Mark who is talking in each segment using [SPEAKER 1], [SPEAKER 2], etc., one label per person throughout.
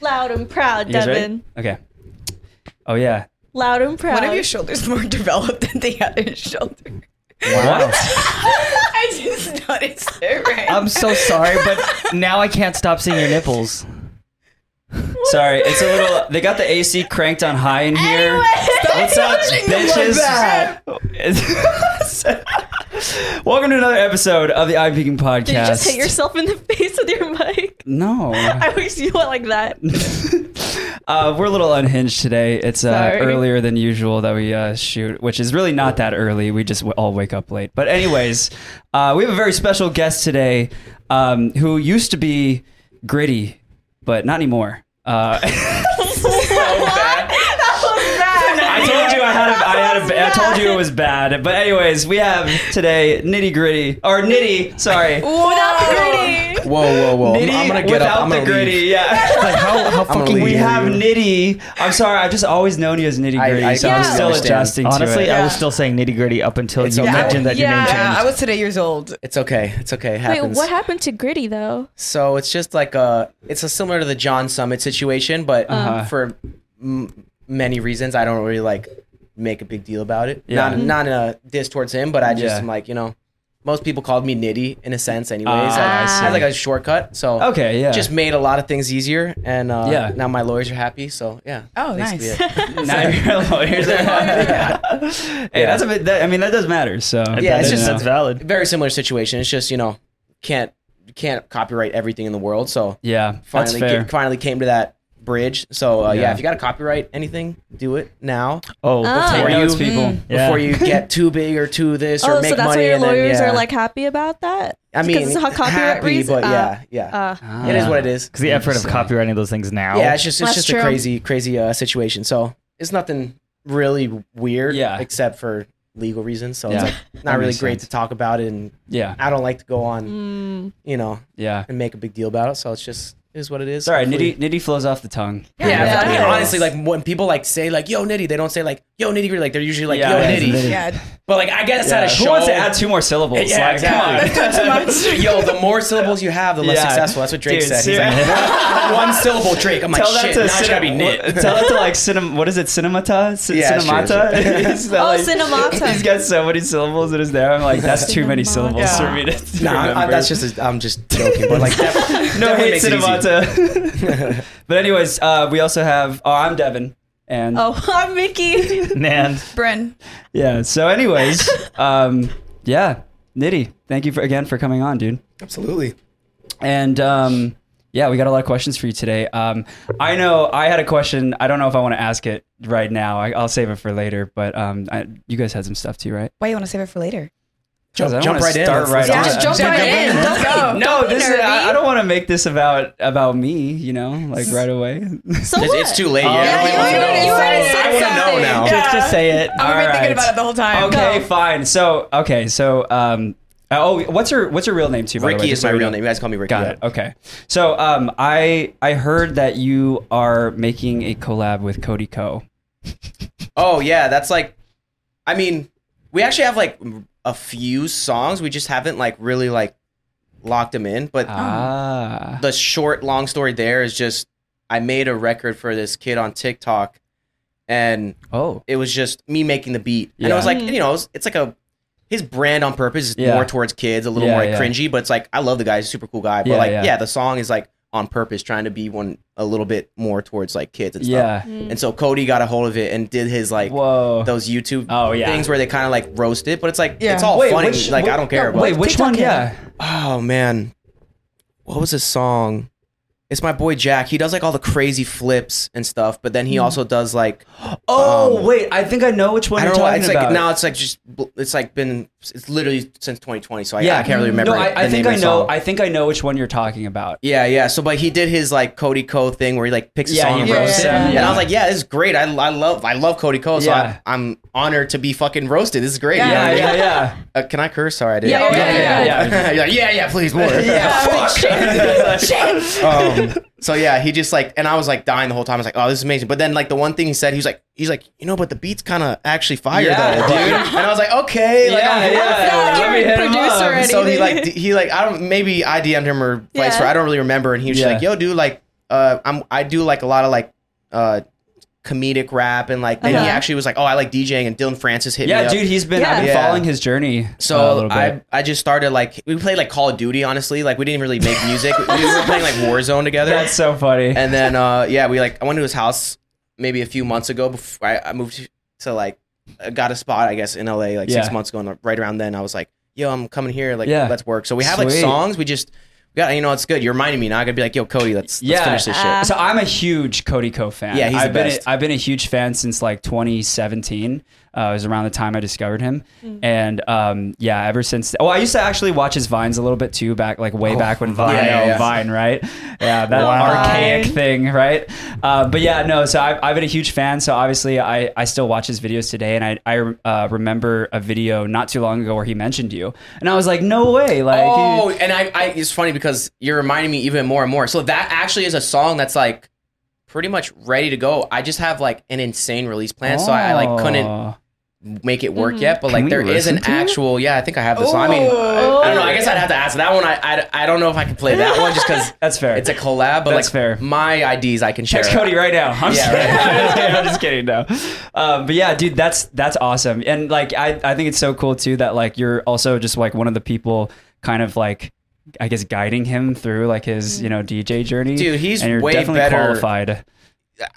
[SPEAKER 1] Loud and proud,
[SPEAKER 2] You guys ready?
[SPEAKER 1] Devin.
[SPEAKER 2] Okay. Oh yeah.
[SPEAKER 1] Loud and proud.
[SPEAKER 3] One of your shoulders more developed than the other shoulder.
[SPEAKER 2] Wow.
[SPEAKER 3] I just noticed it right.
[SPEAKER 2] I'm so sorry, but now I can't stop seeing your nipples. sorry, it's a little. They got the AC cranked on high in here. What's up,
[SPEAKER 3] that.
[SPEAKER 2] bitches? Welcome to another episode of the Eye Peeking Podcast.
[SPEAKER 1] Did you just hit yourself in the face with your mic?
[SPEAKER 2] no.
[SPEAKER 1] I wish you went like that.
[SPEAKER 2] Uh, we're a little unhinged today. It's uh,
[SPEAKER 1] Sorry.
[SPEAKER 2] earlier than usual that we uh, shoot, which is really not that early. We just w- all wake up late. But, anyways, uh, we have a very special guest today um, who used to be gritty, but not anymore. Uh,
[SPEAKER 1] That was bad.
[SPEAKER 2] I told you I had a, I had a, I told you it was bad. But, anyways, we have today nitty gritty, or nitty, sorry.
[SPEAKER 1] Without gritty.
[SPEAKER 4] Whoa, whoa, whoa! I'm-
[SPEAKER 2] Nitty
[SPEAKER 4] I'm gonna get
[SPEAKER 2] without
[SPEAKER 4] up. I'm
[SPEAKER 2] the
[SPEAKER 4] gonna
[SPEAKER 2] gritty,
[SPEAKER 4] leave.
[SPEAKER 2] yeah.
[SPEAKER 4] Like how, how
[SPEAKER 5] gonna
[SPEAKER 4] fucking
[SPEAKER 5] leave.
[SPEAKER 2] We have nitty. I'm sorry. I've just always known you as nitty
[SPEAKER 4] I-
[SPEAKER 2] gritty,
[SPEAKER 4] I
[SPEAKER 2] so I'm
[SPEAKER 1] totally
[SPEAKER 2] still
[SPEAKER 4] understand.
[SPEAKER 2] adjusting to
[SPEAKER 5] Honestly,
[SPEAKER 2] it.
[SPEAKER 5] I was still saying nitty gritty up until you
[SPEAKER 4] okay.
[SPEAKER 5] mentioned that your
[SPEAKER 1] Yeah.
[SPEAKER 5] name changed.
[SPEAKER 3] Yeah, I was today years old.
[SPEAKER 4] It's okay. It's okay. It
[SPEAKER 1] Wait,
[SPEAKER 4] happens.
[SPEAKER 1] what happened to gritty though?
[SPEAKER 4] so it's just like a. It's a similar to the John Summit situation, but
[SPEAKER 2] Uh-huh.
[SPEAKER 4] for m- many reasons, I don't really like make a big deal about it.
[SPEAKER 2] Yeah.
[SPEAKER 4] Not not in a diss towards him, but I just
[SPEAKER 2] Yeah.
[SPEAKER 4] am like you know, most people called me Nitty in a sense, anyways.
[SPEAKER 2] Ah,
[SPEAKER 4] Like,
[SPEAKER 2] I
[SPEAKER 4] I had
[SPEAKER 2] see.
[SPEAKER 4] like a shortcut, so
[SPEAKER 2] Okay, yeah.
[SPEAKER 4] Just made a lot of things easier, and uh,
[SPEAKER 2] Yeah.
[SPEAKER 4] Now my lawyers are happy, so yeah.
[SPEAKER 3] Oh,
[SPEAKER 4] basically
[SPEAKER 3] nice.
[SPEAKER 4] it.
[SPEAKER 2] Now you're a lawyer. Hey, that's a bit. That, I mean, that does matter. So
[SPEAKER 4] Yeah, it's
[SPEAKER 2] You
[SPEAKER 4] just-
[SPEAKER 2] know.
[SPEAKER 5] that's valid.
[SPEAKER 4] Very similar situation. It's just you know can't can't copyright everything in the world, so
[SPEAKER 2] yeah, that's
[SPEAKER 4] finally
[SPEAKER 2] fair.
[SPEAKER 4] get- finally came to that bridge. So uh, yeah.
[SPEAKER 2] Yeah.
[SPEAKER 4] if you got to copyright anything, do it now
[SPEAKER 5] Oh, that's
[SPEAKER 1] Oh.
[SPEAKER 2] Take
[SPEAKER 4] Before
[SPEAKER 2] notes,
[SPEAKER 4] you-
[SPEAKER 2] people.
[SPEAKER 5] Yeah.
[SPEAKER 4] before you get too big or too this or
[SPEAKER 1] Oh,
[SPEAKER 4] make
[SPEAKER 1] so that's why
[SPEAKER 4] money.
[SPEAKER 1] your
[SPEAKER 4] and then,
[SPEAKER 1] lawyers
[SPEAKER 4] yeah.
[SPEAKER 1] are like happy about that?
[SPEAKER 4] I mean,
[SPEAKER 1] because it's not copyright
[SPEAKER 4] happy,
[SPEAKER 1] reason-
[SPEAKER 4] but yeah,
[SPEAKER 1] uh,
[SPEAKER 4] yeah,
[SPEAKER 1] Uh,
[SPEAKER 4] it is what it is.
[SPEAKER 5] because the effort of copywriting those things now.
[SPEAKER 4] Yeah, it's just it's
[SPEAKER 1] That's
[SPEAKER 4] just
[SPEAKER 1] true.
[SPEAKER 4] a crazy crazy uh, situation. So it's nothing really weird,
[SPEAKER 2] Yeah.
[SPEAKER 4] except for legal reasons. So
[SPEAKER 2] Yeah.
[SPEAKER 4] it's like
[SPEAKER 2] That
[SPEAKER 4] not really
[SPEAKER 2] makes
[SPEAKER 4] great
[SPEAKER 2] sense.
[SPEAKER 4] to talk about it, and
[SPEAKER 2] Yeah,
[SPEAKER 4] I don't like to go on,
[SPEAKER 1] mm,
[SPEAKER 4] you know,
[SPEAKER 2] yeah.
[SPEAKER 4] and make a big deal about it. So it's just it is what it is.
[SPEAKER 2] Sorry,
[SPEAKER 4] Hopefully-
[SPEAKER 2] nitty nitty flows off the tongue.
[SPEAKER 4] Yeah,
[SPEAKER 3] Yeah,
[SPEAKER 4] I mean,
[SPEAKER 3] yeah.
[SPEAKER 4] honestly, like when people like say like "Yo, Nitty," they don't say like "Yo, Nitty Gritty." Like they're usually like
[SPEAKER 2] Yeah,
[SPEAKER 4] "Yo,
[SPEAKER 2] it's
[SPEAKER 4] Nitty."
[SPEAKER 2] nitty.
[SPEAKER 3] Yeah.
[SPEAKER 4] But like, I guess at a show,
[SPEAKER 2] Who wants to add two more syllables?
[SPEAKER 4] Yeah,
[SPEAKER 2] like,
[SPEAKER 4] exactly.
[SPEAKER 2] come on.
[SPEAKER 4] Yo, the more syllables you have, the less
[SPEAKER 2] Yeah.
[SPEAKER 4] successful. That's what Drake
[SPEAKER 2] Dude,
[SPEAKER 4] said. He's
[SPEAKER 2] seriously.
[SPEAKER 4] like, one syllable Drake. I'm like,
[SPEAKER 2] Tell that
[SPEAKER 4] shit,
[SPEAKER 2] to
[SPEAKER 4] now
[SPEAKER 2] cinem-
[SPEAKER 4] it's gotta be Nit.
[SPEAKER 2] Tell that to like cinema. What is it? Cinemata? C-
[SPEAKER 4] Yeah, it's true,
[SPEAKER 2] cinemata.
[SPEAKER 4] it's true.
[SPEAKER 2] Is that,
[SPEAKER 1] Oh, cinemata.
[SPEAKER 2] He's got so many syllables in his name. I'm like, that's too many
[SPEAKER 1] Cinemata.
[SPEAKER 2] syllables
[SPEAKER 3] Yeah.
[SPEAKER 2] for me to. to
[SPEAKER 4] Nah, I'm- I'm,
[SPEAKER 2] remember.
[SPEAKER 4] that's just, I'm just joking. But like, that,
[SPEAKER 2] no
[SPEAKER 4] definitely
[SPEAKER 2] hate
[SPEAKER 4] makes it easy.
[SPEAKER 2] cinemata. but anyways, uh, we also have. Oh, I'm Devin, and
[SPEAKER 1] oh, I'm Mickey.
[SPEAKER 5] and
[SPEAKER 3] Bryn.
[SPEAKER 2] Yeah. So, anyways, um, yeah, Nitty, thank you for again for coming on, dude.
[SPEAKER 4] Absolutely.
[SPEAKER 2] And um, yeah, we got a lot of questions for you today. Um, I know I had a question. I don't know if I want to ask it right now. I, I'll save it for later. But um, I, you guys had some stuff too, right?
[SPEAKER 3] Why you want to save it for later?
[SPEAKER 2] Guys, I
[SPEAKER 4] Jump,
[SPEAKER 2] don't
[SPEAKER 4] jump
[SPEAKER 2] wanna
[SPEAKER 4] right in.
[SPEAKER 2] start
[SPEAKER 4] Let's-
[SPEAKER 2] right
[SPEAKER 4] let's
[SPEAKER 2] on.
[SPEAKER 4] do
[SPEAKER 2] Yeah,
[SPEAKER 4] it.
[SPEAKER 2] jump
[SPEAKER 3] right in. Don't go.
[SPEAKER 2] No,
[SPEAKER 3] be
[SPEAKER 2] this is,
[SPEAKER 3] uh,
[SPEAKER 2] I, I don't want to make this about about me. You know, like right away.
[SPEAKER 1] So
[SPEAKER 4] It's,
[SPEAKER 1] what?
[SPEAKER 4] it's too late.
[SPEAKER 2] Oh,
[SPEAKER 4] Yeah,
[SPEAKER 2] yeah,
[SPEAKER 1] already-
[SPEAKER 2] you
[SPEAKER 4] everybody wants to know.
[SPEAKER 1] you already
[SPEAKER 4] I
[SPEAKER 1] said
[SPEAKER 4] wanna know
[SPEAKER 1] something.
[SPEAKER 4] now.
[SPEAKER 1] Yeah.
[SPEAKER 5] just, just say it.
[SPEAKER 3] I've been thinking about it the whole time.
[SPEAKER 2] Okay,
[SPEAKER 1] Go.
[SPEAKER 2] fine. So okay, so um, oh, what's your what's your real name too? By the way,
[SPEAKER 4] Ricky
[SPEAKER 2] just
[SPEAKER 4] is
[SPEAKER 2] so
[SPEAKER 4] my
[SPEAKER 2] we
[SPEAKER 4] real
[SPEAKER 2] know.
[SPEAKER 4] name. You guys call me Ricky.
[SPEAKER 2] Got
[SPEAKER 4] yeah.
[SPEAKER 2] it. Okay. So um, I I heard that you are making a collab with Cody Co.
[SPEAKER 4] Oh yeah, that's like, I mean, we actually have like a few songs. We just haven't like really like locked them in. But
[SPEAKER 2] Ah.
[SPEAKER 4] the short, long story there is just I made a record for this kid on TikTok, and
[SPEAKER 2] Oh.
[SPEAKER 4] it was just me making the beat. And it was
[SPEAKER 2] Yeah.
[SPEAKER 4] like, you know, it's, it's like a his brand on purpose is
[SPEAKER 2] Yeah.
[SPEAKER 4] more towards kids, a little
[SPEAKER 2] Yeah,
[SPEAKER 4] more
[SPEAKER 2] yeah.
[SPEAKER 4] cringy, but it's like I love the guy, he's a super cool guy. But
[SPEAKER 2] Yeah,
[SPEAKER 4] like,
[SPEAKER 2] yeah.
[SPEAKER 4] yeah. the song is like on purpose, trying to be one a little bit more towards like kids and stuff.
[SPEAKER 2] Yeah.
[SPEAKER 4] And so Cody got a hold of it and did his like
[SPEAKER 2] Whoa.
[SPEAKER 4] those YouTube
[SPEAKER 2] Oh, yeah.
[SPEAKER 4] things where they kind of like roast it, but it's like
[SPEAKER 3] Yeah.
[SPEAKER 4] it's all
[SPEAKER 2] Wait,
[SPEAKER 4] funny.
[SPEAKER 2] which-
[SPEAKER 4] like
[SPEAKER 2] wh-
[SPEAKER 4] I don't care. about
[SPEAKER 2] Wait, which
[SPEAKER 3] TikTok
[SPEAKER 2] one?
[SPEAKER 3] kid.
[SPEAKER 2] Yeah.
[SPEAKER 4] Oh man, what was his song? It's my boy Jack. He does like all the crazy flips and stuff, but then
[SPEAKER 2] Hmm.
[SPEAKER 4] he also does like
[SPEAKER 2] Oh
[SPEAKER 4] Um,
[SPEAKER 2] wait, I think I know which one Oh,
[SPEAKER 4] I
[SPEAKER 2] you're
[SPEAKER 4] don't know.
[SPEAKER 2] talking
[SPEAKER 4] It's
[SPEAKER 2] about.
[SPEAKER 4] like now it's like just it's like been it's literally since 2020. So I,
[SPEAKER 2] yeah,
[SPEAKER 4] I can't really remember.
[SPEAKER 2] No, I, I
[SPEAKER 4] the
[SPEAKER 2] think
[SPEAKER 4] name
[SPEAKER 2] I
[SPEAKER 4] of the
[SPEAKER 2] know.
[SPEAKER 4] song.
[SPEAKER 2] I think I know which one you're talking about.
[SPEAKER 4] yeah, yeah. So, but he did his like Cody Co thing where he like picks a
[SPEAKER 2] Yeah,
[SPEAKER 4] song
[SPEAKER 2] he
[SPEAKER 4] and
[SPEAKER 3] roasts
[SPEAKER 4] roasts it,
[SPEAKER 3] them,
[SPEAKER 4] and
[SPEAKER 2] yeah.
[SPEAKER 4] I was like, yeah, this is great. I, I love I love Cody Co. So
[SPEAKER 2] Yeah.
[SPEAKER 4] I, I'm honored to be fucking roasted. This is great. You know what
[SPEAKER 2] Yeah,
[SPEAKER 4] I mean?
[SPEAKER 2] yeah, yeah.
[SPEAKER 4] Uh, can I curse? Sorry, I did.
[SPEAKER 1] Yeah,
[SPEAKER 2] yeah, Yeah, yeah, yeah, yeah.
[SPEAKER 4] You're like, yeah, yeah, please, more.
[SPEAKER 2] Shit.
[SPEAKER 4] um, so yeah, he just like, and I was like dying the whole time. I was like, oh, this is amazing. But then like the one thing he said, he was like, he's like, you know, but the beat's kind of actually fire
[SPEAKER 2] Yeah,
[SPEAKER 4] though, dude. And I was like, okay, like,
[SPEAKER 2] Yeah,
[SPEAKER 4] I'm here for it.
[SPEAKER 2] yeah.
[SPEAKER 1] You're
[SPEAKER 2] Let me
[SPEAKER 1] a
[SPEAKER 2] hit him
[SPEAKER 1] producer
[SPEAKER 2] up.
[SPEAKER 1] already.
[SPEAKER 4] So he like d- he like I don't maybe I DM'd him or vice
[SPEAKER 1] Yeah.
[SPEAKER 4] versa. I don't really remember. And he was just
[SPEAKER 2] Yeah.
[SPEAKER 4] like, yo, dude, like uh, I'm I do like a lot of like uh, comedic rap and like then he
[SPEAKER 1] Uh-huh.
[SPEAKER 4] actually was like, oh, I like DJing and Dylan Francis hit me
[SPEAKER 2] Yeah,
[SPEAKER 4] up.
[SPEAKER 2] dude, he's been I've been
[SPEAKER 4] Yeah.
[SPEAKER 2] following his journey. uh, a
[SPEAKER 4] So
[SPEAKER 2] little bit.
[SPEAKER 4] I I just started like we played like Call of Duty honestly like we didn't really make music we were playing like Warzone together
[SPEAKER 2] that's so funny.
[SPEAKER 4] and then uh yeah we like I went to his house maybe a few months ago before I, I moved to, to like I got a spot I guess in LA like
[SPEAKER 2] Yeah.
[SPEAKER 4] six months ago and right around then I was like yo I'm coming here like
[SPEAKER 2] Yeah.
[SPEAKER 4] let's work so we have like
[SPEAKER 2] Sweet.
[SPEAKER 4] songs we just we got you know it's good you're reminding me now I gotta be like yo Cody let's, let's finish this shit
[SPEAKER 1] Ah.
[SPEAKER 2] So I'm a huge Cody Co fan.
[SPEAKER 4] Yeah, he's the
[SPEAKER 2] I've been
[SPEAKER 4] best.
[SPEAKER 2] A, I've been a huge fan since like 2017. Uh, it was around the time I discovered him, and um, yeah, ever since. Oh, I used to actually watch his vines a little bit too, back like way back when Vine,
[SPEAKER 4] Yeah, yeah,
[SPEAKER 2] oh,
[SPEAKER 4] yeah.
[SPEAKER 2] Vine, right? Yeah, that
[SPEAKER 5] Wow.
[SPEAKER 2] archaic
[SPEAKER 1] Vine.
[SPEAKER 2] thing, right? Uh, but yeah, no. So I've, I've been a huge fan. So obviously, I I still watch his videos today, and I I uh, remember a video not too long ago where he mentioned you, and I was like, no way, like.
[SPEAKER 4] Oh, and I, I it's funny because you're reminding me even more and more. So that actually is a song that's like pretty much ready to go. I just have like an insane release plan, so I like couldn't
[SPEAKER 2] Oh.
[SPEAKER 4] make it work yet. But
[SPEAKER 2] Can
[SPEAKER 4] like
[SPEAKER 2] we
[SPEAKER 4] there is an
[SPEAKER 2] listen to it?
[SPEAKER 4] actual, yeah, I think I have this. song. I mean,
[SPEAKER 3] Oh.
[SPEAKER 4] I don't know.
[SPEAKER 2] Oh,
[SPEAKER 4] I guess I'd have to ask that one. I I, I don't know if I can play that one just because
[SPEAKER 2] That's fair.
[SPEAKER 4] it's a collab. But
[SPEAKER 2] That's
[SPEAKER 4] like
[SPEAKER 2] fair.
[SPEAKER 4] my IDs, I can share.
[SPEAKER 2] Text Cody right now. I'm,
[SPEAKER 4] Yeah,
[SPEAKER 2] just, kidding. I'm just kidding. No, um, but yeah, dude, that's that's awesome. And like, I I think it's so cool too that like you're also just like one of the people kind of like. I guess guiding him through like his you know DJ journey,
[SPEAKER 4] Dude, he's
[SPEAKER 2] and you're
[SPEAKER 4] way
[SPEAKER 2] definitely
[SPEAKER 4] better-
[SPEAKER 2] qualified.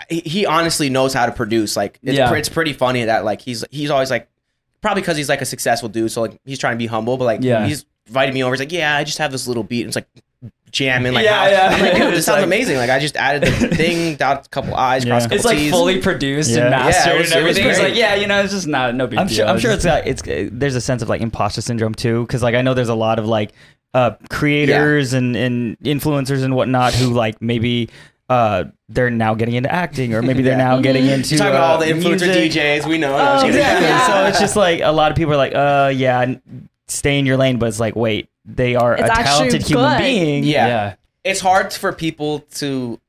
[SPEAKER 4] he- he honestly knows how to produce. Like it's,
[SPEAKER 2] Yeah.
[SPEAKER 4] pre- it's pretty funny that like he's he's always like probably because he's like a successful dude, so like he's trying to be humble, but like
[SPEAKER 2] Yeah.
[SPEAKER 4] he's invited me over. He's like, yeah, I just have this little beat. And it's like jamming. Like,
[SPEAKER 2] Yeah,
[SPEAKER 4] how-
[SPEAKER 2] yeah.
[SPEAKER 4] I'm like, dude, this
[SPEAKER 2] It's
[SPEAKER 4] sounds
[SPEAKER 2] like-
[SPEAKER 4] amazing. Like I just added the thing, down a couple I's, crossed a couple
[SPEAKER 2] It's like
[SPEAKER 4] T's.
[SPEAKER 2] fully produced
[SPEAKER 5] Yeah.
[SPEAKER 2] and mastered
[SPEAKER 4] Yeah, it was-
[SPEAKER 2] and
[SPEAKER 4] it was
[SPEAKER 2] everything. It's
[SPEAKER 4] great.
[SPEAKER 2] like yeah, you know, it's just not no big
[SPEAKER 5] I'm
[SPEAKER 2] deal.
[SPEAKER 5] sure. I'm sure
[SPEAKER 2] It's
[SPEAKER 5] it's got, it's uh, there's a sense of like imposter syndrome too, because like I know there's a lot of like uh, creators and and influencers and whatnot who like maybe. Uh, they're now getting into acting, or maybe they're now getting into
[SPEAKER 4] You're talking about all the
[SPEAKER 5] uh,
[SPEAKER 4] influencer
[SPEAKER 5] music.
[SPEAKER 4] DJs we know.
[SPEAKER 1] Oh,
[SPEAKER 5] Exactly.
[SPEAKER 1] Yeah.
[SPEAKER 5] So it's just like a lot of people are like, uh, yeah, n- stay in your lane, but it's like, wait, they are
[SPEAKER 1] It's
[SPEAKER 5] a
[SPEAKER 1] actually
[SPEAKER 5] talented
[SPEAKER 1] good.
[SPEAKER 5] human being.
[SPEAKER 4] Yeah.
[SPEAKER 2] yeah.
[SPEAKER 4] it's hard for people to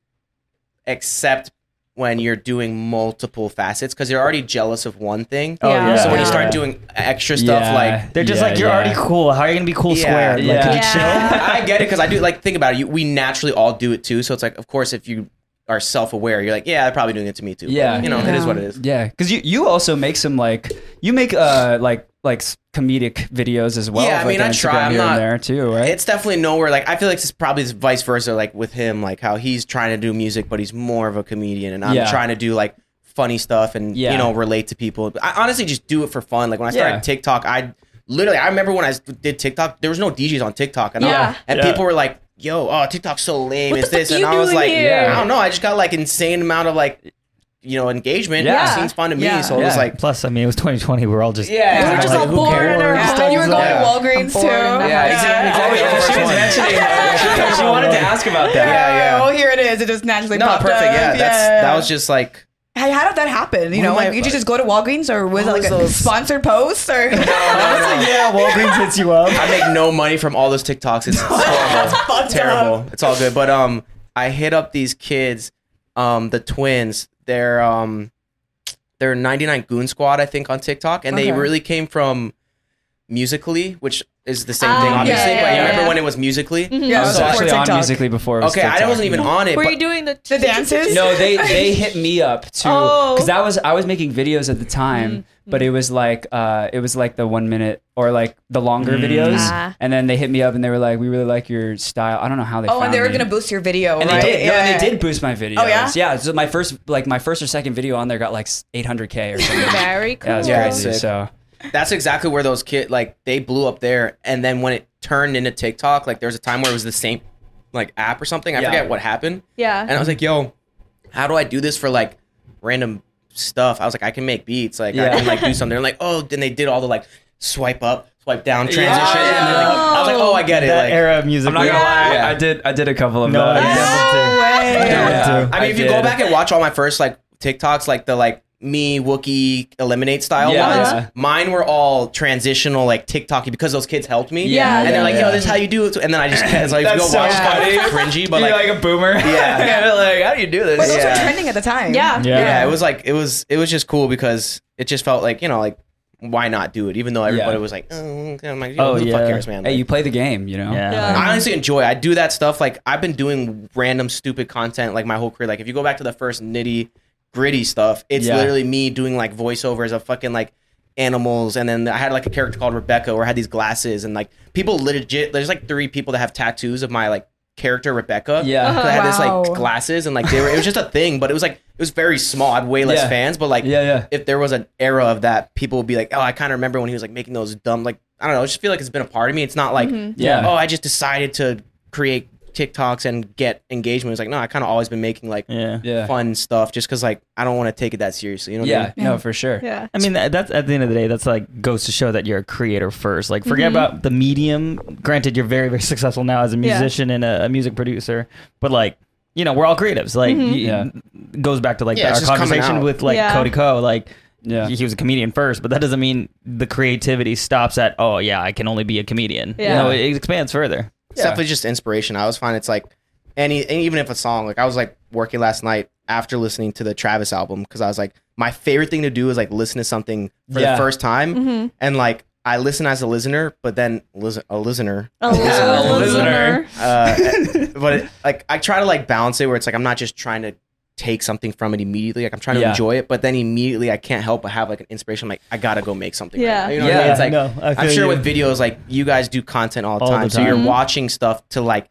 [SPEAKER 4] accept when you're doing multiple facets because you're already jealous of one thing.
[SPEAKER 5] Oh,
[SPEAKER 1] Yeah.
[SPEAKER 5] yeah.
[SPEAKER 4] So when you
[SPEAKER 1] Yeah.
[SPEAKER 4] start doing extra stuff
[SPEAKER 2] Yeah.
[SPEAKER 4] like
[SPEAKER 5] They're just
[SPEAKER 2] Yeah,
[SPEAKER 5] like, you're
[SPEAKER 2] yeah.
[SPEAKER 5] already cool. How are you gonna be cool
[SPEAKER 4] Yeah.
[SPEAKER 5] squared? Like,
[SPEAKER 2] Yeah.
[SPEAKER 5] could you
[SPEAKER 1] Yeah.
[SPEAKER 5] chill?
[SPEAKER 4] I get it because I do like think about it. You, we naturally all do it too, so it's like, of course, if you are self-aware, you're like, yeah, they're probably doing it to me too. But,
[SPEAKER 2] Yeah.
[SPEAKER 4] you know, it is what it is.
[SPEAKER 2] Yeah, because you you also make some like you make uh like like s- comedic videos as well.
[SPEAKER 4] Yeah, I
[SPEAKER 2] like,
[SPEAKER 4] mean,
[SPEAKER 2] on
[SPEAKER 4] I try.
[SPEAKER 2] Instagram
[SPEAKER 4] I'm
[SPEAKER 2] here and
[SPEAKER 4] not-
[SPEAKER 2] there too, right?
[SPEAKER 4] It's definitely nowhere. Like I feel like it's probably vice versa. Like with him, like how he's trying to do music, but he's more of a comedian, and I'm
[SPEAKER 2] Yeah.
[SPEAKER 4] trying to do like funny stuff and
[SPEAKER 2] Yeah.
[SPEAKER 4] you know relate to people. I honestly just do it for fun. Like when I started
[SPEAKER 2] Yeah.
[SPEAKER 4] TikTok, I literally I remember when I did TikTok, there was no DJs on TikTok, and I-
[SPEAKER 1] Yeah.
[SPEAKER 4] and
[SPEAKER 2] Yeah.
[SPEAKER 4] people were like. Yo, oh, TikTok's so lame.
[SPEAKER 1] What
[SPEAKER 4] is
[SPEAKER 1] the
[SPEAKER 4] this?
[SPEAKER 1] fuck
[SPEAKER 4] And
[SPEAKER 1] you
[SPEAKER 4] I was
[SPEAKER 1] doing
[SPEAKER 4] like,
[SPEAKER 1] here?
[SPEAKER 4] I don't know. I just got like insane amount of like, you know, engagement.
[SPEAKER 2] Yeah.
[SPEAKER 4] It seems fun to me.
[SPEAKER 1] Yeah.
[SPEAKER 4] So it was
[SPEAKER 2] Yeah.
[SPEAKER 4] like,
[SPEAKER 5] Plus, I mean, it was 2020. We're all just
[SPEAKER 4] yeah,
[SPEAKER 1] We're
[SPEAKER 4] I'm
[SPEAKER 1] just
[SPEAKER 4] like,
[SPEAKER 1] all
[SPEAKER 4] who
[SPEAKER 1] bored
[SPEAKER 4] cares?
[SPEAKER 1] and our
[SPEAKER 3] Yeah, you were going
[SPEAKER 4] Yeah.
[SPEAKER 3] to Walgreens too.
[SPEAKER 1] bored in the
[SPEAKER 4] Yeah,
[SPEAKER 1] house.
[SPEAKER 4] exactly.
[SPEAKER 2] Oh, yeah, she was
[SPEAKER 4] First
[SPEAKER 2] mentioning that. She- she wanted to ask about that.
[SPEAKER 4] Yeah, yeah.
[SPEAKER 3] Well, Oh, here it is. It just naturally
[SPEAKER 4] No,
[SPEAKER 3] popped
[SPEAKER 4] perfect.
[SPEAKER 3] up.
[SPEAKER 4] Yeah, that's that was just like
[SPEAKER 3] Hey, how did that happen? You
[SPEAKER 4] One
[SPEAKER 3] know,
[SPEAKER 4] of my-
[SPEAKER 3] like, did you just go to Walgreens or was it
[SPEAKER 4] What
[SPEAKER 3] like
[SPEAKER 4] was
[SPEAKER 3] a
[SPEAKER 4] those-
[SPEAKER 3] sponsored post or?
[SPEAKER 5] yeah, Walgreens hits you up.
[SPEAKER 4] I make no money from all those TikToks. It's horrible, terrible. It's all good, but um, I hit up these kids, um, the twins. They're um, they're 99 Goon Squad, I think, on TikTok, and they
[SPEAKER 3] Okay.
[SPEAKER 4] really came from Musically, which is the same thing,
[SPEAKER 1] Ah,
[SPEAKER 4] obviously.
[SPEAKER 1] yeah,
[SPEAKER 4] but you
[SPEAKER 1] yeah,
[SPEAKER 4] remember
[SPEAKER 1] yeah.
[SPEAKER 4] when it was Musically?
[SPEAKER 3] Yeah,
[SPEAKER 2] I was
[SPEAKER 4] So-
[SPEAKER 2] actually
[SPEAKER 3] before
[SPEAKER 2] on
[SPEAKER 3] TikTok.
[SPEAKER 2] Musically before. It was
[SPEAKER 4] Okay, I
[SPEAKER 2] TikTok.
[SPEAKER 4] wasn't even on it.
[SPEAKER 1] Were
[SPEAKER 4] but
[SPEAKER 1] you doing the
[SPEAKER 3] The dances?
[SPEAKER 2] No, they they hit me up too
[SPEAKER 1] Oh.
[SPEAKER 2] because I was I was making videos at the time,
[SPEAKER 3] Mm-hmm.
[SPEAKER 2] but it was like uh it was like the one minute or like the longer videos,
[SPEAKER 1] Ah.
[SPEAKER 2] and then they hit me up and they were like, "We really like your style." I don't know how they.
[SPEAKER 3] Oh, and
[SPEAKER 2] found
[SPEAKER 3] they were
[SPEAKER 2] me.
[SPEAKER 3] gonna boost your video,
[SPEAKER 2] And
[SPEAKER 3] right?
[SPEAKER 2] they did. No,
[SPEAKER 3] Yeah.
[SPEAKER 2] and they did boost my videos.
[SPEAKER 3] Oh, yeah?
[SPEAKER 2] So my first, like my first or second video on there got like 800k or something. yeah,
[SPEAKER 1] Very cool.
[SPEAKER 2] it was
[SPEAKER 4] Yeah,
[SPEAKER 2] crazy.
[SPEAKER 4] sick.
[SPEAKER 2] So
[SPEAKER 4] that's exactly where those kids like they blew up there and then when it turned into tiktok like there was a time where it was the same like app or something i
[SPEAKER 2] Yeah.
[SPEAKER 4] forget what happened
[SPEAKER 1] Yeah.
[SPEAKER 4] and i was like yo how do i do this for like random stuff i was like i can make beats like i
[SPEAKER 2] Yeah.
[SPEAKER 4] can like do something They're like oh then they did all the like swipe up swipe down transition and then, like, i was like oh i get it
[SPEAKER 5] That
[SPEAKER 4] like
[SPEAKER 5] era of music.
[SPEAKER 2] I'm not
[SPEAKER 5] we-
[SPEAKER 2] gonna lie,
[SPEAKER 4] Yeah.
[SPEAKER 2] I did I did a couple of
[SPEAKER 5] No,
[SPEAKER 2] those.
[SPEAKER 5] I
[SPEAKER 3] No way.
[SPEAKER 5] Yeah.
[SPEAKER 2] Yeah.
[SPEAKER 4] I mean,
[SPEAKER 2] I
[SPEAKER 4] if you go
[SPEAKER 2] did.
[SPEAKER 4] back and watch all my first like TikToks, like the like me Wookie eliminate style
[SPEAKER 2] Yeah. Uh-huh.
[SPEAKER 4] ones, mine were all transitional like TikTok because those kids helped me.
[SPEAKER 1] Yeah.
[SPEAKER 4] and
[SPEAKER 1] Yeah,
[SPEAKER 4] they're like,
[SPEAKER 2] yeah.
[SPEAKER 4] "Yo, this is how you do it," and then I just it's like
[SPEAKER 2] That's
[SPEAKER 4] go
[SPEAKER 2] so
[SPEAKER 4] watch
[SPEAKER 2] funny.
[SPEAKER 4] funny. cringy, but
[SPEAKER 2] You're
[SPEAKER 4] like,
[SPEAKER 2] like, a boomer.
[SPEAKER 4] Yeah.
[SPEAKER 2] You're like how do you do this?
[SPEAKER 3] But those
[SPEAKER 4] Yeah.
[SPEAKER 3] were trending at the time.
[SPEAKER 1] Yeah.
[SPEAKER 5] Yeah.
[SPEAKER 4] yeah. it was like it was it was just cool because it just felt like you know like why not do it? Even though everybody
[SPEAKER 2] Yeah.
[SPEAKER 4] was like, oh, I'm like,
[SPEAKER 5] Oh,
[SPEAKER 4] who the fuck
[SPEAKER 5] yeah.
[SPEAKER 4] cares, man?
[SPEAKER 2] Hey,
[SPEAKER 4] Like,
[SPEAKER 2] you play the game, you know?
[SPEAKER 1] Yeah.
[SPEAKER 4] I honestly enjoy. it. I do that stuff. Like I've been doing random stupid content like my whole career. Like if you go back to the first nitty gritty stuff, it's
[SPEAKER 2] Yeah.
[SPEAKER 4] literally me doing like voiceovers of fucking like animals. And then I had like a character called Rebecca, where I had these glasses and like people legit. There's like three people that have tattoos of my like character Rebecca.
[SPEAKER 2] Yeah.
[SPEAKER 4] 'Cause I had this
[SPEAKER 3] Wow.
[SPEAKER 4] like glasses and like they were. It was just a thing, but it was like it was very small. I had way less
[SPEAKER 2] Yeah.
[SPEAKER 4] fans, but like
[SPEAKER 2] Yeah, yeah.
[SPEAKER 4] if there was an era of that, people would be like, "Oh, I kind of remember when he was like making those dumb like I don't know." I just feel like it's been a part of me. It's not like,
[SPEAKER 2] Yeah.
[SPEAKER 4] oh, I just decided to create TikToks and get engagement. It's like, no, I kind of always been making like
[SPEAKER 5] Yeah.
[SPEAKER 2] Yeah.
[SPEAKER 4] fun stuff just because like I don't want to take it that seriously. You know? What I
[SPEAKER 2] Yeah,
[SPEAKER 4] mean?
[SPEAKER 2] no, for sure.
[SPEAKER 1] Yeah.
[SPEAKER 5] I mean, that, that's at the end of the day, that's like goes to show that you're a creator first. Like, forget
[SPEAKER 1] Mm-hmm.
[SPEAKER 5] about the medium. Granted, you're very, very successful now as a
[SPEAKER 1] Yeah.
[SPEAKER 5] musician and a, a music producer, but like, you know, we're all creatives. Like, y-
[SPEAKER 2] Yeah.
[SPEAKER 5] goes back to like
[SPEAKER 4] Yeah,
[SPEAKER 5] our
[SPEAKER 4] it's just coming
[SPEAKER 5] conversation
[SPEAKER 4] out.
[SPEAKER 5] with like
[SPEAKER 1] Mm-hmm. Yeah.
[SPEAKER 5] Cody Co. Like,
[SPEAKER 2] Yeah.
[SPEAKER 5] he was a comedian first, but that doesn't mean the creativity stops at, oh, yeah, I can only be a comedian.
[SPEAKER 1] Yeah.
[SPEAKER 5] You know, it expands further.
[SPEAKER 4] It's definitely just inspiration. I always find it's like any and even if a song like I was like working last night after listening to the Travis album because I was like my favorite thing to do is like listen to something for
[SPEAKER 2] Yeah.
[SPEAKER 4] the first time and like I listen as a listener, but then listen a listener.
[SPEAKER 1] A listener.
[SPEAKER 2] listener.
[SPEAKER 4] uh, but it, like I try to like balance it where it's like I'm not just trying to take something from it immediately. Like I'm trying to
[SPEAKER 2] Yeah.
[SPEAKER 4] enjoy it, but then immediately I can't help but have like an inspiration. I'm like I gotta go make something. right
[SPEAKER 1] Yeah.
[SPEAKER 4] now. you know what
[SPEAKER 2] Yeah,
[SPEAKER 4] I mean? It's like
[SPEAKER 5] no, I
[SPEAKER 4] I'm
[SPEAKER 5] feel
[SPEAKER 4] sure
[SPEAKER 5] you.
[SPEAKER 4] with videos like you guys do content all the,
[SPEAKER 5] All the
[SPEAKER 4] time, so you're
[SPEAKER 1] Mm-hmm.
[SPEAKER 5] time.
[SPEAKER 4] watching stuff to like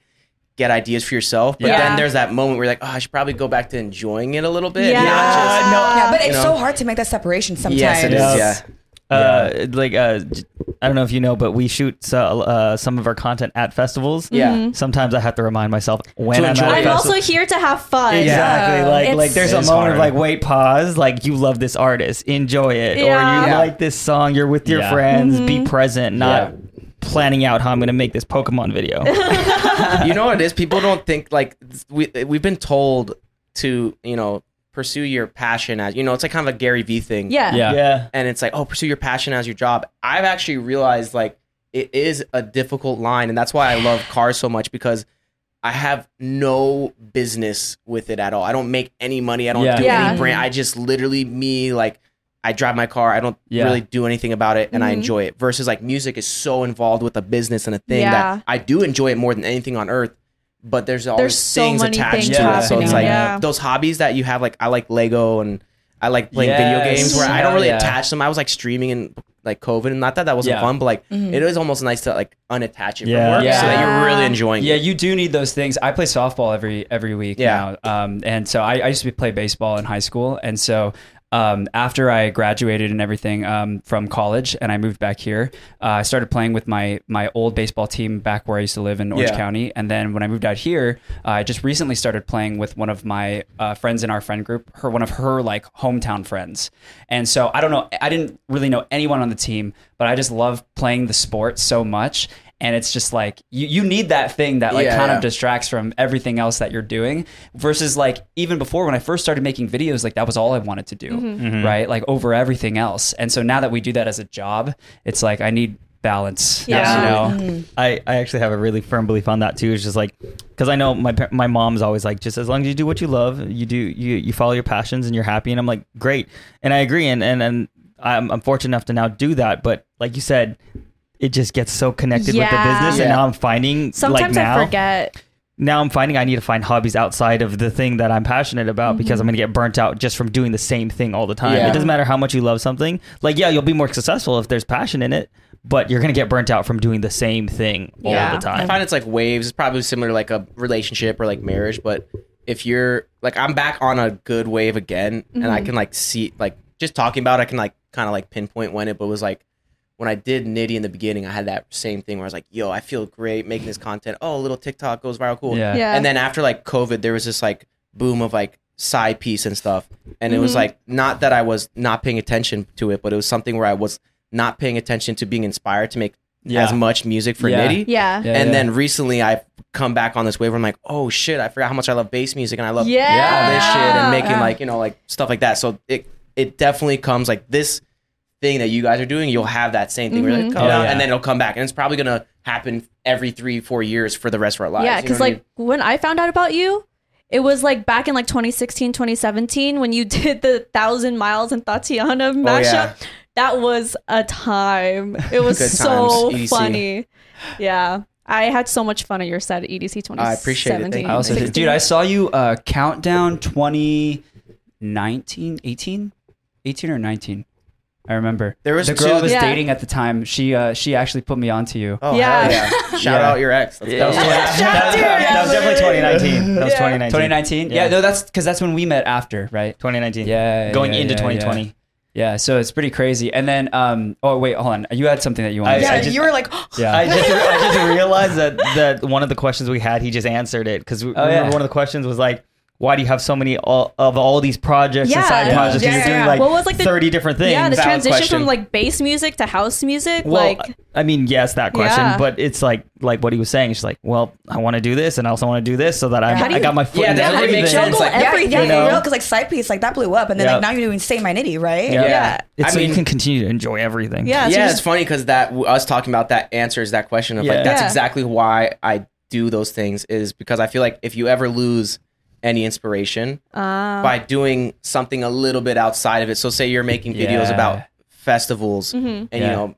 [SPEAKER 4] get ideas for yourself. But
[SPEAKER 1] Yeah.
[SPEAKER 4] then there's that moment where you're like, oh, I should probably go back to enjoying it a little bit.
[SPEAKER 1] Yeah.
[SPEAKER 4] Not just-
[SPEAKER 1] Uh, no.
[SPEAKER 3] yeah, but it's
[SPEAKER 4] You know?
[SPEAKER 3] so hard to make that separation sometimes.
[SPEAKER 4] yes, it is.
[SPEAKER 5] Yes.
[SPEAKER 4] Yeah.
[SPEAKER 5] Uh, like uh, j- I don't know if you know, but we shoot so, uh, some of our content at festivals.
[SPEAKER 4] Yeah.
[SPEAKER 1] Mm-hmm.
[SPEAKER 4] Mhm.
[SPEAKER 5] Sometimes I have to remind myself when
[SPEAKER 4] To
[SPEAKER 5] I'm
[SPEAKER 4] enjoy
[SPEAKER 5] at a
[SPEAKER 4] it.
[SPEAKER 1] I'm
[SPEAKER 5] festival.
[SPEAKER 1] also here to have fun.
[SPEAKER 5] Exactly. Like,
[SPEAKER 1] It's-
[SPEAKER 5] like there's a
[SPEAKER 4] It is
[SPEAKER 5] moment of
[SPEAKER 4] hard.
[SPEAKER 5] like, wait, pause. Like, you love this artist, enjoy it, or
[SPEAKER 1] Yeah.
[SPEAKER 5] you
[SPEAKER 1] Yeah. Mm-hmm.
[SPEAKER 5] like this song. You're with your
[SPEAKER 2] Yeah.
[SPEAKER 5] friends, be present, not planning out how I'm gonna make this Pokemon video.
[SPEAKER 4] you know what it is? People don't think like we we've been told to you know pursue your passion as you know it's like kind of a Gary Vee thing.
[SPEAKER 1] Yeah.
[SPEAKER 2] Yeah.
[SPEAKER 5] yeah,
[SPEAKER 4] and it's like, oh, pursue your passion as your job. I've actually realized like it is a difficult line, and that's why I love cars so much because I have no business with it at all. I don't make any money. I don't
[SPEAKER 2] Yeah.
[SPEAKER 4] do
[SPEAKER 1] Yeah.
[SPEAKER 4] any brand. I just literally me like I drive my car. I don't
[SPEAKER 2] Yeah.
[SPEAKER 4] really do anything about it, and I
[SPEAKER 1] Mhm.
[SPEAKER 4] enjoy it. Versus like music is so involved with a business and a thing
[SPEAKER 1] Yeah.
[SPEAKER 4] that I do enjoy it more than anything on earth. But there's always
[SPEAKER 1] There's so
[SPEAKER 4] things
[SPEAKER 1] many
[SPEAKER 4] attached
[SPEAKER 1] things
[SPEAKER 4] to it, so
[SPEAKER 2] happening.
[SPEAKER 4] it's like
[SPEAKER 1] Yeah.
[SPEAKER 4] those hobbies that you have. Like I like Lego and I like playing video
[SPEAKER 2] Yes.
[SPEAKER 4] games where I don't
[SPEAKER 2] Hell
[SPEAKER 4] really
[SPEAKER 2] yeah.
[SPEAKER 4] attach them. I was like streaming in like COVID, and not that that wasn't
[SPEAKER 2] Yeah.
[SPEAKER 4] fun, but like it is almost nice to like unattach it from
[SPEAKER 5] Yeah.
[SPEAKER 4] work
[SPEAKER 1] Mm-hmm.
[SPEAKER 4] so that
[SPEAKER 1] Yeah.
[SPEAKER 4] you're really enjoying
[SPEAKER 2] Yeah,
[SPEAKER 4] it.
[SPEAKER 2] you do need those things. I play softball every every week
[SPEAKER 4] Yeah.
[SPEAKER 2] now, um, and so I, I used to play baseball in high school, and so um, after I graduated and everything um, from college, and I moved back here, uh, I started playing with my my old baseball team back where I used to live in Orange
[SPEAKER 4] Yeah.
[SPEAKER 2] County, and then when I moved out here, uh, I just recently started playing with one of my uh, friends in our friend group, her one of her like hometown friends, and so I don't know, I didn't really know anyone on the team, but I just love playing the sport so much. And it's just like you, you need that thing that like
[SPEAKER 4] Yeah,
[SPEAKER 2] kind of
[SPEAKER 4] yeah.
[SPEAKER 2] distracts from everything else that you're doing versus like even before when I first started making videos, like that was all I wanted to do,
[SPEAKER 1] Mm-hmm.
[SPEAKER 4] Mm-hmm.
[SPEAKER 2] right? Like over everything else. And so now that we do that as a job, it's like I need balance.
[SPEAKER 1] Yeah.
[SPEAKER 2] You know?
[SPEAKER 5] I, I actually have a really firm belief on that too. It's just like because I know my par- my mom's always like, just as long as you do what you love, you do you you follow your passions and you're happy. And I'm like, great, and I agree. And and and I'm, I'm fortunate enough to now do that. But like you said, it just gets so connected with the
[SPEAKER 1] Yeah.
[SPEAKER 5] business, and
[SPEAKER 4] Yeah.
[SPEAKER 5] now I'm finding
[SPEAKER 1] Sometimes
[SPEAKER 5] like now,
[SPEAKER 1] I forget.
[SPEAKER 5] now I'm finding I need to find hobbies outside of the thing that I'm passionate about because I'm going to get burnt out just from doing the same thing all the time.
[SPEAKER 4] Yeah.
[SPEAKER 5] It doesn't matter how much you love something. Like, yeah, you'll be more successful if there's passion in it, but you're going to get burnt out from doing the same thing all
[SPEAKER 1] Yeah.
[SPEAKER 5] the
[SPEAKER 4] I
[SPEAKER 5] time.
[SPEAKER 4] find it's like waves. It's probably similar to like a relationship or like marriage, but if you're like I'm back on a good wave again, and
[SPEAKER 1] Mm-hmm.
[SPEAKER 4] I can like see like just talking about, it, I can like kind of like pinpoint when it, but it was like. When I did Nitty in the beginning, I had that same thing where I was like, "Yo, I feel great making this content. Oh, a little TikTok goes viral, cool."
[SPEAKER 2] Yeah.
[SPEAKER 1] Yeah.
[SPEAKER 4] And then after like COVID, there was this like boom of like side piece and stuff. And it
[SPEAKER 1] Mm-hmm.
[SPEAKER 4] was like not that I was not paying attention to it, but it was something where I was not paying attention to being inspired to make
[SPEAKER 2] Yeah.
[SPEAKER 4] as much music for
[SPEAKER 2] Yeah.
[SPEAKER 4] Nitty.
[SPEAKER 1] yeah.
[SPEAKER 2] Yeah,
[SPEAKER 4] And
[SPEAKER 2] yeah.
[SPEAKER 4] then recently I've come back on this wave where I'm like, oh shit, I forgot how much I love bass music and I love all this shit and making
[SPEAKER 3] Yeah.
[SPEAKER 4] like, you know, like stuff like that. So it it definitely comes like this thing that you guys are doing, you'll have that same thing. where
[SPEAKER 1] Mm-hmm.
[SPEAKER 4] it'll come
[SPEAKER 2] Oh,
[SPEAKER 4] down
[SPEAKER 2] yeah.
[SPEAKER 4] and then it'll come back. And it's probably gonna happen every three, four years for the rest of our lives.
[SPEAKER 1] Yeah,
[SPEAKER 4] You know
[SPEAKER 1] because
[SPEAKER 4] what I
[SPEAKER 1] like when I found out about you, it was like back in like 2016, 2017 when you did the thousand miles and Tatiana mashup.
[SPEAKER 4] Oh, yeah.
[SPEAKER 1] that was a time. It was
[SPEAKER 4] Good
[SPEAKER 1] so
[SPEAKER 4] times, E EDC.
[SPEAKER 1] funny. Yeah. I had so much fun at your set E at EDC 2017.
[SPEAKER 4] I appreciate it. Thank you.
[SPEAKER 2] I also did, dude, I saw you uh, countdown 2019, 18, 18 or 19. I remember
[SPEAKER 4] There was
[SPEAKER 2] the girl I
[SPEAKER 4] two-
[SPEAKER 2] was
[SPEAKER 1] Yeah.
[SPEAKER 2] dating at the time. She uh, she actually put me onto you.
[SPEAKER 4] Oh,
[SPEAKER 1] Yeah.
[SPEAKER 4] yeah. yeah. Shout
[SPEAKER 2] Yeah.
[SPEAKER 4] out your ex. That's,
[SPEAKER 2] That was,
[SPEAKER 4] that was-
[SPEAKER 5] that, was, that was definitely 2019. That was
[SPEAKER 1] Yeah.
[SPEAKER 5] 2019.
[SPEAKER 2] 2019. Yeah,
[SPEAKER 5] Yeah.
[SPEAKER 2] no, that's because that's when we met after, right?
[SPEAKER 5] 2019.
[SPEAKER 2] Yeah,
[SPEAKER 5] Going
[SPEAKER 2] yeah,
[SPEAKER 5] into
[SPEAKER 2] yeah,
[SPEAKER 5] 2020.
[SPEAKER 2] yeah. Yeah, so it's pretty crazy. And then, um, oh wait, hold on. You had something that you wanted. to
[SPEAKER 5] I-
[SPEAKER 3] yeah,
[SPEAKER 5] I
[SPEAKER 2] say.
[SPEAKER 5] just-
[SPEAKER 3] you were like,
[SPEAKER 2] yeah.
[SPEAKER 5] I just I just realized that that one of the questions we had, he just answered it because remember
[SPEAKER 2] Oh, yeah.
[SPEAKER 5] one of the questions was like, why do you have so many all, of all these projects and
[SPEAKER 1] Yeah.
[SPEAKER 5] side
[SPEAKER 1] Yeah.
[SPEAKER 5] projects? and
[SPEAKER 3] Yeah,
[SPEAKER 5] You're
[SPEAKER 3] yeah,
[SPEAKER 5] doing
[SPEAKER 3] yeah.
[SPEAKER 5] like,
[SPEAKER 1] What was, like, the-
[SPEAKER 5] thirty different things.
[SPEAKER 1] Yeah, the
[SPEAKER 5] Valid
[SPEAKER 1] transition
[SPEAKER 5] question.
[SPEAKER 1] from like bass music to house music.
[SPEAKER 5] Well,
[SPEAKER 1] like,
[SPEAKER 5] I mean, yes, that question,
[SPEAKER 1] Yeah.
[SPEAKER 5] but it's like like what he was saying. It's like, well, I want to do this, and I also want to do this, so that
[SPEAKER 1] How
[SPEAKER 5] I'm,
[SPEAKER 1] do
[SPEAKER 5] I
[SPEAKER 1] you-
[SPEAKER 5] got my foot
[SPEAKER 4] Yeah,
[SPEAKER 5] in
[SPEAKER 4] that really
[SPEAKER 5] everything.
[SPEAKER 4] makes sense. Like,
[SPEAKER 3] yeah,
[SPEAKER 1] everything,
[SPEAKER 3] yeah,
[SPEAKER 5] you know?
[SPEAKER 3] for real, because like side piece, like that blew up, and then
[SPEAKER 5] Yeah.
[SPEAKER 3] like now you're doing Say My Nitty, right?
[SPEAKER 5] Yeah.
[SPEAKER 1] yeah.
[SPEAKER 5] It's so you
[SPEAKER 4] mean-
[SPEAKER 5] can continue to enjoy everything.
[SPEAKER 1] Yeah. so
[SPEAKER 4] yeah,
[SPEAKER 1] you
[SPEAKER 4] it's
[SPEAKER 1] just-
[SPEAKER 4] funny because that w- us talking about that answers that question of
[SPEAKER 5] Yeah.
[SPEAKER 4] like that's
[SPEAKER 1] Yeah.
[SPEAKER 4] exactly why I do those things is because I feel like if you ever lose any inspiration
[SPEAKER 1] uh,
[SPEAKER 2] Uh-huh.
[SPEAKER 4] by doing something a little bit outside of it, so say you're making videos
[SPEAKER 2] Yeah. Mm-hmm.
[SPEAKER 4] about festivals
[SPEAKER 1] mhm.
[SPEAKER 4] and
[SPEAKER 2] Yeah.
[SPEAKER 4] you know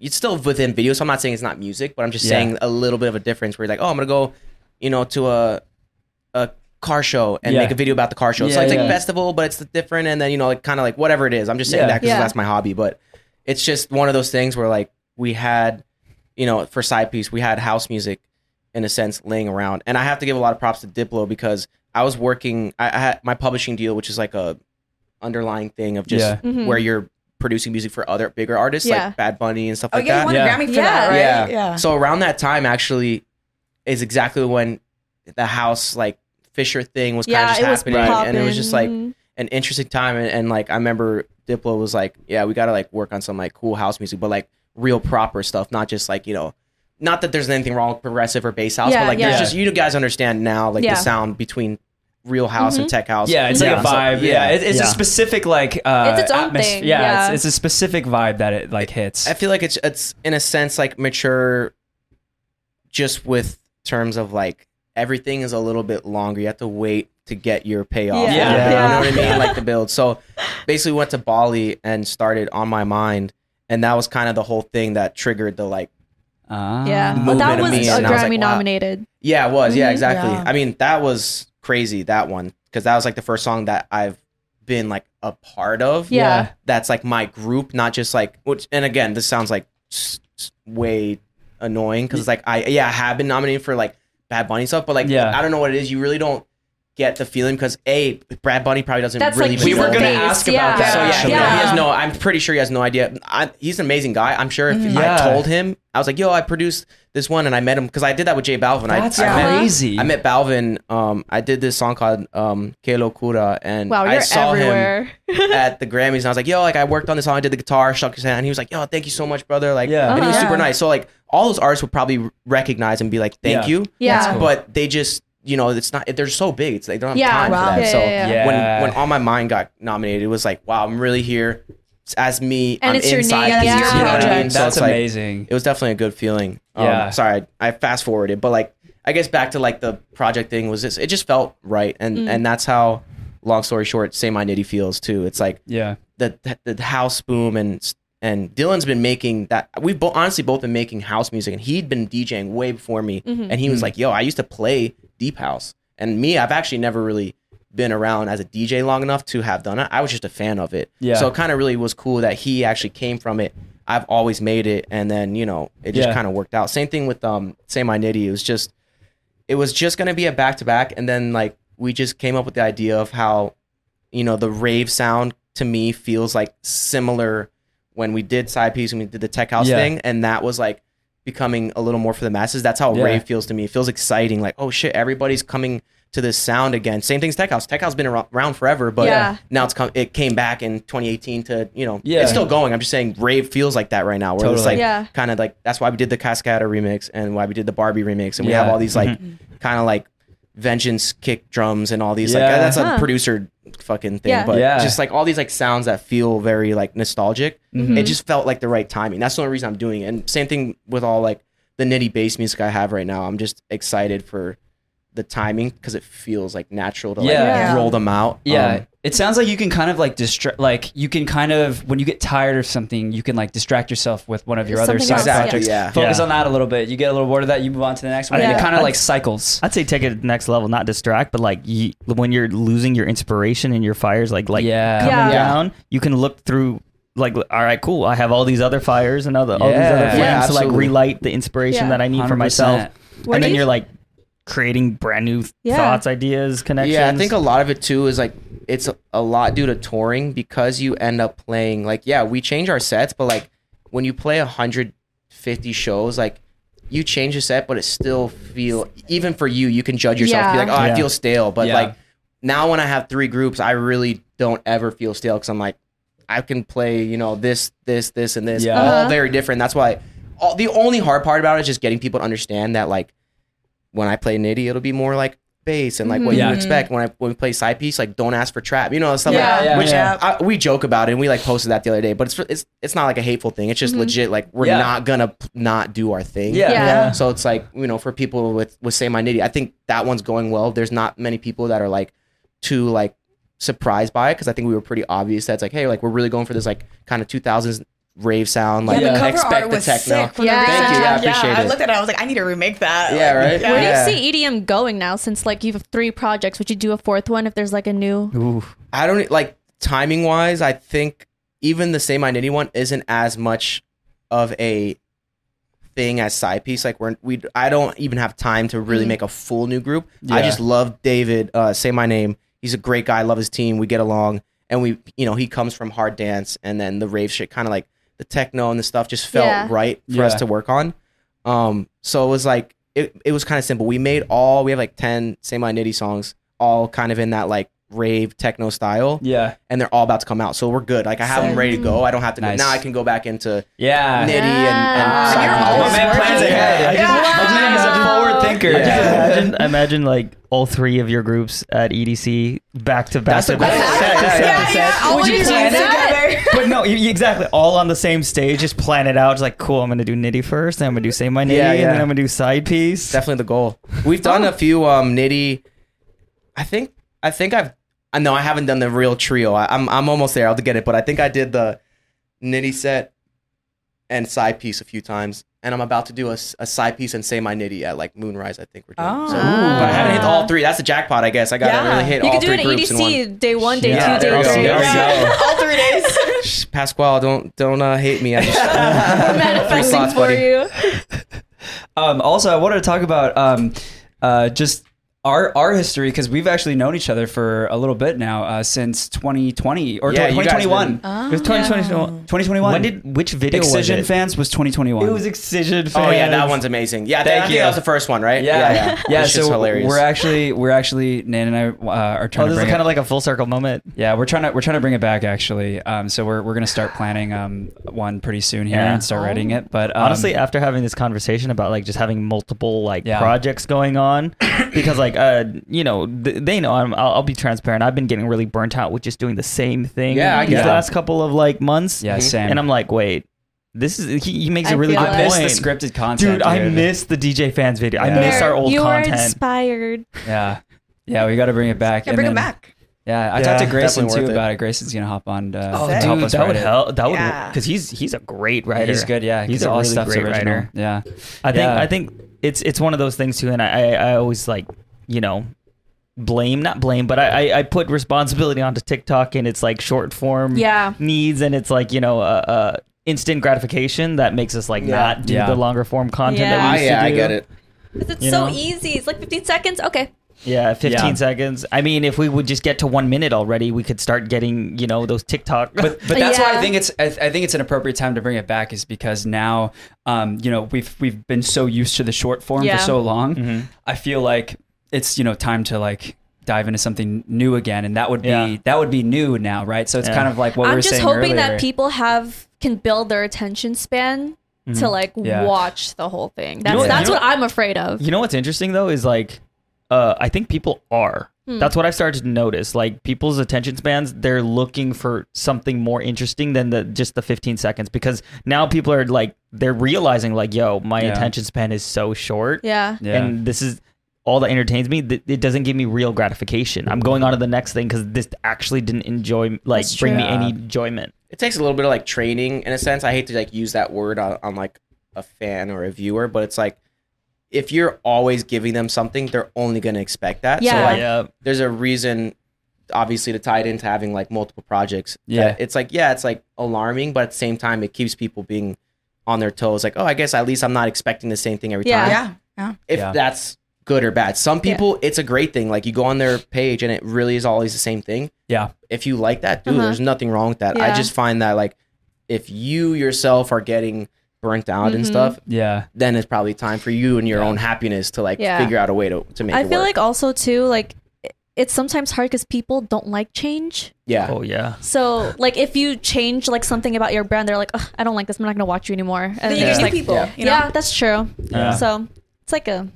[SPEAKER 4] it's still within video, so I'm not saying it's not music, but I'm just
[SPEAKER 2] Yeah.
[SPEAKER 4] saying a little bit of a difference where you're like, oh, I'm gonna go, you know, to a a car show and
[SPEAKER 2] Yeah.
[SPEAKER 4] make a video about the car show.
[SPEAKER 2] Yeah,
[SPEAKER 4] so it's
[SPEAKER 2] yeah.
[SPEAKER 4] like festival, but it's different, and then you know, like kind of like whatever it is. I'm just saying
[SPEAKER 2] Yeah.
[SPEAKER 4] that 'cause that because
[SPEAKER 1] Yeah.
[SPEAKER 4] that's my hobby, but it's just one of those things where like we had, you know, for side piece, we had house music in a sense laying around, and I have to give a lot of props to Diplo because I was working. I, I had my publishing deal, which is like a underlying thing of just
[SPEAKER 2] Yeah.
[SPEAKER 1] Mhm.
[SPEAKER 4] where you're producing music for other bigger artists
[SPEAKER 1] Yeah.
[SPEAKER 4] like Bad Bunny and stuff
[SPEAKER 3] Oh,
[SPEAKER 4] like
[SPEAKER 3] yeah, you
[SPEAKER 4] that.
[SPEAKER 3] won
[SPEAKER 2] Yeah.
[SPEAKER 3] a Grammy for
[SPEAKER 1] Yeah.
[SPEAKER 3] that, right?
[SPEAKER 4] Yeah.
[SPEAKER 3] yeah.
[SPEAKER 4] So around that time, actually, is exactly when the house like Fisher thing was kind of
[SPEAKER 1] yeah,
[SPEAKER 4] just
[SPEAKER 1] it was
[SPEAKER 4] happening, and it was just like
[SPEAKER 1] poppin'.
[SPEAKER 4] an interesting time. And, and like I remember Diplo was like, "Yeah, we got to like work on some like cool house music, but like real proper stuff, not just like you know." Not that there's anything wrong with progressive or bass house,
[SPEAKER 1] Yeah,
[SPEAKER 4] but like
[SPEAKER 1] yeah.
[SPEAKER 4] there's just you guys understand now like
[SPEAKER 1] Yeah. Mm-hmm.
[SPEAKER 4] the sound between real house and tech house.
[SPEAKER 2] Yeah, it's like a
[SPEAKER 4] So-
[SPEAKER 2] vibe. yeah, it- it's a
[SPEAKER 5] Yeah.
[SPEAKER 2] specific like. Uh,
[SPEAKER 1] It's its own
[SPEAKER 2] atmos-
[SPEAKER 1] thing,
[SPEAKER 2] Yeah,
[SPEAKER 1] yeah.
[SPEAKER 2] It's, it's a specific vibe that it like hits.
[SPEAKER 4] I feel like it's it's in a sense like mature, just with terms of like everything is a little bit longer. You have to wait to get your
[SPEAKER 1] Yeah.
[SPEAKER 4] payoff. a little bit,
[SPEAKER 1] Yeah.
[SPEAKER 4] you know what I mean. Like the build. So basically, went to Bali and started on my mind, and that was kind of the whole thing that triggered the like.
[SPEAKER 2] Ah.
[SPEAKER 1] yeah,
[SPEAKER 4] movement
[SPEAKER 1] that
[SPEAKER 4] of
[SPEAKER 1] was a Grammy
[SPEAKER 4] me, and I was like, wow.
[SPEAKER 1] nominated.
[SPEAKER 4] Yeah, it was. Yeah, exactly.
[SPEAKER 3] Yeah.
[SPEAKER 4] I mean, that was crazy. That one because that was like the first song that I've been like a part of
[SPEAKER 1] Yeah.
[SPEAKER 4] that's like my group, not just like which. And again, this sounds like s- s- way annoying because it's like I yeah I have been nominated for like Bad Bunny stuff, but like
[SPEAKER 2] Yeah.
[SPEAKER 4] I don't know what it is. You really don't get the feeling because a Brad Bunny probably doesn't
[SPEAKER 1] That's
[SPEAKER 4] really.
[SPEAKER 1] like
[SPEAKER 4] even
[SPEAKER 2] we were
[SPEAKER 4] know.
[SPEAKER 2] gonna
[SPEAKER 1] Bass,
[SPEAKER 2] ask
[SPEAKER 1] yeah.
[SPEAKER 2] about that.
[SPEAKER 4] So yeah,
[SPEAKER 2] actually.
[SPEAKER 4] he
[SPEAKER 1] Yeah.
[SPEAKER 4] has no. I'm pretty sure he has no idea. I, he's an amazing guy. I'm sure if
[SPEAKER 1] Mm-hmm.
[SPEAKER 2] Yeah.
[SPEAKER 4] I told him, I was like, "Yo, I produced this one," and I met him because I did that with Jay Balvin.
[SPEAKER 2] That's
[SPEAKER 4] I, I
[SPEAKER 1] Uh-huh.
[SPEAKER 4] met-
[SPEAKER 2] crazy.
[SPEAKER 4] I met Balvin. Um, I did this song called um, "Que Locura," and
[SPEAKER 1] Wow,
[SPEAKER 4] I
[SPEAKER 1] you're
[SPEAKER 4] saw him
[SPEAKER 1] everywhere.
[SPEAKER 4] at the Grammys, and I was like, "Yo, like I worked on this song. I did the guitar, shook his hand." And he was like, "Yo, thank you so much, brother." Like,
[SPEAKER 2] Yeah.
[SPEAKER 4] and he was
[SPEAKER 1] Uh-huh.
[SPEAKER 4] super nice. So like, all those artists would probably recognize and be like, "Thank
[SPEAKER 2] Yeah.
[SPEAKER 4] you."
[SPEAKER 1] yeah,
[SPEAKER 2] cool.
[SPEAKER 4] But they just, you know, it's not. They're so big. It's they don't have
[SPEAKER 1] yeah,
[SPEAKER 4] time
[SPEAKER 3] Wow.
[SPEAKER 4] for that.
[SPEAKER 1] yeah,
[SPEAKER 4] so
[SPEAKER 1] yeah, yeah.
[SPEAKER 2] Yeah.
[SPEAKER 4] when when on my mind got nominated, it was like, wow, I'm really here. It's as me.
[SPEAKER 1] And
[SPEAKER 4] I'm
[SPEAKER 1] it's your
[SPEAKER 4] inside
[SPEAKER 1] name,
[SPEAKER 4] these,
[SPEAKER 1] yeah.
[SPEAKER 4] you know what I mean?
[SPEAKER 2] Yeah,
[SPEAKER 4] So
[SPEAKER 2] that's
[SPEAKER 4] it's like-
[SPEAKER 2] amazing.
[SPEAKER 4] it was definitely a good feeling. Um,
[SPEAKER 2] Yeah.
[SPEAKER 4] Sorry, I, I fast forwarded, but like I guess back to like the project thing was this. It just felt right, and
[SPEAKER 1] Mm.
[SPEAKER 4] and that's how. Long story short, say my nitty feels too. It's like
[SPEAKER 2] yeah,
[SPEAKER 4] the the, the house boom and and Dylan's been making that we've bo- honestly both been making house music and he'd been DJing way before me and
[SPEAKER 2] Mm-hmm.
[SPEAKER 4] he was like yo I used to play deep house and me I've actually never really been around as a DJ long enough to have done it I was just a fan of it
[SPEAKER 2] Yeah.
[SPEAKER 4] so it kind of really was cool that he actually came from it I've always made it and then you know it just
[SPEAKER 2] Yeah.
[SPEAKER 4] kind of worked out same thing with um say my nitty it was just it was just gonna be a back to back, and then like we just came up with the idea of how, you know, the rave sound to me feels like similar when we did side piece and we did the tech house
[SPEAKER 2] Yeah.
[SPEAKER 4] thing, and that was like becoming a little more for the masses. That's how
[SPEAKER 2] Yeah.
[SPEAKER 4] rave feels to me. It feels exciting, like oh shit, everybody's coming to this sound again. Same thing's tech house. Tech house been arou- around forever, but
[SPEAKER 1] Yeah.
[SPEAKER 4] now it's come. It came back in 2018 to you know,
[SPEAKER 2] Yeah.
[SPEAKER 4] it's still going. I'm just saying rave feels like that right now. Where it's
[SPEAKER 2] Totally.
[SPEAKER 4] like
[SPEAKER 1] Yeah.
[SPEAKER 4] kind of like that's why we did the Cascada remix and why we did the Barbie remix, and we
[SPEAKER 2] Yeah.
[SPEAKER 4] have
[SPEAKER 2] Mm-hmm.
[SPEAKER 4] all these like kind of like vengeance kick drums and all these like
[SPEAKER 2] Yeah.
[SPEAKER 4] that's a
[SPEAKER 1] Huh.
[SPEAKER 4] producer fucking thing
[SPEAKER 1] Yeah.
[SPEAKER 4] but
[SPEAKER 2] Yeah.
[SPEAKER 4] just like all these like sounds that feel very like nostalgic
[SPEAKER 2] Mm-hmm.
[SPEAKER 4] it just felt like the right timing that's the only reason i'm doing it and same thing with all like the nitty bass music i have right now i'm just excited for the timing because it feels like natural to
[SPEAKER 2] Yeah.
[SPEAKER 4] like roll them out.
[SPEAKER 2] Yeah.
[SPEAKER 4] Um,
[SPEAKER 2] it sounds like you can kind of like distract, like you can kind of, when you get tired of something, you can like distract yourself with one of your other
[SPEAKER 1] Something
[SPEAKER 2] side
[SPEAKER 1] else, yeah.
[SPEAKER 2] projects.
[SPEAKER 4] Yeah.
[SPEAKER 2] Focus
[SPEAKER 5] Yeah.
[SPEAKER 2] on that a little bit. You get a little bored of that, you move on to the next one. And
[SPEAKER 1] Yeah.
[SPEAKER 2] it kind of
[SPEAKER 5] I-
[SPEAKER 2] like cycles.
[SPEAKER 5] I'd say take it to the next level, not distract, but like you, when you're losing your inspiration and your fires, like like
[SPEAKER 2] Yeah.
[SPEAKER 5] coming
[SPEAKER 1] Yeah.
[SPEAKER 5] down, you can look through. Like, all right, cool. I have all these other fires and other, all these
[SPEAKER 2] Yeah.
[SPEAKER 5] other
[SPEAKER 2] Yeah,
[SPEAKER 5] flames to like
[SPEAKER 4] absolutely.
[SPEAKER 5] relight the inspiration
[SPEAKER 1] Yeah.
[SPEAKER 5] that I need for myself.
[SPEAKER 2] 100%.
[SPEAKER 1] Where
[SPEAKER 5] and
[SPEAKER 1] do
[SPEAKER 5] then
[SPEAKER 1] you-
[SPEAKER 5] you- are like creating brand new
[SPEAKER 1] Yeah.
[SPEAKER 5] thoughts, ideas, connections.
[SPEAKER 4] Yeah, I think a lot of it too is like it's a, a lot due to touring because you end up playing like yeah, we change our sets, but like when you play 150 shows, like you change the set, but it still feel even for you, you can judge yourself be
[SPEAKER 1] Yeah.
[SPEAKER 4] like, oh,
[SPEAKER 5] Yeah.
[SPEAKER 4] I feel stale, but
[SPEAKER 2] Yeah.
[SPEAKER 4] like now when I have three groups, I really don't ever feel stale because I'm like I can play you know this, this, this, and this,
[SPEAKER 2] Yeah.
[SPEAKER 1] Uh-huh.
[SPEAKER 4] all very different. That's why all, the only hard part about it is just getting people to understand that like when I play nitty, it'll be more like bass and like what
[SPEAKER 2] Yeah.
[SPEAKER 4] you expect. When I when we play side piece, like don't ask for trap, you know, stuff
[SPEAKER 1] Yeah,
[SPEAKER 4] like
[SPEAKER 2] yeah,
[SPEAKER 4] which
[SPEAKER 5] yeah.
[SPEAKER 4] I, we joke about it and we like posted that the other day, but it's it's it's not like a hateful thing. It's just legit like we're
[SPEAKER 2] Yeah.
[SPEAKER 4] not gonna p- not do our thing.
[SPEAKER 2] Yeah.
[SPEAKER 1] Yeah.
[SPEAKER 4] So it's like you know for people with with say my nitty, I think that one's going well. There's not many people that are like too like surprised by it because I think we were pretty obvious that's like hey like we're really going for this like kind of 2000s rave sound like
[SPEAKER 3] yeah, the cover
[SPEAKER 4] expect
[SPEAKER 3] art
[SPEAKER 4] the
[SPEAKER 3] was
[SPEAKER 4] techno.
[SPEAKER 3] sick. From
[SPEAKER 1] Yeah.
[SPEAKER 3] the
[SPEAKER 1] Thank you,
[SPEAKER 4] yeah, I
[SPEAKER 3] I
[SPEAKER 4] appreciate it.
[SPEAKER 3] looked at it. I was like, I need to remake that.
[SPEAKER 4] Yeah,
[SPEAKER 3] Like,
[SPEAKER 4] right?
[SPEAKER 1] Where do you
[SPEAKER 4] Yeah.
[SPEAKER 1] see EDM going now? Since like you have three projects, would you do a fourth one if there's like a new?
[SPEAKER 5] Ooh.
[SPEAKER 4] I don't e, like timing wise. I think even the same identity one isn't as much of a thing as side piece. Like we're we I don't even have time to really make a full new group. I
[SPEAKER 2] Yeah.
[SPEAKER 4] just love David. Uh, say my name. He's a great guy. I love his team. We get along, and we you know he comes from hard dance, and then the rave shit kind of like the techno and the stuff just felt
[SPEAKER 1] Yeah.
[SPEAKER 4] right for us
[SPEAKER 2] Yeah.
[SPEAKER 4] to work on. Um, so it was like it, it was kind of simple. We made all we have like ten semi nitty songs, all kind of in that like rave techno style
[SPEAKER 2] Yeah.
[SPEAKER 4] and they're all about to come out. So we're good. Like I have them
[SPEAKER 3] Sick.
[SPEAKER 4] ready to go. I don't have to
[SPEAKER 2] Nice.
[SPEAKER 4] go. now. I can go back into
[SPEAKER 2] Yeah.
[SPEAKER 4] nitty and,
[SPEAKER 1] Ah.
[SPEAKER 4] and
[SPEAKER 1] You're
[SPEAKER 4] side
[SPEAKER 1] always
[SPEAKER 4] pieces.
[SPEAKER 2] My man
[SPEAKER 3] working.
[SPEAKER 2] plans ahead.
[SPEAKER 5] Yeah.
[SPEAKER 2] I just- my man is a
[SPEAKER 1] Wow.
[SPEAKER 2] forward thinker.
[SPEAKER 4] Yeah.
[SPEAKER 5] Just imagine, imagine like all three of your groups at EDC back to back
[SPEAKER 4] That's
[SPEAKER 5] to
[SPEAKER 4] a good
[SPEAKER 5] back.
[SPEAKER 4] set.
[SPEAKER 5] to
[SPEAKER 4] Yeah,
[SPEAKER 5] set
[SPEAKER 3] Yeah,
[SPEAKER 5] to set.
[SPEAKER 3] yeah. All
[SPEAKER 1] Would
[SPEAKER 3] of
[SPEAKER 1] you
[SPEAKER 3] you
[SPEAKER 1] do
[SPEAKER 3] play
[SPEAKER 1] that?
[SPEAKER 3] together.
[SPEAKER 5] But no, you, you- exactly. All on the same stage. Just plan it out. Just like, cool. I'm gonna do nitty first. Then I'm gonna do say my nitty,
[SPEAKER 4] Yeah, yeah.
[SPEAKER 5] and then I'm gonna do side piece.
[SPEAKER 4] Definitely the goal. We've done
[SPEAKER 2] Oh.
[SPEAKER 4] a few um nitty. I think I think I've I know I haven't done the real trio. I, I'm I'm almost there. I'll get it. But I think I did the nitty set and side piece a few times. And I'm about to do a, s- a side piece and say my nitty at like moonrise. I think we're doing.
[SPEAKER 3] Oh.
[SPEAKER 4] So,
[SPEAKER 3] Ooh.
[SPEAKER 4] but I haven't hit all three. That's a jackpot, I guess. I gotta
[SPEAKER 3] Yeah.
[SPEAKER 4] really hit
[SPEAKER 1] uh, You
[SPEAKER 4] all
[SPEAKER 1] could do
[SPEAKER 4] three
[SPEAKER 1] it E at
[SPEAKER 4] groups in one.
[SPEAKER 1] EDC day one, day
[SPEAKER 5] Yeah,
[SPEAKER 1] two,
[SPEAKER 4] there
[SPEAKER 1] day
[SPEAKER 4] we go.
[SPEAKER 1] three.
[SPEAKER 2] There we
[SPEAKER 1] Yeah.
[SPEAKER 2] go.
[SPEAKER 3] All three days.
[SPEAKER 4] Shh, Pasquale, don't don't uh, hate me. I just, oh,
[SPEAKER 1] Manifesting
[SPEAKER 4] Three slots,
[SPEAKER 1] for
[SPEAKER 4] buddy.
[SPEAKER 1] you.
[SPEAKER 2] Um, also, I wanted to talk about um, uh, just our our history because we've actually known each other for a little bit now uh, since 2020 or
[SPEAKER 4] Yeah, you guys
[SPEAKER 2] 2021.
[SPEAKER 4] been-
[SPEAKER 5] It was
[SPEAKER 1] Oh.
[SPEAKER 5] 2021.
[SPEAKER 2] 2021.
[SPEAKER 5] When did which video
[SPEAKER 2] Excision
[SPEAKER 5] was it?
[SPEAKER 2] fans was 2021?
[SPEAKER 5] It was Excision. Fans.
[SPEAKER 4] oh yeah, that one's amazing. Yeah,
[SPEAKER 2] Thank
[SPEAKER 4] I think
[SPEAKER 2] you.
[SPEAKER 4] that was the first one, right?
[SPEAKER 2] yeah,
[SPEAKER 4] yeah.
[SPEAKER 2] yeah.
[SPEAKER 4] That shit's
[SPEAKER 2] so
[SPEAKER 4] hilarious.
[SPEAKER 2] we're actually we're actually Nan and I uh, are trying
[SPEAKER 5] Oh,
[SPEAKER 2] to
[SPEAKER 5] this is
[SPEAKER 2] bring
[SPEAKER 5] kind
[SPEAKER 2] it,
[SPEAKER 5] of like a full circle moment.
[SPEAKER 2] yeah we're trying to we're trying to bring it back actually. Um, so we're we're gonna start planning um one pretty soon here
[SPEAKER 5] Yeah.
[SPEAKER 2] and start writing it. But um,
[SPEAKER 5] honestly after having this conversation about like just having multiple like
[SPEAKER 2] Yeah.
[SPEAKER 5] projects going on because like uh you know th- they know I'm, I'll, I'll be transparent i've been getting really burnt out with just doing the same thing
[SPEAKER 4] Yeah, I
[SPEAKER 5] these
[SPEAKER 4] get
[SPEAKER 2] that.
[SPEAKER 5] last couple of like months
[SPEAKER 2] yeah, Sam.
[SPEAKER 5] Mm-hmm. and i'm like wait this is he, he makes a
[SPEAKER 1] I
[SPEAKER 5] really
[SPEAKER 1] feel
[SPEAKER 5] good
[SPEAKER 1] it.
[SPEAKER 2] I miss the
[SPEAKER 5] point
[SPEAKER 2] scripted
[SPEAKER 5] Dude,
[SPEAKER 2] content.
[SPEAKER 5] I miss the DJ fans video.
[SPEAKER 2] Yeah.
[SPEAKER 5] I miss our old
[SPEAKER 1] you are
[SPEAKER 5] content.
[SPEAKER 1] inspired.
[SPEAKER 2] Yeah. Yeah, we got to bring it back.
[SPEAKER 3] Yeah,
[SPEAKER 2] and
[SPEAKER 3] bring it
[SPEAKER 2] then-
[SPEAKER 3] back.
[SPEAKER 2] Yeah, I
[SPEAKER 5] Yeah,
[SPEAKER 2] talked to Grayson
[SPEAKER 4] definitely
[SPEAKER 2] too
[SPEAKER 4] worth it.
[SPEAKER 2] about it. Grayson's gonna hop on to,
[SPEAKER 5] Oh,
[SPEAKER 2] to
[SPEAKER 3] Sick.
[SPEAKER 2] help
[SPEAKER 5] dude,
[SPEAKER 2] us
[SPEAKER 5] that
[SPEAKER 2] write
[SPEAKER 5] would
[SPEAKER 2] it.
[SPEAKER 5] help. That would
[SPEAKER 3] Yeah.
[SPEAKER 5] because he's he's a great
[SPEAKER 2] Yeah,
[SPEAKER 5] writer.
[SPEAKER 2] he's good. Yeah,
[SPEAKER 5] he's
[SPEAKER 2] He's
[SPEAKER 5] a
[SPEAKER 2] all
[SPEAKER 5] really
[SPEAKER 2] stuff's
[SPEAKER 5] great
[SPEAKER 2] original.
[SPEAKER 5] writer.
[SPEAKER 2] Yeah,
[SPEAKER 5] I think
[SPEAKER 2] Yeah.
[SPEAKER 5] I think it's it's one of those things too, and I I, I always like you know blame not blame, but I, I I put responsibility onto TikTok and it's like short form
[SPEAKER 1] Yeah.
[SPEAKER 5] needs, and it's like you know uh, uh instant gratification that makes us like
[SPEAKER 4] Yeah.
[SPEAKER 5] not do
[SPEAKER 2] Yeah.
[SPEAKER 5] the longer form content.
[SPEAKER 1] Yeah.
[SPEAKER 5] That
[SPEAKER 4] Ah,
[SPEAKER 5] we used
[SPEAKER 4] yeah,
[SPEAKER 5] to
[SPEAKER 4] I
[SPEAKER 5] do.
[SPEAKER 4] get it.
[SPEAKER 1] Because it's
[SPEAKER 5] You
[SPEAKER 1] so
[SPEAKER 5] know?
[SPEAKER 1] easy. It's like 15 seconds. Okay.
[SPEAKER 5] Yeah, fifteen
[SPEAKER 2] Yeah.
[SPEAKER 5] seconds. I mean, if we would just get to one minute already, we could start getting you know those TikTok.
[SPEAKER 2] but but that's why I
[SPEAKER 1] Yeah.
[SPEAKER 2] think it's I, I think it's an appropriate time to bring it back is because now, um, you know, we've we've been so used to the short form
[SPEAKER 1] Yeah.
[SPEAKER 2] for so long.
[SPEAKER 5] Mm-hmm.
[SPEAKER 2] I feel like it's you know time to like dive into something new again, and that would be
[SPEAKER 5] Yeah.
[SPEAKER 2] that would be new now, right? So it's
[SPEAKER 5] Yeah.
[SPEAKER 2] kind of like what we
[SPEAKER 1] I'm
[SPEAKER 2] were
[SPEAKER 1] just
[SPEAKER 2] saying
[SPEAKER 1] hoping that
[SPEAKER 2] earlier.
[SPEAKER 1] people have can build their attention span to like
[SPEAKER 2] Yeah.
[SPEAKER 1] watch the whole thing. That's
[SPEAKER 5] what-
[SPEAKER 1] that's
[SPEAKER 5] you know-
[SPEAKER 1] what I'm afraid of.
[SPEAKER 5] You know what's interesting though is like, uh, I think people are.
[SPEAKER 1] Hmm.
[SPEAKER 5] That's what I've started to notice. Like people's attention spans, they're looking for something more interesting than the just the 15 seconds because now people are like they're realizing like, yo, my
[SPEAKER 2] Yeah.
[SPEAKER 5] attention span is so short,
[SPEAKER 1] yeah.
[SPEAKER 2] Yeah.
[SPEAKER 5] and this is all that entertains me, th- it doesn't give me real gratification. I'm going on to the next thing because this actually didn't enjoy, like,
[SPEAKER 1] That's
[SPEAKER 5] bring me
[SPEAKER 1] true.
[SPEAKER 5] any enjoyment.
[SPEAKER 4] it takes a little bit of like training in a sense. I hate to like use that word on, on like a fan or a viewer, but it's like if you're always giving them something, they're only going to expect that. So
[SPEAKER 1] Yeah.
[SPEAKER 4] like
[SPEAKER 5] yeah.
[SPEAKER 4] there's a reason obviously to tie it into having like multiple projects. that
[SPEAKER 2] Yeah.
[SPEAKER 4] It's like yeah, it's like alarming, but at the same time it keeps people being on their toes like, "Oh, I guess at least I'm not expecting the same thing every
[SPEAKER 1] Yeah.
[SPEAKER 4] time."
[SPEAKER 3] Yeah. Yeah.
[SPEAKER 4] If
[SPEAKER 2] Yeah.
[SPEAKER 4] that's good or bad. Some
[SPEAKER 1] Yeah.
[SPEAKER 4] people it's a great thing. Like you go on their page and it really is always the same thing
[SPEAKER 2] Yeah.
[SPEAKER 4] if you like that, dude,
[SPEAKER 1] Uh-huh.
[SPEAKER 4] there's nothing wrong with that. I
[SPEAKER 1] Yeah.
[SPEAKER 4] just find that like if you yourself are getting burnt out and
[SPEAKER 1] Mhm.
[SPEAKER 4] stuff,
[SPEAKER 2] Yeah.
[SPEAKER 4] then it's probably time for you and your
[SPEAKER 2] Yeah.
[SPEAKER 4] own happiness to like
[SPEAKER 1] Yeah.
[SPEAKER 4] figure out a way to, to make
[SPEAKER 1] I
[SPEAKER 4] it
[SPEAKER 1] feel
[SPEAKER 4] work.
[SPEAKER 1] like also too like i- it's sometimes hard because people don't like change.
[SPEAKER 4] yeah.
[SPEAKER 5] Oh, yeah.
[SPEAKER 1] So like if you change like something about your brand, they're like, Ugh, I don't like this. I'm not gonna watch you anymore. And
[SPEAKER 3] Then you
[SPEAKER 1] they're
[SPEAKER 3] get
[SPEAKER 1] just
[SPEAKER 3] new
[SPEAKER 1] like,
[SPEAKER 3] people.
[SPEAKER 4] yeah.
[SPEAKER 3] You know?
[SPEAKER 1] Yeah, that's true.
[SPEAKER 2] Yeah.
[SPEAKER 1] So it's like a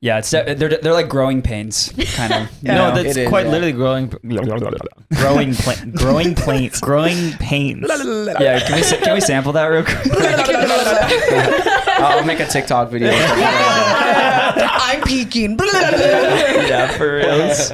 [SPEAKER 2] Yeah, it's de- they're they're like growing pains, kind of. you know?
[SPEAKER 5] No, that's
[SPEAKER 4] It is,
[SPEAKER 5] quite
[SPEAKER 4] yeah.
[SPEAKER 5] literally growing, growing, pla- growing plains, growing pains.
[SPEAKER 2] yeah. Can we sa- can we sample that real quick?
[SPEAKER 4] I'll make a TikTok video.
[SPEAKER 3] I'm peeking.
[SPEAKER 2] yeah, for reals.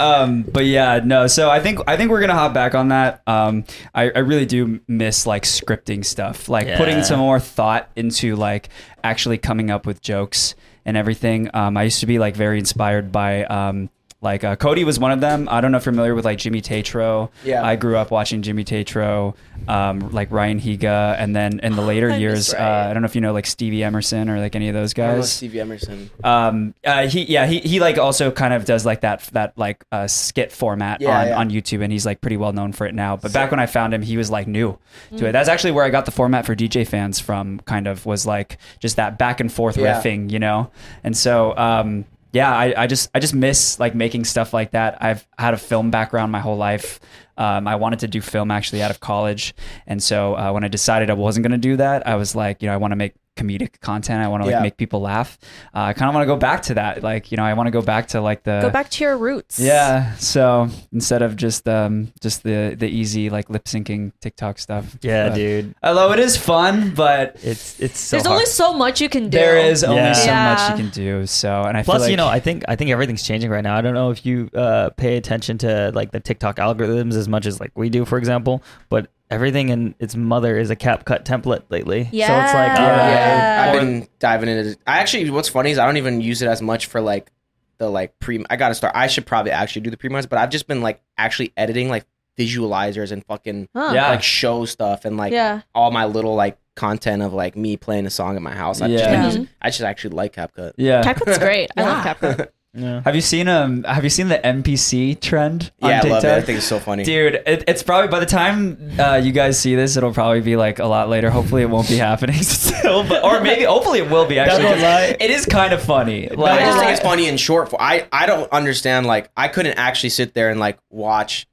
[SPEAKER 2] Um, but yeah, no. So I think I think we're gonna hop back on that. Um, I, I really do miss like scripting stuff, like
[SPEAKER 5] Yeah.
[SPEAKER 2] putting some more thought into like actually coming up with jokes and everything. Um, I used to be like very inspired by. Um, like uh, Cody was one of them. I don't know if you're familiar with like Jimmy Tatro.
[SPEAKER 4] Yeah.
[SPEAKER 2] I grew up watching Jimmy Tatro, um, like Ryan Higa, and then in the later
[SPEAKER 3] miss
[SPEAKER 2] years, uh,
[SPEAKER 3] Ryan.
[SPEAKER 2] I don't know if you know like Stevie Emerson or like any of those guys
[SPEAKER 4] Stevie Emerson.
[SPEAKER 2] um uh he yeah he he like also kind of does like that that like uh skit format
[SPEAKER 4] Yeah,
[SPEAKER 2] on
[SPEAKER 4] yeah.
[SPEAKER 2] on youtube and he's like pretty well known for it now but back when i found him he was like new to it
[SPEAKER 4] Mm.
[SPEAKER 2] that's actually where i got the format for dj fans from kind of was like just that back and forth
[SPEAKER 4] Yeah.
[SPEAKER 2] riffing you know and so um yeah I, I just i just miss like making stuff like that i've had a film background my whole life um, i wanted to do film actually out of college and so uh, when i decided i wasn't going to do that i was like you know i want to make comedic content i want to like
[SPEAKER 4] Yeah.
[SPEAKER 2] make people laugh. Uh, I kind of want to go back to that. Like, you know, I want to go back to like the
[SPEAKER 1] go back to your roots.
[SPEAKER 2] Yeah. So instead of just um just the the easy like lip syncing TikTok stuff.
[SPEAKER 5] Yeah,
[SPEAKER 2] But-
[SPEAKER 5] dude.
[SPEAKER 2] Although it is fun, but
[SPEAKER 5] It's it's so
[SPEAKER 1] There's
[SPEAKER 5] hard.
[SPEAKER 1] only so much you can do.
[SPEAKER 2] there is
[SPEAKER 5] Yeah.
[SPEAKER 2] only so
[SPEAKER 1] Yeah.
[SPEAKER 2] much you can do. So and I
[SPEAKER 5] Plus,
[SPEAKER 2] feel like,
[SPEAKER 5] you know, I think I think everything's changing right now. I don't know if you uh, pay attention to like the TikTok algorithms as much as like we do, for example. But everything in its mother is a cap cut template lately. So it's like,
[SPEAKER 1] Yeah.
[SPEAKER 5] uh, all right,
[SPEAKER 1] Yeah.
[SPEAKER 4] Uh, I've been diving into. I actually, what's funny is I don't even use it as much for like the like pre. I gotta start. I should probably actually do the pre but I've just been like actually editing like visualizers and fucking
[SPEAKER 1] Huh.
[SPEAKER 2] Yeah.
[SPEAKER 4] like show stuff and like
[SPEAKER 1] yeah.
[SPEAKER 4] all my little like content of like me playing a song at my house. I
[SPEAKER 2] Yeah.
[SPEAKER 4] just, I just actually like CapCut.
[SPEAKER 2] yeah.
[SPEAKER 1] CapCut's great. I love
[SPEAKER 3] Yeah.
[SPEAKER 1] CapCut.
[SPEAKER 5] yeah.
[SPEAKER 2] have you seen um have you seen the MPC trend on
[SPEAKER 4] Yeah, I
[SPEAKER 2] TikTok?
[SPEAKER 4] love it. I think it's so funny.
[SPEAKER 2] Dude, it, it's probably by the time uh, you guys see this, it'll probably be like a lot later. Hopefully, it won't be happening still, but or maybe hopefully it will be actually.
[SPEAKER 5] That's
[SPEAKER 2] 'cause
[SPEAKER 5] a lie.
[SPEAKER 2] It is kind of funny.
[SPEAKER 4] I
[SPEAKER 2] Like,
[SPEAKER 4] just think it's funny in short form. I I don't understand. Like I couldn't actually sit there and like watch.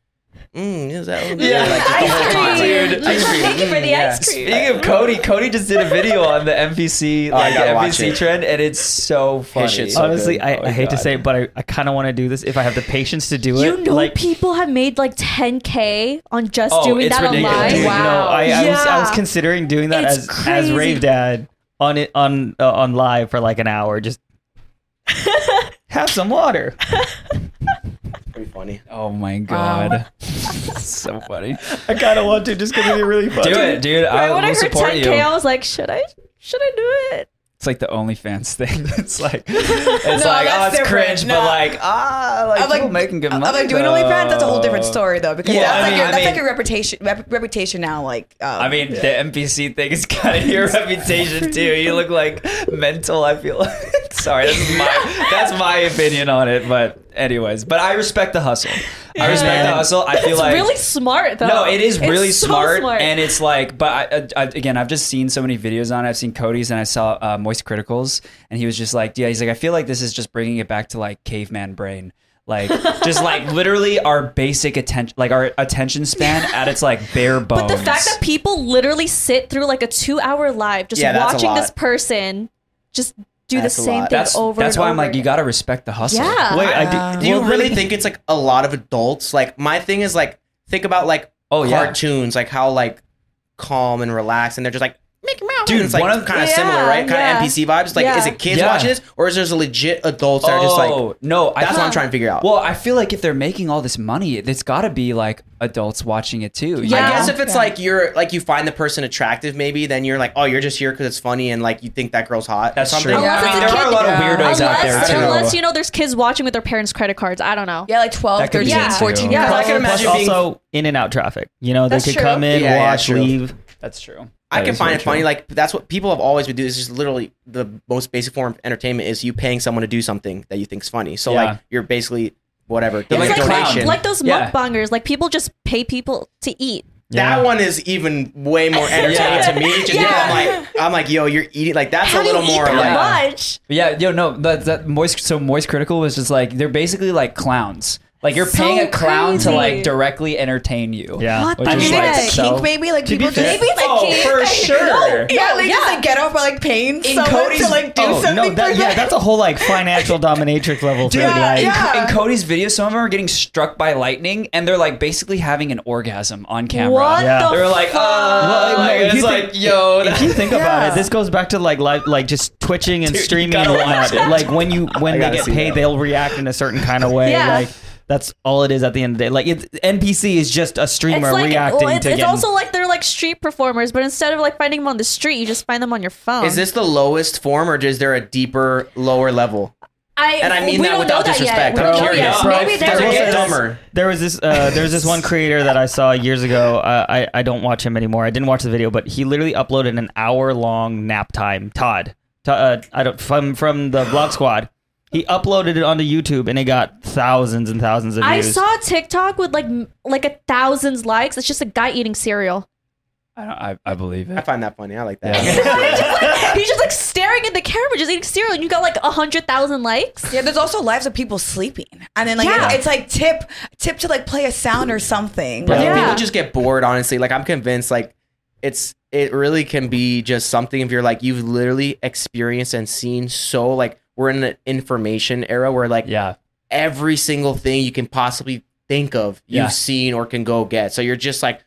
[SPEAKER 4] Mm, is that what
[SPEAKER 2] Yeah.
[SPEAKER 4] like, just the whole time.
[SPEAKER 2] Dude,
[SPEAKER 4] Ice cream.
[SPEAKER 1] Thank you for the
[SPEAKER 4] Yeah.
[SPEAKER 1] ice cream.
[SPEAKER 2] Speaking of Cody, Cody just did a video on the MPC
[SPEAKER 4] Oh, I
[SPEAKER 2] like
[SPEAKER 4] gotta watch
[SPEAKER 2] MPC
[SPEAKER 4] it.
[SPEAKER 2] trend, and it's so funny.
[SPEAKER 4] shit's so
[SPEAKER 5] Honestly,
[SPEAKER 4] good.
[SPEAKER 5] I,
[SPEAKER 2] Oh
[SPEAKER 5] I hate to
[SPEAKER 2] God.
[SPEAKER 5] say it, but I, I kind of want to do this if I have the patience to do it.
[SPEAKER 1] You know,
[SPEAKER 5] like,
[SPEAKER 1] people have made like 10k on just
[SPEAKER 2] Oh,
[SPEAKER 1] doing
[SPEAKER 2] it's
[SPEAKER 1] that
[SPEAKER 2] ridiculous.
[SPEAKER 1] online.
[SPEAKER 5] Dude,
[SPEAKER 2] Wow.
[SPEAKER 5] you know, I, I, was, I was
[SPEAKER 1] Yeah.
[SPEAKER 5] considering doing that
[SPEAKER 1] It's
[SPEAKER 5] as as
[SPEAKER 1] crazy.
[SPEAKER 5] rave dad on it on uh, on live for like an hour. Just have some water.
[SPEAKER 4] Pretty funny.
[SPEAKER 2] Oh my god, so funny.
[SPEAKER 5] I kind of want to just because it'd be really fun.
[SPEAKER 2] Do it, dude.
[SPEAKER 1] Right,
[SPEAKER 2] I will
[SPEAKER 1] when I heard
[SPEAKER 2] support
[SPEAKER 1] 10k,
[SPEAKER 2] you.
[SPEAKER 1] I was like, should I? Should I do it?
[SPEAKER 2] It's like the OnlyFans thing. It's like it's
[SPEAKER 3] No,
[SPEAKER 2] like oh,
[SPEAKER 3] that's
[SPEAKER 2] it's
[SPEAKER 3] different.
[SPEAKER 2] cringe,
[SPEAKER 3] No.
[SPEAKER 2] but like ah, like,
[SPEAKER 3] I'm like
[SPEAKER 2] people making good money.
[SPEAKER 3] I'm like doing
[SPEAKER 2] though.
[SPEAKER 3] OnlyFans. That's a whole different story though, because
[SPEAKER 2] Yeah,
[SPEAKER 3] that's
[SPEAKER 2] I
[SPEAKER 3] like
[SPEAKER 2] mean-
[SPEAKER 3] your
[SPEAKER 2] I
[SPEAKER 3] that's
[SPEAKER 2] mean-
[SPEAKER 3] like your reputation rep- reputation now. Like um,
[SPEAKER 2] I mean, the MPC thing is kind of your reputation too. You look like mental. I feel. like. Sorry, that's my that's my opinion on it. But anyways, but I respect the hustle. I respect the
[SPEAKER 5] Man.
[SPEAKER 2] hustle. I feel
[SPEAKER 1] It's
[SPEAKER 2] like
[SPEAKER 1] really smart though.
[SPEAKER 2] No, it is really
[SPEAKER 1] It's so
[SPEAKER 2] smart, and it's like, but I, I, again, I've just seen so many videos on it. I've seen Cody's, and I saw uh, Moist Criticals, and he was just like, yeah, he's like, I feel like this is just bringing it back to like caveman brain. Like just like literally our basic attention, like our attention span at its like bare bones.
[SPEAKER 1] But the fact that people literally sit through like a two hour live just
[SPEAKER 4] Yeah, that's a
[SPEAKER 1] watching
[SPEAKER 4] lot.
[SPEAKER 1] this person just do
[SPEAKER 4] That's a
[SPEAKER 1] the same
[SPEAKER 4] lot.
[SPEAKER 1] thing
[SPEAKER 2] that's
[SPEAKER 1] over
[SPEAKER 2] that's
[SPEAKER 1] and
[SPEAKER 2] why I'm
[SPEAKER 1] over
[SPEAKER 2] like, you
[SPEAKER 1] again.
[SPEAKER 2] gotta respect the hustle.
[SPEAKER 1] Yeah.
[SPEAKER 5] Wait,
[SPEAKER 1] Uh,
[SPEAKER 5] I
[SPEAKER 4] Do you really think it's like a lot of adults? Like my thing is like think about like
[SPEAKER 2] Oh, yeah.
[SPEAKER 4] cartoons, like how like calm and relaxed, and they're just like Mickey Mouse. that Dude, it's like
[SPEAKER 2] one
[SPEAKER 4] kind
[SPEAKER 2] of-
[SPEAKER 4] of similar,
[SPEAKER 1] Yeah,
[SPEAKER 4] right? Kind
[SPEAKER 1] yeah.
[SPEAKER 4] of NPC vibes. Like,
[SPEAKER 1] Yeah.
[SPEAKER 4] is it kids
[SPEAKER 2] Yeah.
[SPEAKER 4] watching this, or is there legit adults that are just like,
[SPEAKER 2] Oh, no, I
[SPEAKER 4] that's what I'm
[SPEAKER 2] thought-
[SPEAKER 4] trying to figure out.
[SPEAKER 2] Well, I feel like if they're making all this money, it's got to be like adults watching it too. you
[SPEAKER 1] Yeah.
[SPEAKER 4] I
[SPEAKER 2] know?
[SPEAKER 4] guess if it's like you're like you find the person attractive, maybe then you're like, oh, you're just here because it's funny and like you think that girl's hot.
[SPEAKER 2] That's
[SPEAKER 4] or something.
[SPEAKER 2] true.
[SPEAKER 1] Unless
[SPEAKER 2] I mean,
[SPEAKER 1] it's
[SPEAKER 2] there
[SPEAKER 1] a
[SPEAKER 2] are a
[SPEAKER 1] kid-
[SPEAKER 2] lot of
[SPEAKER 3] Yeah.
[SPEAKER 2] weirdos out there
[SPEAKER 1] Unless,
[SPEAKER 2] too.
[SPEAKER 1] unless you know, there's kids watching with their parents' credit cards. I don't know.
[SPEAKER 3] Yeah, like 12,
[SPEAKER 2] That could be
[SPEAKER 3] 13,
[SPEAKER 1] it, too.
[SPEAKER 3] 14.
[SPEAKER 1] Yeah,
[SPEAKER 3] years
[SPEAKER 1] I can
[SPEAKER 3] old.
[SPEAKER 5] Plus,
[SPEAKER 4] imagine being-
[SPEAKER 5] also in and out traffic. You know, they
[SPEAKER 3] That's
[SPEAKER 5] could
[SPEAKER 3] true.
[SPEAKER 5] come in,
[SPEAKER 4] Yeah, yeah,
[SPEAKER 5] watch,
[SPEAKER 4] true.
[SPEAKER 5] leave.
[SPEAKER 2] That's true.
[SPEAKER 4] I
[SPEAKER 5] That
[SPEAKER 4] can
[SPEAKER 5] is
[SPEAKER 4] find
[SPEAKER 5] so
[SPEAKER 4] it funny.
[SPEAKER 5] true.
[SPEAKER 4] Like that's what people have always been doing. Is just literally the most basic form of entertainment is you paying someone to do something that you think's funny. So
[SPEAKER 2] Yeah.
[SPEAKER 4] like you're basically whatever.
[SPEAKER 2] They're
[SPEAKER 4] giving
[SPEAKER 2] like
[SPEAKER 1] It's
[SPEAKER 4] a
[SPEAKER 2] a clown.
[SPEAKER 1] like,
[SPEAKER 4] donation.
[SPEAKER 1] like those
[SPEAKER 2] Yeah.
[SPEAKER 1] mukbangers. Like people just pay people to eat.
[SPEAKER 4] that
[SPEAKER 5] Yeah.
[SPEAKER 4] one is even way more entertaining
[SPEAKER 2] Yeah.
[SPEAKER 4] to me. Just
[SPEAKER 1] Yeah.
[SPEAKER 4] I'm like I'm like yo, you're eating like that's
[SPEAKER 1] How
[SPEAKER 4] a
[SPEAKER 1] do you
[SPEAKER 4] little more
[SPEAKER 1] eat that
[SPEAKER 4] like
[SPEAKER 1] much?
[SPEAKER 2] But yeah, yo, no, that that moist. So moist critical was just like they're basically like clowns. Like you're
[SPEAKER 1] So
[SPEAKER 2] paying a clown
[SPEAKER 1] crazy.
[SPEAKER 2] to like directly entertain you.
[SPEAKER 5] Yeah.
[SPEAKER 1] What
[SPEAKER 2] Which
[SPEAKER 1] the
[SPEAKER 2] is
[SPEAKER 3] Do you
[SPEAKER 1] heck?
[SPEAKER 3] think
[SPEAKER 2] like,
[SPEAKER 3] it's a
[SPEAKER 2] so-
[SPEAKER 3] kink, maybe? Like,
[SPEAKER 5] be
[SPEAKER 3] people
[SPEAKER 5] fair-
[SPEAKER 3] just.
[SPEAKER 1] Maybe it's
[SPEAKER 2] Oh,
[SPEAKER 1] a kid.
[SPEAKER 2] for
[SPEAKER 1] like,
[SPEAKER 2] sure.
[SPEAKER 3] Yeah,
[SPEAKER 1] Yeah,
[SPEAKER 3] they just
[SPEAKER 1] yeah.
[SPEAKER 3] like get off by like paying
[SPEAKER 4] In
[SPEAKER 3] someone
[SPEAKER 4] Cody's-
[SPEAKER 3] to like do
[SPEAKER 4] oh, no,
[SPEAKER 5] Oh,
[SPEAKER 3] something
[SPEAKER 5] no, that,
[SPEAKER 3] for
[SPEAKER 5] yeah,
[SPEAKER 3] them.
[SPEAKER 5] that's a whole like financial dominatrix level thing.
[SPEAKER 2] Dude,
[SPEAKER 5] like,
[SPEAKER 2] in-
[SPEAKER 3] yeah.
[SPEAKER 2] in Cody's video, some of them are getting struck by lightning, and they're like basically having an orgasm on camera.
[SPEAKER 1] What
[SPEAKER 5] Yeah.
[SPEAKER 1] the
[SPEAKER 2] They're like, oh,
[SPEAKER 1] fuck?
[SPEAKER 5] Well, no,
[SPEAKER 2] like,
[SPEAKER 5] if
[SPEAKER 2] it's
[SPEAKER 5] you
[SPEAKER 2] like,
[SPEAKER 5] think-
[SPEAKER 2] yo,
[SPEAKER 5] if
[SPEAKER 2] that-
[SPEAKER 5] you think
[SPEAKER 3] Yeah.
[SPEAKER 5] about it, this goes back to like live, like just twitching and
[SPEAKER 2] Dude, you
[SPEAKER 5] streaming and
[SPEAKER 2] gotta watch
[SPEAKER 5] whatnot.
[SPEAKER 2] it.
[SPEAKER 5] Like when you
[SPEAKER 4] I
[SPEAKER 5] when they
[SPEAKER 4] gotta
[SPEAKER 5] get
[SPEAKER 4] see
[SPEAKER 5] paid,
[SPEAKER 4] that.
[SPEAKER 5] they'll react in a certain kind of way.
[SPEAKER 1] Yeah.
[SPEAKER 5] Like that's all it is at the end of the day. Like it's, NPC is just a streamer
[SPEAKER 1] It's like
[SPEAKER 5] reacting
[SPEAKER 1] well, it's,
[SPEAKER 5] to
[SPEAKER 1] it's
[SPEAKER 5] getting-
[SPEAKER 1] also like they're like street performers, but instead of like finding them on the street, you just find them on your phone.
[SPEAKER 4] Is this the lowest form, or is there a deeper, lower level?
[SPEAKER 1] I
[SPEAKER 4] and I mean
[SPEAKER 1] we
[SPEAKER 4] that
[SPEAKER 1] don't
[SPEAKER 4] without
[SPEAKER 1] know that
[SPEAKER 4] disrespect.
[SPEAKER 1] Yet.
[SPEAKER 4] I'm
[SPEAKER 1] we don't know
[SPEAKER 4] curious.
[SPEAKER 1] yet.
[SPEAKER 4] Bro,
[SPEAKER 1] Maybe
[SPEAKER 4] Those
[SPEAKER 5] There
[SPEAKER 4] are
[SPEAKER 5] was
[SPEAKER 1] there
[SPEAKER 5] this-
[SPEAKER 1] is.
[SPEAKER 4] dumber.
[SPEAKER 5] There was this uh, there was this one creator that I saw years ago. Uh, I I don't watch him anymore. I didn't watch the video, but he literally uploaded an hour long nap time. Todd, To- uh, I don't from from the Blog Squad. He uploaded it onto YouTube and it got thousands and thousands of views.
[SPEAKER 1] I saw a TikTok with like m- like a thousands likes. It's just a guy eating cereal.
[SPEAKER 2] I, don't, I, I believe
[SPEAKER 4] I
[SPEAKER 2] it.
[SPEAKER 4] find that funny. I like that.
[SPEAKER 1] He's just like staring at the camera, just eating cereal, and you got like a hundred thousand likes.
[SPEAKER 3] Yeah, there's also lives of people sleeping, and then like
[SPEAKER 1] Yeah.
[SPEAKER 3] it's, it's like tip tip to like play a sound or something.
[SPEAKER 4] But
[SPEAKER 1] Yeah.
[SPEAKER 4] like, people just get bored, honestly. Like I'm convinced, like it's it really can be just something if you're like you've literally experienced and seen so like we're in an information era where like
[SPEAKER 2] Yeah.
[SPEAKER 4] every single thing you can possibly think of
[SPEAKER 2] Yeah.
[SPEAKER 4] you've seen or can go get. So you're just like,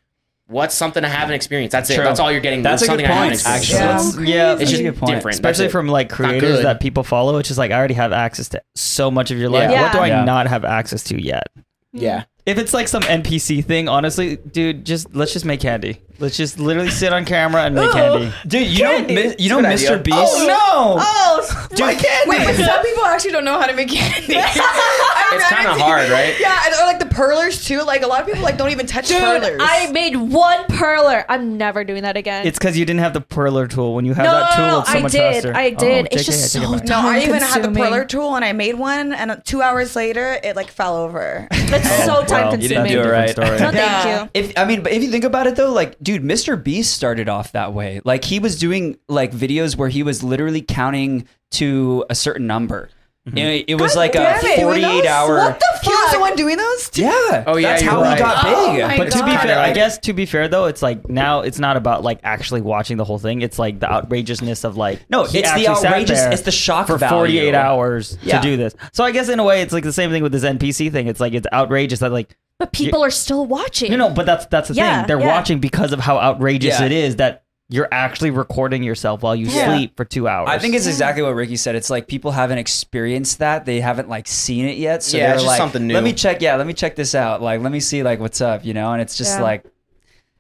[SPEAKER 4] what's something I haven't experienced? That's it.
[SPEAKER 2] True.
[SPEAKER 4] That's all you're getting.
[SPEAKER 2] That's a
[SPEAKER 4] something
[SPEAKER 2] good
[SPEAKER 4] I haven't
[SPEAKER 2] point,
[SPEAKER 4] experienced.
[SPEAKER 2] actually.
[SPEAKER 3] Yeah.
[SPEAKER 2] That's-
[SPEAKER 5] Yeah,
[SPEAKER 4] It's just
[SPEAKER 2] a good point.
[SPEAKER 4] different.
[SPEAKER 5] especially
[SPEAKER 4] That's it.
[SPEAKER 5] from like
[SPEAKER 4] not
[SPEAKER 5] creators
[SPEAKER 4] good.
[SPEAKER 5] that people follow. It's just like I already have access to so much of your life.
[SPEAKER 1] Yeah.
[SPEAKER 5] What do I
[SPEAKER 2] Yeah.
[SPEAKER 5] not have access to yet?
[SPEAKER 4] yeah.
[SPEAKER 5] If it's like some NPC thing, honestly, dude, just let's just make candy. Let's just literally sit on camera and make candy.
[SPEAKER 2] Dude, you know, mi- you know, Mr.
[SPEAKER 4] That's a good idea.
[SPEAKER 2] Beast.
[SPEAKER 5] no!
[SPEAKER 3] Oh,
[SPEAKER 5] Dude, candy.
[SPEAKER 3] wait, but some people actually don't know how to make candy. it's
[SPEAKER 4] It's kind of hard, right?
[SPEAKER 3] Yeah, and or like the perlers too. Like a lot of people like don't even touch
[SPEAKER 1] Dude,
[SPEAKER 3] perlers.
[SPEAKER 1] I made one perler. I'm never doing that again.
[SPEAKER 5] It's because you didn't have the perler tool. When you have
[SPEAKER 1] no,
[SPEAKER 5] that
[SPEAKER 1] no,
[SPEAKER 5] tool,
[SPEAKER 1] no, no,
[SPEAKER 5] it's so
[SPEAKER 1] I
[SPEAKER 5] much
[SPEAKER 1] did.
[SPEAKER 5] faster.
[SPEAKER 1] I did.
[SPEAKER 5] Oh,
[SPEAKER 1] it's
[SPEAKER 5] JK,
[SPEAKER 1] just
[SPEAKER 5] I take it
[SPEAKER 1] so
[SPEAKER 5] back.
[SPEAKER 3] no, I even had the
[SPEAKER 1] time-consuming.
[SPEAKER 3] perler tool and I made one, and uh, two hours later it like fell over.
[SPEAKER 1] It's
[SPEAKER 4] Oh,
[SPEAKER 1] so time
[SPEAKER 5] Oh, you
[SPEAKER 1] consuming. Oh
[SPEAKER 5] didn't
[SPEAKER 2] do it right.
[SPEAKER 1] No,
[SPEAKER 5] Story.
[SPEAKER 3] Yeah.
[SPEAKER 1] thank you.
[SPEAKER 2] If I mean, but if you think about it though, like, dude, Mr. Beast started off that way. Like, he was doing like videos where he was literally counting to a certain number. You know, it was like a
[SPEAKER 3] Damn it.
[SPEAKER 2] forty-eight hour.
[SPEAKER 3] What the fuck? He was the one doing those. Too?
[SPEAKER 2] yeah.
[SPEAKER 4] Oh, yeah,
[SPEAKER 2] That's
[SPEAKER 4] you're
[SPEAKER 2] how
[SPEAKER 4] right.
[SPEAKER 2] he got
[SPEAKER 1] Oh,
[SPEAKER 2] big.
[SPEAKER 1] my
[SPEAKER 5] But to be
[SPEAKER 1] God.
[SPEAKER 5] fair, I
[SPEAKER 4] Right.
[SPEAKER 5] guess to be fair though, it's like now it's not about like actually watching the whole thing. It's like the outrageousness of like
[SPEAKER 2] No,
[SPEAKER 5] he
[SPEAKER 2] it's the
[SPEAKER 5] actually sat
[SPEAKER 2] outrageous-
[SPEAKER 5] there
[SPEAKER 2] it's the shock
[SPEAKER 5] for
[SPEAKER 2] value.
[SPEAKER 5] 48 hours
[SPEAKER 2] Yeah.
[SPEAKER 5] to do this. So I guess in a way, it's like the same thing with this NPC thing. It's like it's outrageous that like
[SPEAKER 1] But people are still watching.
[SPEAKER 5] No, no, but that's that's the
[SPEAKER 1] Yeah,
[SPEAKER 5] thing. They're
[SPEAKER 1] yeah.
[SPEAKER 5] watching because of how outrageous
[SPEAKER 2] Yeah.
[SPEAKER 5] it is that you're actually recording yourself while you
[SPEAKER 2] Yeah.
[SPEAKER 5] sleep for two hours.
[SPEAKER 2] I think it's exactly what Ricky said. It's like people haven't experienced that. They haven't like seen it yet. So
[SPEAKER 4] Yeah,
[SPEAKER 2] they're
[SPEAKER 4] it's just
[SPEAKER 2] like,
[SPEAKER 4] something new.
[SPEAKER 2] Let me check. Yeah, let me check this out. Like, let me see like what's up, you know? And it's just
[SPEAKER 1] Yeah.
[SPEAKER 2] like,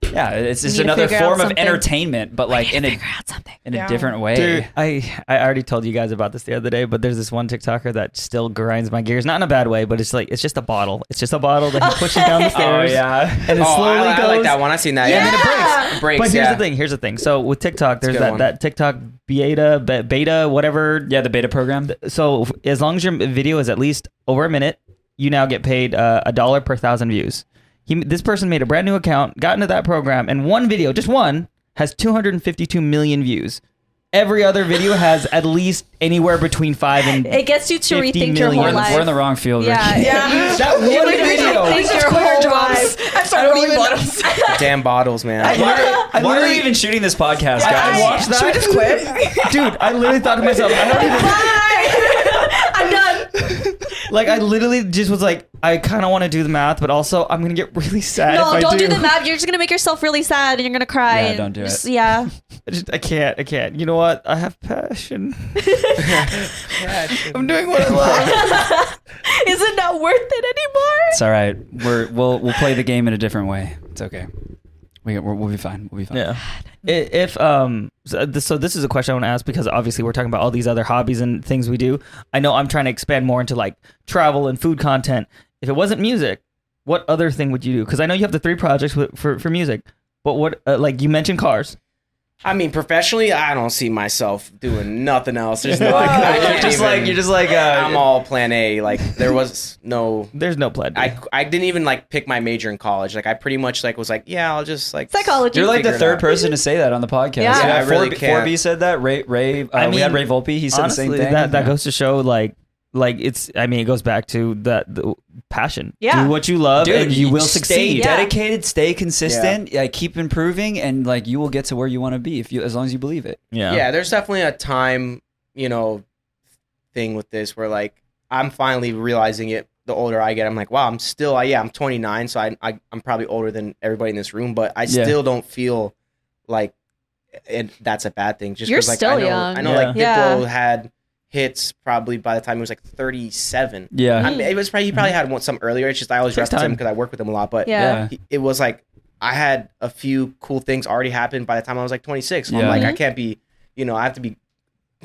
[SPEAKER 2] yeah, it's just
[SPEAKER 1] need to
[SPEAKER 2] another
[SPEAKER 1] figure out
[SPEAKER 2] form of
[SPEAKER 1] something.
[SPEAKER 2] entertainment, but like in a
[SPEAKER 1] Figure out something.
[SPEAKER 2] in a different way.
[SPEAKER 5] Dude, I I already told you guys about this the other day, but there's this one TikToker that still grinds my gears. Not in a bad way, but it's like it's just a bottle. It's just a bottle that he pushes
[SPEAKER 1] Oh,
[SPEAKER 5] down the
[SPEAKER 2] Oh,
[SPEAKER 5] stairs. and it
[SPEAKER 4] Oh,
[SPEAKER 5] slowly
[SPEAKER 4] I,
[SPEAKER 5] goes.
[SPEAKER 4] I like that one. I've seen that.
[SPEAKER 5] Yeah.
[SPEAKER 4] And then it breaks. It breaks.
[SPEAKER 5] But here's
[SPEAKER 4] yeah.
[SPEAKER 5] the thing. Here's the thing. So with TikTok, there's
[SPEAKER 4] good
[SPEAKER 5] that,
[SPEAKER 4] one.
[SPEAKER 5] that TikTok beta, be- beta, whatever.
[SPEAKER 2] Yeah, the beta program.
[SPEAKER 5] So f- as long as your video is at least over a minute, you now get paid uh, a dollar per thousand views. He, this person made a brand new account, got into that program, and one video, just one, has 252 million views. Every other video has at least anywhere between five and.
[SPEAKER 1] It gets you to
[SPEAKER 5] 50
[SPEAKER 1] rethink your
[SPEAKER 5] million.
[SPEAKER 2] We're
[SPEAKER 1] whole
[SPEAKER 2] in, the,
[SPEAKER 1] life.
[SPEAKER 2] we're in the wrong field.
[SPEAKER 1] yeah,
[SPEAKER 2] Ricky.
[SPEAKER 3] Yeah.
[SPEAKER 5] that one video.
[SPEAKER 1] Think
[SPEAKER 3] These
[SPEAKER 1] your
[SPEAKER 3] are
[SPEAKER 1] whole
[SPEAKER 3] whole
[SPEAKER 1] life.
[SPEAKER 3] jobs. I started rolling bottles.
[SPEAKER 4] Damn bottles, man.
[SPEAKER 5] I
[SPEAKER 2] Why are we
[SPEAKER 5] literally-
[SPEAKER 2] even shooting this podcast,
[SPEAKER 5] I
[SPEAKER 2] guys?
[SPEAKER 5] watched that.
[SPEAKER 3] Should we just quit?
[SPEAKER 5] Dude, I literally thought to myself, I don't even.
[SPEAKER 1] I'm done.
[SPEAKER 5] like I literally just was like, I kind of want to do the math, but also I'm gonna get really sad. if
[SPEAKER 1] No,
[SPEAKER 5] I
[SPEAKER 1] don't
[SPEAKER 5] do.
[SPEAKER 1] do. the math. You're just gonna make yourself really sad, and you're gonna cry.
[SPEAKER 2] Yeah,
[SPEAKER 1] and
[SPEAKER 2] don't do
[SPEAKER 1] just-
[SPEAKER 2] it.
[SPEAKER 1] Yeah,
[SPEAKER 5] I, just, I can't. I can't. You know what? I have passion. I'm doing what I love.
[SPEAKER 1] is it not worth it anymore?
[SPEAKER 2] It's all right. We're we'll we'll play the game in a different way. It's okay. We we're, we'll be fine. We'll be fine.
[SPEAKER 5] yeah. I- If um, so this, so this is a question I want to ask because obviously we're talking about all these other hobbies and things we do. I know I'm trying to expand more into like travel and food content. If it wasn't music, what other thing would you do? Because I know you have the three projects wi- for for music, but what uh, like you mentioned cars.
[SPEAKER 4] I mean, professionally, I don't see myself doing nothing else. There's no,
[SPEAKER 2] You're just like- you're just
[SPEAKER 4] like I'm all Plan A. Like there was no.
[SPEAKER 5] uh, There's no plan. B.
[SPEAKER 4] I, I didn't even like pick my major in college. Like I pretty much like was like yeah I'll just like
[SPEAKER 1] Psychology.
[SPEAKER 2] You're like
[SPEAKER 4] Figure
[SPEAKER 2] the
[SPEAKER 4] it
[SPEAKER 2] third
[SPEAKER 4] out.
[SPEAKER 2] person to say that on the podcast.
[SPEAKER 1] Yeah. Yeah,
[SPEAKER 4] I really
[SPEAKER 2] 4B,
[SPEAKER 4] can't.
[SPEAKER 2] 4B said that. Ray, Ray. Uh,
[SPEAKER 5] I
[SPEAKER 2] we had
[SPEAKER 5] mean,
[SPEAKER 2] Ray Volpe. He said
[SPEAKER 5] honestly,
[SPEAKER 2] the same thing.
[SPEAKER 5] That that
[SPEAKER 2] Yeah.
[SPEAKER 5] goes to show like like it's I mean it goes back to that the passion.
[SPEAKER 1] Yeah.
[SPEAKER 5] Do what you love and you will
[SPEAKER 2] stay
[SPEAKER 5] succeed.
[SPEAKER 1] Yeah.
[SPEAKER 2] dedicated, stay consistent, like, keep improving, and like you will get to where you want to be if you, as long as you believe it.
[SPEAKER 5] Yeah.
[SPEAKER 4] yeah there's definitely a time you know thing with this where like i'm finally realizing it the older i get i'm like wow i'm still I, yeah i'm 29 so I, I i'm probably older than everybody in this room but i
[SPEAKER 2] Yeah.
[SPEAKER 4] still don't feel like and that's a bad thing just
[SPEAKER 1] You're
[SPEAKER 4] 'cause, like i
[SPEAKER 1] still
[SPEAKER 4] know
[SPEAKER 1] young.
[SPEAKER 4] i know like
[SPEAKER 1] Yeah.
[SPEAKER 4] diplo had hits probably by the time he was like 37
[SPEAKER 2] Yeah.
[SPEAKER 4] I'm, it was probably he probably had one some earlier it's just i always
[SPEAKER 5] Takes
[SPEAKER 4] reference him
[SPEAKER 5] time.
[SPEAKER 4] because i work with him a lot but
[SPEAKER 1] yeah.
[SPEAKER 2] Yeah.
[SPEAKER 4] he- it was like I had a few cool things already happen by the time I was like 26. So
[SPEAKER 2] Yeah.
[SPEAKER 4] I'm like, I can't be, you know, I have to be,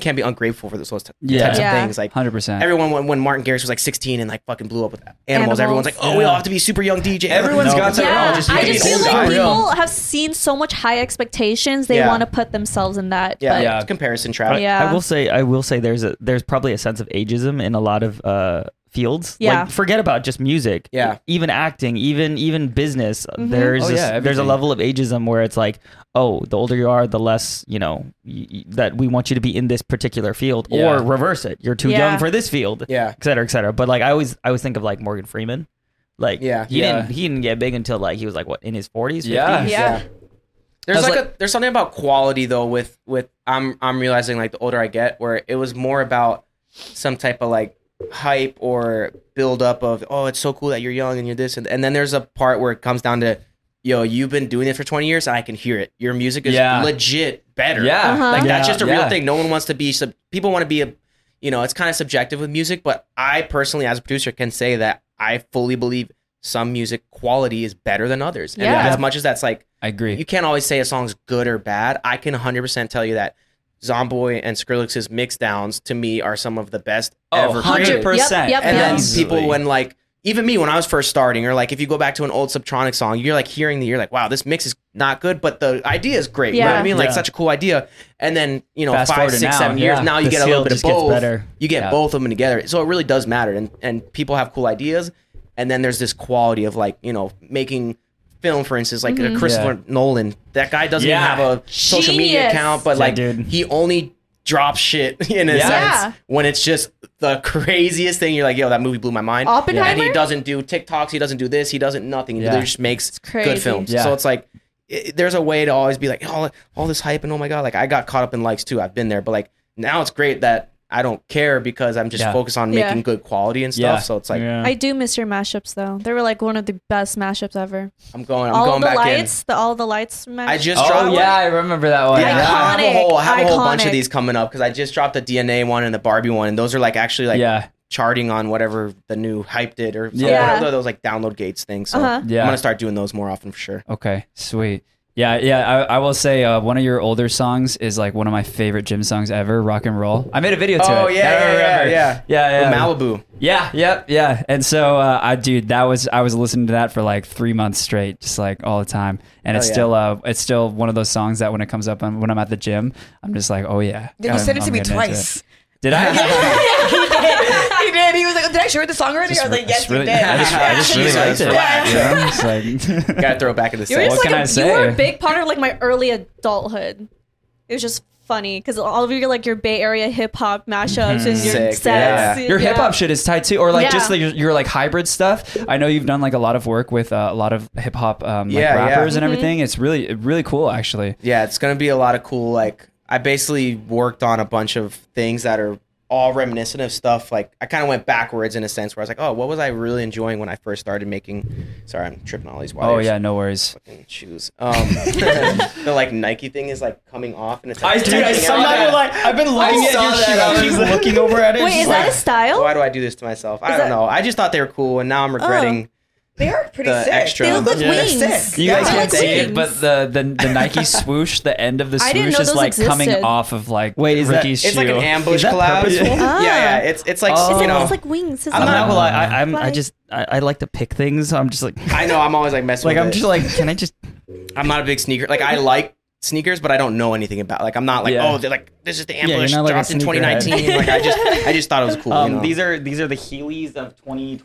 [SPEAKER 4] can't be ungrateful for those, those t-
[SPEAKER 2] Yeah.
[SPEAKER 4] types
[SPEAKER 1] Yeah.
[SPEAKER 4] of things. Like
[SPEAKER 2] Hundred percent.
[SPEAKER 4] everyone, when, when Martin Garrix was like 16 and like fucking blew up with animals,
[SPEAKER 1] Animals.
[SPEAKER 4] everyone's like, oh, we all have to be super young DJ.
[SPEAKER 2] Everyone's got
[SPEAKER 4] Everyone's
[SPEAKER 2] their
[SPEAKER 1] Yeah,
[SPEAKER 2] own.
[SPEAKER 1] I
[SPEAKER 2] make
[SPEAKER 1] just
[SPEAKER 2] it
[SPEAKER 1] feel
[SPEAKER 2] cool.
[SPEAKER 1] like
[SPEAKER 2] Unreal.
[SPEAKER 1] people have seen so much high expectations, they
[SPEAKER 4] Yeah.
[SPEAKER 1] want to put themselves in that.
[SPEAKER 4] yeah,
[SPEAKER 1] but-
[SPEAKER 2] Yeah.
[SPEAKER 4] it's comparison
[SPEAKER 5] I,
[SPEAKER 4] trap.
[SPEAKER 1] Yeah.
[SPEAKER 5] I will say I will say there's a there's probably a sense of ageism in a lot of uh fields.
[SPEAKER 1] Yeah.
[SPEAKER 5] Like forget about just music.
[SPEAKER 4] Yeah.
[SPEAKER 5] Even acting, even even business.
[SPEAKER 1] Mm-hmm.
[SPEAKER 5] uh, There's
[SPEAKER 2] Oh,
[SPEAKER 5] this-
[SPEAKER 2] yeah,
[SPEAKER 5] there's a
[SPEAKER 2] everything.
[SPEAKER 5] level of ageism where it's like, oh, the older you are, the less, you know, y- y- that we want you to be in this particular field.
[SPEAKER 2] Yeah.
[SPEAKER 5] Or reverse it. You're too
[SPEAKER 1] Yeah.
[SPEAKER 5] young for this field.
[SPEAKER 4] Yeah.
[SPEAKER 5] et cetera, et cetera. But like I always, I always think of like Morgan Freeman. Like
[SPEAKER 4] Yeah.
[SPEAKER 5] he
[SPEAKER 2] Yeah.
[SPEAKER 5] didn't he didn't get big until like he was like what in his forties.
[SPEAKER 2] Yeah.
[SPEAKER 1] Yeah.
[SPEAKER 4] There's
[SPEAKER 5] That's
[SPEAKER 4] like,
[SPEAKER 5] like-
[SPEAKER 4] a, there's something about quality though with with I'm I'm realizing like the older I get where it was more about some type of like hype or build up of oh it's so cool that you're young and you're this and, and then there's a part where it comes down to yo you've been doing it for 20 years and I can hear it your music is
[SPEAKER 2] Yeah.
[SPEAKER 4] legit better
[SPEAKER 2] Yeah.
[SPEAKER 1] Uh-huh.
[SPEAKER 4] like that's
[SPEAKER 2] Yeah.
[SPEAKER 4] just a
[SPEAKER 2] Yeah.
[SPEAKER 4] real thing no one wants to be sub- people want to be a you know it's kind of subjective with music but I personally as a producer can say that I fully believe some music quality is better than others and
[SPEAKER 1] Yeah.
[SPEAKER 4] as much as that's like
[SPEAKER 2] I agree.
[SPEAKER 4] you can't always say a song's good or bad. I can 100% tell you that Zomboy and Skrillex's mixdowns to me are some of the best
[SPEAKER 2] Oh,
[SPEAKER 4] ever. created.
[SPEAKER 1] 100%. Yep,
[SPEAKER 4] And then
[SPEAKER 2] Absolutely.
[SPEAKER 4] people when like even me when I was first starting or like if you go back to an old Subtronic song, you're like hearing the you're like wow, this mix is not good, but the idea is great. You know what
[SPEAKER 1] Yeah.
[SPEAKER 4] I mean? Like
[SPEAKER 5] Yeah.
[SPEAKER 4] such a cool idea. And then, you know,
[SPEAKER 2] Fast
[SPEAKER 4] five,
[SPEAKER 2] forward to
[SPEAKER 4] six, seven
[SPEAKER 2] now,
[SPEAKER 4] years
[SPEAKER 2] yeah.
[SPEAKER 4] now you
[SPEAKER 5] The
[SPEAKER 4] get a little
[SPEAKER 5] field
[SPEAKER 4] bit of
[SPEAKER 5] just gets
[SPEAKER 4] both.
[SPEAKER 5] better.
[SPEAKER 4] You get
[SPEAKER 2] Yeah.
[SPEAKER 4] both of them together. So it really does matter and and people have cool ideas and then there's this quality of like, you know, making film for instance like
[SPEAKER 1] Mm-hmm.
[SPEAKER 4] Christopher Nolan. That guy doesn't
[SPEAKER 2] Yeah.
[SPEAKER 4] even have a social media
[SPEAKER 1] Genius.
[SPEAKER 4] account, but
[SPEAKER 5] Yeah,
[SPEAKER 4] like
[SPEAKER 5] dude.
[SPEAKER 4] he only drops shit in a
[SPEAKER 2] Yeah.
[SPEAKER 1] Yeah.
[SPEAKER 4] sense when it's just the craziest thing. You're like, yo, that movie blew my mind.
[SPEAKER 1] Oppenheimer?
[SPEAKER 4] And he doesn't do TikToks. He doesn't do this. He doesn't nothing. He
[SPEAKER 2] Yeah.
[SPEAKER 4] literally just makes
[SPEAKER 1] crazy.
[SPEAKER 4] good films.
[SPEAKER 2] Yeah.
[SPEAKER 4] So it's like, it, there's a way to always be like, oh, all this hype and oh my god, like I got caught up in likes too. I've been there, but like now it's great that I don't care because I'm just
[SPEAKER 2] Yeah.
[SPEAKER 4] focused on
[SPEAKER 1] Yeah.
[SPEAKER 4] making good quality and stuff.
[SPEAKER 2] Yeah.
[SPEAKER 4] So it's like
[SPEAKER 1] I do miss your mashups though. They were like one of the best mashups ever.
[SPEAKER 4] I'm going, I'm
[SPEAKER 1] all
[SPEAKER 4] going
[SPEAKER 1] the
[SPEAKER 4] back
[SPEAKER 1] lights, the all the lights
[SPEAKER 4] in. I
[SPEAKER 1] mashup.
[SPEAKER 2] Oh,
[SPEAKER 4] just dropped.
[SPEAKER 2] I remember that one.
[SPEAKER 4] Yeah, I have a
[SPEAKER 1] Iconic,
[SPEAKER 4] whole, I have a whole bunch
[SPEAKER 1] iconic.
[SPEAKER 4] of these coming up because I just dropped the DNA one and the Barbie one, and those are like actually like
[SPEAKER 2] yeah.
[SPEAKER 4] charting on whatever the new hype did or
[SPEAKER 2] Yeah.
[SPEAKER 4] yeah. whatever those like download gates things. So
[SPEAKER 1] Uh-huh.
[SPEAKER 2] Yeah.
[SPEAKER 4] I'm gonna start doing those more often for sure.
[SPEAKER 2] Okay, sweet. Yeah, yeah. I, I will say uh, one of your older songs is like one of my favorite gym songs ever, "Rock and Roll." I made a video to
[SPEAKER 4] Oh,
[SPEAKER 2] it.
[SPEAKER 4] yeah,
[SPEAKER 2] I
[SPEAKER 4] yeah, yeah,
[SPEAKER 2] remember.
[SPEAKER 4] yeah.
[SPEAKER 2] yeah, yeah.
[SPEAKER 4] Malibu.
[SPEAKER 2] Yeah, yep, yeah. And so, uh, I dude, that was I was listening to that for like three months straight, just like all the time. And it's
[SPEAKER 4] Oh, yeah.
[SPEAKER 2] still, uh, it's still one of those songs that when it comes up on, when I'm at the gym, I'm just like, oh yeah.
[SPEAKER 3] Then you
[SPEAKER 2] I'm-
[SPEAKER 3] sent it to
[SPEAKER 2] I'm
[SPEAKER 3] me
[SPEAKER 2] getting into
[SPEAKER 3] twice.
[SPEAKER 2] Did I?
[SPEAKER 3] he did. He was like, "Did I share the song already?" I was like, "Yes,
[SPEAKER 2] really,
[SPEAKER 3] you did."
[SPEAKER 2] I just, I just really liked it.
[SPEAKER 4] Yeah.
[SPEAKER 2] You know, it's like-
[SPEAKER 4] Gotta throw it back in the
[SPEAKER 1] You were
[SPEAKER 4] set.
[SPEAKER 2] What
[SPEAKER 1] just
[SPEAKER 2] can
[SPEAKER 1] like
[SPEAKER 2] I
[SPEAKER 1] a,
[SPEAKER 2] say?
[SPEAKER 1] you were a big part of like my early adulthood. It was just funny because all of your like your Bay Area hip hop mashups and your
[SPEAKER 4] Sick,
[SPEAKER 1] sets.
[SPEAKER 4] yeah.
[SPEAKER 2] Your hip hop shit is tied too, or like
[SPEAKER 1] Yeah.
[SPEAKER 2] just like your, your like hybrid stuff. I know you've done like a lot of work with uh, a lot of hip hop um, like
[SPEAKER 4] Yeah, yeah.
[SPEAKER 2] rappers
[SPEAKER 1] Mm-hmm.
[SPEAKER 2] and everything. It's really really cool actually.
[SPEAKER 4] Yeah, it's gonna be a lot of cool. Like I basically worked on a bunch of things that are all reminiscent of stuff like I kind of went backwards in a sense where I was like, oh, what was I really enjoying when I first started making? Sorry, I'm tripping all these wires.
[SPEAKER 2] Oh yeah, no worries.
[SPEAKER 4] Fucking shoes. Um, the like Nike thing is like coming off, and it's like,
[SPEAKER 2] dude, I
[SPEAKER 4] tightening
[SPEAKER 2] saw
[SPEAKER 4] out.
[SPEAKER 2] that.
[SPEAKER 5] like, I've been looking
[SPEAKER 4] saw that. I
[SPEAKER 5] keep
[SPEAKER 4] was-
[SPEAKER 5] looking over at it.
[SPEAKER 1] Wait, is
[SPEAKER 5] just
[SPEAKER 1] that
[SPEAKER 5] like-
[SPEAKER 1] a style?
[SPEAKER 4] Why do I do this to myself? I don't know. I just thought they were cool, and now I'm regretting.
[SPEAKER 3] They are pretty
[SPEAKER 4] The
[SPEAKER 3] sick.
[SPEAKER 4] extra-
[SPEAKER 3] They look like
[SPEAKER 1] Yeah.
[SPEAKER 3] wings.
[SPEAKER 1] They're sick.
[SPEAKER 2] You
[SPEAKER 1] Yeah.
[SPEAKER 2] guys
[SPEAKER 1] I
[SPEAKER 2] can't
[SPEAKER 1] like
[SPEAKER 2] see it,
[SPEAKER 1] wings.
[SPEAKER 2] but the, the the Nike swoosh, the end of the
[SPEAKER 1] I didn't
[SPEAKER 2] swoosh
[SPEAKER 1] know
[SPEAKER 2] is
[SPEAKER 1] those
[SPEAKER 2] like coming
[SPEAKER 1] existed.
[SPEAKER 2] off of like
[SPEAKER 5] Wait, is that-
[SPEAKER 2] Ricky's
[SPEAKER 4] It's
[SPEAKER 2] shoe.
[SPEAKER 4] like an ambush
[SPEAKER 5] Is that
[SPEAKER 4] collab.
[SPEAKER 5] purposeful?
[SPEAKER 4] yeah,
[SPEAKER 1] Ah.
[SPEAKER 4] yeah. It's it's like
[SPEAKER 1] It's
[SPEAKER 4] you
[SPEAKER 1] like,
[SPEAKER 4] know.
[SPEAKER 1] it's like wings. It's
[SPEAKER 5] I'm
[SPEAKER 1] like-
[SPEAKER 5] not gonna lie. I, I'm, I
[SPEAKER 1] Like-
[SPEAKER 5] just I, I like to pick things. So I'm just like
[SPEAKER 4] I know. I'm always like messing.
[SPEAKER 5] like
[SPEAKER 4] with
[SPEAKER 5] I'm
[SPEAKER 4] it.
[SPEAKER 5] just like can I just
[SPEAKER 4] I'm not a big sneaker. Like I like sneakers, but I don't know anything about. Like I'm not like
[SPEAKER 2] Yeah.
[SPEAKER 4] oh they're like this is the
[SPEAKER 5] you're
[SPEAKER 4] ambush
[SPEAKER 5] not like a
[SPEAKER 4] dropped in
[SPEAKER 5] sneakerhead.
[SPEAKER 4] 2019. like I just I just thought it was cool. you know?
[SPEAKER 5] um, these are these are the Heelys of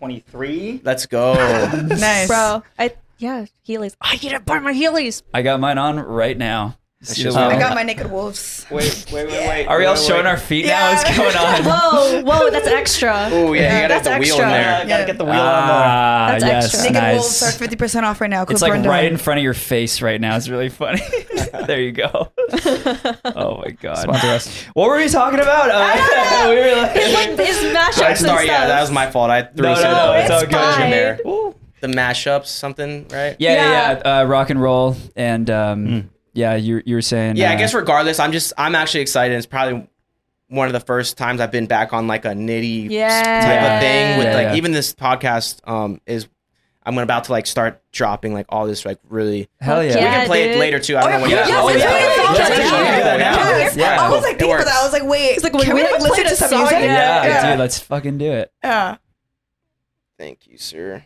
[SPEAKER 5] 2023.
[SPEAKER 4] Let's go. Oh,
[SPEAKER 3] Nice.
[SPEAKER 1] bro. I yeah, Heelys. I need to buy my Heelys.
[SPEAKER 2] I got mine on right now. See the
[SPEAKER 4] just-
[SPEAKER 2] wheel?
[SPEAKER 3] I got my naked wolves.
[SPEAKER 5] Wait wait wait wait. Uh,
[SPEAKER 2] Are we all showing our feet now?
[SPEAKER 3] Yeah.
[SPEAKER 2] What's going on?
[SPEAKER 1] Whoa, whoa, that's extra.
[SPEAKER 4] Oh yeah, you gotta
[SPEAKER 1] That's
[SPEAKER 4] have the wheel in
[SPEAKER 1] extra.
[SPEAKER 4] there.
[SPEAKER 5] gotta get the wheel on
[SPEAKER 2] Ah,
[SPEAKER 1] That's
[SPEAKER 2] yes,
[SPEAKER 1] extra.
[SPEAKER 3] Naked wolves are
[SPEAKER 2] nice.
[SPEAKER 3] fifty percent off right now.
[SPEAKER 2] It's like right in front of your face right now. It's really funny. there you go. Oh my god. What were we talking about?
[SPEAKER 1] Ah,
[SPEAKER 2] Uh, we were
[SPEAKER 1] It's
[SPEAKER 2] like,
[SPEAKER 1] like his mashups
[SPEAKER 4] I
[SPEAKER 1] and stuff.
[SPEAKER 4] sorry, yeah, that was my fault. I threw
[SPEAKER 2] No,
[SPEAKER 4] some
[SPEAKER 2] no, no, it's all
[SPEAKER 1] It's
[SPEAKER 2] good.
[SPEAKER 1] fine.
[SPEAKER 4] in there.
[SPEAKER 5] Ooh.
[SPEAKER 4] The mashups, something, right?
[SPEAKER 2] yeah, yeah,
[SPEAKER 1] Yeah.
[SPEAKER 2] yeah. Uh, rock and roll, and um, yeah, you you were saying.
[SPEAKER 4] Mm. Yeah, I
[SPEAKER 2] uh,
[SPEAKER 4] guess regardless, I'm just I'm actually excited. It's probably one of the first times I've been back on like a nitty
[SPEAKER 1] Yeah.
[SPEAKER 4] type
[SPEAKER 2] Yeah.
[SPEAKER 4] of thing with
[SPEAKER 2] Yeah,
[SPEAKER 4] like
[SPEAKER 2] yeah.
[SPEAKER 4] even this podcast um is I'm about to like start dropping like all this like really
[SPEAKER 2] hell yeah.
[SPEAKER 1] Fuck
[SPEAKER 4] we
[SPEAKER 1] yeah.
[SPEAKER 4] can play
[SPEAKER 1] dude.
[SPEAKER 4] it later too. I don't know when
[SPEAKER 2] yeah.
[SPEAKER 4] you-
[SPEAKER 2] Yes,
[SPEAKER 4] Oh,
[SPEAKER 2] it's
[SPEAKER 4] yeah.
[SPEAKER 2] really
[SPEAKER 4] Yeah,
[SPEAKER 2] fun.
[SPEAKER 4] yeah,
[SPEAKER 2] Yeah.
[SPEAKER 4] yeah, yeah,
[SPEAKER 2] Yeah.
[SPEAKER 4] yeah, yeah.
[SPEAKER 2] Yeah.
[SPEAKER 3] I was like
[SPEAKER 4] It
[SPEAKER 3] thinking for
[SPEAKER 4] works.
[SPEAKER 3] that. I was like, wait.
[SPEAKER 1] It's like,
[SPEAKER 3] can
[SPEAKER 1] we
[SPEAKER 3] we like
[SPEAKER 1] haven't
[SPEAKER 3] listen
[SPEAKER 1] played
[SPEAKER 3] to
[SPEAKER 1] a
[SPEAKER 3] some
[SPEAKER 1] song
[SPEAKER 3] music?
[SPEAKER 1] yet.
[SPEAKER 2] Yeah,
[SPEAKER 1] Yeah.
[SPEAKER 2] dude, let's fucking do it.
[SPEAKER 3] Yeah.
[SPEAKER 4] Thank you, sir.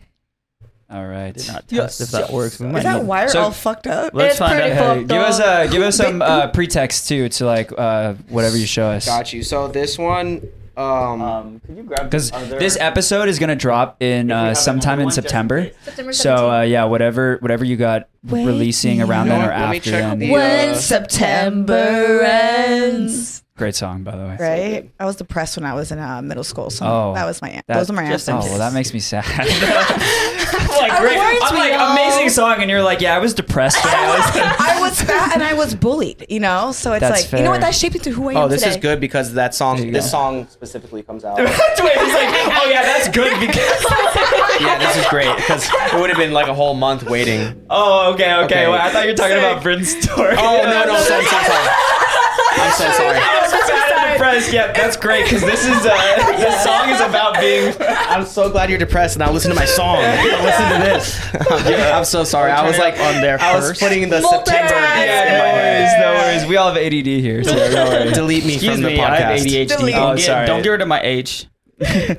[SPEAKER 2] All right.
[SPEAKER 5] Not test if that works. We might
[SPEAKER 3] Is that
[SPEAKER 5] need-
[SPEAKER 3] wire
[SPEAKER 2] So-
[SPEAKER 3] all fucked up?
[SPEAKER 5] Let's
[SPEAKER 1] It's
[SPEAKER 5] find
[SPEAKER 1] pretty
[SPEAKER 5] out.
[SPEAKER 1] fucked
[SPEAKER 2] Hey, give us
[SPEAKER 1] up.
[SPEAKER 2] uh, give us some uh, pretext too to like uh, whatever you show us.
[SPEAKER 4] Got you. So this one, um,
[SPEAKER 5] Um, could you grab
[SPEAKER 2] Because
[SPEAKER 5] other-
[SPEAKER 2] this episode is gonna drop in
[SPEAKER 5] have
[SPEAKER 2] uh,
[SPEAKER 5] it
[SPEAKER 2] sometime
[SPEAKER 5] on
[SPEAKER 2] in
[SPEAKER 5] one, just in
[SPEAKER 2] September.
[SPEAKER 5] case.
[SPEAKER 1] September
[SPEAKER 2] So uh, yeah, whatever whatever you got
[SPEAKER 1] Wait.
[SPEAKER 2] releasing around
[SPEAKER 4] You know
[SPEAKER 2] then or
[SPEAKER 4] what? Let me
[SPEAKER 2] after
[SPEAKER 4] check
[SPEAKER 2] then.
[SPEAKER 4] the- Yeah.
[SPEAKER 3] September ends.
[SPEAKER 2] Great song by the way.
[SPEAKER 3] Right? I was depressed when I was in uh, middle school, so
[SPEAKER 2] Oh.
[SPEAKER 3] that was my an-
[SPEAKER 2] That-
[SPEAKER 3] those were my
[SPEAKER 5] just-
[SPEAKER 3] answers.
[SPEAKER 2] Oh well, that makes me sad. I'm like, great.
[SPEAKER 1] words
[SPEAKER 2] I'm
[SPEAKER 1] we
[SPEAKER 2] like
[SPEAKER 1] all-
[SPEAKER 2] amazing song, and you're like, yeah, I was depressed. When I was
[SPEAKER 3] I was fat and I was bullied, you know. So it's
[SPEAKER 2] That's
[SPEAKER 3] like you know what
[SPEAKER 2] fair.
[SPEAKER 3] that shaped into who I am
[SPEAKER 4] oh, this
[SPEAKER 3] today.
[SPEAKER 4] is good because that song,
[SPEAKER 2] you
[SPEAKER 4] this
[SPEAKER 2] go.
[SPEAKER 4] song specifically comes out.
[SPEAKER 2] Wait, he's like, oh yeah, that's good because.
[SPEAKER 4] yeah, this is great because it would have been like a whole month waiting.
[SPEAKER 2] Oh okay, okay.
[SPEAKER 4] Okay.
[SPEAKER 2] Well, I thought you were talking about Bryn's story.
[SPEAKER 4] Oh no, no, so, I'm so sorry. I'm so sorry.
[SPEAKER 2] Sad and depressed. Yeah, that's great because this is uh, this song is about being.
[SPEAKER 4] I'm so glad you're depressed, and I listen to my song.
[SPEAKER 5] Listen to this.
[SPEAKER 4] I'm so sorry. I was like
[SPEAKER 5] on there
[SPEAKER 4] I was
[SPEAKER 5] first.
[SPEAKER 4] putting the
[SPEAKER 1] Multitask.
[SPEAKER 4] September
[SPEAKER 1] Yeah,
[SPEAKER 4] in my head.
[SPEAKER 2] no worries. We all have ADD here, so no worries.
[SPEAKER 4] Delete me
[SPEAKER 5] Excuse
[SPEAKER 4] from the
[SPEAKER 5] me, I have
[SPEAKER 4] podcast.
[SPEAKER 5] ADHD.
[SPEAKER 3] Delete.
[SPEAKER 5] Don't,
[SPEAKER 2] Oh,
[SPEAKER 5] get,
[SPEAKER 2] sorry.
[SPEAKER 5] don't get rid of my age.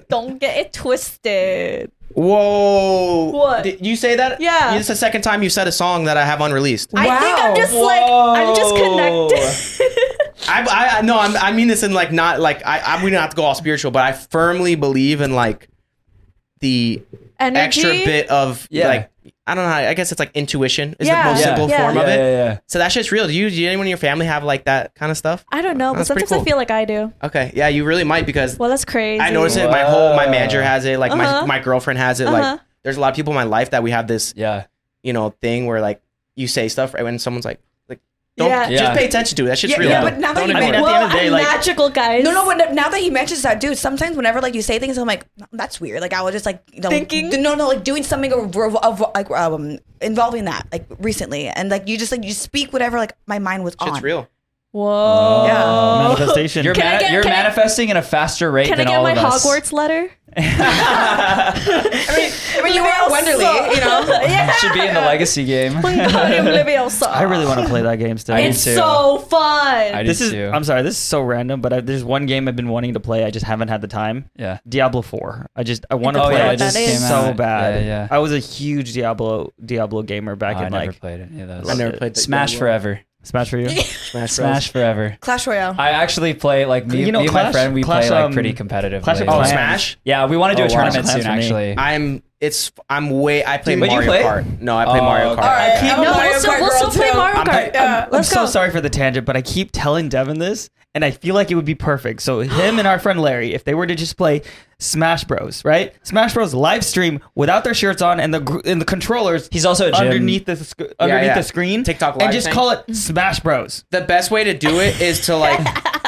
[SPEAKER 1] Don't get it twisted.
[SPEAKER 4] Whoa!
[SPEAKER 1] What?
[SPEAKER 4] Did you say that?
[SPEAKER 1] Yeah.
[SPEAKER 4] This is the second time you said a song that I have unreleased.
[SPEAKER 1] I think I'm
[SPEAKER 3] Wow.
[SPEAKER 1] just like I'm just connected.
[SPEAKER 4] I, I, I no, I'm, I mean this in like not like I, I we don't have to go all spiritual, but I firmly believe in like the
[SPEAKER 1] Energy.
[SPEAKER 4] extra bit of
[SPEAKER 2] Yeah.
[SPEAKER 4] like I don't know. I guess it's like intuition is
[SPEAKER 1] Yeah.
[SPEAKER 4] the most
[SPEAKER 1] Yeah.
[SPEAKER 4] simple
[SPEAKER 1] Yeah.
[SPEAKER 4] form of
[SPEAKER 2] yeah,
[SPEAKER 4] it.
[SPEAKER 2] yeah, yeah.
[SPEAKER 4] So that shit's real. Do you? Do anyone in your family have like that kind of stuff?
[SPEAKER 1] I don't know, but
[SPEAKER 4] That's pretty
[SPEAKER 1] sometimes I
[SPEAKER 4] cool.
[SPEAKER 1] feel like I do.
[SPEAKER 4] Okay, yeah, you really might because
[SPEAKER 1] Well, that's crazy.
[SPEAKER 4] I notice it. My whole my manager has it. Like
[SPEAKER 1] Uh-huh.
[SPEAKER 4] my my girlfriend has it.
[SPEAKER 1] Uh-huh.
[SPEAKER 4] Like there's a lot of people in my life that we have this
[SPEAKER 2] Yeah.
[SPEAKER 4] you know thing where like you say stuff right when someone's like like don't
[SPEAKER 1] Yeah.
[SPEAKER 2] Yeah.
[SPEAKER 4] just pay attention to it. That shit's
[SPEAKER 3] Yeah,
[SPEAKER 4] real.
[SPEAKER 3] yeah,
[SPEAKER 4] Don't-
[SPEAKER 3] but now that
[SPEAKER 4] don't
[SPEAKER 3] you
[SPEAKER 4] ignore
[SPEAKER 5] mean,
[SPEAKER 4] it.
[SPEAKER 5] at
[SPEAKER 1] Well,
[SPEAKER 5] the end of the day,
[SPEAKER 1] I'm
[SPEAKER 5] like-
[SPEAKER 1] magical guys.
[SPEAKER 3] No, no. When, now that he mentions that, dude, sometimes whenever like you say things, I'm like, that's weird. Like I was just like you know,
[SPEAKER 1] Thinking?
[SPEAKER 3] No, no, like doing something of, of like um involving that like recently, and like you just like you speak whatever like my mind was on.
[SPEAKER 4] Shit's real.
[SPEAKER 2] Oh,
[SPEAKER 1] Whoa.
[SPEAKER 5] Uh, Manifestation.
[SPEAKER 2] You're,
[SPEAKER 1] Can I
[SPEAKER 2] mani-
[SPEAKER 1] get-
[SPEAKER 2] you're
[SPEAKER 1] can I-
[SPEAKER 2] manifesting at a faster rate
[SPEAKER 1] Can I
[SPEAKER 2] than
[SPEAKER 1] get
[SPEAKER 2] all
[SPEAKER 1] my
[SPEAKER 2] of us.
[SPEAKER 1] Hogwarts letter?
[SPEAKER 3] I mean, you were at Wonderly, you know.
[SPEAKER 1] yeah. Oh
[SPEAKER 2] Should be in the legacy game.
[SPEAKER 5] I really want to play that game still.
[SPEAKER 2] I
[SPEAKER 1] It's
[SPEAKER 2] do too.
[SPEAKER 1] so fun.
[SPEAKER 2] I do
[SPEAKER 5] this is.
[SPEAKER 2] too.
[SPEAKER 5] I'm sorry. This is so random, but I, there's one game I've been wanting to play. I just haven't had the time.
[SPEAKER 2] Yeah.
[SPEAKER 5] Diablo Four. I just I want to
[SPEAKER 2] Oh,
[SPEAKER 5] play
[SPEAKER 2] yeah,
[SPEAKER 5] it,
[SPEAKER 1] it just came
[SPEAKER 5] so
[SPEAKER 2] out.
[SPEAKER 5] bad.
[SPEAKER 2] Yeah, yeah.
[SPEAKER 5] I was a huge Diablo Diablo gamer back
[SPEAKER 2] Oh,
[SPEAKER 5] in
[SPEAKER 2] I never
[SPEAKER 5] like
[SPEAKER 2] played any of those.
[SPEAKER 5] I never
[SPEAKER 4] played the-
[SPEAKER 2] Smash
[SPEAKER 4] the-
[SPEAKER 2] forever.
[SPEAKER 5] Smash for you.
[SPEAKER 4] Smash, Bros.
[SPEAKER 2] Smash forever.
[SPEAKER 3] Clash Royale.
[SPEAKER 2] I actually play like me,
[SPEAKER 5] You know,
[SPEAKER 2] me and my
[SPEAKER 5] Clash-
[SPEAKER 2] friend. We
[SPEAKER 5] Clash,
[SPEAKER 2] play like
[SPEAKER 5] um,
[SPEAKER 2] pretty competitively.
[SPEAKER 5] Clash of
[SPEAKER 4] Oh,
[SPEAKER 5] Clans.
[SPEAKER 4] Smash.
[SPEAKER 2] Yeah, we want to do
[SPEAKER 4] Oh,
[SPEAKER 2] a
[SPEAKER 4] wow.
[SPEAKER 2] tournament
[SPEAKER 5] Clash of
[SPEAKER 2] soon.
[SPEAKER 5] Clans for me.
[SPEAKER 2] Actually,
[SPEAKER 4] I'm. It's. I'm way. I play
[SPEAKER 2] But you
[SPEAKER 4] Mario
[SPEAKER 2] play?
[SPEAKER 4] Kart. No, I play
[SPEAKER 2] Oh,
[SPEAKER 4] Mario Kart.
[SPEAKER 2] okay.
[SPEAKER 3] All right,
[SPEAKER 4] I-
[SPEAKER 1] no,
[SPEAKER 3] I'm a
[SPEAKER 1] we'll
[SPEAKER 3] Mario
[SPEAKER 1] still,
[SPEAKER 3] Kart
[SPEAKER 1] we'll
[SPEAKER 3] girl,
[SPEAKER 1] still play
[SPEAKER 3] too.
[SPEAKER 1] Mario
[SPEAKER 4] I'm
[SPEAKER 1] Kart.
[SPEAKER 4] like-
[SPEAKER 1] Yeah,
[SPEAKER 5] I'm
[SPEAKER 1] uh, let's
[SPEAKER 5] so
[SPEAKER 1] go.
[SPEAKER 5] sorry for the tangent, but I keep telling Devin this, and I feel like it would be perfect. So him and our friend Larry, if they were to just play Smash Bros, right? Smash Bros live stream without their shirts on and the gr- and the controllers.
[SPEAKER 2] He's also a gym-
[SPEAKER 5] underneath the sc- underneath
[SPEAKER 4] yeah.
[SPEAKER 5] the screen.
[SPEAKER 4] TikTok
[SPEAKER 5] and
[SPEAKER 4] live
[SPEAKER 5] just
[SPEAKER 4] thing.
[SPEAKER 5] call it Smash Bros.
[SPEAKER 4] the best way to do it is to like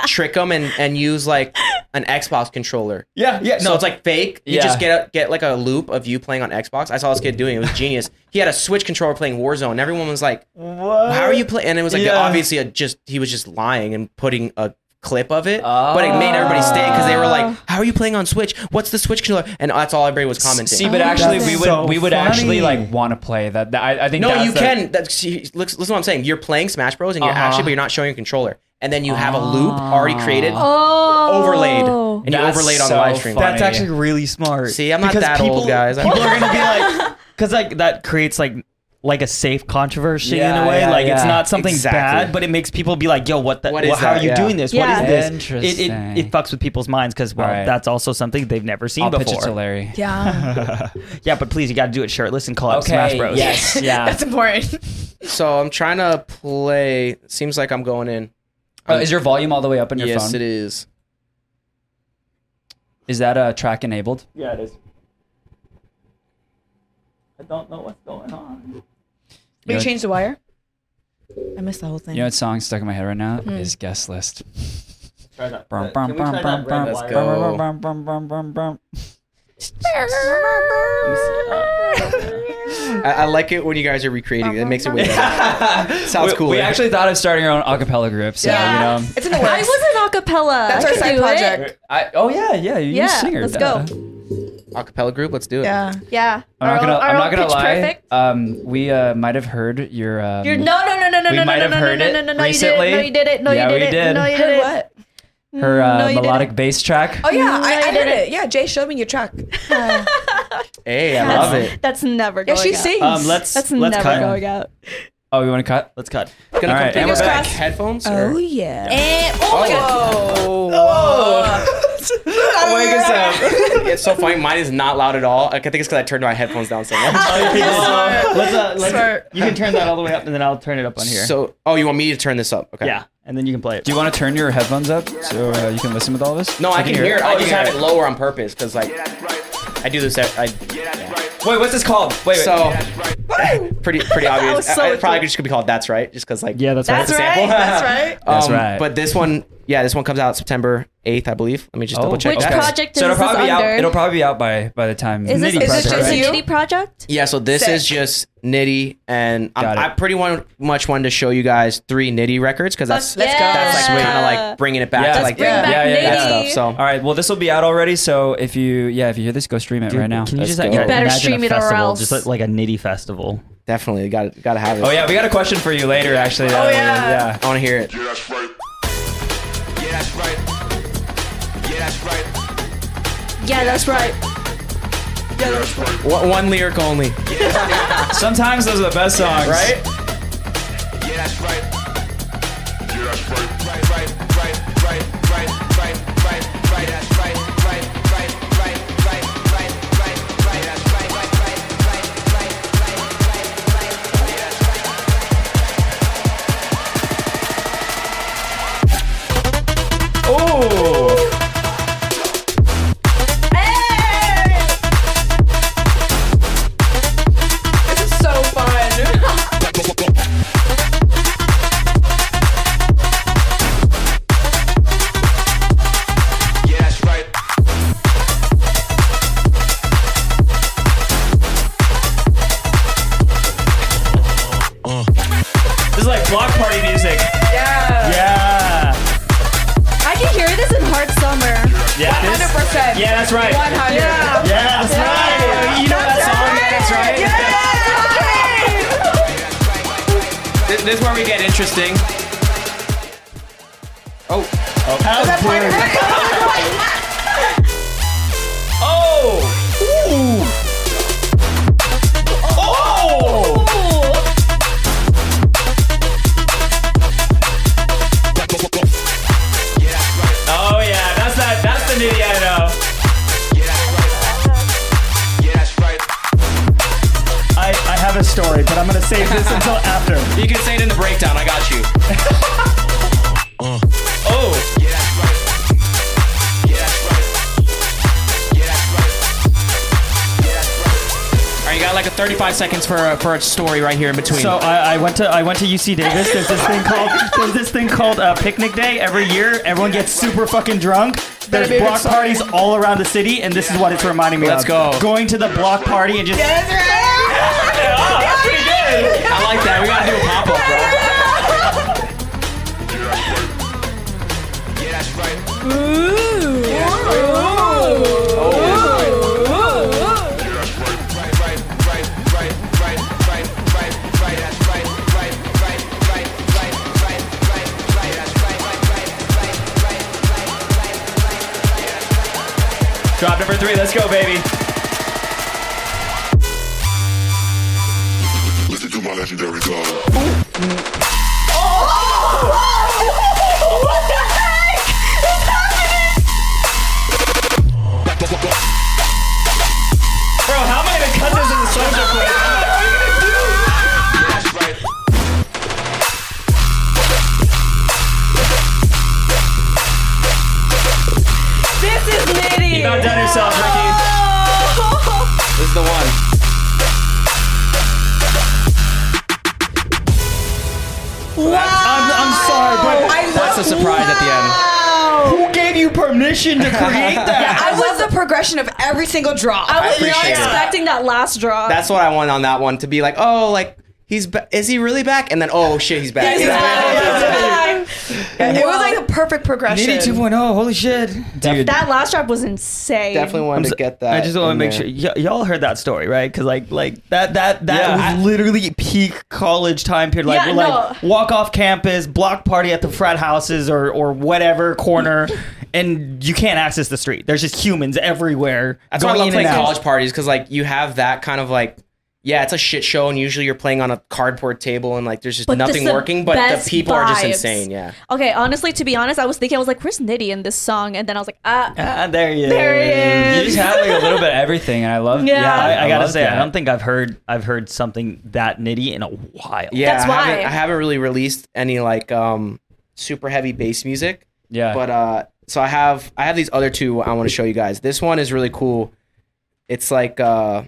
[SPEAKER 4] trick them and and use like an Xbox controller.
[SPEAKER 5] Yeah, yeah.
[SPEAKER 4] No, so it's like fake. You
[SPEAKER 2] Yeah.
[SPEAKER 4] just get a, get like a loop of you playing on Xbox. I saw this kid doing it. It was genius. He had a Switch controller playing Warzone. And everyone was like,
[SPEAKER 5] what?
[SPEAKER 4] "How are you playing?" And it was like
[SPEAKER 5] Yeah.
[SPEAKER 4] obviously a, just he was just lying and putting a clip of it, but it made everybody stay because they were
[SPEAKER 2] Oh.
[SPEAKER 4] like, "How are you playing on Switch? What's the Switch controller?" And that's all everybody was commenting.
[SPEAKER 2] See, but
[SPEAKER 1] Oh,
[SPEAKER 2] actually,
[SPEAKER 1] that's
[SPEAKER 2] we would
[SPEAKER 5] so
[SPEAKER 2] we would
[SPEAKER 5] funny.
[SPEAKER 2] actually like want to play that. that- I, I think
[SPEAKER 4] No,
[SPEAKER 2] that's
[SPEAKER 4] you
[SPEAKER 2] the-
[SPEAKER 4] can. That's, see, listen, listen to what I'm saying. You're playing Smash Bros. and you're
[SPEAKER 2] Uh-huh. Ah.
[SPEAKER 4] actually, but you're not showing your controller. And then you have a loop already created,
[SPEAKER 1] Oh.
[SPEAKER 4] overlaid, and you
[SPEAKER 2] That's
[SPEAKER 4] overlaid on
[SPEAKER 2] so
[SPEAKER 4] the live stream.
[SPEAKER 2] funny.
[SPEAKER 5] That's actually really smart.
[SPEAKER 4] See, I'm not that old, guys.
[SPEAKER 5] People are gonna be like, because like that creates like like a safe controversy in
[SPEAKER 2] Yeah,
[SPEAKER 5] a way.
[SPEAKER 2] yeah,
[SPEAKER 5] like it's
[SPEAKER 2] yeah.
[SPEAKER 5] not something
[SPEAKER 4] Exactly.
[SPEAKER 5] bad, but it makes people be like, "Yo, what the?
[SPEAKER 4] What
[SPEAKER 5] well,
[SPEAKER 4] is
[SPEAKER 5] how
[SPEAKER 4] that?
[SPEAKER 5] are you
[SPEAKER 4] Yeah.
[SPEAKER 5] doing this?
[SPEAKER 1] Yeah.
[SPEAKER 5] What is this?" It,
[SPEAKER 2] Interesting.
[SPEAKER 5] it it fucks with people's minds because well,
[SPEAKER 2] All right.
[SPEAKER 5] that's also something they've never seen
[SPEAKER 2] I'll pitch
[SPEAKER 5] before.
[SPEAKER 2] it to Larry.
[SPEAKER 3] Yeah.
[SPEAKER 5] yeah, but please, you got to do it shirtless and call out Smash Bros.
[SPEAKER 2] Yes. Yeah.
[SPEAKER 3] That's important.
[SPEAKER 4] So I'm trying to play. Seems like I'm going in.
[SPEAKER 2] oh, is your volume all the way up on your
[SPEAKER 4] yes,
[SPEAKER 2] phone?
[SPEAKER 4] it is.
[SPEAKER 2] Is that uh, track enabled?
[SPEAKER 5] yeah, it is. I don't know what's going on.
[SPEAKER 3] Will
[SPEAKER 2] You know-
[SPEAKER 3] you change the wire? I missed the whole thing.
[SPEAKER 2] You know what song stuck in my head right now
[SPEAKER 1] Hmm.
[SPEAKER 2] is guest list.
[SPEAKER 5] Try that.
[SPEAKER 2] Brum, brum, brum, brum, brum.
[SPEAKER 4] Let's go.
[SPEAKER 2] Brum, brum, brum, brum, brum, brum.
[SPEAKER 4] I, I like it when you guys are recreating. it. It makes it way better. Sounds
[SPEAKER 2] We-
[SPEAKER 4] cool.
[SPEAKER 2] We actually thought of starting our own acapella group. So
[SPEAKER 3] Yeah.
[SPEAKER 2] you know.
[SPEAKER 3] It's in the
[SPEAKER 1] I
[SPEAKER 3] works.
[SPEAKER 1] was an acapella.
[SPEAKER 3] That's
[SPEAKER 1] I
[SPEAKER 3] our
[SPEAKER 1] could
[SPEAKER 3] side
[SPEAKER 1] do it.
[SPEAKER 3] project.
[SPEAKER 2] I, oh yeah, yeah. You're
[SPEAKER 1] Yeah,
[SPEAKER 2] a singer.
[SPEAKER 1] let's
[SPEAKER 2] duh.
[SPEAKER 1] go.
[SPEAKER 4] acapella group. Let's do it.
[SPEAKER 3] Yeah.
[SPEAKER 1] Yeah.
[SPEAKER 2] I'm
[SPEAKER 1] Our
[SPEAKER 2] not gonna.
[SPEAKER 1] own- our
[SPEAKER 2] I'm
[SPEAKER 1] own
[SPEAKER 2] not gonna
[SPEAKER 1] Pitch
[SPEAKER 2] lie.
[SPEAKER 1] Perfect.
[SPEAKER 2] Um, we uh, might have heard your. Um,
[SPEAKER 1] You're no no no no no
[SPEAKER 2] we
[SPEAKER 1] no
[SPEAKER 2] might
[SPEAKER 1] no
[SPEAKER 2] have
[SPEAKER 1] no
[SPEAKER 2] heard
[SPEAKER 1] no
[SPEAKER 2] it
[SPEAKER 1] no no no you did
[SPEAKER 2] recently.
[SPEAKER 1] it no you did it no
[SPEAKER 2] Yeah,
[SPEAKER 1] you did
[SPEAKER 2] we
[SPEAKER 1] it
[SPEAKER 2] did.
[SPEAKER 1] no you
[SPEAKER 3] Heard
[SPEAKER 1] did it
[SPEAKER 3] what?
[SPEAKER 2] her uh,
[SPEAKER 1] Mm, No, you didn't.
[SPEAKER 2] melodic bass track.
[SPEAKER 3] Oh yeah,
[SPEAKER 1] No,
[SPEAKER 3] I,
[SPEAKER 1] you
[SPEAKER 3] I heard
[SPEAKER 1] didn't.
[SPEAKER 3] it. Yeah, Jay showed me your Oh, track. yeah,
[SPEAKER 4] Hey, I love
[SPEAKER 1] that's
[SPEAKER 4] it.
[SPEAKER 1] that's never
[SPEAKER 3] she
[SPEAKER 1] going out.
[SPEAKER 3] sings.
[SPEAKER 5] Um, let's
[SPEAKER 1] That's
[SPEAKER 5] let's
[SPEAKER 1] never
[SPEAKER 5] cut.
[SPEAKER 1] going out.
[SPEAKER 2] Oh, you want to cut?
[SPEAKER 5] Let's cut.
[SPEAKER 4] Gonna
[SPEAKER 2] All
[SPEAKER 4] come
[SPEAKER 2] right,
[SPEAKER 4] take
[SPEAKER 2] and
[SPEAKER 4] us
[SPEAKER 2] we're
[SPEAKER 4] back.
[SPEAKER 2] back.
[SPEAKER 4] Headphones.
[SPEAKER 3] oh
[SPEAKER 4] or-
[SPEAKER 3] yeah.
[SPEAKER 1] And, oh my god.
[SPEAKER 2] Oh Wake us up.
[SPEAKER 4] it's so funny. Mine is not loud at all. I think it's because I turned my headphones down so much.
[SPEAKER 2] Oh,
[SPEAKER 5] Let's, uh, let's- you can turn that all the way up, and then I'll turn it up on here.
[SPEAKER 4] so, oh, you want me to turn this up? Okay.
[SPEAKER 5] yeah, and then you can play it.
[SPEAKER 2] Do you want to turn your headphones up so uh, you can listen with all this?
[SPEAKER 4] No, I can hear it. I
[SPEAKER 2] Oh,
[SPEAKER 4] just
[SPEAKER 2] you
[SPEAKER 4] have
[SPEAKER 2] can
[SPEAKER 4] it lower on purpose because like I do this. ev- I
[SPEAKER 2] hear it. Wait, what's this called? Wait, wait.
[SPEAKER 4] so pretty pretty obvious.
[SPEAKER 1] was so
[SPEAKER 4] I, I probably just could be called that's right, just because like
[SPEAKER 5] yeah, that's,
[SPEAKER 1] That's
[SPEAKER 5] right.
[SPEAKER 1] right. That's right.
[SPEAKER 2] That's
[SPEAKER 4] Um,
[SPEAKER 2] right.
[SPEAKER 4] But this one, yeah, this one comes out September eighth, I believe. Let me just
[SPEAKER 2] Oh,
[SPEAKER 4] double check
[SPEAKER 1] Which
[SPEAKER 4] that.
[SPEAKER 2] okay.
[SPEAKER 1] project
[SPEAKER 2] so
[SPEAKER 1] is
[SPEAKER 2] it'll
[SPEAKER 1] this
[SPEAKER 2] probably be
[SPEAKER 1] under?
[SPEAKER 2] out. It'll probably be out by by the time.
[SPEAKER 1] Is this
[SPEAKER 2] Nitty
[SPEAKER 1] is this
[SPEAKER 3] this
[SPEAKER 2] Project.
[SPEAKER 1] just a
[SPEAKER 3] you?
[SPEAKER 1] Unity project?
[SPEAKER 4] Yeah, so this
[SPEAKER 3] Sick.
[SPEAKER 4] is just Nitty, and
[SPEAKER 2] Got
[SPEAKER 4] I'm,
[SPEAKER 2] it.
[SPEAKER 4] I pretty one, much wanted to show you guys three Nitty records because that's
[SPEAKER 3] Let's go.
[SPEAKER 4] that's like
[SPEAKER 1] Yeah.
[SPEAKER 4] kind of like bringing it back
[SPEAKER 2] Yeah.
[SPEAKER 4] to
[SPEAKER 2] Let's
[SPEAKER 4] like
[SPEAKER 1] bring
[SPEAKER 4] that-
[SPEAKER 1] back
[SPEAKER 2] Yeah, yeah, yeah.
[SPEAKER 4] that
[SPEAKER 1] Nitty.
[SPEAKER 4] stuff. So
[SPEAKER 2] All right. Well, this will be out already. So if you yeah, if you hear this, go stream it right now.
[SPEAKER 5] Can you just
[SPEAKER 4] go.
[SPEAKER 5] like,
[SPEAKER 4] Better
[SPEAKER 5] imagine
[SPEAKER 1] stream
[SPEAKER 5] a
[SPEAKER 1] it or
[SPEAKER 5] festival,
[SPEAKER 1] else.
[SPEAKER 5] just like, like a nitty festival?
[SPEAKER 4] definitely got got to have it.
[SPEAKER 2] Oh yeah, we got a question for you later. Actually. Oh
[SPEAKER 3] yeah.
[SPEAKER 2] Yeah.
[SPEAKER 4] I want to hear it.
[SPEAKER 6] Yeah, that's right. Yeah, that's right. Yeah, that's right.
[SPEAKER 1] Yeah, that's right.
[SPEAKER 6] Yeah, that's right.
[SPEAKER 4] One, one lyric only,
[SPEAKER 2] Sometimes those are the best songs.
[SPEAKER 4] right?
[SPEAKER 6] Yeah, that's right. Yeah, that's right. Right, right, right, right, right, right, right, right, that's right. Right, right, right, right, right, right, right, that's right. Right, right, right, right, right, right, right, right, that's right.
[SPEAKER 2] Oh.
[SPEAKER 3] This is so fun.
[SPEAKER 6] Yeah, that's right.
[SPEAKER 5] This is like block party music.
[SPEAKER 3] Yeah.
[SPEAKER 5] Yeah.
[SPEAKER 1] I can hear this in Hard Summer.
[SPEAKER 5] Yeah.
[SPEAKER 3] Hundred percent.
[SPEAKER 5] yeah, that's right.
[SPEAKER 3] One hundred. Yeah.
[SPEAKER 5] Yeah, that's right. You know that song? That's right.
[SPEAKER 4] This, this is where we get interesting. Oh,
[SPEAKER 5] Oh! Oh yeah, that's that. That's the nitty I know.
[SPEAKER 6] Yeah, that's right. Yeah, that's right.
[SPEAKER 5] I, I have a story, but I'm gonna save this until after.
[SPEAKER 4] you can say it in the breakdown. I got you.
[SPEAKER 5] Oh,
[SPEAKER 6] Yeah, that's right. Yeah, that's right. Yeah, that's right. Yeah, that's right.
[SPEAKER 4] All right, you got
[SPEAKER 7] got like a 35 seconds for a, for a story right here in between.
[SPEAKER 5] So Oh, uh, I, I went to I went to UC Davis. There's this thing called there's this thing called uh, picnic day every year. Everyone gets super fucking drunk. There's
[SPEAKER 7] Baby,
[SPEAKER 5] block
[SPEAKER 7] it's-
[SPEAKER 5] parties all around the city, and this is what it's reminding me
[SPEAKER 7] Let's
[SPEAKER 5] of.
[SPEAKER 7] go.
[SPEAKER 5] Going to the block party and just
[SPEAKER 7] that's pretty good. I like that. We gotta do a pop up, bro.
[SPEAKER 6] Yeah, that's right. Right, right, right, right, right, right, right, right, that's right, right, right, right, right, right, right, right, that's right, right, right, right, right.
[SPEAKER 7] Drop number three. Let's go, baby.
[SPEAKER 8] Listen to my legendary dog.
[SPEAKER 7] Bro, how am I gonna cut this in the social clip?
[SPEAKER 1] This is nitty. Oh.
[SPEAKER 7] You've outdone yourself, Ricky. This is the one.
[SPEAKER 5] I'm, I'm sorry, but
[SPEAKER 7] That's a surprise at the end.
[SPEAKER 5] who gave you permission to create that?
[SPEAKER 3] I was the progression of every single drop.
[SPEAKER 1] I was not
[SPEAKER 4] appreciate it.
[SPEAKER 1] expecting that last drop.
[SPEAKER 4] That's what I want on that one to be like, oh, like he's ba- is he really back? And then oh shit, he's back. He's back.
[SPEAKER 3] it was like a perfect progression.
[SPEAKER 5] Nitty 2.0, holy shit.
[SPEAKER 2] Dude,
[SPEAKER 1] That last drop was insane.
[SPEAKER 4] Definitely wanted to get
[SPEAKER 2] Uh,
[SPEAKER 4] that.
[SPEAKER 5] I just want to
[SPEAKER 4] in
[SPEAKER 5] make
[SPEAKER 4] there.
[SPEAKER 5] sure y- y'all heard that story, right? Because like, like that, that, that
[SPEAKER 2] Yeah,
[SPEAKER 5] was literally peak college time period. Like,
[SPEAKER 1] Yeah,
[SPEAKER 5] we're like walk off campus, block party at the frat houses or or whatever corner, and you can't access the street. There's just humans everywhere.
[SPEAKER 4] That's why I love
[SPEAKER 5] in and
[SPEAKER 4] playing
[SPEAKER 5] out.
[SPEAKER 4] college parties because like you have that kind of like. Yeah, it's a shit show, and usually you're playing on a cardboard table, and like there's just
[SPEAKER 1] But this
[SPEAKER 4] nothing
[SPEAKER 1] is the
[SPEAKER 4] working. But
[SPEAKER 1] best
[SPEAKER 4] the people are just
[SPEAKER 1] vibes.
[SPEAKER 4] insane. Yeah,
[SPEAKER 1] Okay, honestly, to be honest, I was thinking I was like, "Where's Nitty in this song?" And then I was like, "Ah,
[SPEAKER 5] Ah, there he is.
[SPEAKER 1] there he
[SPEAKER 2] you
[SPEAKER 1] is."
[SPEAKER 2] just have like a little bit of everything, and I love.
[SPEAKER 1] Yeah.
[SPEAKER 5] I, I gotta
[SPEAKER 2] love
[SPEAKER 5] say, I
[SPEAKER 2] that.
[SPEAKER 5] don't think I've heard I've heard something that nitty in a while.
[SPEAKER 4] yeah.
[SPEAKER 1] That's
[SPEAKER 4] I Haven't,
[SPEAKER 1] why.
[SPEAKER 4] I haven't really released any like um super heavy bass music.
[SPEAKER 2] Yeah,
[SPEAKER 4] but uh so i have i have these other two i want to show you guys this one is really cool it's like uh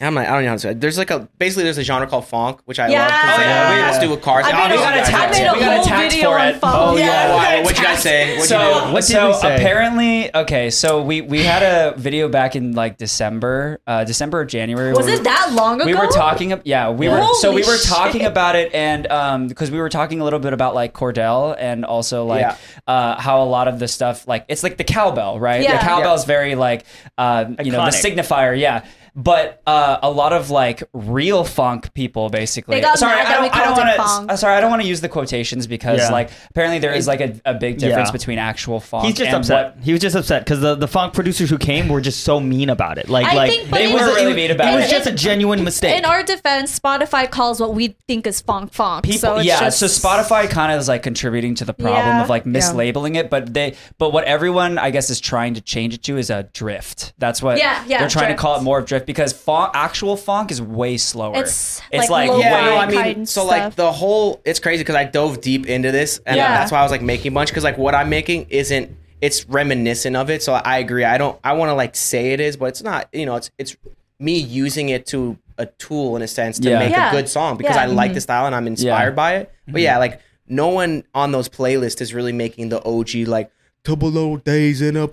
[SPEAKER 4] I'm not, I don't know how to say it. There's like a basically there's a genre called funk, which I
[SPEAKER 1] Yeah.
[SPEAKER 4] love. 'cause,
[SPEAKER 1] Oh,
[SPEAKER 4] like,
[SPEAKER 1] yeah.
[SPEAKER 4] It has to do with cars.
[SPEAKER 1] I made
[SPEAKER 4] Obviously,
[SPEAKER 1] a-
[SPEAKER 4] you guys
[SPEAKER 1] I
[SPEAKER 4] have
[SPEAKER 1] made
[SPEAKER 4] to.
[SPEAKER 1] a
[SPEAKER 2] We got
[SPEAKER 1] whole
[SPEAKER 2] tax
[SPEAKER 1] video
[SPEAKER 2] for
[SPEAKER 1] on
[SPEAKER 2] it.
[SPEAKER 1] Funk.
[SPEAKER 2] Oh,
[SPEAKER 4] yeah. Why?
[SPEAKER 1] we got
[SPEAKER 4] What'd you guys
[SPEAKER 1] tax.
[SPEAKER 4] say? What'd you
[SPEAKER 2] so,
[SPEAKER 4] do?
[SPEAKER 5] What did
[SPEAKER 2] so
[SPEAKER 5] we say?
[SPEAKER 2] apparently, okay, so we we had a video back in like December, uh, December or January.
[SPEAKER 1] Was
[SPEAKER 2] where
[SPEAKER 1] it that long ago?
[SPEAKER 2] we were talking ab- yeah we were so
[SPEAKER 1] Holy
[SPEAKER 2] we were talking
[SPEAKER 1] shit.
[SPEAKER 2] about it and um because we were talking a little bit about like cordell and also like
[SPEAKER 4] Yeah.
[SPEAKER 2] uh how a lot of the stuff like it's like the cowbell right
[SPEAKER 1] Yeah.
[SPEAKER 2] the cowbell's very like uh you know the
[SPEAKER 5] Iconic.
[SPEAKER 2] signifier yeah but uh, a lot of like real funk people basically
[SPEAKER 1] They got
[SPEAKER 2] sorry
[SPEAKER 1] mad
[SPEAKER 2] i
[SPEAKER 1] that
[SPEAKER 2] don't,
[SPEAKER 1] we
[SPEAKER 2] I don't
[SPEAKER 1] called it
[SPEAKER 2] want
[SPEAKER 1] funk.
[SPEAKER 2] to sorry i don't want to use the quotations because
[SPEAKER 5] Yeah.
[SPEAKER 2] like apparently there is like a, a big difference
[SPEAKER 5] Yeah.
[SPEAKER 2] between actual funk
[SPEAKER 5] He's just
[SPEAKER 2] and
[SPEAKER 5] upset.
[SPEAKER 2] what-
[SPEAKER 5] he was just upset because the, the funk producers who came were just so mean about it. Like,
[SPEAKER 1] I
[SPEAKER 5] like
[SPEAKER 1] think- but
[SPEAKER 2] They
[SPEAKER 1] in-
[SPEAKER 2] were really
[SPEAKER 5] it-
[SPEAKER 2] mean about
[SPEAKER 5] It was
[SPEAKER 2] it.
[SPEAKER 5] just a genuine mistake.
[SPEAKER 1] In our defense, Spotify calls what we think is funk funk. so it's
[SPEAKER 2] yeah,
[SPEAKER 1] just,
[SPEAKER 2] so Spotify kind of is like contributing to the problem
[SPEAKER 1] Yeah.
[SPEAKER 2] of like mislabeling it, but they but what everyone I guess is trying to change it to is a drift. That's what
[SPEAKER 1] Yeah, yeah,
[SPEAKER 2] they're trying
[SPEAKER 1] drift.
[SPEAKER 2] to call it more of drift because funk, actual funk is way slower.
[SPEAKER 1] It's like lo-fi
[SPEAKER 4] yeah, Oh, no,
[SPEAKER 1] Why
[SPEAKER 4] I mean,
[SPEAKER 1] kind
[SPEAKER 4] so
[SPEAKER 1] stuff.
[SPEAKER 4] like the whole it's crazy because I dove deep into this, and uh,
[SPEAKER 1] Yeah.
[SPEAKER 4] that's why I was like making a bunch because like what I'm making isn't it's reminiscent of it. So I agree. I don't I want to like say it is, but it's not. You know, it's it's me using it to a tool in a sense to
[SPEAKER 2] Yeah.
[SPEAKER 4] make
[SPEAKER 1] Yeah.
[SPEAKER 4] a good song because
[SPEAKER 1] Yeah.
[SPEAKER 4] I like the style and I'm inspired by it. But yeah, like no one on those playlists is really making the OG like. Double O days in a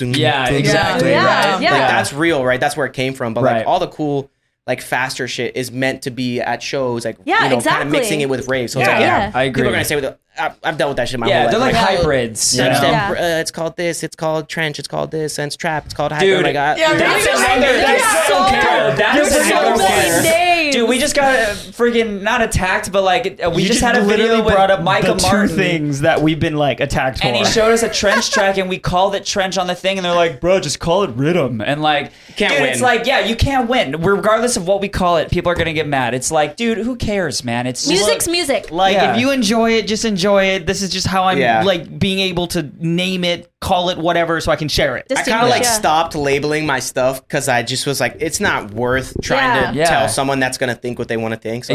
[SPEAKER 2] yeah, exactly.
[SPEAKER 1] Yeah.
[SPEAKER 2] Right?
[SPEAKER 1] Yeah.
[SPEAKER 4] like that's real, right? That's where it came from. But
[SPEAKER 2] Right.
[SPEAKER 4] like all the cool, like faster shit is meant to be at shows, like
[SPEAKER 1] Yeah,
[SPEAKER 4] you know,
[SPEAKER 1] exactly.
[SPEAKER 4] kind of mixing it with rave. So it's like,
[SPEAKER 1] Yeah.
[SPEAKER 4] yeah,
[SPEAKER 2] I agree.
[SPEAKER 4] people are gonna say, with the, I, I've dealt with that shit my
[SPEAKER 2] yeah,
[SPEAKER 4] whole
[SPEAKER 2] they're
[SPEAKER 4] life.
[SPEAKER 2] like
[SPEAKER 1] Right.
[SPEAKER 2] hybrids. you
[SPEAKER 4] Sense
[SPEAKER 2] know?
[SPEAKER 1] Yeah.
[SPEAKER 4] Dem- uh, it's called this. It's called trench. It's called this. Sense trap. It's called hyper.
[SPEAKER 2] Dude,
[SPEAKER 4] Oh my god.
[SPEAKER 2] Yeah,
[SPEAKER 1] They're
[SPEAKER 2] that's
[SPEAKER 1] so-
[SPEAKER 2] another-
[SPEAKER 1] they're
[SPEAKER 2] that's
[SPEAKER 1] so-
[SPEAKER 2] another- that is
[SPEAKER 1] there's so
[SPEAKER 2] another
[SPEAKER 1] many
[SPEAKER 2] one.
[SPEAKER 1] names.
[SPEAKER 2] Dude, we just got uh, friggin' not attacked, but like uh, we
[SPEAKER 5] You
[SPEAKER 2] just, had a video with
[SPEAKER 5] brought up
[SPEAKER 2] Micah
[SPEAKER 5] the
[SPEAKER 2] Martin.
[SPEAKER 5] two things that we've been like attacked for.
[SPEAKER 2] And he showed us a trench track, and we called it trench on the thing, and they're like, "Bro, just call it rhythm." And like,
[SPEAKER 4] Can't
[SPEAKER 2] dude,
[SPEAKER 4] win.
[SPEAKER 2] it's like, yeah, you can't win, regardless of what we call it. People are gonna get mad. It's like, dude, who cares, man? It's just-
[SPEAKER 1] music's music.
[SPEAKER 5] like
[SPEAKER 2] Yeah.
[SPEAKER 5] if you enjoy it, just enjoy it. This is just how I'm
[SPEAKER 4] Yeah.
[SPEAKER 5] like being able to name it call it whatever so I can share it.
[SPEAKER 4] I kind of
[SPEAKER 1] Distinguish,
[SPEAKER 4] like
[SPEAKER 1] yeah.
[SPEAKER 4] stopped labeling my stuff because I just was like, it's not worth trying to
[SPEAKER 2] Yeah. Yeah.
[SPEAKER 4] tell someone that's gonna think what they want to think. So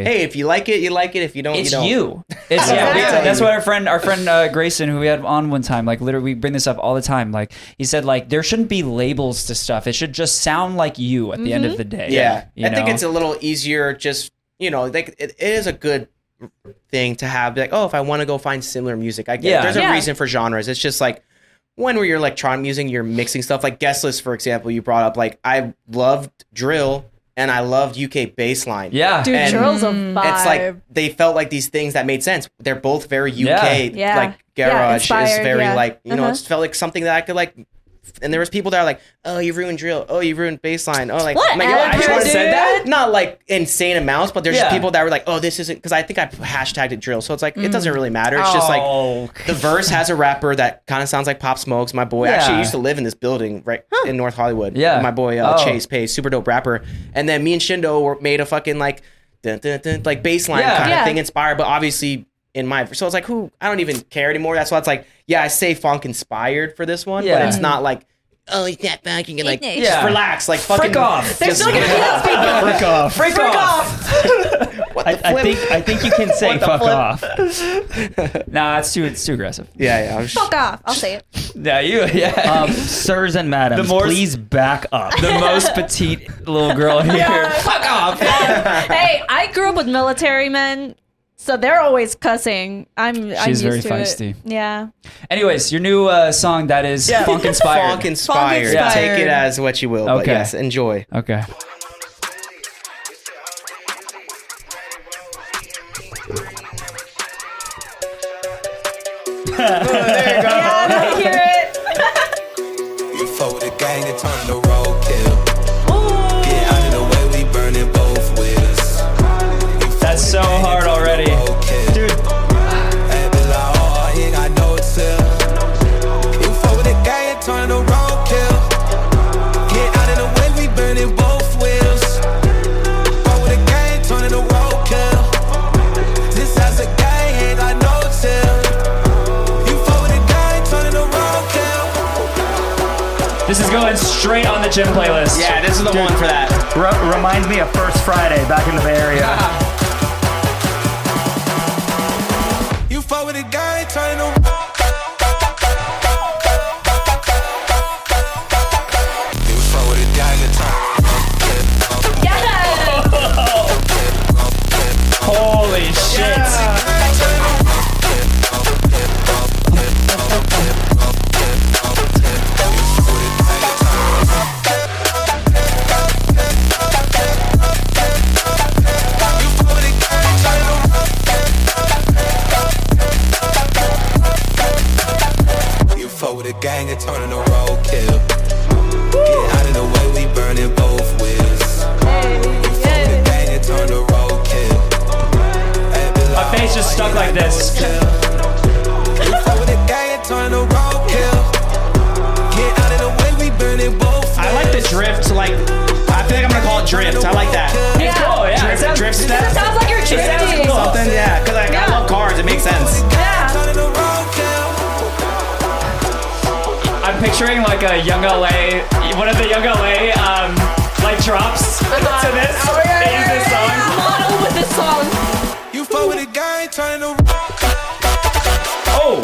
[SPEAKER 2] Exactly.
[SPEAKER 4] It's just like, hey, if you like it, you like it. If you don't, you
[SPEAKER 5] It's
[SPEAKER 4] don't.
[SPEAKER 5] you.
[SPEAKER 2] It's yeah, we-
[SPEAKER 4] Exactly.
[SPEAKER 2] that's what our friend, our friend uh, Grayson, who we had on one time, like literally, we bring this up all the time. Like he said, like there shouldn't be labels to stuff. It should just sound like you at the end of the day.
[SPEAKER 4] Yeah,
[SPEAKER 2] you
[SPEAKER 4] I think
[SPEAKER 2] know?
[SPEAKER 4] it's a little easier. Just you know, like it, it is a good thing to have. Like, oh, if I want to go find similar music, I get. it.
[SPEAKER 2] Yeah.
[SPEAKER 4] There's
[SPEAKER 1] Yeah.
[SPEAKER 4] a reason for genres. It's just like when were your electronic music, you're mixing stuff. Like guest list, for example, you brought up. Like I loved drill and I loved UK bassline.
[SPEAKER 2] yeah.
[SPEAKER 1] Dude,
[SPEAKER 4] And
[SPEAKER 1] Cheryl's a vibe.
[SPEAKER 4] It's like they felt like these things that made sense. They're both very UK,
[SPEAKER 1] Yeah.
[SPEAKER 4] like
[SPEAKER 1] Yeah,
[SPEAKER 4] garage is
[SPEAKER 1] inspired,
[SPEAKER 4] very
[SPEAKER 1] yeah.
[SPEAKER 4] like you know,
[SPEAKER 1] Uh-huh.
[SPEAKER 4] it felt like something that I could like. And there was people that are like, "Oh, you ruined drill. Oh, you ruined baseline. Oh, like,
[SPEAKER 1] What
[SPEAKER 4] I'm like, "Yo, I just
[SPEAKER 1] ever,
[SPEAKER 4] wanna say that.
[SPEAKER 1] dude?
[SPEAKER 4] Not like insane amounts, but there's
[SPEAKER 2] Yeah.
[SPEAKER 4] just people that were like, "Oh, this isn't," because I think I hashtagged it drill, so it's like it
[SPEAKER 1] Mm.
[SPEAKER 4] doesn't really matter. It's just like
[SPEAKER 2] Oh,
[SPEAKER 4] the verse has a rapper that kind of sounds like Pop Smokes, my boy. Actually,
[SPEAKER 2] Yeah.
[SPEAKER 4] used to live in this building right in North Hollywood.
[SPEAKER 2] Yeah.
[SPEAKER 4] my boy uh,
[SPEAKER 2] Oh.
[SPEAKER 4] Chase Pays, super dope rapper. And then me and Shindo were, made a fucking like dun, dun, dun, like baseline
[SPEAKER 2] Yeah.
[SPEAKER 4] kind
[SPEAKER 1] Yeah.
[SPEAKER 4] of thing inspired, but obviously in my so it's like who I don't even care anymore. That's why it's like yeah, I say funk inspired for this one,
[SPEAKER 2] Yeah.
[SPEAKER 4] but it's not like oh it's not funk. You can like
[SPEAKER 1] Yeah.
[SPEAKER 4] just relax, like fucking
[SPEAKER 2] Frick off.
[SPEAKER 1] There's
[SPEAKER 4] just-
[SPEAKER 1] no gonna be that speaking.
[SPEAKER 5] Frick off.
[SPEAKER 2] Freak off.
[SPEAKER 4] what the
[SPEAKER 5] I,
[SPEAKER 4] flip?
[SPEAKER 5] I think I think you can say fuck off.
[SPEAKER 2] Nah, it's too it's too aggressive.
[SPEAKER 4] yeah, yeah. I'm sh-
[SPEAKER 1] Fuck off. I'll say it.
[SPEAKER 2] Yeah, you yeah.
[SPEAKER 5] Um, sirs and madams,
[SPEAKER 2] The more-
[SPEAKER 5] please back up.
[SPEAKER 2] the most petite little girl here. Fuck off.
[SPEAKER 1] Um, hey, I grew up with military men, so they're always cussing. I'm I'm
[SPEAKER 2] She's
[SPEAKER 1] used
[SPEAKER 2] very
[SPEAKER 1] to
[SPEAKER 2] feisty.
[SPEAKER 1] It. Yeah.
[SPEAKER 2] Anyways, your new uh, song that is funk inspired.
[SPEAKER 4] Funk inspired.
[SPEAKER 2] inspired.
[SPEAKER 4] Take it as what you will. But
[SPEAKER 2] Okay.
[SPEAKER 4] yes, enjoy.
[SPEAKER 2] okay.
[SPEAKER 1] Yeah, I'm gonna hear it.
[SPEAKER 9] You fuck with the gang and turn to roadkill. Get out of the way, we burning both wheels.
[SPEAKER 2] That's so hard already.
[SPEAKER 9] Dude. ain't got no till. You fuck with the gang and turn to roadkill. Get out of the way, we burning both wheels. Fuck with the gang, turn to roadkill. This house a gang, ain't got no till. You fuck with the gang, turn to roadkill.
[SPEAKER 2] This is going straight on the gym playlist.
[SPEAKER 4] Yeah, this is the one for that.
[SPEAKER 5] Re- reminds me of First Friday back in the Bay Area.
[SPEAKER 9] You fuck with a guy, turn him. You fuck with a guy, you turn him.
[SPEAKER 1] Yeah.
[SPEAKER 2] Holy shit.
[SPEAKER 9] You fuck with a gang, you turn him to roadkill. Get out of the way, we burning both wheels. You fuck with a gang, you turn to roadkill.
[SPEAKER 2] My face just stuck like this.
[SPEAKER 9] You fuck with a gang, you turn to roadkill. Get out of the way, we burning both wheels.
[SPEAKER 4] I like the drift. Like I feel like I'm gonna call it drift. I like that.
[SPEAKER 1] Yeah.
[SPEAKER 2] Oh, yeah.
[SPEAKER 4] Drift,
[SPEAKER 2] Sounds-
[SPEAKER 4] drift step.
[SPEAKER 1] Sounds like you're drifting.
[SPEAKER 4] Something, yeah, because like, I love cars. It makes sense.
[SPEAKER 1] Yeah.
[SPEAKER 9] Turn to roadkill.
[SPEAKER 2] I'm picturing like a Young LA, one of the Young LA, um, like drops to this. They use this song.
[SPEAKER 1] Model with this Oh, song.
[SPEAKER 9] You fuck with a gang, turn to
[SPEAKER 2] Oh,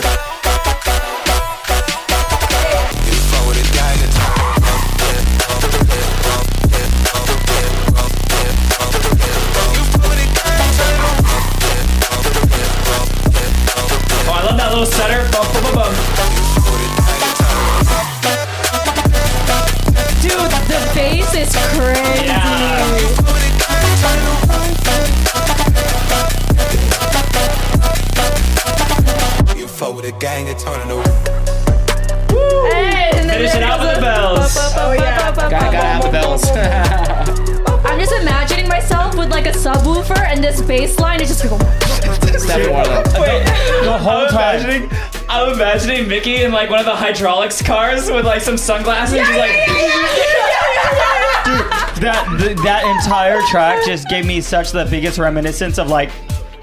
[SPEAKER 9] fuck with a gang, you turn
[SPEAKER 2] oh, I love that little stutter. Bum, bum, bum, bum.
[SPEAKER 1] Dude, the bass is crazy.
[SPEAKER 2] Yeah.
[SPEAKER 9] You fuck with a gang, you turn to
[SPEAKER 1] Hey, and then
[SPEAKER 2] Finish it
[SPEAKER 1] there
[SPEAKER 2] out
[SPEAKER 1] goes
[SPEAKER 2] with the
[SPEAKER 1] a-
[SPEAKER 2] bells.
[SPEAKER 1] Oh, yeah.
[SPEAKER 4] Gotta, gotta have the bells.
[SPEAKER 1] I'm just imagining myself with like a subwoofer and this bass line is just like, oh,
[SPEAKER 4] Step in one of them.
[SPEAKER 2] Wait, the whole
[SPEAKER 5] time.
[SPEAKER 2] Imagining, I'm imagining Mickey in like one of the hydraulics cars with like some sunglasses. She's like,
[SPEAKER 5] That th- that entire track just gave me such the biggest reminiscence of like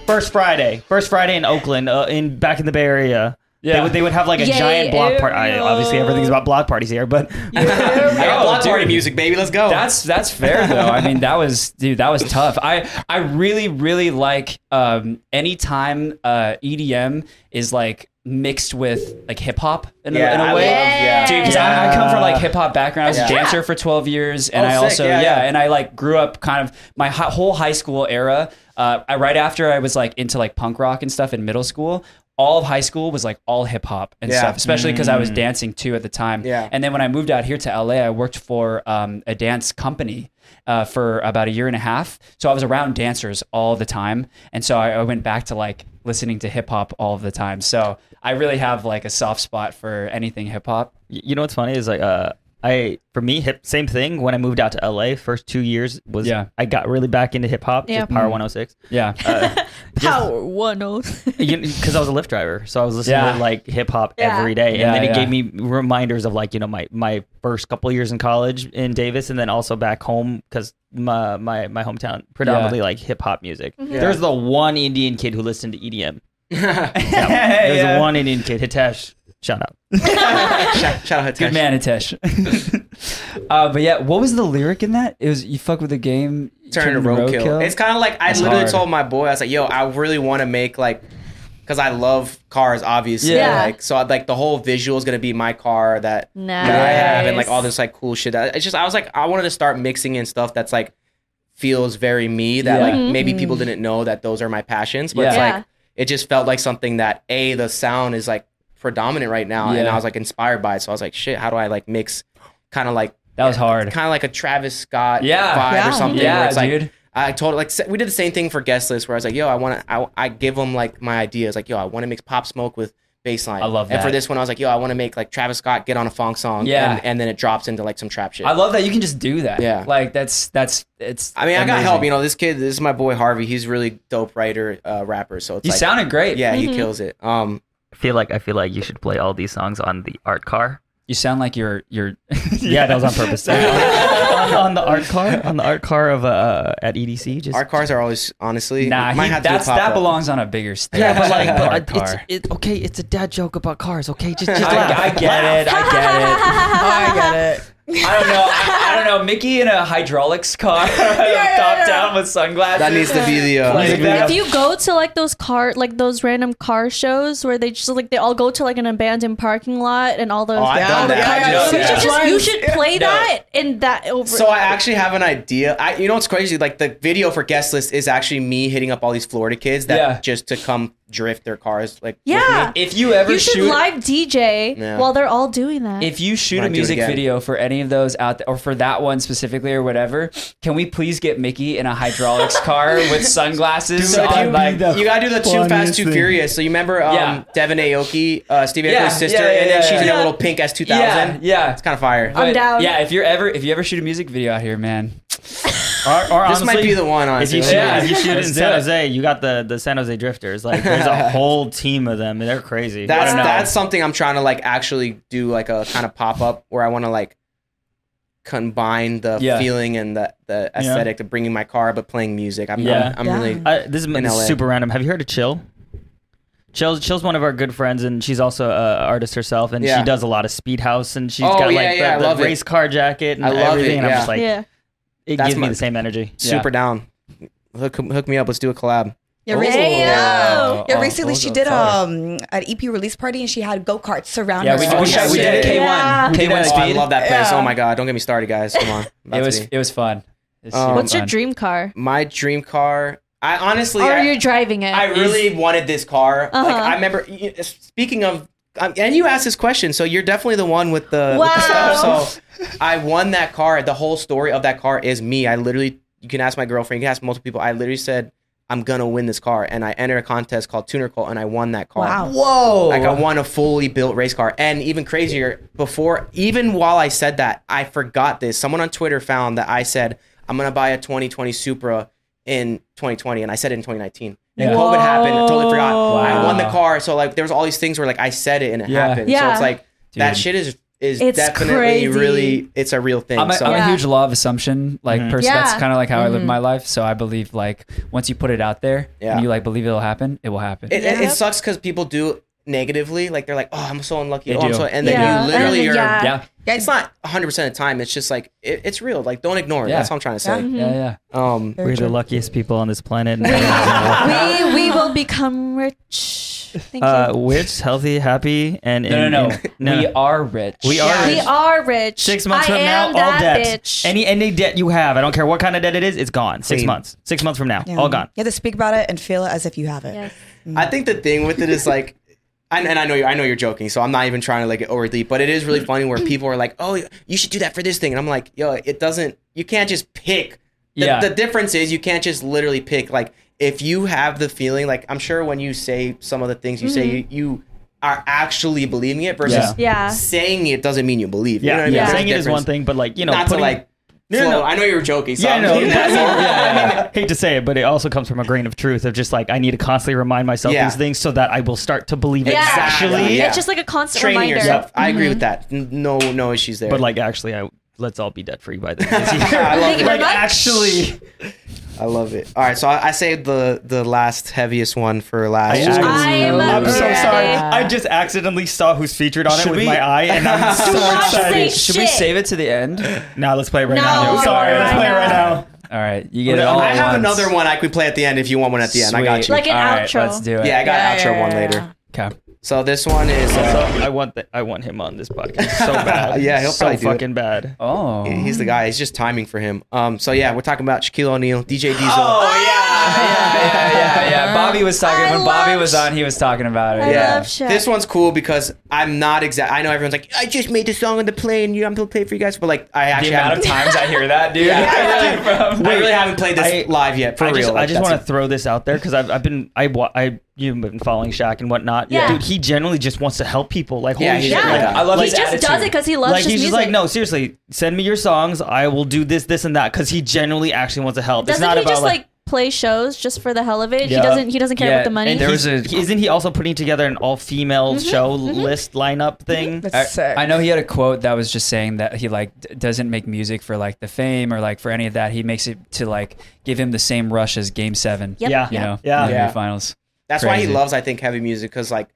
[SPEAKER 5] First Friday, First Friday in Oakland, uh, in back in the Bay Area. They would, they would have like a
[SPEAKER 1] Yeah,
[SPEAKER 5] giant block party. I,
[SPEAKER 1] ew.
[SPEAKER 5] obviously, everything's about block parties here, but
[SPEAKER 4] I got
[SPEAKER 2] Oh,
[SPEAKER 4] block party
[SPEAKER 2] dude.
[SPEAKER 4] music, baby. Let's go.
[SPEAKER 2] That's that's fair though. I mean, that was dude, that was tough. I I really really like um anytime uh EDM is like mixed with like hip hop in, a-
[SPEAKER 4] Yeah,
[SPEAKER 2] in
[SPEAKER 4] I
[SPEAKER 2] a way.
[SPEAKER 4] love- yeah.
[SPEAKER 2] Dude, 'cause I, I come from like hip hop background. I was
[SPEAKER 4] Yeah.
[SPEAKER 2] a dancer for 12 years and
[SPEAKER 4] Oh,
[SPEAKER 2] I
[SPEAKER 4] sick.
[SPEAKER 2] also
[SPEAKER 4] Yeah,
[SPEAKER 2] yeah,
[SPEAKER 4] yeah.
[SPEAKER 2] and I like grew up kind of my hi- whole high school era. Uh, I, right after I was like into like punk rock and stuff in middle school. All of high school was like all hip hop and
[SPEAKER 4] Yeah.
[SPEAKER 2] stuff, especially because I was dancing too at the time.
[SPEAKER 4] Yeah.
[SPEAKER 2] And then when I moved out here to LA, I worked for um, a dance company uh, for about a year and a half. So I was around dancers all the time, and so I, I went back to like listening to hip hop all the time. So I really have like a soft spot for anything hip hop.
[SPEAKER 5] Y- you know what's funny is like uh I for me hip same thing when I moved out to LA first 2 years was
[SPEAKER 2] Yeah.
[SPEAKER 5] I got really back into hip hop
[SPEAKER 1] Yeah. Mm-hmm.
[SPEAKER 5] just Power 106
[SPEAKER 2] Yeah.
[SPEAKER 1] Power one oh.
[SPEAKER 5] because I was a Lyft driver so I was listening
[SPEAKER 2] Yeah.
[SPEAKER 5] to like hip hop
[SPEAKER 1] Yeah.
[SPEAKER 5] every day and
[SPEAKER 2] Yeah,
[SPEAKER 5] then it
[SPEAKER 2] yeah.
[SPEAKER 5] gave me reminders of like you know my my first couple years in college in Davis and then also back home cuz my, my my hometown predominantly like hip hop music there's the one Indian kid who listened to E EDM there's the one Indian kid Hitesh shout out
[SPEAKER 4] shout, shout out to
[SPEAKER 2] Good man, Atesh. uh, but yeah, what was the lyric in that? It was you fuck with the game, you
[SPEAKER 4] turn to
[SPEAKER 2] the
[SPEAKER 4] roadkill. It's kind of like I
[SPEAKER 2] That's
[SPEAKER 4] literally
[SPEAKER 2] hard.
[SPEAKER 4] told my boy, I was like, "Yo, I really want to make like, because I love cars, obviously.
[SPEAKER 2] Yeah.
[SPEAKER 4] Like, so I'd, like the whole visual is gonna be my car that, that I have, and like all this like cool shit. That, it's just I was like, I wanted to start mixing in stuff that's like feels very me. That
[SPEAKER 2] Yeah. Mm-hmm.
[SPEAKER 4] like maybe people didn't know that those are my passions, but it's
[SPEAKER 2] Yeah.
[SPEAKER 4] like it just felt like something that a the sound is like predominant right now, and
[SPEAKER 2] Yeah.
[SPEAKER 4] I was like inspired by it. So I was like, shit, how do I like mix? Kind of like
[SPEAKER 2] that was hard.
[SPEAKER 4] kind of like a Travis Scott
[SPEAKER 2] Yeah.
[SPEAKER 4] vibe
[SPEAKER 3] Yeah.
[SPEAKER 4] or something. where
[SPEAKER 2] Yeah,
[SPEAKER 4] it's like,
[SPEAKER 2] dude.
[SPEAKER 4] I told like se- we did the same thing for guest list where I was like, yo, I want to, I, I give them like my ideas, like yo, I want to mix pop smoke with baseline.
[SPEAKER 2] I love
[SPEAKER 4] And for
[SPEAKER 2] that.
[SPEAKER 4] this one, I was like, yo, I want to make like Travis Scott get on a funk song,
[SPEAKER 2] Yeah.
[SPEAKER 4] and, and then it drops into like some trap shit.
[SPEAKER 2] I love that you can just do that.
[SPEAKER 4] Yeah.
[SPEAKER 2] like that's that's it's.
[SPEAKER 4] I mean, I got
[SPEAKER 2] amazing.
[SPEAKER 4] help. You know, this kid, this is my boy Harvey. He's really dope writer, uh, rapper. So it's
[SPEAKER 2] you
[SPEAKER 4] like,
[SPEAKER 2] sounded great.
[SPEAKER 4] yeah, he kills it. Um,
[SPEAKER 5] I feel like I feel like you should play all these songs on the art car
[SPEAKER 2] you sound like you're you're.
[SPEAKER 5] Yeah, that was on purpose. on, on the art car, on the art car of uh, at EDC. Just
[SPEAKER 4] our cars are always honestly,
[SPEAKER 2] Nah,
[SPEAKER 4] might
[SPEAKER 2] he,
[SPEAKER 4] have to do a
[SPEAKER 2] that's
[SPEAKER 4] pop-up.
[SPEAKER 2] that belongs on a bigger stage.
[SPEAKER 5] yeah, but like,
[SPEAKER 2] Car,
[SPEAKER 5] but it's
[SPEAKER 2] car.
[SPEAKER 5] it, okay. It's a dad joke about cars. Okay, just just laugh.
[SPEAKER 2] I, I get it. I
[SPEAKER 1] Oh,
[SPEAKER 2] get it.
[SPEAKER 3] I get it.
[SPEAKER 2] I don't know. I, I don't know. Mickey in a hydraulics car, top down with sunglasses.
[SPEAKER 4] That needs to be the uh,
[SPEAKER 2] Like that.
[SPEAKER 1] If you go to like those car, like those random car shows where they just like they all go to like an abandoned parking lot and all those.
[SPEAKER 4] Oh, I've done
[SPEAKER 3] the
[SPEAKER 4] that.
[SPEAKER 3] car shows.
[SPEAKER 4] I've done
[SPEAKER 1] you
[SPEAKER 4] that.
[SPEAKER 1] should just you should play that in that over.
[SPEAKER 4] So I actually have an idea. I, you know what's crazy? Like the video for guest list is actually me hitting up all these Florida kids that
[SPEAKER 2] Yeah.
[SPEAKER 4] just to come drift their cars. Like with
[SPEAKER 1] yeah,
[SPEAKER 4] me.
[SPEAKER 2] If you ever
[SPEAKER 1] you should
[SPEAKER 2] shoot,
[SPEAKER 1] live DJ
[SPEAKER 4] Yeah.
[SPEAKER 1] while they're all doing that.
[SPEAKER 2] if you shoot
[SPEAKER 4] Might
[SPEAKER 2] a
[SPEAKER 4] do it
[SPEAKER 2] music
[SPEAKER 4] again.
[SPEAKER 2] video for any of those out there, or for that one specifically, or whatever, can we please get Mickey in a hydraulics car with sunglasses
[SPEAKER 4] So
[SPEAKER 2] on?
[SPEAKER 4] you,
[SPEAKER 2] like,
[SPEAKER 4] you gotta do the Too Fast, Too Furious. So you remember um,
[SPEAKER 2] Yeah.
[SPEAKER 4] Devin Aoki, uh, Stevie
[SPEAKER 2] Yeah,
[SPEAKER 4] Aoki's sister,
[SPEAKER 2] yeah, yeah,
[SPEAKER 4] and then
[SPEAKER 2] yeah,
[SPEAKER 4] she's in
[SPEAKER 2] yeah.
[SPEAKER 4] a little pink S2000.
[SPEAKER 2] yeah, yeah.
[SPEAKER 4] It's kind of fire.
[SPEAKER 1] I'm
[SPEAKER 2] But,
[SPEAKER 1] down.
[SPEAKER 2] Yeah, if you're ever if you ever shoot a music video out here, man,
[SPEAKER 5] or, or
[SPEAKER 4] this might
[SPEAKER 5] honestly,
[SPEAKER 4] be the one,
[SPEAKER 5] If
[SPEAKER 4] honestly.
[SPEAKER 5] you shoot,
[SPEAKER 2] Yeah.
[SPEAKER 5] if you shoot it
[SPEAKER 2] Let's
[SPEAKER 5] in
[SPEAKER 2] do
[SPEAKER 5] San
[SPEAKER 2] it.
[SPEAKER 5] Jose, you got the the San Jose Drifters. Like there's a whole team of them, and they're crazy. I
[SPEAKER 4] That's
[SPEAKER 5] don't know.
[SPEAKER 4] that's something I'm trying to like actually do like a kind of pop up where I want to like combine the
[SPEAKER 2] Yeah.
[SPEAKER 4] feeling and the, the aesthetic of bringing my car but playing music. I'm
[SPEAKER 5] Yeah.
[SPEAKER 4] I'm, I'm
[SPEAKER 3] Yeah.
[SPEAKER 4] really
[SPEAKER 5] I, this is this is
[SPEAKER 4] LA.
[SPEAKER 5] super random. Have you heard of Chill? Chill's, Chill's one of our good friends, and she's also an artist herself, and
[SPEAKER 4] Yeah.
[SPEAKER 5] she does a lot of speed house, and she's
[SPEAKER 4] Oh,
[SPEAKER 5] got
[SPEAKER 4] yeah,
[SPEAKER 5] like
[SPEAKER 4] yeah, I
[SPEAKER 5] the, the
[SPEAKER 4] love it.
[SPEAKER 5] race car jacket and
[SPEAKER 4] I love
[SPEAKER 5] everything.
[SPEAKER 4] it,
[SPEAKER 5] and I'm
[SPEAKER 4] yeah.
[SPEAKER 5] just like,
[SPEAKER 1] yeah,
[SPEAKER 5] it
[SPEAKER 4] That's
[SPEAKER 5] gives me
[SPEAKER 4] my-
[SPEAKER 5] the same energy.
[SPEAKER 4] super down. Hook hook me up. Let's do a collab.
[SPEAKER 3] oh. Yeah,
[SPEAKER 1] Ooh.
[SPEAKER 3] recently, uh,
[SPEAKER 1] Ayo.
[SPEAKER 3] yeah,
[SPEAKER 2] Oh,
[SPEAKER 3] recently
[SPEAKER 2] those
[SPEAKER 3] she
[SPEAKER 2] are
[SPEAKER 3] did
[SPEAKER 2] fire.
[SPEAKER 3] um an EP release party and she had go karts surround
[SPEAKER 2] yeah,
[SPEAKER 3] her.
[SPEAKER 2] we,
[SPEAKER 4] Oh,
[SPEAKER 2] we, shot- we did
[SPEAKER 4] shit.
[SPEAKER 2] K one,
[SPEAKER 1] Yeah.
[SPEAKER 2] K
[SPEAKER 4] Oh,
[SPEAKER 2] one speed.
[SPEAKER 4] I love that place.
[SPEAKER 3] Yeah.
[SPEAKER 4] Oh my god, don't get me started, guys. Come on. About
[SPEAKER 2] It
[SPEAKER 4] to
[SPEAKER 2] was
[SPEAKER 4] be.
[SPEAKER 2] it was fun. It's
[SPEAKER 4] Um,
[SPEAKER 2] super
[SPEAKER 1] what's your
[SPEAKER 2] fun.
[SPEAKER 1] dream car?
[SPEAKER 4] my dream car. I honestly,
[SPEAKER 1] Or
[SPEAKER 4] I,
[SPEAKER 1] you're driving it?
[SPEAKER 4] I really wanted this car.
[SPEAKER 1] Uh-huh.
[SPEAKER 4] Like I remember. y- Speaking of, um, and you asked this question, so you're definitely the one with the, with the
[SPEAKER 1] Wow.
[SPEAKER 4] stuff. So I won that car. The whole story of that car is me. I literally, you can ask my girlfriend, you can ask multiple people. I literally said. I'm gonna win this car, and I entered a contest called Tuner Call, and I won that car.
[SPEAKER 3] Wow.
[SPEAKER 2] Whoa!
[SPEAKER 4] Like I won a fully built race car. And even crazier, before even while I said that, I forgot this. Someone on Twitter found that I said I'm gonna buy a 2020 Supra in 2020, and I said it in 2019. And
[SPEAKER 2] Yeah.
[SPEAKER 4] COVID happened. I totally forgot.
[SPEAKER 1] Whoa.
[SPEAKER 4] I won the car, so like there was all these things where like I said it and it
[SPEAKER 2] Yeah.
[SPEAKER 4] happened. So
[SPEAKER 1] Yeah.
[SPEAKER 4] it's like that
[SPEAKER 2] Dude.
[SPEAKER 4] shit is is
[SPEAKER 1] It's
[SPEAKER 4] definitely
[SPEAKER 1] crazy.
[SPEAKER 4] really it's a real thing.
[SPEAKER 2] I'm a,
[SPEAKER 4] so
[SPEAKER 2] am
[SPEAKER 1] Yeah.
[SPEAKER 2] a huge law of assumption like person.
[SPEAKER 1] Yeah.
[SPEAKER 2] That's kind of like how I live my life. So I believe like once you put it out there
[SPEAKER 4] Yeah.
[SPEAKER 2] and you like believe it'll happen, it will happen.
[SPEAKER 4] it, it- it sucks because people do negatively. Like they're like, oh, I'm so unlucky.
[SPEAKER 2] They
[SPEAKER 4] oh, I'm
[SPEAKER 2] do.
[SPEAKER 4] so, and then
[SPEAKER 1] Yeah.
[SPEAKER 4] you literally are.
[SPEAKER 1] Yeah.
[SPEAKER 2] Yeah.
[SPEAKER 4] It's not 100 percent of the time. It's just like it, it's real. Like don't ignore it.
[SPEAKER 2] Yeah.
[SPEAKER 4] That's what I'm trying to say.
[SPEAKER 2] Yeah, yeah.
[SPEAKER 4] Um,
[SPEAKER 5] We're the luckiest people on this planet. uh,
[SPEAKER 1] we we will become rich. Thank you.
[SPEAKER 5] uh, which healthy, happy, and
[SPEAKER 2] No, no, no.
[SPEAKER 5] no.
[SPEAKER 2] We are rich.
[SPEAKER 5] We are
[SPEAKER 1] We
[SPEAKER 5] rich.
[SPEAKER 1] are rich.
[SPEAKER 5] Six months
[SPEAKER 1] I
[SPEAKER 5] from now,
[SPEAKER 1] am
[SPEAKER 5] all
[SPEAKER 1] that
[SPEAKER 5] debt.
[SPEAKER 1] bitch.
[SPEAKER 5] Any any debt you have, I don't care what kind of debt it is, it's gone. Six
[SPEAKER 4] Clean.
[SPEAKER 5] months. Six months from now,
[SPEAKER 3] Yeah.
[SPEAKER 5] all gone.
[SPEAKER 3] You have to speak about it and feel it as if you have it.
[SPEAKER 1] Yes.
[SPEAKER 4] I think the thing with it is like, and, and I know you, I know you're joking, so I'm not even trying to like get over deep, but it is really funny where people are like, oh, you should do that for this thing, and I'm like, yo, it doesn't. You can't just pick. The,
[SPEAKER 2] Yeah.
[SPEAKER 4] the difference is you can't just literally pick. Like if you have the feeling, like I'm sure when you say some of the things you say, you, you are actually believing it versus
[SPEAKER 2] Yeah.
[SPEAKER 1] Yeah.
[SPEAKER 4] saying it doesn't mean you believe.
[SPEAKER 5] Yeah,
[SPEAKER 4] you know what I mean?
[SPEAKER 5] yeah.
[SPEAKER 4] There's a
[SPEAKER 5] Saying it is
[SPEAKER 4] difference.
[SPEAKER 5] one thing, but like you know,
[SPEAKER 4] not
[SPEAKER 5] putting-
[SPEAKER 4] to like.
[SPEAKER 5] No, no,
[SPEAKER 4] flow.
[SPEAKER 5] no.
[SPEAKER 4] I know you were joking. So
[SPEAKER 5] Yeah, I
[SPEAKER 4] I'm-
[SPEAKER 5] know.
[SPEAKER 4] that's all.
[SPEAKER 5] yeah, I mean, hate to say it, but it also comes from a grain of truth of just like I need to constantly remind myself
[SPEAKER 4] Yeah.
[SPEAKER 5] these things so that I will start to believe it
[SPEAKER 1] Yeah.
[SPEAKER 5] actually.
[SPEAKER 4] Yeah.
[SPEAKER 1] It's just like a constant
[SPEAKER 4] Training
[SPEAKER 1] reminder.
[SPEAKER 4] yourself. I agree with that.
[SPEAKER 3] Mm-hmm.
[SPEAKER 4] N- No, no issues there.
[SPEAKER 5] But like actually, I let's all be debt free by the end of this year.
[SPEAKER 4] I love
[SPEAKER 1] Thank you
[SPEAKER 4] it.
[SPEAKER 1] very
[SPEAKER 5] like
[SPEAKER 1] much.
[SPEAKER 5] actually,
[SPEAKER 4] I love it. All right, so I, I saved the the last heaviest one for last.
[SPEAKER 5] I- I-
[SPEAKER 1] I'm,
[SPEAKER 5] I'm so
[SPEAKER 1] ready.
[SPEAKER 5] sorry. I just accidentally saw who's featured on it
[SPEAKER 2] Should
[SPEAKER 5] with
[SPEAKER 2] we-
[SPEAKER 5] my eye, and I'm so
[SPEAKER 1] not say
[SPEAKER 5] excited.
[SPEAKER 2] Should we
[SPEAKER 1] Shit.
[SPEAKER 2] save it to the end?
[SPEAKER 5] Now let's play it right
[SPEAKER 1] No,
[SPEAKER 5] now.
[SPEAKER 1] we're
[SPEAKER 5] Sorry,
[SPEAKER 1] not
[SPEAKER 5] let's
[SPEAKER 1] right
[SPEAKER 5] play it right
[SPEAKER 1] now.
[SPEAKER 5] now.
[SPEAKER 2] All right, you get it all.
[SPEAKER 4] I
[SPEAKER 2] at
[SPEAKER 4] have
[SPEAKER 2] once.
[SPEAKER 4] another one I could play at the end if you want one at the end. I got
[SPEAKER 2] Sweet.
[SPEAKER 4] you.
[SPEAKER 1] Like an
[SPEAKER 2] All right,
[SPEAKER 1] outro.
[SPEAKER 2] let's do it.
[SPEAKER 4] yeah, I got
[SPEAKER 3] Yeah,
[SPEAKER 4] outro
[SPEAKER 3] yeah, yeah,
[SPEAKER 4] one
[SPEAKER 3] yeah.
[SPEAKER 4] later.
[SPEAKER 2] Okay.
[SPEAKER 4] So this one is
[SPEAKER 5] So
[SPEAKER 4] uh,
[SPEAKER 5] I want the, I want him on this podcast so bad.
[SPEAKER 4] Yeah, he'll
[SPEAKER 5] so
[SPEAKER 4] probably do it.
[SPEAKER 5] fucking bad.
[SPEAKER 2] Oh.
[SPEAKER 4] he's the guy. It's just timing for him. Um, so yeah, we're talking about Shaquille O'Neal, DJ Diesel.
[SPEAKER 2] Oh, yeah, yeah, yeah, yeah. Bobby was talking
[SPEAKER 1] I
[SPEAKER 2] when Bobby
[SPEAKER 1] loved-
[SPEAKER 2] was on. He was talking about it.
[SPEAKER 1] I
[SPEAKER 2] yeah.
[SPEAKER 1] love Shaq.
[SPEAKER 4] This one's cool because I'm not exact. I know everyone's like, I just made the song on the plane. You, I'm gonna play it for you guys, but like, I
[SPEAKER 2] the
[SPEAKER 4] actually
[SPEAKER 2] amount of
[SPEAKER 4] haven't-
[SPEAKER 2] times I hear that, dude.
[SPEAKER 4] Yeah,
[SPEAKER 2] I
[SPEAKER 4] I,
[SPEAKER 2] really-
[SPEAKER 4] really, I really haven't played this
[SPEAKER 5] I-
[SPEAKER 4] live yet. For
[SPEAKER 5] I
[SPEAKER 4] real,
[SPEAKER 5] just, I
[SPEAKER 4] like,
[SPEAKER 5] just
[SPEAKER 4] that's
[SPEAKER 5] want
[SPEAKER 4] it.
[SPEAKER 5] to throw this out there because I've, I've been I wa- I you've been following Shaq and whatnot.
[SPEAKER 1] Yeah.
[SPEAKER 5] dude, he generally just wants to help people. Like holy
[SPEAKER 4] Yeah,
[SPEAKER 5] shit,
[SPEAKER 4] he's
[SPEAKER 1] Yeah.
[SPEAKER 4] like that.
[SPEAKER 5] like,
[SPEAKER 2] I love
[SPEAKER 1] he
[SPEAKER 2] his
[SPEAKER 1] just does it
[SPEAKER 2] attitude.
[SPEAKER 1] because he loves
[SPEAKER 5] like he's
[SPEAKER 1] his music.
[SPEAKER 5] just like no, seriously, send me your songs. I will do this, this, and that because he generally actually wants to help.
[SPEAKER 1] Doesn't
[SPEAKER 5] it's not
[SPEAKER 1] he
[SPEAKER 5] about
[SPEAKER 1] just
[SPEAKER 5] like.
[SPEAKER 1] like play shows just for the hell of it?
[SPEAKER 5] Yeah.
[SPEAKER 1] He doesn't. He doesn't care
[SPEAKER 2] Yeah,
[SPEAKER 1] about the money.
[SPEAKER 2] and there was a-
[SPEAKER 5] he- isn't he also putting together an all-female
[SPEAKER 1] Mm-hmm.
[SPEAKER 5] show list lineup thing?
[SPEAKER 3] That's sick.
[SPEAKER 2] I, I know he had a quote that was just saying that he like d- doesn't make music for like the fame or like for any of that. He makes it to like give him the same rush as Game Seven.
[SPEAKER 1] Yep.
[SPEAKER 5] Yeah,
[SPEAKER 2] You know,
[SPEAKER 5] yeah.
[SPEAKER 2] in the
[SPEAKER 4] Yeah.
[SPEAKER 2] finals.
[SPEAKER 4] That's why
[SPEAKER 2] Crazy.
[SPEAKER 4] he loves, I think, heavy music because like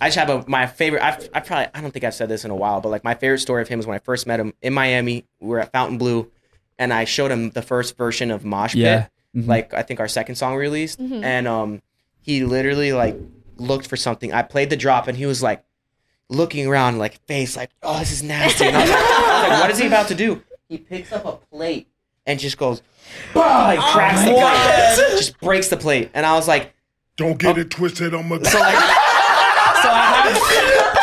[SPEAKER 4] I just have a my favorite. I've, I probably I don't think I've said this in a while, but like my favorite story of him is when I first met him in Miami. We were at Fountain Blue, and I showed him the first version of Mosh Pit,
[SPEAKER 2] Yeah. Mhm.
[SPEAKER 4] like I think our second song released, and um he literally like looked for something. I played the drop, and he was like looking around, like face like oh this is nasty, and I was like, I was like what is he about to do? He picks up a plate and just goes, bah, like cracks the plate, just breaks the plate, and I was like.
[SPEAKER 8] Don't get it twisted. I'm a.
[SPEAKER 4] So like, so I have.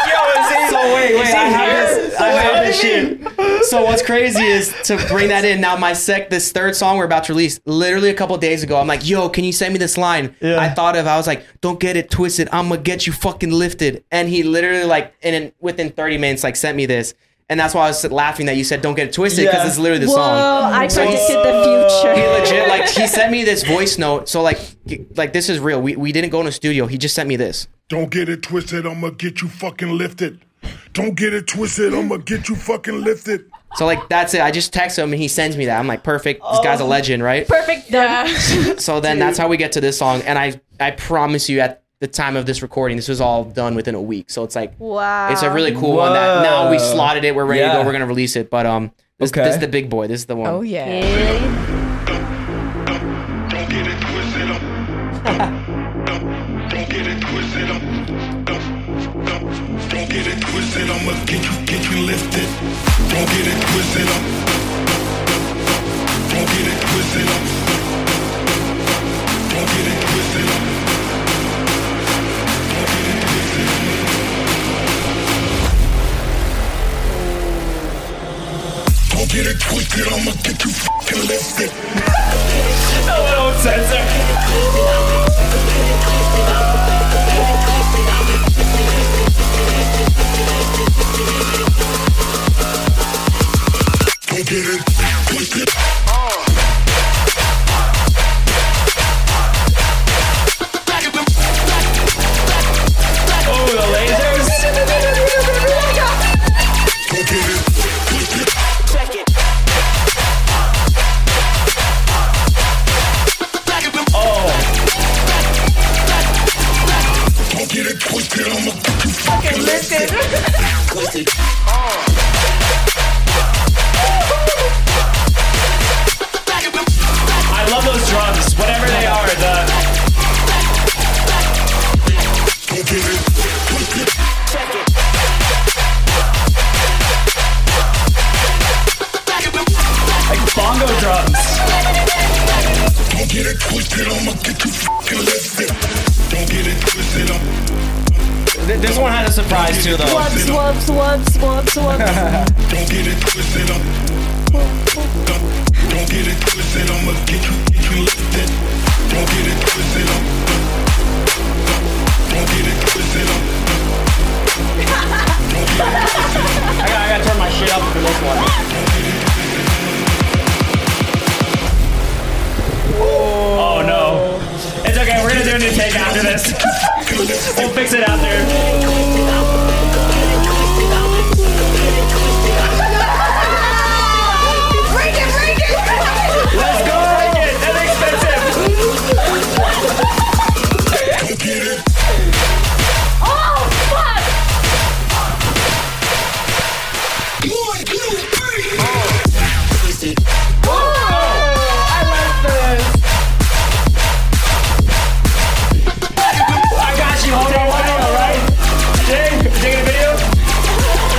[SPEAKER 4] so wait, wait, I have this. I have this shit. So what's crazy is to bring that in. Now my sec, this third song we're about to release, literally a couple days ago, I'm like, yo, can you send me this line? I thought of. I was like, don't get it twisted. I'm gonna get you fucking lifted. And he literally like, and in, within 30 minutes, like sent me this. And that's why I was laughing that you said don't get it twisted because
[SPEAKER 5] Yeah.
[SPEAKER 4] it's literally the
[SPEAKER 1] Whoa!
[SPEAKER 4] song.
[SPEAKER 1] I
[SPEAKER 4] So he's-
[SPEAKER 1] predicted the future.
[SPEAKER 4] he legit like he sent me this voice note. So like, g- like this is real. We we didn't go in a studio. He just sent me this.
[SPEAKER 8] Don't get it twisted. I'm gonna get you fucking lifted. Don't get it twisted. I'm gonna get you fucking lifted.
[SPEAKER 4] So like that's it. I just text him and he sends me that. I'm like, perfect. This guy's a legend, right?
[SPEAKER 1] perfect. done.
[SPEAKER 4] So then that's how we get to this song. And I I promise you, at the time of this recording, this was all done within a week. So it's like
[SPEAKER 1] Wow.
[SPEAKER 4] it's a really cool one that now we
[SPEAKER 2] Whoa.
[SPEAKER 4] slotted it. We're ready to
[SPEAKER 2] Yeah.
[SPEAKER 4] go. We're gonna release it. But um, this,
[SPEAKER 2] Okay.
[SPEAKER 4] this is the big boy. This is the one.
[SPEAKER 3] oh yeah.
[SPEAKER 1] Yeah.
[SPEAKER 8] Don't, don't get it twisted. I'm- Don't, don't, don't get it twisted. I'm- Don't, don't, don't get it twisted. I'm gonna get you, get you lifted. Don't get it twisted. I'm- Don't get it twisted. I'm- Don't get it twisted. I'm- Don't get it twisted, I'ma get you fucking lifted. Don't
[SPEAKER 6] nasty. I love those drums, whatever they are. The like bongo drums.
[SPEAKER 8] Don't get it twisted, I'ma get you fucking lifted. Don't get it twisted, I'm
[SPEAKER 4] Th- This one had a surprise too, though.
[SPEAKER 1] Swab, swab, swab, swab, swab.
[SPEAKER 8] Don't get it twisted, I'm don't, don't get it twisted, I'ma get you, get you lifted. Don't get it twisted, I'm don't get it twisted, I'm
[SPEAKER 6] I gotta, I gotta turn my shit up for this one. Oh no. It's okay, we're gonna do a new take after this. we'll fix it out there. Let's go, break it! That's expensive! I got you, hold on, hold on, right? Dig, dig a video?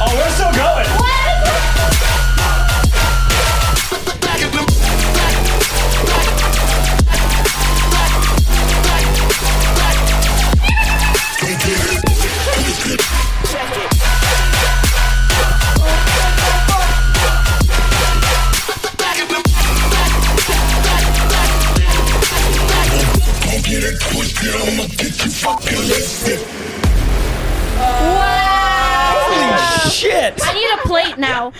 [SPEAKER 6] Oh, we're still going.
[SPEAKER 8] don't get it twisted, I'ma get you fucking lifted.
[SPEAKER 5] Shit.
[SPEAKER 1] I need a plate now.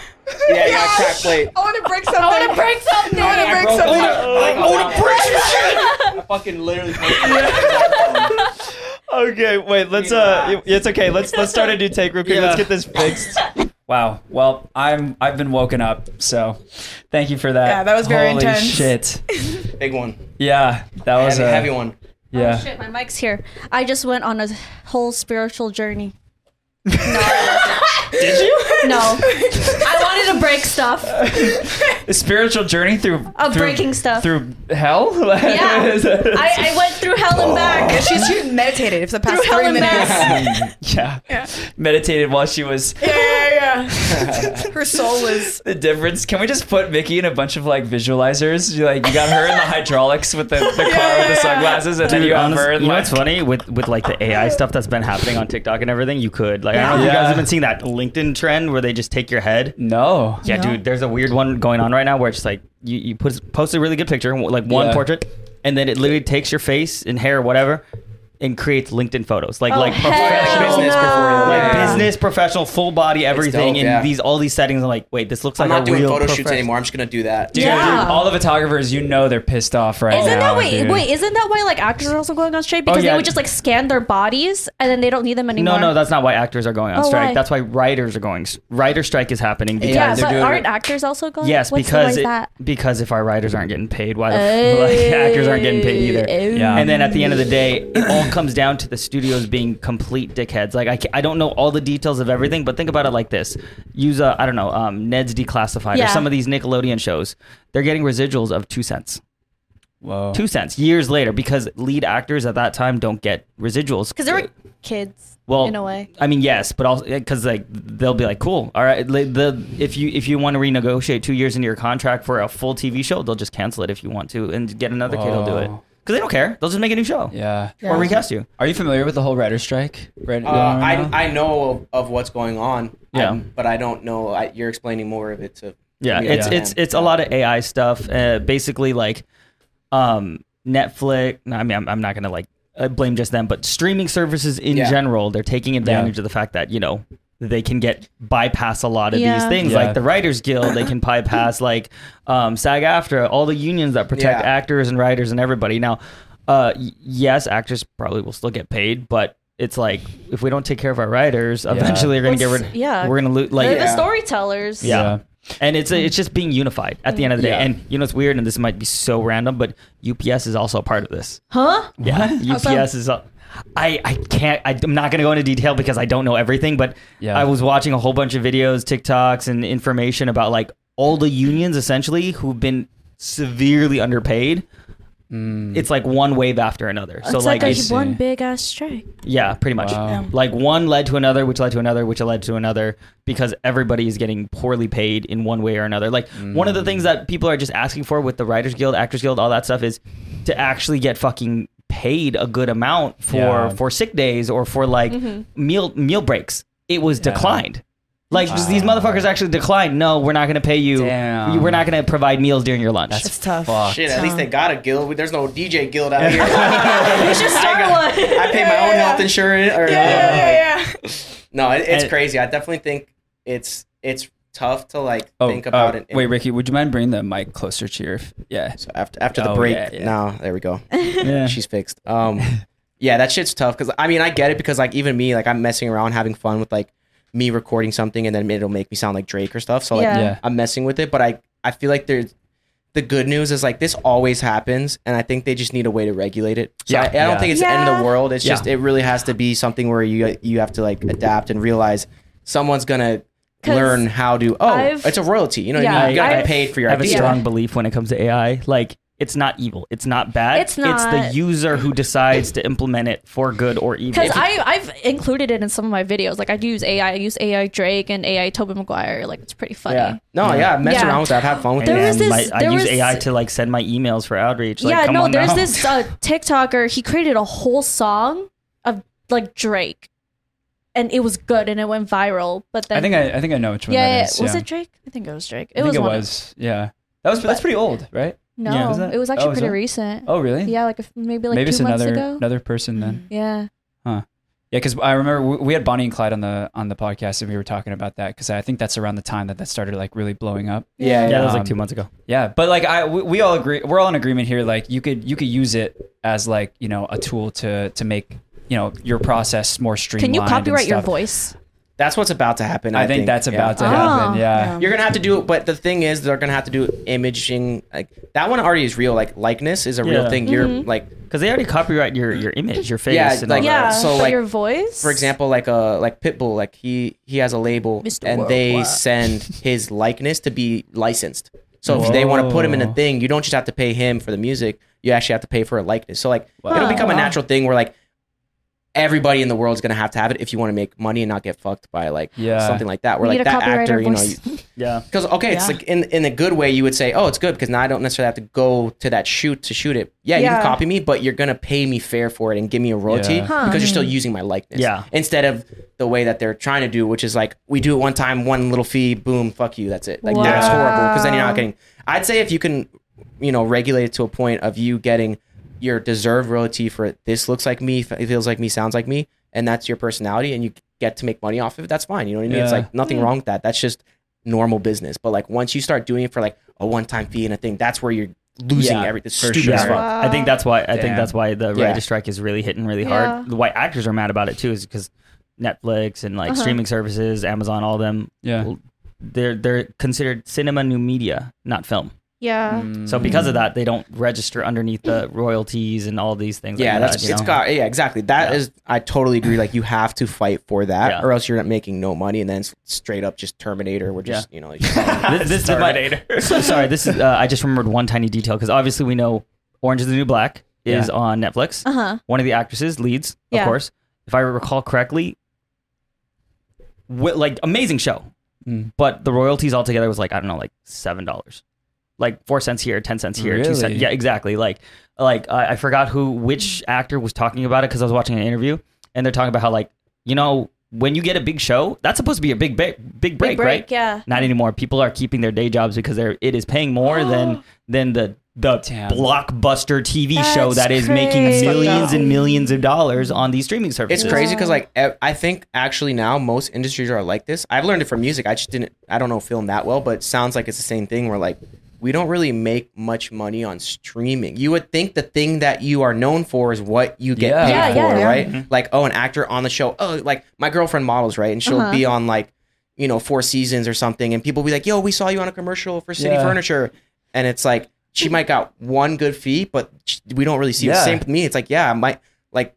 [SPEAKER 4] Yeah, you got crack plate.
[SPEAKER 3] I want to break something. I want to break something. I want to break
[SPEAKER 4] broke
[SPEAKER 3] something.
[SPEAKER 4] my-
[SPEAKER 6] Oh,
[SPEAKER 4] my- I fucking literally.
[SPEAKER 5] Okay, wait. Let's. Uh, it's okay. Let's let's start a new take real quick.
[SPEAKER 2] Yeah.
[SPEAKER 5] Let's get this fixed.
[SPEAKER 2] Wow. Well, I'm I've been woken up, so thank you for that.
[SPEAKER 3] Yeah, that was very
[SPEAKER 2] Holy
[SPEAKER 3] intense.
[SPEAKER 2] Shit.
[SPEAKER 4] Big one.
[SPEAKER 2] Yeah, that was
[SPEAKER 4] Heavy,
[SPEAKER 2] a
[SPEAKER 4] heavy one.
[SPEAKER 3] Oh,
[SPEAKER 2] Yeah.
[SPEAKER 1] Shit, my mic's here. I just went on a whole spiritual journey. No. Did you? No. I wanted to break stuff.
[SPEAKER 2] A spiritual journey through
[SPEAKER 3] Oh,
[SPEAKER 1] Of
[SPEAKER 2] through-
[SPEAKER 1] breaking stuff.
[SPEAKER 2] through hell.
[SPEAKER 1] Yeah. I, I went through hell and back.
[SPEAKER 3] She's Oh, she meditated for the past
[SPEAKER 1] Through hell
[SPEAKER 3] three
[SPEAKER 1] and
[SPEAKER 3] minutes.
[SPEAKER 1] back.
[SPEAKER 2] yeah. Meditated while she was
[SPEAKER 3] Her soul was.
[SPEAKER 2] the difference. Can we just put Vicky in a bunch of like visualizers? You like you got her in the hydraulics with the, the car with the sunglasses, and then
[SPEAKER 5] Dude,
[SPEAKER 2] you have
[SPEAKER 5] honest-
[SPEAKER 2] her. in,
[SPEAKER 5] you know
[SPEAKER 2] like-
[SPEAKER 5] what's funny with with like the AI stuff that's been happening on TikTok and everything. You could like I don't know if you
[SPEAKER 2] Yeah.
[SPEAKER 5] guys have been seeing that LinkedIn trend where they just take your head.
[SPEAKER 2] No.
[SPEAKER 5] Yeah, dude. There's a weird one going on right now where it's like you you put, post a really good picture, like one
[SPEAKER 2] Yeah.
[SPEAKER 5] portrait, and then it literally takes your face and hair, whatever, and creates LinkedIn photos like like
[SPEAKER 1] Oh, hell
[SPEAKER 5] professional
[SPEAKER 1] no.
[SPEAKER 4] Business before you-
[SPEAKER 5] like
[SPEAKER 4] Yeah.
[SPEAKER 5] business, professional, full body, everything,
[SPEAKER 4] dope,
[SPEAKER 5] and
[SPEAKER 4] yeah.
[SPEAKER 5] these all these settings. I'm like, wait, this looks like
[SPEAKER 4] I'm not
[SPEAKER 5] a
[SPEAKER 4] doing
[SPEAKER 5] real
[SPEAKER 4] photo shoots
[SPEAKER 5] professional-
[SPEAKER 4] anymore. I'm just gonna do that.
[SPEAKER 2] Dude,
[SPEAKER 1] Yeah.
[SPEAKER 2] all the photographers, you know, they're pissed off right
[SPEAKER 1] Isn't
[SPEAKER 2] now.
[SPEAKER 1] that wait
[SPEAKER 2] dude.
[SPEAKER 1] wait? Isn't that why like actors are also going on strike because
[SPEAKER 5] yeah.
[SPEAKER 1] they would just like scan their bodies and then they don't need them anymore?
[SPEAKER 5] No, no, that's not why actors are going on
[SPEAKER 1] Oh,
[SPEAKER 5] strike.
[SPEAKER 1] why?
[SPEAKER 5] That's why writers are going. Writer strike is happening because
[SPEAKER 1] yeah,
[SPEAKER 4] they're
[SPEAKER 1] but
[SPEAKER 4] doing
[SPEAKER 1] aren't
[SPEAKER 4] it.
[SPEAKER 1] actors also going?
[SPEAKER 5] Yes,
[SPEAKER 1] What's the- why
[SPEAKER 5] because
[SPEAKER 1] is
[SPEAKER 5] it-
[SPEAKER 1] that? Oh,
[SPEAKER 5] because if our writers aren't getting paid, why the f- like, actors aren't getting paid either?
[SPEAKER 2] Yeah.
[SPEAKER 5] And then at the end of the day, it all comes down to the studios being complete dickheads. Like I, ca- I don't know all the details of everything, but think about it like this: use a I don't know um, Ned's Declassified
[SPEAKER 1] Yeah.
[SPEAKER 5] or some of these Nickelodeon shows. They're getting residuals of two cents,
[SPEAKER 2] Whoa.
[SPEAKER 5] two cents years later because lead actors at that time don't get residuals
[SPEAKER 1] because they were kids.
[SPEAKER 5] well
[SPEAKER 1] in a way.
[SPEAKER 5] i mean yes but also because like they'll be like cool all right like, the if you if you want to renegotiate two years into your contract for a full tv show they'll just cancel it if you want to and get another kid who'll do it
[SPEAKER 2] Whoa.
[SPEAKER 5] because they don't care they'll just make a new show
[SPEAKER 2] Yeah.
[SPEAKER 5] or recast you
[SPEAKER 2] Are you familiar with the whole writer strike? Right.
[SPEAKER 4] Uh, I I know of, of what's going on.
[SPEAKER 5] Yeah.
[SPEAKER 4] I'm- but I don't know. I, you're explaining more of it to.
[SPEAKER 5] yeah,
[SPEAKER 4] me to
[SPEAKER 5] it's
[SPEAKER 4] understand.
[SPEAKER 5] it's it's a lot of ai stuff uh, basically like um netflix no, i mean I'm, I'm not gonna like uh, blame just them but streaming services in
[SPEAKER 4] Yeah.
[SPEAKER 5] general they're taking advantage of the fact that you know they can get bypass a lot of these
[SPEAKER 1] Yeah.
[SPEAKER 5] things
[SPEAKER 2] Yeah.
[SPEAKER 5] like the writers guild they can bypass like um sag aftra all the unions that protect
[SPEAKER 4] Yeah.
[SPEAKER 5] actors and writers and everybody now uh, y- yes, actors probably will still get paid, but it's like if we don't take care of our writers, eventually we're gonna get
[SPEAKER 1] What's-
[SPEAKER 5] rid.
[SPEAKER 1] yeah.
[SPEAKER 5] we're gonna lose. Like
[SPEAKER 1] They're the storytellers.
[SPEAKER 5] yeah. And it's it's just being unified at the end of the day.
[SPEAKER 4] Yeah.
[SPEAKER 5] And you know it's weird, and this might be so random, but UPS is also a part of this.
[SPEAKER 1] Huh?
[SPEAKER 5] Yeah, UPS is. A, I I can't. I, I'm not going to go into detail because I don't know everything. But
[SPEAKER 2] Yeah.
[SPEAKER 5] I was watching a whole bunch of videos, TikToks, and information about like all the unions essentially who've been severely underpaid. It's like one wave after another. so
[SPEAKER 1] it's
[SPEAKER 5] like,
[SPEAKER 1] like, a
[SPEAKER 5] it's,
[SPEAKER 1] one big ass strike.
[SPEAKER 5] yeah, pretty much.
[SPEAKER 2] Wow.
[SPEAKER 5] Like one led to another, which led to another, which led to another, because everybody is getting poorly paid in one way or another. Like one of the
[SPEAKER 2] Mm.
[SPEAKER 5] things that people are just asking for with the Writers Guild, Actors Guild, all that stuff is to actually get fucking paid a good amount for
[SPEAKER 2] Yeah.
[SPEAKER 5] for sick days or for like meal meal breaks. It was declined. Like just these motherfuckers actually declined. No, we're not going to pay you.
[SPEAKER 2] Damn.
[SPEAKER 5] You- We're not going to provide meals during your lunch.
[SPEAKER 3] It's tough.
[SPEAKER 4] Shit, at least they got a guild. There's no DJ guild out here.
[SPEAKER 1] You should start one.
[SPEAKER 4] I pay my own health insurance. Or, uh,
[SPEAKER 3] Yeah, yeah, yeah.
[SPEAKER 4] No, it, it's
[SPEAKER 5] And-
[SPEAKER 4] crazy. I definitely think it's it's tough to like
[SPEAKER 2] Oh,
[SPEAKER 4] think about
[SPEAKER 2] uh,
[SPEAKER 4] it.
[SPEAKER 2] Wait, Ricky, would you mind bringing the mic closer to your? f- Yeah.
[SPEAKER 4] So after after
[SPEAKER 2] Oh,
[SPEAKER 4] the break,
[SPEAKER 2] yeah, yeah.
[SPEAKER 4] now there we go.
[SPEAKER 2] Yeah.
[SPEAKER 4] She's fixed. Um, yeah, that shit's tough because I mean I get it because like even me like I'm messing around having fun with like me recording something and then it'll make me sound like Drake or stuff. So like
[SPEAKER 1] Yeah.
[SPEAKER 2] Yeah.
[SPEAKER 4] I'm messing with it, but I I feel like there's the good news is like this always happens, and I think they just need a way to regulate it. So
[SPEAKER 2] Yeah.
[SPEAKER 4] I, I don't
[SPEAKER 2] Yeah.
[SPEAKER 4] think it's the end of the world. It's
[SPEAKER 2] Yeah.
[SPEAKER 4] just it really has to be something where you you have to like adapt and realize someone's gonna
[SPEAKER 1] 'Cause
[SPEAKER 4] learn how to. Oh,
[SPEAKER 1] I've-
[SPEAKER 4] it's a royalty. You know, what I
[SPEAKER 1] Yeah,
[SPEAKER 4] mean? you gotta
[SPEAKER 1] I've-
[SPEAKER 4] get paid for your
[SPEAKER 5] I have a
[SPEAKER 4] idea.
[SPEAKER 5] strong belief when it comes to AI. Like, it's not evil. It's not bad.
[SPEAKER 1] It's not.
[SPEAKER 5] the user who decides to implement it for good or evil.
[SPEAKER 1] Because I I've included it in some of my videos. Like I use AI. I use AI Drake and AI Toby Maguire. Like it's pretty funny.
[SPEAKER 4] Yeah. No, yeah, mess
[SPEAKER 1] Yeah.
[SPEAKER 4] around with that. Have fun with
[SPEAKER 5] and
[SPEAKER 1] There
[SPEAKER 4] it.
[SPEAKER 1] was this-
[SPEAKER 5] my- I
[SPEAKER 1] there
[SPEAKER 5] use
[SPEAKER 1] was-
[SPEAKER 5] AI to like send my emails for outreach. Like,
[SPEAKER 1] yeah,
[SPEAKER 5] come
[SPEAKER 1] no,
[SPEAKER 5] on
[SPEAKER 1] there's
[SPEAKER 5] now.
[SPEAKER 1] this uh, TikToker. He created a whole song of like Drake, and it was good and it went viral. But then
[SPEAKER 2] I think I, I think I know which one
[SPEAKER 1] yeah,
[SPEAKER 2] that
[SPEAKER 1] yeah,
[SPEAKER 2] is.
[SPEAKER 1] was
[SPEAKER 2] yeah.
[SPEAKER 1] it Drake? I think it was Drake. It
[SPEAKER 2] I think
[SPEAKER 1] was
[SPEAKER 2] it
[SPEAKER 1] one of-
[SPEAKER 2] was. Yeah. That was that's pretty old, right?
[SPEAKER 1] No,
[SPEAKER 2] Yeah. Is that-
[SPEAKER 1] it was
[SPEAKER 2] oh,
[SPEAKER 1] actually
[SPEAKER 2] is
[SPEAKER 1] pretty
[SPEAKER 2] that-
[SPEAKER 1] recent.
[SPEAKER 2] Oh, really?
[SPEAKER 1] Yeah, like a f- maybe like
[SPEAKER 2] Maybe
[SPEAKER 1] two
[SPEAKER 2] it's
[SPEAKER 1] months
[SPEAKER 2] another
[SPEAKER 1] ago. Mm-hmm.
[SPEAKER 2] another person then.
[SPEAKER 1] Yeah.
[SPEAKER 2] Yeah, because I remember we, we had Bonnie and Clyde on the on the podcast and we were talking about that because I think that's around the time that that started like really blowing up.
[SPEAKER 5] yeah, that was
[SPEAKER 2] um,
[SPEAKER 5] like two months ago.
[SPEAKER 2] Yeah, but like I, we, we all agree, we're all in agreement here. Like you could, you could use it as like you know a tool to to make you know your process more
[SPEAKER 1] Can
[SPEAKER 2] streamlined.
[SPEAKER 1] you
[SPEAKER 2] and
[SPEAKER 1] copyright your
[SPEAKER 2] stuff.
[SPEAKER 1] voice?
[SPEAKER 4] That's what's about to happen. I,
[SPEAKER 2] I, think, that's
[SPEAKER 4] Yeah.
[SPEAKER 2] about
[SPEAKER 1] Oh,
[SPEAKER 2] to happen. Yeah,
[SPEAKER 3] yeah.
[SPEAKER 4] You're gonna have to do, but the thing is, they're gonna have to do imaging. Like that one already is real. Like likeness is a
[SPEAKER 5] Yeah.
[SPEAKER 4] real thing. You're
[SPEAKER 1] Mm-hmm.
[SPEAKER 4] like,
[SPEAKER 5] Because they already copyright your, your image, your face.
[SPEAKER 4] Yeah,
[SPEAKER 5] and
[SPEAKER 4] like-
[SPEAKER 5] all
[SPEAKER 1] Yeah.
[SPEAKER 5] that.
[SPEAKER 4] so,
[SPEAKER 1] but
[SPEAKER 4] like,
[SPEAKER 1] your voice.
[SPEAKER 4] for example, like a like Pitbull. Like he he has a label,
[SPEAKER 1] Mr.
[SPEAKER 4] and they
[SPEAKER 1] Worldwide.
[SPEAKER 4] send his likeness to be licensed. So if they want to put him in a
[SPEAKER 2] Whoa.
[SPEAKER 4] thing, you don't just have to pay him for the music. You actually have to pay for a likeness. So like it'll become a natural thing where like everybody in the world's gonna have to have it if you want to make money and not get fucked by like
[SPEAKER 2] Yeah.
[SPEAKER 4] something like that. Where
[SPEAKER 1] We
[SPEAKER 4] like
[SPEAKER 1] need a
[SPEAKER 4] that
[SPEAKER 1] copyrighted
[SPEAKER 4] actor, you know.
[SPEAKER 1] voice.
[SPEAKER 4] You,
[SPEAKER 5] yeah.
[SPEAKER 4] Because okay, it's
[SPEAKER 3] Yeah.
[SPEAKER 4] like in in a good way, you would say, oh, it's good because now I don't necessarily have to go to that shoot to shoot it. Yeah, you
[SPEAKER 1] Yeah.
[SPEAKER 4] can copy me, but you're gonna pay me fair for it and give me a royalty
[SPEAKER 2] Yeah.
[SPEAKER 1] Huh. Hmm.
[SPEAKER 4] because you're still using my likeness.
[SPEAKER 5] Yeah.
[SPEAKER 4] Instead of the way that they're trying to do, which is like we do it one time, one little fee, boom, fuck you, that's it. Like that's
[SPEAKER 1] Wow.
[SPEAKER 4] horrible because then you're not getting. I'd say if you can, you know, regulate it to a point of you getting your deserved royalty for this looks like me, f- feels like me, sounds like me, and that's your personality, and you get to make money off of it. That's fine. You know what I mean? It's
[SPEAKER 2] Yeah.
[SPEAKER 4] like
[SPEAKER 1] Hmm.
[SPEAKER 4] nothing wrong with that. That's just normal business. But like once you start doing it for like a one time fee and a thing, that's where you're losing
[SPEAKER 2] Yeah,
[SPEAKER 4] everything. It's
[SPEAKER 2] for
[SPEAKER 4] stupid
[SPEAKER 2] sure.
[SPEAKER 4] as fuck.
[SPEAKER 5] I think that's why I think
[SPEAKER 2] Damn.
[SPEAKER 5] that's why the
[SPEAKER 4] Yeah.
[SPEAKER 5] writer strike is really hitting really
[SPEAKER 1] Yeah.
[SPEAKER 5] hard. Why actors are mad about it too is because Netflix and like
[SPEAKER 1] Uh-huh.
[SPEAKER 5] streaming services, Amazon, all them,
[SPEAKER 2] yeah.
[SPEAKER 5] they're they're considered cinema new media, not film.
[SPEAKER 1] Yeah.
[SPEAKER 2] Mm.
[SPEAKER 5] So because
[SPEAKER 4] Mm.
[SPEAKER 5] of that, they don't register underneath the royalties and all these things.
[SPEAKER 4] Yeah,
[SPEAKER 5] like
[SPEAKER 4] that's
[SPEAKER 5] that, you
[SPEAKER 4] it's
[SPEAKER 5] know?
[SPEAKER 4] got yeah, exactly. That
[SPEAKER 5] Yeah.
[SPEAKER 4] is I totally agree. Like you have to fight for that
[SPEAKER 5] Yeah.
[SPEAKER 4] or else you're not making no money and then it's straight up just Terminator. We're just you know just-
[SPEAKER 5] this, this is my, so sorry. This is uh, I just remembered one tiny detail because obviously we know Orange is the New Black is
[SPEAKER 2] Yeah.
[SPEAKER 5] on Netflix.
[SPEAKER 1] Uh huh.
[SPEAKER 5] One of the actresses leads,
[SPEAKER 1] Yeah.
[SPEAKER 5] of course. If I recall correctly, wi- like amazing show,
[SPEAKER 2] Mm.
[SPEAKER 5] but the royalties altogether was like I don't know, like seven dollars, like four cents here, ten cents here, two
[SPEAKER 2] Really?
[SPEAKER 5] cents. Yeah, exactly. Like, like I I forgot who which actor was talking about it because I was watching an interview and they're talking about how like you know when you get a big show that's supposed to be a big ba- big break,
[SPEAKER 1] Big break.
[SPEAKER 5] right?
[SPEAKER 1] Yeah.
[SPEAKER 5] not anymore. People are keeping their day jobs because they're it is paying more than than the the
[SPEAKER 2] Damn.
[SPEAKER 5] blockbuster TV show
[SPEAKER 1] That's
[SPEAKER 5] that is making
[SPEAKER 1] crazy.
[SPEAKER 5] millions and millions of dollars on these streaming
[SPEAKER 4] it's
[SPEAKER 5] services.
[SPEAKER 4] crazy because like e- I think actually now most industries are like this. I've learned it from music. I just didn't. I don't know film that well, but it sounds like it's the same thing. Where like we don't really make much money on streaming. You would think the thing that you are known for is what you get
[SPEAKER 2] Yeah. Mm-hmm.
[SPEAKER 4] paid
[SPEAKER 1] Yeah,
[SPEAKER 4] for,
[SPEAKER 1] yeah.
[SPEAKER 4] right? Like, oh, an actor on the show. Oh, like my girlfriend models, right? And she'll
[SPEAKER 1] Uh-huh.
[SPEAKER 4] be on like, you know, Four Seasons or something, and people be like, "Yo, we saw you on a commercial for City
[SPEAKER 2] Yeah.
[SPEAKER 4] Furniture," and it's like she might got one good fee, but sh- we don't really see the
[SPEAKER 2] Yeah.
[SPEAKER 4] same with me. It's like, yeah, my like,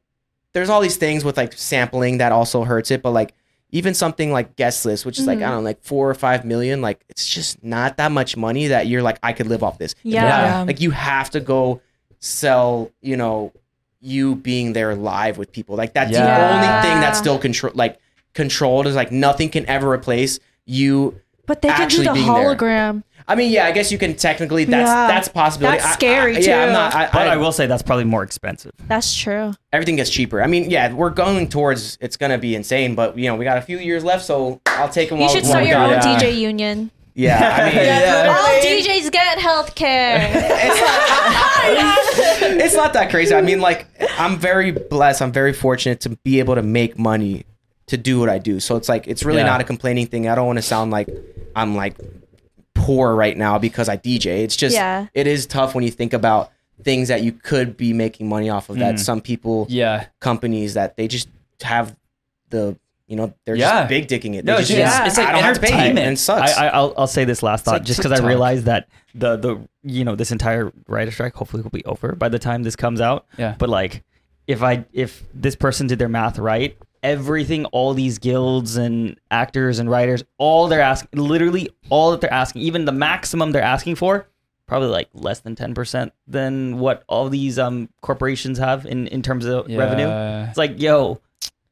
[SPEAKER 4] there's all these things with like sampling that also hurts it, but like even something like guest list, which is like I
[SPEAKER 1] Mm-hmm.
[SPEAKER 4] don't know, like four or five million, like it's just not that much money that you're like I could live off this.
[SPEAKER 1] Yeah.
[SPEAKER 2] Yeah.
[SPEAKER 4] Like you have to go sell, you know, you being there live with people. Like that's the
[SPEAKER 2] Yeah.
[SPEAKER 4] only thing that's still control like controlled is like nothing can ever replace you.
[SPEAKER 1] But they can do
[SPEAKER 4] Actually
[SPEAKER 1] the
[SPEAKER 4] being there.
[SPEAKER 1] hologram.
[SPEAKER 4] I mean, yeah, I guess you can technically that's
[SPEAKER 1] Yeah.
[SPEAKER 4] that's a possibility.
[SPEAKER 1] That's
[SPEAKER 4] I- I-
[SPEAKER 1] scary,
[SPEAKER 4] Yeah,
[SPEAKER 1] too.
[SPEAKER 4] I'm not I,
[SPEAKER 5] But
[SPEAKER 4] I-
[SPEAKER 5] I will say that's probably more expensive.
[SPEAKER 1] That's true.
[SPEAKER 4] everything gets cheaper. I mean, yeah, we're going towards it's gonna be insane, but you know, we got a few years left, so I'll take them
[SPEAKER 1] You
[SPEAKER 4] all.
[SPEAKER 1] should
[SPEAKER 4] while
[SPEAKER 1] start
[SPEAKER 4] we
[SPEAKER 1] your
[SPEAKER 4] got
[SPEAKER 1] own
[SPEAKER 4] it.
[SPEAKER 1] DJ union.
[SPEAKER 4] Yeah, I mean,
[SPEAKER 1] All DJs get health care.
[SPEAKER 4] it's not that crazy. I mean, like, I'm very blessed. I'm very fortunate to be able to make money to do what I do. So it's like, it's really
[SPEAKER 2] Yeah.
[SPEAKER 4] not a complaining thing. I don't want to sound like I'm like poor right now because I DJ. It's just,
[SPEAKER 1] Yeah.
[SPEAKER 4] it is tough when you think about things that you could be making money off of that some people,
[SPEAKER 2] Yeah.
[SPEAKER 4] companies that they just have the, you know, they're
[SPEAKER 2] Yeah.
[SPEAKER 4] just big dicking it.
[SPEAKER 2] No,
[SPEAKER 4] They
[SPEAKER 2] it's
[SPEAKER 4] just,
[SPEAKER 2] just- it's like
[SPEAKER 4] I don't have to pay it, and
[SPEAKER 2] entertainment.
[SPEAKER 4] it sucks.
[SPEAKER 5] I, I, I'll, I'll say this last thought,
[SPEAKER 2] like
[SPEAKER 5] just because I
[SPEAKER 2] TikTok.
[SPEAKER 5] realize that the the you know this entire writer strike hopefully will be over by the time this comes out.
[SPEAKER 2] Yeah.
[SPEAKER 5] But like, if I if this person did their math right, everything, all these guilds and actors and writers, all they're asking, literally all that they're asking, even the maximum they're asking for, probably like less than ten percent than what all these um corporations have in in terms of
[SPEAKER 2] Yeah.
[SPEAKER 5] revenue. It's like, yo,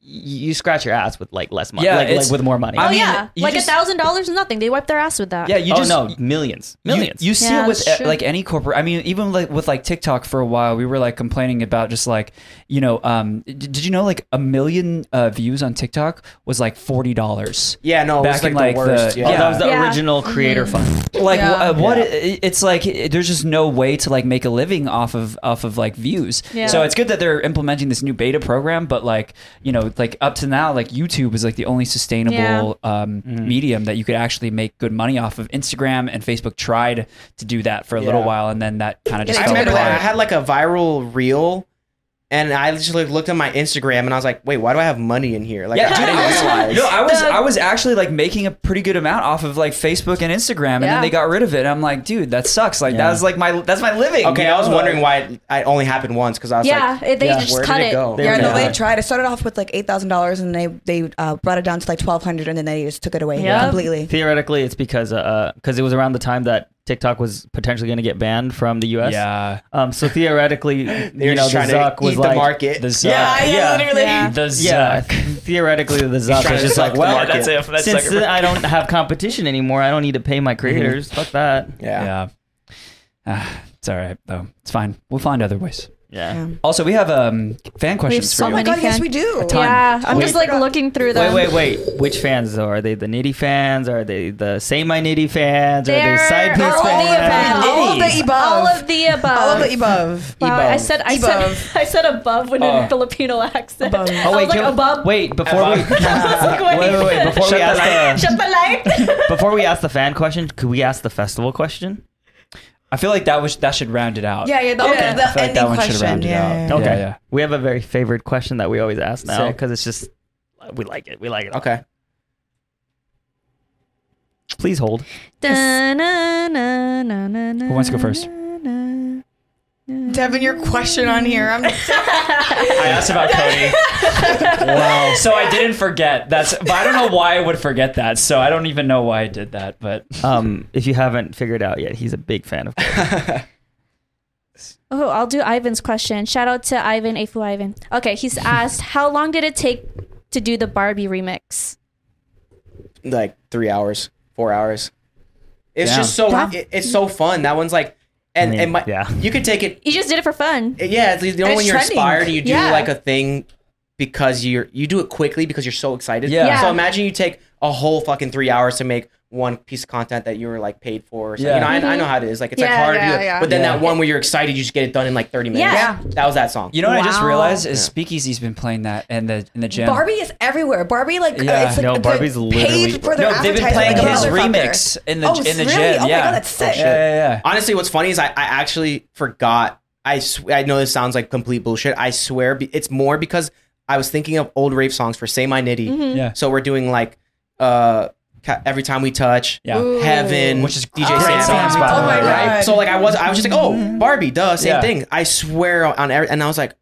[SPEAKER 5] you you scratch your ass with like less money,
[SPEAKER 2] Yeah,
[SPEAKER 5] like, like
[SPEAKER 2] it's-
[SPEAKER 5] with more money.
[SPEAKER 2] I
[SPEAKER 1] oh
[SPEAKER 2] mean,
[SPEAKER 1] yeah,
[SPEAKER 2] you
[SPEAKER 1] like a
[SPEAKER 2] just-
[SPEAKER 1] thousand dollars is nothing. They wipe their ass with that.
[SPEAKER 2] Yeah, you
[SPEAKER 5] oh
[SPEAKER 2] just
[SPEAKER 5] no, millions, millions.
[SPEAKER 2] You, you see
[SPEAKER 1] Yeah,
[SPEAKER 2] it with
[SPEAKER 1] that's
[SPEAKER 2] uh,
[SPEAKER 1] true.
[SPEAKER 2] like any corporate. I mean, even like with like TikTok for a while, we were like complaining about just like you know, um, d- did you know like a million uh, views on TikTok was like forty dollars?
[SPEAKER 4] yeah, no,
[SPEAKER 2] back
[SPEAKER 4] it's like,
[SPEAKER 2] in, like,
[SPEAKER 4] the worst.
[SPEAKER 2] the-
[SPEAKER 4] yeah.
[SPEAKER 5] Oh, that was the
[SPEAKER 1] Yeah. Mm-hmm.
[SPEAKER 5] original creator fund.
[SPEAKER 2] Like
[SPEAKER 7] Yeah.
[SPEAKER 2] uh, what? it- it's like it- there's just no way to like make a living off of off of like views.
[SPEAKER 1] Yeah.
[SPEAKER 2] So it's good that they're implementing this new beta program, but like you know, like up to now, like YouTube is like the only sustainable
[SPEAKER 1] Yeah.
[SPEAKER 2] um, medium that you could actually make good money off of. Instagram and Facebook tried to do that for a little
[SPEAKER 4] Yeah.
[SPEAKER 2] while, and then that kind of just
[SPEAKER 4] I
[SPEAKER 2] fell
[SPEAKER 4] remember
[SPEAKER 2] apart.
[SPEAKER 4] that. I had like a viral reel, and I just like looked at my Instagram and I was like, "Wait, why do I have money in here?" Like,
[SPEAKER 2] Yeah,
[SPEAKER 4] I
[SPEAKER 2] dude,
[SPEAKER 4] didn't
[SPEAKER 2] it was-
[SPEAKER 4] realize.
[SPEAKER 2] No, I was I was actually like making a pretty good amount off of like Facebook and Instagram, and
[SPEAKER 7] Yeah.
[SPEAKER 2] then they got rid of it. I'm like, dude, that sucks. Like that was like my that's my living.
[SPEAKER 4] okay,
[SPEAKER 2] you
[SPEAKER 4] I was
[SPEAKER 2] know?
[SPEAKER 4] wondering why it, I only happened once because I was
[SPEAKER 1] yeah.
[SPEAKER 4] like,
[SPEAKER 1] it- they
[SPEAKER 5] yeah,
[SPEAKER 1] just
[SPEAKER 4] "Where
[SPEAKER 1] cut
[SPEAKER 4] did
[SPEAKER 1] it.
[SPEAKER 4] it go?"
[SPEAKER 5] They
[SPEAKER 3] Yeah, no,
[SPEAKER 5] Yeah.
[SPEAKER 3] they tried. It started off with like eight thousand dollars, and they they uh, brought it down to like twelve hundred, and then they just took it away
[SPEAKER 1] Yeah.
[SPEAKER 3] completely.
[SPEAKER 5] Theoretically, it's because because it was around the time that TikTok was potentially going to get banned from the U.S.
[SPEAKER 2] Yeah,
[SPEAKER 5] Um. So theoretically,
[SPEAKER 4] They're
[SPEAKER 5] you know,
[SPEAKER 4] just
[SPEAKER 5] the
[SPEAKER 4] trying to
[SPEAKER 5] Zuck was
[SPEAKER 4] eat
[SPEAKER 5] like
[SPEAKER 4] the market.
[SPEAKER 2] the Zuck.
[SPEAKER 5] Yeah, yeah,
[SPEAKER 1] Yeah.
[SPEAKER 2] the Zuck.
[SPEAKER 5] Yeah. Theoretically, the Zuck
[SPEAKER 4] trying
[SPEAKER 5] was
[SPEAKER 4] to
[SPEAKER 5] just
[SPEAKER 4] suck
[SPEAKER 5] like,
[SPEAKER 4] the
[SPEAKER 5] well,
[SPEAKER 4] market. That's it.
[SPEAKER 2] That's
[SPEAKER 5] since then I don't have competition anymore, I don't need to pay my creators. Fuck that.
[SPEAKER 4] Mm-hmm. yeah.
[SPEAKER 2] yeah. Ah, it's all right though. It's fine. We'll find other ways.
[SPEAKER 5] Yeah.
[SPEAKER 2] Also, we have um fan questions
[SPEAKER 1] so
[SPEAKER 2] for you.
[SPEAKER 1] many-
[SPEAKER 3] Oh my god, yes,
[SPEAKER 1] Anything.
[SPEAKER 3] we do.
[SPEAKER 1] Yeah, I'm just
[SPEAKER 5] Wait.
[SPEAKER 1] like looking through
[SPEAKER 5] Wait,
[SPEAKER 1] them.
[SPEAKER 5] wait, wait. Which fans though? Are they the Nitty fans? Are they the Say My Nitty fans? Are
[SPEAKER 1] They're
[SPEAKER 5] they side piece
[SPEAKER 1] all the
[SPEAKER 5] fans?
[SPEAKER 1] above.
[SPEAKER 3] All
[SPEAKER 1] All of
[SPEAKER 3] of the above.
[SPEAKER 1] the e- above.
[SPEAKER 3] All of the above.
[SPEAKER 1] Wow, I said I said
[SPEAKER 3] Above.
[SPEAKER 1] I said above with a
[SPEAKER 2] Oh.
[SPEAKER 1] Filipino accent.
[SPEAKER 3] Above.
[SPEAKER 1] I was like
[SPEAKER 5] Oh, can-
[SPEAKER 1] above.
[SPEAKER 5] Wait, before we
[SPEAKER 1] I was like,
[SPEAKER 5] wait, wait, wait, before we
[SPEAKER 2] Shut the
[SPEAKER 5] ask
[SPEAKER 1] Shut the light.
[SPEAKER 5] the before we ask the fan question, could we ask the festival question?
[SPEAKER 2] I feel like that was that should round it out.
[SPEAKER 3] Yeah, yeah, the,
[SPEAKER 1] Yeah.
[SPEAKER 2] I
[SPEAKER 3] okay, the
[SPEAKER 2] feel like
[SPEAKER 3] ending
[SPEAKER 2] that one should
[SPEAKER 3] question.
[SPEAKER 2] round it
[SPEAKER 3] Yeah, yeah,
[SPEAKER 2] out.
[SPEAKER 3] yeah.
[SPEAKER 5] Okay,
[SPEAKER 2] Yeah, yeah.
[SPEAKER 5] we have a very favorite question that we always ask now
[SPEAKER 2] Sick.
[SPEAKER 5] because it's just we like it. We like it.
[SPEAKER 4] Okay.
[SPEAKER 5] Please hold.
[SPEAKER 2] Who wants to go first?
[SPEAKER 3] Devin, your question on here. I'm
[SPEAKER 2] I asked about Cody. wow. So I didn't forget. That's but I don't know why I would forget that. So I don't even know why I did that, but
[SPEAKER 5] Um, if you haven't figured out yet, he's a big fan of.
[SPEAKER 1] Oh, I'll do Ivan's question. Shout out to Ivan Afu Ivan. Okay, he's asked, how long did it take to do the Barbie remix?
[SPEAKER 4] like three hours, four hours. It's
[SPEAKER 2] Damn.
[SPEAKER 4] just so it, it's so fun. That one's like, and
[SPEAKER 5] I mean,
[SPEAKER 4] and my,
[SPEAKER 5] yeah.
[SPEAKER 4] you could take it.
[SPEAKER 1] You just did it for fun.
[SPEAKER 4] Yeah, it's, you know
[SPEAKER 3] It's
[SPEAKER 4] when you're
[SPEAKER 3] trending.
[SPEAKER 4] inspired and you do
[SPEAKER 1] Yeah.
[SPEAKER 4] like a thing because you're you do it quickly because you're so excited.
[SPEAKER 2] Yeah.
[SPEAKER 1] Yeah.
[SPEAKER 4] So imagine you take a whole fucking three hours to make one piece of content that you were like paid for. Or something.
[SPEAKER 2] Yeah.
[SPEAKER 4] You know, I, I know how it is. Like it's like
[SPEAKER 3] Yeah,
[SPEAKER 4] hard to do
[SPEAKER 3] yeah,
[SPEAKER 4] that.
[SPEAKER 3] yeah.
[SPEAKER 4] But then
[SPEAKER 2] Yeah.
[SPEAKER 4] that one where you're excited, you just get it done in like 30 minutes.
[SPEAKER 3] Yeah.
[SPEAKER 4] That was that song.
[SPEAKER 2] You know what I just
[SPEAKER 3] Wow.
[SPEAKER 2] realized is Speakeasy's been playing that in the in the gym.
[SPEAKER 3] Barbie is everywhere. Barbie like uh,
[SPEAKER 2] Yeah.
[SPEAKER 3] it's like
[SPEAKER 5] No,
[SPEAKER 3] they're
[SPEAKER 5] Barbie's literally-
[SPEAKER 3] paid for their
[SPEAKER 2] no, they've been
[SPEAKER 3] advertising
[SPEAKER 2] playing
[SPEAKER 3] like a
[SPEAKER 2] his
[SPEAKER 3] motherfucker.
[SPEAKER 2] remix in the
[SPEAKER 3] Oh,
[SPEAKER 2] in the
[SPEAKER 3] really?
[SPEAKER 2] gym.
[SPEAKER 3] Oh my
[SPEAKER 2] yeah.
[SPEAKER 3] God, that's sick.
[SPEAKER 2] Yeah, yeah, yeah.
[SPEAKER 4] Honestly, what's funny is I, I actually forgot. I sw- I know this sounds like complete bullshit. I swear be- it's more because I was thinking of old rave songs for Say My Nitty.
[SPEAKER 3] Mm-hmm.
[SPEAKER 2] Yeah.
[SPEAKER 4] So we're doing like uh ca- every time we touch,
[SPEAKER 2] Yeah. Ooh.
[SPEAKER 4] heaven,
[SPEAKER 2] Which is
[SPEAKER 4] DJ
[SPEAKER 2] great
[SPEAKER 4] Sandman.
[SPEAKER 2] songs, by
[SPEAKER 3] the Oh way. my God.
[SPEAKER 4] So like I was I was just like, "Oh, Barbie, duh, same
[SPEAKER 2] Yeah.
[SPEAKER 4] thing." I swear on every, and I was like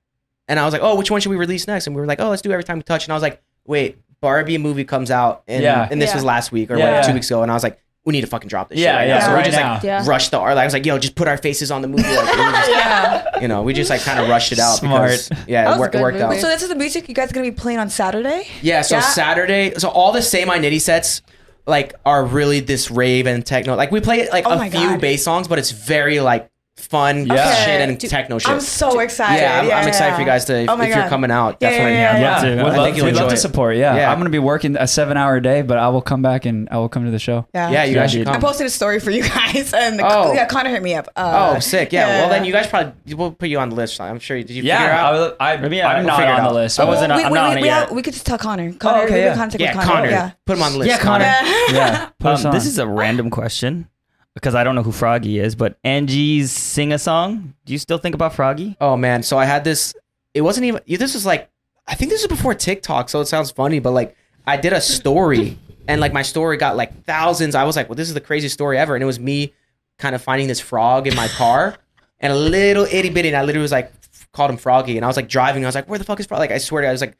[SPEAKER 4] and I was like, "Oh, which one should we release next?" And we were like, "Oh, let's do every time we touch." And I was like, "Wait, Barbie movie comes out and
[SPEAKER 2] Yeah.
[SPEAKER 4] and this
[SPEAKER 1] Yeah.
[SPEAKER 4] was last week or
[SPEAKER 2] Yeah,
[SPEAKER 4] like
[SPEAKER 2] yeah.
[SPEAKER 4] 2 weeks ago." And I was like, "We need to fucking drop this
[SPEAKER 2] Yeah,
[SPEAKER 4] shit." right
[SPEAKER 2] yeah,
[SPEAKER 4] now. So we
[SPEAKER 2] right
[SPEAKER 4] just
[SPEAKER 2] now.
[SPEAKER 4] like
[SPEAKER 1] Yeah.
[SPEAKER 4] rushed the art. Like, I was like, "Yo, just put our faces on the movie." Like, we just, You know, we just like kind of rushed it out
[SPEAKER 2] Smart.
[SPEAKER 4] because yeah,
[SPEAKER 1] was
[SPEAKER 4] it,
[SPEAKER 1] a
[SPEAKER 4] wor- it
[SPEAKER 1] good
[SPEAKER 4] worked
[SPEAKER 1] movie.
[SPEAKER 4] out.
[SPEAKER 3] Oh, So this is the music you guys are gonna be playing on Saturday.
[SPEAKER 4] Yeah, so
[SPEAKER 3] Yeah.
[SPEAKER 4] Saturday, so all the same I nitty sets like are really this rave and techno. Like we play like
[SPEAKER 3] Oh
[SPEAKER 4] a
[SPEAKER 3] my
[SPEAKER 4] few
[SPEAKER 3] God.
[SPEAKER 4] bass songs, but it's very like fun
[SPEAKER 2] Yeah.
[SPEAKER 4] shit and
[SPEAKER 3] Dude,
[SPEAKER 4] techno shit.
[SPEAKER 3] I'm so excited.
[SPEAKER 4] yeah, I'm,
[SPEAKER 3] yeah,
[SPEAKER 4] I'm excited for you guys to if,
[SPEAKER 3] Oh my
[SPEAKER 4] if you're
[SPEAKER 3] God.
[SPEAKER 4] coming out,
[SPEAKER 3] Yeah,
[SPEAKER 4] definitely.
[SPEAKER 3] yeah, yeah, yeah.
[SPEAKER 5] to.
[SPEAKER 2] Would
[SPEAKER 5] I
[SPEAKER 2] love,
[SPEAKER 4] think you'll
[SPEAKER 2] we'd love
[SPEAKER 4] enjoy
[SPEAKER 2] to
[SPEAKER 4] it.
[SPEAKER 2] support. Yeah.
[SPEAKER 4] Yeah.
[SPEAKER 2] I'm gonna be working a seven hour day, but I will come back and I will come to the show.
[SPEAKER 3] Yeah.
[SPEAKER 4] Yeah, you guys
[SPEAKER 5] Yeah,
[SPEAKER 4] should
[SPEAKER 5] dude.
[SPEAKER 3] I
[SPEAKER 4] come.
[SPEAKER 3] posted a story for you guys, and
[SPEAKER 4] Oh.
[SPEAKER 3] yeah, Connor hit me up. Uh,
[SPEAKER 4] Oh, sick. Yeah. Well, then you guys probably we'll put you on the list. I'm sure. Did you figure
[SPEAKER 2] Yeah,
[SPEAKER 4] out?
[SPEAKER 2] I, will- I, I,
[SPEAKER 5] Yeah,
[SPEAKER 2] I'm
[SPEAKER 5] we'll
[SPEAKER 2] not
[SPEAKER 5] figure it
[SPEAKER 2] on the
[SPEAKER 5] out.
[SPEAKER 2] list.
[SPEAKER 5] I
[SPEAKER 2] but-
[SPEAKER 5] wasn't-
[SPEAKER 3] we,
[SPEAKER 5] I'm
[SPEAKER 3] we,
[SPEAKER 5] not
[SPEAKER 3] we,
[SPEAKER 5] on it
[SPEAKER 3] we,
[SPEAKER 5] yet.
[SPEAKER 3] have- we could just tell Connor. Connor,
[SPEAKER 2] okay,
[SPEAKER 3] we
[SPEAKER 2] yeah.
[SPEAKER 3] have contact
[SPEAKER 4] yeah,
[SPEAKER 3] with Connor.
[SPEAKER 4] Connor.
[SPEAKER 3] Yeah.
[SPEAKER 4] Put him on the list.
[SPEAKER 2] Yeah, Connor. Yeah, put us
[SPEAKER 5] Um,
[SPEAKER 2] on.
[SPEAKER 5] this is a random question because I don't know who Froggy is, but Angie's sing a song. Do you still think about Froggy?
[SPEAKER 4] Oh man, so I had this. It wasn't even. yeah, This was like, I think this is before TikTok, so it sounds funny, but like, I did a story, and like my story got like thousands. I was like, well, this is the craziest story ever, and it was me kind of finding this frog in my car, and a little itty bitty, and I literally was like, called him Froggy, and I was like driving, I was like, where the fuck is Frog? Like, I swear to God, I was like.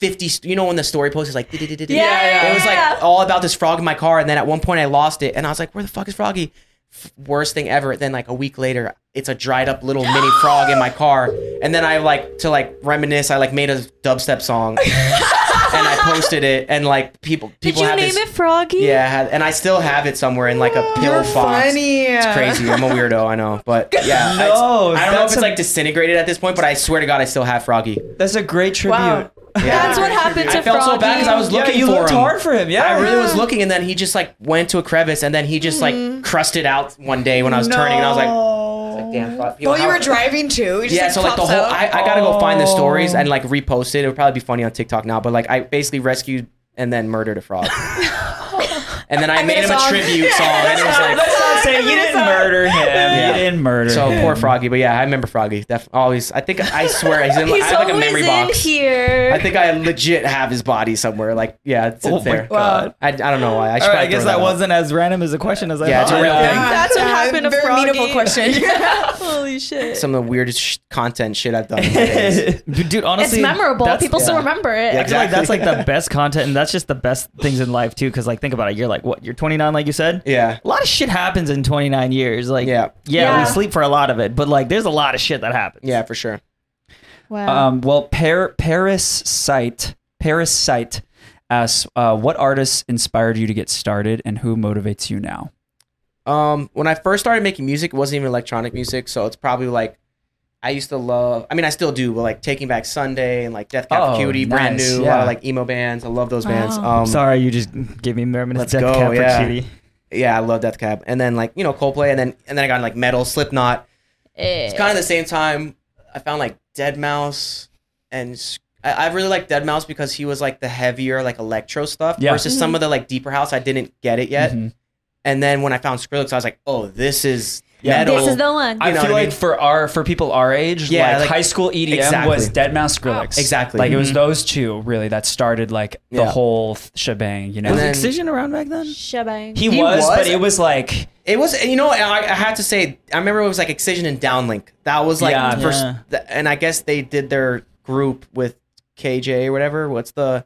[SPEAKER 4] 50 st- you know when the story post is like yeah,
[SPEAKER 1] yeah,
[SPEAKER 4] it was
[SPEAKER 1] yeah.
[SPEAKER 4] like all about this frog in my car and then at one point i lost it and i was like where the fuck is froggy F- worst thing ever then like a week later it's a dried up little mini frog in my car and then i like to like reminisce i like made a dubstep song and i posted it and like people
[SPEAKER 1] Did
[SPEAKER 4] people
[SPEAKER 1] you
[SPEAKER 4] have
[SPEAKER 1] name
[SPEAKER 4] this
[SPEAKER 1] it Oh, Froggy?
[SPEAKER 4] yeah I had- and i still have it somewhere in like a pill box it's crazy i'm a weirdo i know but yeah it's-
[SPEAKER 2] No,
[SPEAKER 4] i don't know if
[SPEAKER 2] that's
[SPEAKER 4] it's
[SPEAKER 2] a-
[SPEAKER 4] like disintegrated at this point but i swear to god i still have froggy
[SPEAKER 2] That's a great tribute.
[SPEAKER 1] Wow.
[SPEAKER 4] Yeah.
[SPEAKER 1] That's what happened to
[SPEAKER 4] I felt so
[SPEAKER 1] Froggy.
[SPEAKER 4] bad because I was
[SPEAKER 2] Yeah,
[SPEAKER 4] looking
[SPEAKER 2] you
[SPEAKER 4] for
[SPEAKER 2] looked
[SPEAKER 4] him.
[SPEAKER 2] hard for him. Yeah,
[SPEAKER 1] Oh,
[SPEAKER 4] I really
[SPEAKER 2] yeah.
[SPEAKER 4] was looking, and then he just like went to a crevice, and then he just
[SPEAKER 1] Mm-hmm.
[SPEAKER 4] like crusted out one day when I was turning, and I was like, I was like, damn, fuck, people,
[SPEAKER 3] Well, you
[SPEAKER 4] how-
[SPEAKER 3] were driving too. You just,
[SPEAKER 4] Yeah,
[SPEAKER 3] like,
[SPEAKER 4] so like the
[SPEAKER 3] pops
[SPEAKER 4] whole,
[SPEAKER 3] out.
[SPEAKER 4] I, I gotta go find the stories and like repost it. It would probably be funny on TikTok now, but like I basically rescued and then murdered a frog, and then I, made
[SPEAKER 3] a
[SPEAKER 4] him a
[SPEAKER 3] song.
[SPEAKER 4] tribute song, and it was like.
[SPEAKER 2] Let's not say you didn't murder him.
[SPEAKER 4] Yeah.
[SPEAKER 2] You didn't murder
[SPEAKER 4] So
[SPEAKER 2] him.
[SPEAKER 4] poor Froggy, but yeah, I remember Froggy. Def- always, I think I swear he's in.
[SPEAKER 1] He's
[SPEAKER 4] I have like a
[SPEAKER 1] always
[SPEAKER 4] memory
[SPEAKER 1] in
[SPEAKER 4] box.
[SPEAKER 1] here.
[SPEAKER 4] I think I legit have his body somewhere. Like, yeah, it's,
[SPEAKER 2] Oh
[SPEAKER 4] it's
[SPEAKER 2] my
[SPEAKER 4] there.
[SPEAKER 2] God.
[SPEAKER 4] I, I don't know why. I, should
[SPEAKER 5] All right, I
[SPEAKER 4] probably
[SPEAKER 5] guess
[SPEAKER 4] throw
[SPEAKER 5] that
[SPEAKER 4] out.
[SPEAKER 5] wasn't as random as a question as I
[SPEAKER 4] Yeah, it's
[SPEAKER 5] thought.
[SPEAKER 4] a real thing.
[SPEAKER 1] That's what
[SPEAKER 3] Yeah,
[SPEAKER 1] happened to
[SPEAKER 3] very
[SPEAKER 1] Froggy.
[SPEAKER 3] meaningful question.
[SPEAKER 1] Holy shit.
[SPEAKER 4] Some of the weirdest sh- content shit I've done. nowadays.
[SPEAKER 5] Dude, dude,
[SPEAKER 1] it's
[SPEAKER 5] honestly,
[SPEAKER 1] memorable.
[SPEAKER 5] that's-
[SPEAKER 1] People still
[SPEAKER 4] yeah.
[SPEAKER 1] remember it.
[SPEAKER 4] Yeah,
[SPEAKER 5] I feel like that's
[SPEAKER 4] Exactly.
[SPEAKER 5] like the best content, and that's just the best things in life too. Because like, think about it. You're like, what? You're 29, like you said.
[SPEAKER 4] yeah.
[SPEAKER 5] A lot of shit happens in 29 years. Like,
[SPEAKER 4] Yeah.
[SPEAKER 5] yeah,
[SPEAKER 1] Yeah.
[SPEAKER 5] we sleep for a lot of it, but like, there's a lot of shit that happens.
[SPEAKER 4] Yeah, for sure.
[SPEAKER 1] Wow.
[SPEAKER 2] Um, well, Par- Paris Site, Paris Site asks, uh, what artists inspired you to get started, and who motivates you now?
[SPEAKER 4] Um, when I first started making music, it wasn't even electronic music, so it's probably like I used to love. I mean, I still do, but like Taking Back Sunday and like Death Cab
[SPEAKER 2] Oh,
[SPEAKER 4] for Cutie, brand
[SPEAKER 2] nice,
[SPEAKER 4] new. A lot
[SPEAKER 2] yeah. Oh.
[SPEAKER 4] of like emo bands. I love those bands.
[SPEAKER 1] Wow.
[SPEAKER 4] Um,
[SPEAKER 5] Sorry, you just gave me Merman.
[SPEAKER 4] Let's
[SPEAKER 5] Death
[SPEAKER 4] go,
[SPEAKER 5] Cab for
[SPEAKER 4] yeah.
[SPEAKER 5] Cutie.
[SPEAKER 4] Yeah, I love Death Cab. And then like you know Coldplay, and then and then I got like metal, Slipknot. It's kind of the same time I found like Dead Mouse and Sc- I, I really like Dead Mouse because he was like the heavier like electro stuff
[SPEAKER 2] Yeah.
[SPEAKER 4] versus
[SPEAKER 1] Mm-hmm.
[SPEAKER 4] some of the like deeper house I didn't get it yet.
[SPEAKER 2] Mhm.
[SPEAKER 4] And then when I found Skrillex, I was like, oh, this is
[SPEAKER 2] Yeah.
[SPEAKER 4] metal.
[SPEAKER 1] This is the one.
[SPEAKER 2] I
[SPEAKER 4] know
[SPEAKER 2] feel
[SPEAKER 4] what I
[SPEAKER 2] like
[SPEAKER 4] mean?
[SPEAKER 2] for our for people our age,
[SPEAKER 4] Yeah,
[SPEAKER 2] like,
[SPEAKER 4] like-
[SPEAKER 2] high school EDM was
[SPEAKER 4] Exactly. Oh,
[SPEAKER 2] Dead Mouse Skrillex.
[SPEAKER 4] Exactly.
[SPEAKER 2] Like it was
[SPEAKER 5] Mhm.
[SPEAKER 2] those two really that started like the
[SPEAKER 4] Yeah.
[SPEAKER 2] whole th- shebang. You know,
[SPEAKER 4] And
[SPEAKER 5] Was
[SPEAKER 4] then-
[SPEAKER 5] Excision around back then?
[SPEAKER 1] Shebang.
[SPEAKER 2] he,
[SPEAKER 4] He
[SPEAKER 2] was,
[SPEAKER 4] was-
[SPEAKER 2] but it was like
[SPEAKER 4] it was, and you know, I, I had to say, I remember it was like Excision and Downlink. That was like
[SPEAKER 2] Yeah.
[SPEAKER 4] the first,
[SPEAKER 5] Yeah.
[SPEAKER 4] th- and I guess they did their group with KJ or whatever. What's the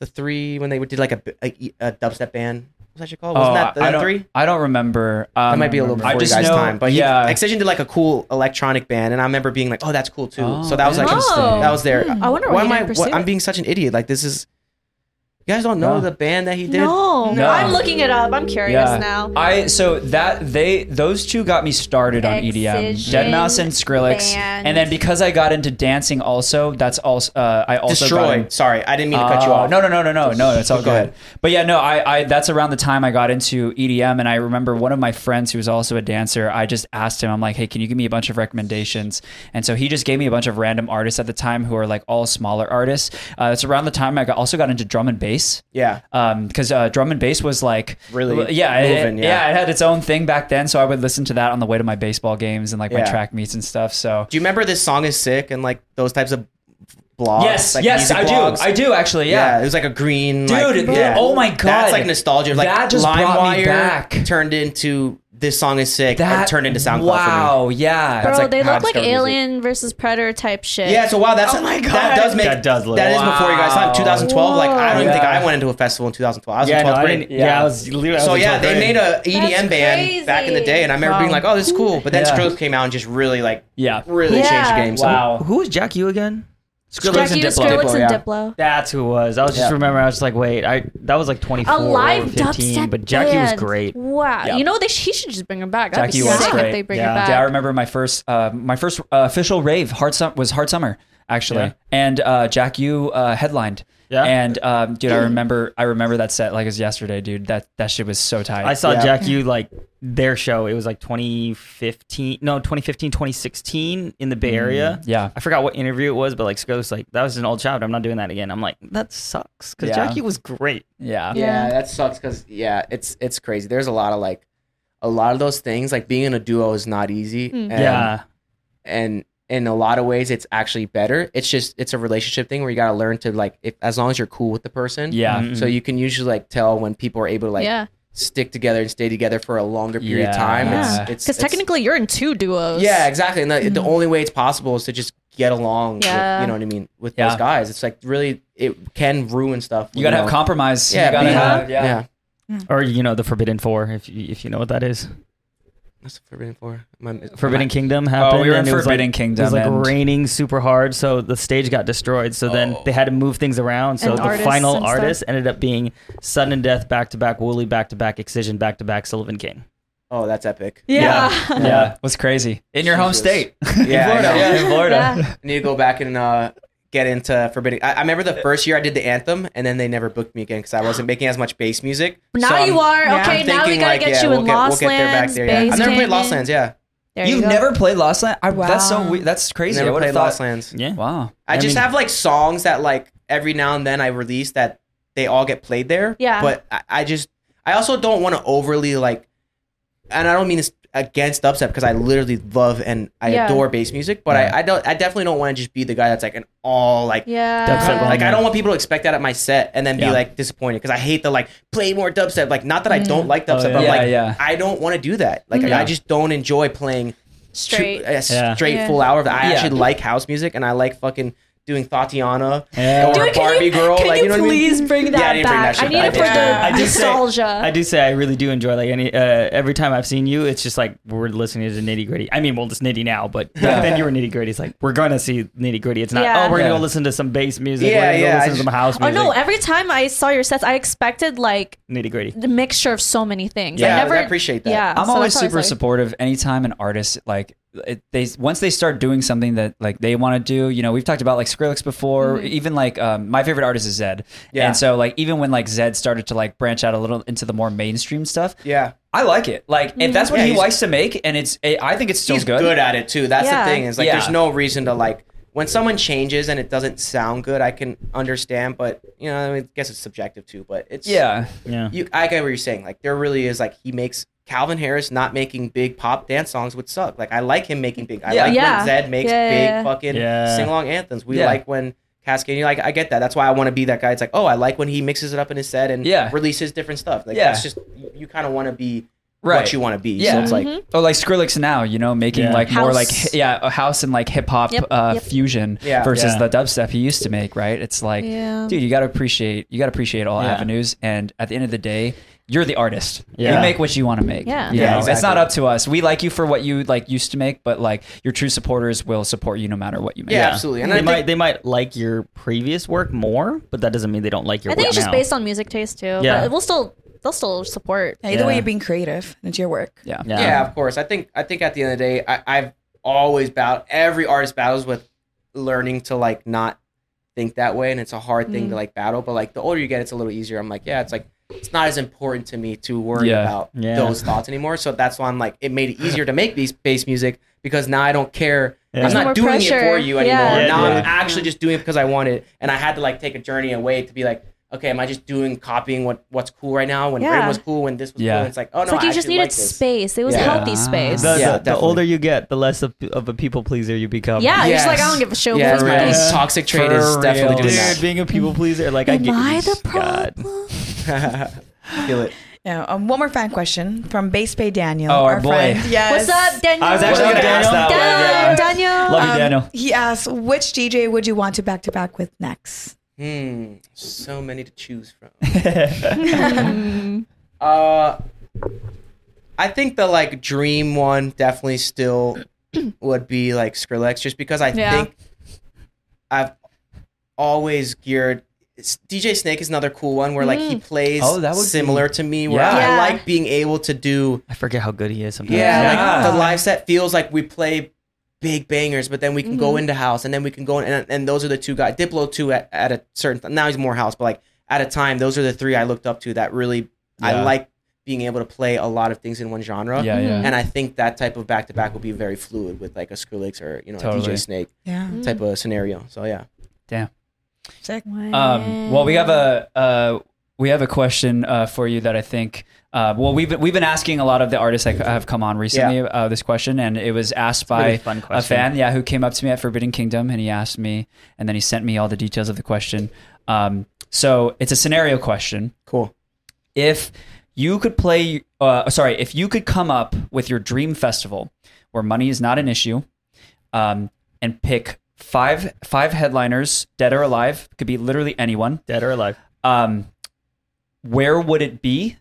[SPEAKER 4] the three when they did like a, a, a dubstep band? What's that shit called? Wasn't that the
[SPEAKER 2] oh, I don't,
[SPEAKER 4] three?
[SPEAKER 2] I don't remember. Um,
[SPEAKER 4] That might be a little before
[SPEAKER 2] I
[SPEAKER 4] you
[SPEAKER 2] just
[SPEAKER 4] guys'
[SPEAKER 2] know-
[SPEAKER 4] time, but yeah,
[SPEAKER 2] yeah,
[SPEAKER 4] he, Excision did like a cool electronic band, and I remember being like, "Oh, that's cool too."
[SPEAKER 2] Oh,
[SPEAKER 4] so that was like
[SPEAKER 1] interesting.
[SPEAKER 4] that was there.
[SPEAKER 1] hmm. I wonder why
[SPEAKER 4] Why
[SPEAKER 1] you
[SPEAKER 4] am I?
[SPEAKER 1] didn't pursue
[SPEAKER 4] What, I'm
[SPEAKER 1] it.
[SPEAKER 4] being such an idiot. Like this is You guys don't know
[SPEAKER 2] No.
[SPEAKER 4] the band that he did?
[SPEAKER 1] No.
[SPEAKER 2] No.
[SPEAKER 1] I'm looking it up. I'm curious now.
[SPEAKER 2] I so that they those two got me started on E EDM,
[SPEAKER 1] Excision
[SPEAKER 2] Deadmau5 and Skrillex,
[SPEAKER 1] Band.
[SPEAKER 2] and then because I got into dancing, also that's also uh, I also got
[SPEAKER 4] Destroy.
[SPEAKER 2] in-
[SPEAKER 4] Sorry, I didn't mean to cut you
[SPEAKER 2] Oh,
[SPEAKER 4] off.
[SPEAKER 2] No, no, no, no, no, no. It's all
[SPEAKER 4] Go
[SPEAKER 2] good.
[SPEAKER 4] ahead.
[SPEAKER 2] But yeah, no. I, I that's around the time I got into EDM, and I remember one of my friends who was also a dancer. I just asked him, I'm like, hey, can you give me a bunch of recommendations? And so he just gave me a bunch of random artists at the time who are like all smaller artists. Uh, it's around the time I got, also got into drum and bass
[SPEAKER 4] Yeah.
[SPEAKER 2] because uh, drum and bass was like
[SPEAKER 4] Really
[SPEAKER 2] yeah, it-
[SPEAKER 4] moving,
[SPEAKER 2] yeah,
[SPEAKER 4] yeah.
[SPEAKER 2] it had its own thing back then. So I would listen to that on the way to my baseball games and like my
[SPEAKER 4] Yeah.
[SPEAKER 2] track meets and stuff. So
[SPEAKER 4] Do you remember this song is sick and like those types of blogs?
[SPEAKER 2] yes,
[SPEAKER 4] like
[SPEAKER 2] yes,
[SPEAKER 4] music
[SPEAKER 2] I
[SPEAKER 4] blogs?
[SPEAKER 2] do, I do actually,
[SPEAKER 4] Yeah.
[SPEAKER 2] yeah.
[SPEAKER 4] it was like a green, like-
[SPEAKER 2] Dude,
[SPEAKER 4] yeah.
[SPEAKER 2] oh my God.
[SPEAKER 4] that's like nostalgia. Like
[SPEAKER 2] That just brought me
[SPEAKER 4] LimeWire
[SPEAKER 2] back.
[SPEAKER 4] Turned into this song is sick. and turned into SoundCloud.
[SPEAKER 2] Wow,
[SPEAKER 4] for me.
[SPEAKER 2] yeah,
[SPEAKER 1] Bro,
[SPEAKER 4] That's like
[SPEAKER 1] they
[SPEAKER 4] how I
[SPEAKER 1] look like
[SPEAKER 4] discovered music.
[SPEAKER 1] Alien versus Predator type shit.
[SPEAKER 4] Yeah, so wow, that's
[SPEAKER 2] Oh my God.
[SPEAKER 4] that does make
[SPEAKER 5] That does look-
[SPEAKER 4] that is before you guys time. 2012, like I don't even think
[SPEAKER 2] Whoa.
[SPEAKER 4] I went into a festival in 2012. I was
[SPEAKER 5] Yeah,
[SPEAKER 4] in
[SPEAKER 5] no,
[SPEAKER 4] 12th
[SPEAKER 5] I
[SPEAKER 4] grade.
[SPEAKER 5] didn't, yeah. I was. literally- I was
[SPEAKER 4] So
[SPEAKER 5] in
[SPEAKER 4] yeah,
[SPEAKER 5] 12th
[SPEAKER 4] they
[SPEAKER 5] grade.
[SPEAKER 4] made a EDM band back in the
[SPEAKER 1] crazy.
[SPEAKER 4] day, and I remember being like, "Oh, this is cool." But then
[SPEAKER 2] Yeah.
[SPEAKER 4] Skrillex came out and just really like,
[SPEAKER 2] Yeah.
[SPEAKER 4] really
[SPEAKER 1] Yeah.
[SPEAKER 4] changed the game. So
[SPEAKER 2] wow.
[SPEAKER 5] Who was Jack U again?
[SPEAKER 1] Jack U, Skrillex
[SPEAKER 4] Diplo,
[SPEAKER 1] and
[SPEAKER 4] yeah.
[SPEAKER 1] Diplo.
[SPEAKER 5] That's who it was. I was just
[SPEAKER 2] Yeah.
[SPEAKER 5] remembering. I was just like, wait, I that was like 24
[SPEAKER 1] A live
[SPEAKER 5] or 15,
[SPEAKER 1] dubstep
[SPEAKER 5] but Jackie
[SPEAKER 1] band.
[SPEAKER 5] was great.
[SPEAKER 1] Wow.
[SPEAKER 2] Yeah.
[SPEAKER 1] You know, they sh- he should just bring him back. That'd
[SPEAKER 2] Jackie
[SPEAKER 1] be
[SPEAKER 2] was
[SPEAKER 1] sick
[SPEAKER 2] great.
[SPEAKER 1] if they bring
[SPEAKER 5] Yeah.
[SPEAKER 1] it back.
[SPEAKER 2] Yeah, Uh, I remember my first uh, my first uh, official rave hard sum- was Hard Summer actually,
[SPEAKER 5] Yeah.
[SPEAKER 2] and uh, Jack you uh, headlined.
[SPEAKER 5] Yeah.
[SPEAKER 2] And um, dude, I remember I remember that set like it was yesterday, dude. That that shit was so tight.
[SPEAKER 5] I saw
[SPEAKER 4] Yeah.
[SPEAKER 5] Jack U like their show. It was like 2015, no, 2015, 2016 in the Bay Area.
[SPEAKER 2] Mm, yeah.
[SPEAKER 5] I forgot what interview it was, but like Skrillex, like that was an old child. I'm not doing that again. I'm like, that sucks because
[SPEAKER 2] Yeah.
[SPEAKER 5] Jackie was great.
[SPEAKER 2] yeah.
[SPEAKER 4] yeah, that sucks because yeah, it's it's crazy. There's a lot of like, a lot of those things like being in a duo is not easy.
[SPEAKER 1] Mm.
[SPEAKER 4] And,
[SPEAKER 5] yeah,
[SPEAKER 4] and in a lot of ways, it's actually better. It's just it's a relationship thing where you gotta learn to like, if as long as you're cool with the person,
[SPEAKER 2] Yeah.
[SPEAKER 5] Mhm.
[SPEAKER 4] So you can usually like tell when people are able to like
[SPEAKER 1] Mm-hmm. yeah.
[SPEAKER 4] stick together and stay together for a longer period of
[SPEAKER 2] Yeah.
[SPEAKER 4] time.
[SPEAKER 2] Yeah.
[SPEAKER 4] It's it's
[SPEAKER 1] Because
[SPEAKER 4] it's-
[SPEAKER 1] technically, you're in two duos.
[SPEAKER 4] Yeah, exactly. And the, the only way it's possible is to just get along.
[SPEAKER 1] Yeah.
[SPEAKER 4] With, you know what I mean? With
[SPEAKER 2] Yeah.
[SPEAKER 4] those guys, it's like really it can ruin stuff.
[SPEAKER 2] You gotta have
[SPEAKER 4] know?
[SPEAKER 2] compromise.
[SPEAKER 4] Yeah,
[SPEAKER 2] you gotta
[SPEAKER 4] be-
[SPEAKER 2] have
[SPEAKER 4] yeah.
[SPEAKER 2] yeah.
[SPEAKER 5] or you know, the Forbidden Four, if you, if you know what that is.
[SPEAKER 4] That's forbidden for. My,
[SPEAKER 5] Forbidden
[SPEAKER 4] my,
[SPEAKER 5] Kingdom happened.
[SPEAKER 2] we were in
[SPEAKER 5] and it was, like-
[SPEAKER 2] Forbidden Kingdom
[SPEAKER 5] It was like
[SPEAKER 2] and-
[SPEAKER 5] raining super hard, so the stage got destroyed. So then they had to move things around. So
[SPEAKER 1] And
[SPEAKER 5] the
[SPEAKER 1] artists
[SPEAKER 5] final
[SPEAKER 1] and stuff.
[SPEAKER 5] artist ended up being Sudden and Death back to back, Wooly back to back, Excision back to back, Sullivan King.
[SPEAKER 4] Oh, that's epic.
[SPEAKER 1] Yeah.
[SPEAKER 2] yeah. Was crazy in your home
[SPEAKER 4] Jesus.
[SPEAKER 2] state.
[SPEAKER 4] Yeah, I know.
[SPEAKER 2] Yeah, in Florida.
[SPEAKER 1] Yeah.
[SPEAKER 4] I need to go back and uh, get into forbidden. I, I remember the first year I did the anthem, and then they never booked me again because I wasn't making as much bass music.
[SPEAKER 1] Now
[SPEAKER 4] So I'm-
[SPEAKER 1] you are.
[SPEAKER 3] yeah.
[SPEAKER 1] Okay,
[SPEAKER 4] I'm
[SPEAKER 1] now we
[SPEAKER 4] thinking,
[SPEAKER 1] gotta
[SPEAKER 4] like,
[SPEAKER 1] get
[SPEAKER 4] yeah,
[SPEAKER 1] you
[SPEAKER 4] we'll
[SPEAKER 1] in
[SPEAKER 4] get-
[SPEAKER 1] Lost
[SPEAKER 4] we'll get there back
[SPEAKER 1] Lands.
[SPEAKER 4] there, yeah. I've never played Lost Lands. Yeah,
[SPEAKER 1] There
[SPEAKER 2] You've
[SPEAKER 1] you go.
[SPEAKER 2] never played Lost Land? I, That's so
[SPEAKER 3] Wow.
[SPEAKER 2] weird. That's crazy.
[SPEAKER 4] never
[SPEAKER 2] I would
[SPEAKER 4] played
[SPEAKER 2] have thought.
[SPEAKER 4] Lost Lands.
[SPEAKER 5] Yeah.
[SPEAKER 2] Wow.
[SPEAKER 4] I,
[SPEAKER 5] I
[SPEAKER 4] just
[SPEAKER 5] mean-
[SPEAKER 4] have like songs that like every now and then I release that they all get played there.
[SPEAKER 1] Yeah.
[SPEAKER 4] But I, I just I also don't want to overly like, and I don't mean it's against dubstep because I literally love and I
[SPEAKER 1] Yeah.
[SPEAKER 4] adore bass music, but I, I don't I definitely don't want to just be the guy that's like an all like.
[SPEAKER 1] Yeah.
[SPEAKER 5] Dubstep
[SPEAKER 4] Like I
[SPEAKER 5] only.
[SPEAKER 4] don't want people to expect that at my set and then
[SPEAKER 2] Yeah.
[SPEAKER 4] be like disappointed because I hate the like play more dubstep. Like not that I
[SPEAKER 1] Mm.
[SPEAKER 4] don't like dubstep,
[SPEAKER 5] yeah.
[SPEAKER 4] but
[SPEAKER 2] Oh, Yeah,
[SPEAKER 4] like
[SPEAKER 2] yeah.
[SPEAKER 4] I don't want to do that.
[SPEAKER 1] Mm-hmm.
[SPEAKER 4] Like
[SPEAKER 2] Yeah.
[SPEAKER 4] I just don't enjoy playing
[SPEAKER 1] Straight.
[SPEAKER 4] True, a
[SPEAKER 5] Yeah.
[SPEAKER 4] straight
[SPEAKER 1] Yeah.
[SPEAKER 4] full hour of that. I
[SPEAKER 2] Yeah.
[SPEAKER 4] actually like house music and I like fucking doing Tatiana
[SPEAKER 5] Yeah.
[SPEAKER 4] or
[SPEAKER 1] Dude, can
[SPEAKER 4] Barbie
[SPEAKER 1] you,
[SPEAKER 4] Girl.
[SPEAKER 1] Can
[SPEAKER 4] like,
[SPEAKER 1] you,
[SPEAKER 4] you know what I mean?
[SPEAKER 1] please bring
[SPEAKER 4] Yeah, I
[SPEAKER 1] that
[SPEAKER 4] didn't bring
[SPEAKER 1] back? I
[SPEAKER 4] that shit
[SPEAKER 1] need it
[SPEAKER 4] back.
[SPEAKER 1] for
[SPEAKER 4] Yeah.
[SPEAKER 1] the
[SPEAKER 5] I do say-
[SPEAKER 1] nostalgia.
[SPEAKER 5] I do say I really do enjoy like any uh, every time I've seen you, it's just like we're listening to nitty gritty. I mean, well, it's nitty now, but back then you were nitty gritty. It's like we're gonna see nitty gritty. It's not
[SPEAKER 1] Yeah.
[SPEAKER 5] oh we're
[SPEAKER 2] Yeah.
[SPEAKER 5] gonna go listen to some bass music.
[SPEAKER 4] Yeah,
[SPEAKER 5] we're
[SPEAKER 4] yeah,
[SPEAKER 5] gonna go
[SPEAKER 4] I
[SPEAKER 5] listen to
[SPEAKER 4] just-
[SPEAKER 5] some house
[SPEAKER 1] Oh
[SPEAKER 5] music.
[SPEAKER 1] no! Every time I saw your sets, I expected like
[SPEAKER 5] nitty gritty.
[SPEAKER 1] the mixture of so many things.
[SPEAKER 4] Yeah,
[SPEAKER 1] I never
[SPEAKER 4] I appreciate that.
[SPEAKER 1] Yeah,
[SPEAKER 2] I'm
[SPEAKER 1] so
[SPEAKER 2] always
[SPEAKER 1] that's how I
[SPEAKER 2] super
[SPEAKER 1] was like-
[SPEAKER 2] supportive. Anytime an artist like it, they once they start doing something that like they want to do, you know, we've talked about like Skrillex before. Even like um, my favorite artist is Zed,
[SPEAKER 4] Mm-hmm. Yeah.
[SPEAKER 2] and so like even when like Zed started to like branch out a little into the more mainstream stuff,
[SPEAKER 4] Yeah.
[SPEAKER 2] I like it. Like if that's what
[SPEAKER 4] Yeah,
[SPEAKER 2] he
[SPEAKER 4] he's-
[SPEAKER 2] likes to make, and it's it, I think it's still
[SPEAKER 4] He's good. at it too. That's
[SPEAKER 1] Yeah.
[SPEAKER 4] the thing. Is like
[SPEAKER 2] Yeah.
[SPEAKER 4] there's no reason to like when someone changes and it doesn't sound good, I can understand, but you know, I, mean, I guess it's subjective too, but it's
[SPEAKER 2] Yeah,
[SPEAKER 5] Yeah.
[SPEAKER 4] You I get what you're saying. Like there really is like he makes Calvin Harris not making big pop dance songs would suck. Like I like him making big. I
[SPEAKER 2] Yeah.
[SPEAKER 4] like
[SPEAKER 1] Yeah.
[SPEAKER 4] when Zed makes
[SPEAKER 1] Yeah,
[SPEAKER 4] big
[SPEAKER 1] yeah, yeah.
[SPEAKER 4] fucking
[SPEAKER 5] Yeah.
[SPEAKER 4] sing along anthems. We
[SPEAKER 2] Yeah.
[SPEAKER 4] like when Cascadia. Like I get that. That's why I want to be that guy. It's like oh, I like when he mixes it up in his set and
[SPEAKER 2] Yeah.
[SPEAKER 4] releases different stuff. Like
[SPEAKER 2] Yeah.
[SPEAKER 4] that's just you, you kind of want to be
[SPEAKER 2] Right.
[SPEAKER 4] what you want to be.
[SPEAKER 2] Yeah.
[SPEAKER 4] So it's like
[SPEAKER 2] Oh, like Skrillex now, you know, making
[SPEAKER 5] Yeah.
[SPEAKER 2] like more
[SPEAKER 1] House.
[SPEAKER 2] like hi- yeah, a house and like hip hop
[SPEAKER 1] Yep,
[SPEAKER 2] uh,
[SPEAKER 1] yep.
[SPEAKER 2] fusion
[SPEAKER 4] Yeah.
[SPEAKER 2] versus
[SPEAKER 5] Yeah.
[SPEAKER 2] the dubstep he used to make, right? It's like,
[SPEAKER 1] Yeah.
[SPEAKER 2] dude, you gotta appreciate you gotta appreciate all
[SPEAKER 5] Yeah.
[SPEAKER 2] avenues, and at the end of the day, you're the artist.
[SPEAKER 5] Yeah.
[SPEAKER 2] You make what you want to make.
[SPEAKER 1] Yeah.
[SPEAKER 2] You
[SPEAKER 5] Yeah,
[SPEAKER 2] know? It's
[SPEAKER 5] exactly.
[SPEAKER 2] not up to us. We like you for what you like used to make, but like your true supporters will support you no matter what you make.
[SPEAKER 4] Yeah, absolutely. And
[SPEAKER 5] they
[SPEAKER 4] I
[SPEAKER 5] might
[SPEAKER 4] think-
[SPEAKER 5] they might like your previous work more, but that doesn't mean they don't like your
[SPEAKER 1] I think
[SPEAKER 5] work
[SPEAKER 1] it's just
[SPEAKER 5] now.
[SPEAKER 1] based on music taste too.
[SPEAKER 5] Yeah.
[SPEAKER 1] But we'll still they'll still support.
[SPEAKER 3] Yeah, either way,
[SPEAKER 5] Yeah.
[SPEAKER 3] you're being creative. and It's your work.
[SPEAKER 2] Yeah.
[SPEAKER 5] yeah.
[SPEAKER 4] yeah, of course. I think I think at the end of the day, I, I've always battled. Every artist battles with learning to like not think that way, and it's a hard thing to like battle. But like the older you get, it's a little easier. I'm like, yeah, it's like it's not as important to me to worry
[SPEAKER 2] Yeah.
[SPEAKER 4] about
[SPEAKER 5] Yeah.
[SPEAKER 4] those thoughts anymore. So that's why I'm like, it made it easier to make these bass music because now I don't care.
[SPEAKER 5] Yeah.
[SPEAKER 4] I'm
[SPEAKER 5] There's
[SPEAKER 1] more
[SPEAKER 4] not doing it
[SPEAKER 1] pressure.
[SPEAKER 4] for you
[SPEAKER 1] Yeah.
[SPEAKER 4] anymore.
[SPEAKER 5] Yeah,
[SPEAKER 4] now
[SPEAKER 5] yeah.
[SPEAKER 4] I'm actually just doing it because I want it, and I had to like take a journey away to be like. Okay, am I just doing copying what what's cool right now? When
[SPEAKER 1] Yeah.
[SPEAKER 4] rhythm was cool, when this was
[SPEAKER 2] Yeah.
[SPEAKER 4] cool, it's like, oh no,
[SPEAKER 1] It's like
[SPEAKER 4] I
[SPEAKER 1] you just
[SPEAKER 4] actually
[SPEAKER 1] needed
[SPEAKER 4] like this.
[SPEAKER 1] space. It was
[SPEAKER 4] Yeah.
[SPEAKER 1] healthy
[SPEAKER 5] The,
[SPEAKER 1] space.
[SPEAKER 5] the-
[SPEAKER 4] Yeah,
[SPEAKER 5] the
[SPEAKER 4] definitely.
[SPEAKER 5] older you get, the less of, of a people pleaser you become.
[SPEAKER 1] yeah, you're just like I
[SPEAKER 4] Yes.
[SPEAKER 1] don't give a shit.
[SPEAKER 4] Yeah,
[SPEAKER 1] Where's my
[SPEAKER 4] right.
[SPEAKER 1] bass?
[SPEAKER 4] Yeah. Toxic trait
[SPEAKER 2] For
[SPEAKER 4] is definitely
[SPEAKER 5] Dude,
[SPEAKER 4] doing that.
[SPEAKER 5] being a people pleaser, like I
[SPEAKER 1] Am
[SPEAKER 5] get
[SPEAKER 1] I the
[SPEAKER 5] God.
[SPEAKER 1] problem?
[SPEAKER 4] Feel it.
[SPEAKER 3] Now, um, one more fan question from Base Bay Daniel.
[SPEAKER 2] Oh, our
[SPEAKER 3] our
[SPEAKER 2] boy.
[SPEAKER 3] Friend. Yes.
[SPEAKER 1] What's up, Daniel?
[SPEAKER 2] I was actually
[SPEAKER 5] What's
[SPEAKER 2] going
[SPEAKER 5] up,
[SPEAKER 2] to ask that one.
[SPEAKER 1] Dan-
[SPEAKER 2] yeah.
[SPEAKER 1] Daniel.
[SPEAKER 2] Love you,
[SPEAKER 3] Um,
[SPEAKER 2] Daniel.
[SPEAKER 3] He asks, which DJ would you want to back to back with next?
[SPEAKER 4] Hmm, so many to choose from. uh, I think the like dream one definitely still would be like Skrillex, just because I
[SPEAKER 1] Yeah.
[SPEAKER 4] think I've always geared. s- DJ Snake is another cool one where like he plays
[SPEAKER 2] Oh, that would be-
[SPEAKER 4] similar to me, where
[SPEAKER 2] Yeah.
[SPEAKER 1] Mm. Yeah.
[SPEAKER 4] I like being able to do
[SPEAKER 5] I forget how good he is sometimes.
[SPEAKER 4] Yeah,
[SPEAKER 2] Yeah.
[SPEAKER 4] like the live set feels like we play big bangers, but then we can go into house, and then we can go in, and, and those are the two guys. Diplo two at, at a certain th- now he's more house, but like at a time, those are the three I looked up to that really
[SPEAKER 2] Yeah.
[SPEAKER 4] I like being able to play a lot of things in one genre.
[SPEAKER 2] Yeah, yeah.
[SPEAKER 4] And I think that type of back to back will be very fluid with like a Skrillex or you know a
[SPEAKER 2] Totally.
[SPEAKER 4] DJ Snake
[SPEAKER 3] Yeah.
[SPEAKER 4] type of scenario. So yeah,
[SPEAKER 3] Sick.
[SPEAKER 2] Um, well, we have a uh, we have a question uh, for you that I think. Uh, well, we've been, we've been asking a lot of the artists that have come on recently uh, this question, and it was asked by
[SPEAKER 5] really fun
[SPEAKER 2] a
[SPEAKER 5] question.
[SPEAKER 2] fan, yeah, who came up to me at Forbidden Kingdom, and he asked me, and then he sent me all the details of the question. Um, so it's a scenario question.
[SPEAKER 4] cool.
[SPEAKER 2] If you could play, uh, sorry, if you could come up with your dream festival where money is not an issue, um, and pick five five headliners, dead or alive, could be literally anyone
[SPEAKER 5] Dead or alive.
[SPEAKER 2] um, where would it be,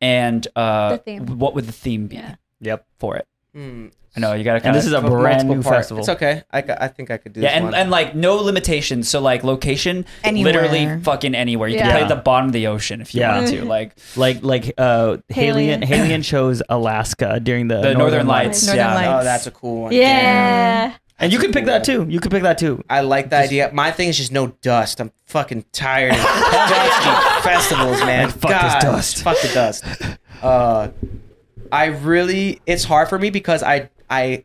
[SPEAKER 2] and uh,
[SPEAKER 1] The theme.
[SPEAKER 2] what would the theme be
[SPEAKER 1] Yeah.
[SPEAKER 5] Yep.
[SPEAKER 2] for it?
[SPEAKER 4] Hmm.
[SPEAKER 2] I know you got to.
[SPEAKER 5] And this is a
[SPEAKER 4] Multiple
[SPEAKER 5] brand new
[SPEAKER 4] part.
[SPEAKER 5] festival.
[SPEAKER 4] It's okay. I, ca- I think I could do
[SPEAKER 2] yeah,
[SPEAKER 4] this
[SPEAKER 2] and,
[SPEAKER 4] one.
[SPEAKER 2] and like no limitations. So like location,
[SPEAKER 3] Anywhere.
[SPEAKER 2] literally fucking anywhere. You
[SPEAKER 1] Yeah.
[SPEAKER 2] can play at the bottom of the ocean if you
[SPEAKER 5] Yeah.
[SPEAKER 2] want to. Like
[SPEAKER 5] Like like uh Halion
[SPEAKER 1] Halion.
[SPEAKER 5] Halion chose Alaska during the,
[SPEAKER 2] the Northern, Lights.
[SPEAKER 3] Northern
[SPEAKER 2] yeah.
[SPEAKER 3] Lights.
[SPEAKER 4] oh, that's a cool one.
[SPEAKER 1] yeah.
[SPEAKER 5] And you can pick that too. You can pick that too.
[SPEAKER 4] I like the idea. My thing is just no dust. I'm fucking tired of dusty festivals, man.
[SPEAKER 5] Like, fuck this
[SPEAKER 4] God,
[SPEAKER 5] dust.
[SPEAKER 4] Fuck the dust. Uh, I really, it's hard for me because I, I,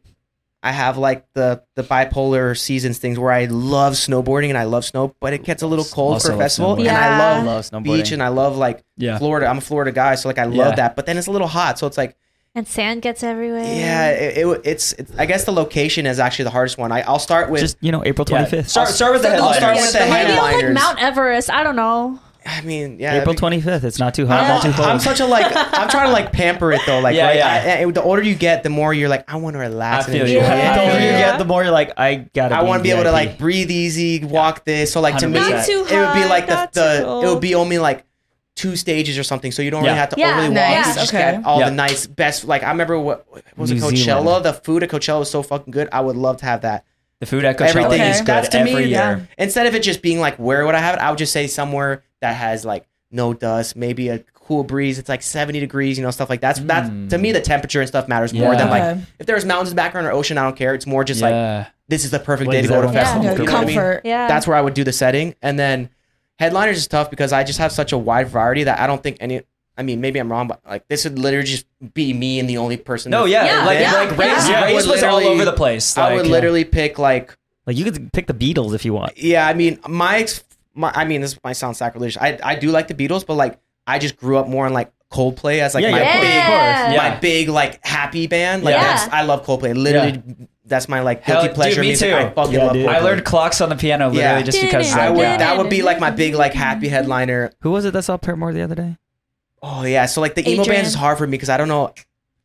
[SPEAKER 4] I have like the the bipolar seasons things where I love snowboarding and I love snow, but it gets a little cold
[SPEAKER 2] Also
[SPEAKER 4] for a
[SPEAKER 2] love
[SPEAKER 4] festival,
[SPEAKER 2] snowboarding.
[SPEAKER 4] and I
[SPEAKER 1] Yeah.
[SPEAKER 4] love
[SPEAKER 5] I love
[SPEAKER 4] beach
[SPEAKER 5] snowboarding.
[SPEAKER 4] and I love like
[SPEAKER 2] Yeah.
[SPEAKER 4] Florida. I'm a Florida guy, so like I
[SPEAKER 2] Yeah.
[SPEAKER 4] love that. But then it's a little hot, so it's like
[SPEAKER 1] And sand gets everywhere.
[SPEAKER 4] yeah, it, it it's, it's. I guess the location is actually the hardest one. I, I'll start with.
[SPEAKER 5] Just you know, April
[SPEAKER 2] Yeah.
[SPEAKER 5] twenty fifth.
[SPEAKER 2] Start, start with the
[SPEAKER 4] I'll
[SPEAKER 2] headliners.
[SPEAKER 4] start with the
[SPEAKER 1] Maybe on, like
[SPEAKER 4] headliners.
[SPEAKER 1] Mount Everest. I don't know.
[SPEAKER 4] I mean, yeah,
[SPEAKER 5] April
[SPEAKER 4] because-
[SPEAKER 5] twenty fifth. It's not too hot,
[SPEAKER 4] I'm,
[SPEAKER 5] not too
[SPEAKER 4] I'm,
[SPEAKER 5] cold.
[SPEAKER 4] such a like. I'm trying to like pamper it though. Like,
[SPEAKER 2] Yeah,
[SPEAKER 4] right?
[SPEAKER 2] yeah.
[SPEAKER 4] I- I- the older you get, the more you're like, I want to
[SPEAKER 2] I
[SPEAKER 4] relax. and
[SPEAKER 2] feel you.
[SPEAKER 4] enjoy.
[SPEAKER 1] Yeah.
[SPEAKER 5] the older you
[SPEAKER 1] Yeah.
[SPEAKER 5] get, the more you're like, I gotta.
[SPEAKER 4] I want to be able to
[SPEAKER 5] VIP.
[SPEAKER 4] like breathe easy, walk this. So like to me,
[SPEAKER 2] 100%.
[SPEAKER 1] Not too
[SPEAKER 4] it would be
[SPEAKER 1] high,
[SPEAKER 4] like the,
[SPEAKER 1] not too
[SPEAKER 4] the
[SPEAKER 1] low.
[SPEAKER 4] it would be only like two stages or something. So you don't really
[SPEAKER 2] Yeah.
[SPEAKER 4] have to
[SPEAKER 1] Yeah.
[SPEAKER 4] overly walk.
[SPEAKER 1] Nice.
[SPEAKER 4] You just
[SPEAKER 3] Okay.
[SPEAKER 4] get all
[SPEAKER 2] Yeah.
[SPEAKER 4] the nice best. Like I remember what, what was it
[SPEAKER 5] New
[SPEAKER 4] Coachella?
[SPEAKER 5] Zealand.
[SPEAKER 4] The food at Coachella was so fucking good. I would love to have that.
[SPEAKER 2] The food at Coachella
[SPEAKER 4] Everything
[SPEAKER 2] is
[SPEAKER 4] is
[SPEAKER 2] good
[SPEAKER 4] that's to
[SPEAKER 2] every
[SPEAKER 4] me.
[SPEAKER 2] year.
[SPEAKER 4] Instead of it just being like, where would I have it? I would just say somewhere that has like no dust, maybe a cool breeze. It's like 70 degrees, you know, stuff like that. That's, that's to me, the temperature and stuff matters more
[SPEAKER 2] Yeah.
[SPEAKER 4] than like
[SPEAKER 3] Okay.
[SPEAKER 4] if there's mountains in the background or ocean, I don't care. It's more just like
[SPEAKER 2] yeah.
[SPEAKER 4] this is the perfect
[SPEAKER 5] What
[SPEAKER 4] day to
[SPEAKER 5] is
[SPEAKER 4] go to
[SPEAKER 5] that?
[SPEAKER 4] festival.
[SPEAKER 5] Yeah,
[SPEAKER 4] you know what I mean?
[SPEAKER 3] comfort.
[SPEAKER 1] Yeah.
[SPEAKER 4] That's where I would do the setting, and then headliners is tough because I just have such a wide variety that I don't think any. I mean, maybe I'm wrong, but like this would literally just be me and the only person.
[SPEAKER 2] No,
[SPEAKER 4] that-
[SPEAKER 2] yeah,
[SPEAKER 1] Yeah,
[SPEAKER 2] like
[SPEAKER 1] yeah.
[SPEAKER 2] like Race,
[SPEAKER 4] Yeah.
[SPEAKER 2] Race
[SPEAKER 4] I would
[SPEAKER 2] was all
[SPEAKER 4] literally-
[SPEAKER 2] over the place.
[SPEAKER 4] I would
[SPEAKER 2] like-
[SPEAKER 4] literally pick like
[SPEAKER 5] like you could pick the Beatles if you want.
[SPEAKER 4] yeah, I mean, my, ex- my I mean, this might sound sacrilegious. I, I do like the Beatles, but like, I just grew up more on like Coldplay as like
[SPEAKER 5] Yeah,
[SPEAKER 4] my
[SPEAKER 5] yeah,
[SPEAKER 1] yeah,
[SPEAKER 4] big,
[SPEAKER 1] of course.
[SPEAKER 2] Yeah.
[SPEAKER 4] my big like happy band. Like,
[SPEAKER 2] Yeah.
[SPEAKER 4] that's, I love Coldplay. Literally, that's my like
[SPEAKER 2] Hell,
[SPEAKER 4] guilty
[SPEAKER 2] dude,
[SPEAKER 4] pleasure
[SPEAKER 2] me
[SPEAKER 4] music.
[SPEAKER 2] too.
[SPEAKER 4] I fucking
[SPEAKER 5] Yeah,
[SPEAKER 4] love.
[SPEAKER 5] dude.
[SPEAKER 4] Coldplay.
[SPEAKER 2] I learned clocks on the piano literally
[SPEAKER 4] Yeah.
[SPEAKER 2] just because.
[SPEAKER 4] I would.
[SPEAKER 1] Yeah.
[SPEAKER 4] That would be like my big like happy headliner.
[SPEAKER 5] Who was it that saw Paramore the other day?
[SPEAKER 4] Oh yeah, so like the emo
[SPEAKER 1] Adrian.
[SPEAKER 4] bands is hard for me because I don't know,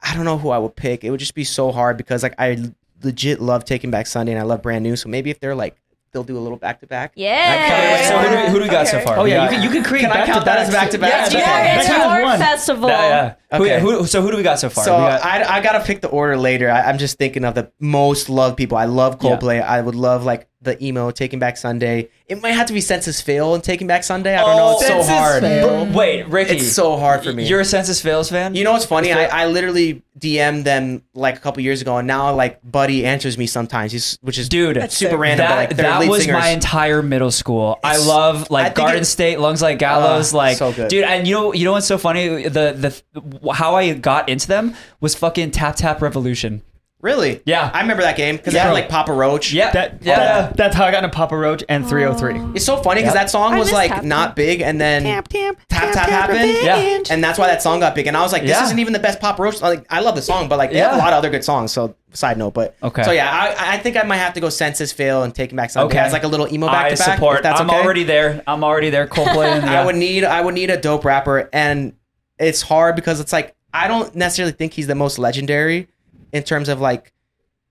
[SPEAKER 4] I don't know who I would pick. It would just be so hard because like I legit love Taking Back Sunday and I love Brand New. So maybe if they're like they'll do a little back to back.
[SPEAKER 1] Yeah.
[SPEAKER 2] So who do, we- who do we got so
[SPEAKER 4] Okay.
[SPEAKER 2] far?
[SPEAKER 5] Oh yeah,
[SPEAKER 2] We
[SPEAKER 5] you
[SPEAKER 2] got-
[SPEAKER 5] can you can create.
[SPEAKER 4] Can I count that as back-to-back?
[SPEAKER 5] Yes,
[SPEAKER 4] Yeah,
[SPEAKER 5] you
[SPEAKER 1] Yeah, it's
[SPEAKER 5] can. Back-to-back is
[SPEAKER 1] your
[SPEAKER 5] one.
[SPEAKER 1] festival.
[SPEAKER 2] Yeah, yeah.
[SPEAKER 4] Okay.
[SPEAKER 2] Who, who, so who do we got so far?
[SPEAKER 4] So
[SPEAKER 2] we got,
[SPEAKER 4] I, I gotta pick the order later. I, I'm just thinking of the most loved people. I love
[SPEAKER 2] Yeah.
[SPEAKER 4] Coldplay. I would love like the emo Taking Back Sunday. It might have to be Census Fail and Taking Back Sunday. I don't know.
[SPEAKER 2] Oh,
[SPEAKER 4] It's so hard.
[SPEAKER 2] Bro, wait, Ricky.
[SPEAKER 4] It's so hard for me.
[SPEAKER 2] You're a Census Fails fan.
[SPEAKER 4] You know what's funny? I, I literally DM'd them like a couple years ago, and now like Buddy answers me sometimes, he's, which is
[SPEAKER 2] Dude,
[SPEAKER 4] that's super random. but,
[SPEAKER 2] that,
[SPEAKER 4] like, they're
[SPEAKER 2] that
[SPEAKER 4] lead
[SPEAKER 2] was
[SPEAKER 4] singers.
[SPEAKER 2] my entire middle school. I
[SPEAKER 4] It's-
[SPEAKER 2] love
[SPEAKER 4] I
[SPEAKER 2] like
[SPEAKER 4] think
[SPEAKER 2] Garden
[SPEAKER 4] it-
[SPEAKER 2] State, Lungs Like Gallows,
[SPEAKER 4] Ah,
[SPEAKER 2] like
[SPEAKER 4] so good.
[SPEAKER 2] dude. And you know, you know what's so funny? The the how I got into them was fucking Tap Tap Revolution.
[SPEAKER 4] really.
[SPEAKER 2] Yeah.
[SPEAKER 4] I remember that game because I
[SPEAKER 2] Yeah.
[SPEAKER 4] had like Papa Roach.
[SPEAKER 2] Yeah,
[SPEAKER 5] That,
[SPEAKER 2] yeah.
[SPEAKER 5] that- that's how I got into Papa Roach and 303.
[SPEAKER 4] It's so funny because that song
[SPEAKER 1] I
[SPEAKER 4] was
[SPEAKER 1] miss
[SPEAKER 4] like
[SPEAKER 1] Tap
[SPEAKER 4] not
[SPEAKER 1] Tap.
[SPEAKER 4] big, and then tap tap tap, happened,
[SPEAKER 2] Yeah.
[SPEAKER 4] and that's why that song got big. And I was like, this
[SPEAKER 2] Yeah.
[SPEAKER 4] isn't even the best pop roach. Like, I love the song, but like, they have
[SPEAKER 2] Yeah.
[SPEAKER 4] a lot of other good songs. So side note, but
[SPEAKER 2] Okay.
[SPEAKER 4] So yeah, I, I think I might have to go Census Fail and Taking Back Sunday
[SPEAKER 2] Okay.
[SPEAKER 4] as like a little emo back
[SPEAKER 2] I
[SPEAKER 4] to back.
[SPEAKER 2] support.
[SPEAKER 4] That's
[SPEAKER 2] I'm
[SPEAKER 4] okay.
[SPEAKER 2] already there. I'm already there. Coldplay. And, yeah.
[SPEAKER 4] I would need I would need a dope rapper, and it's hard because it's like I don't necessarily think he's the most legendary in terms of like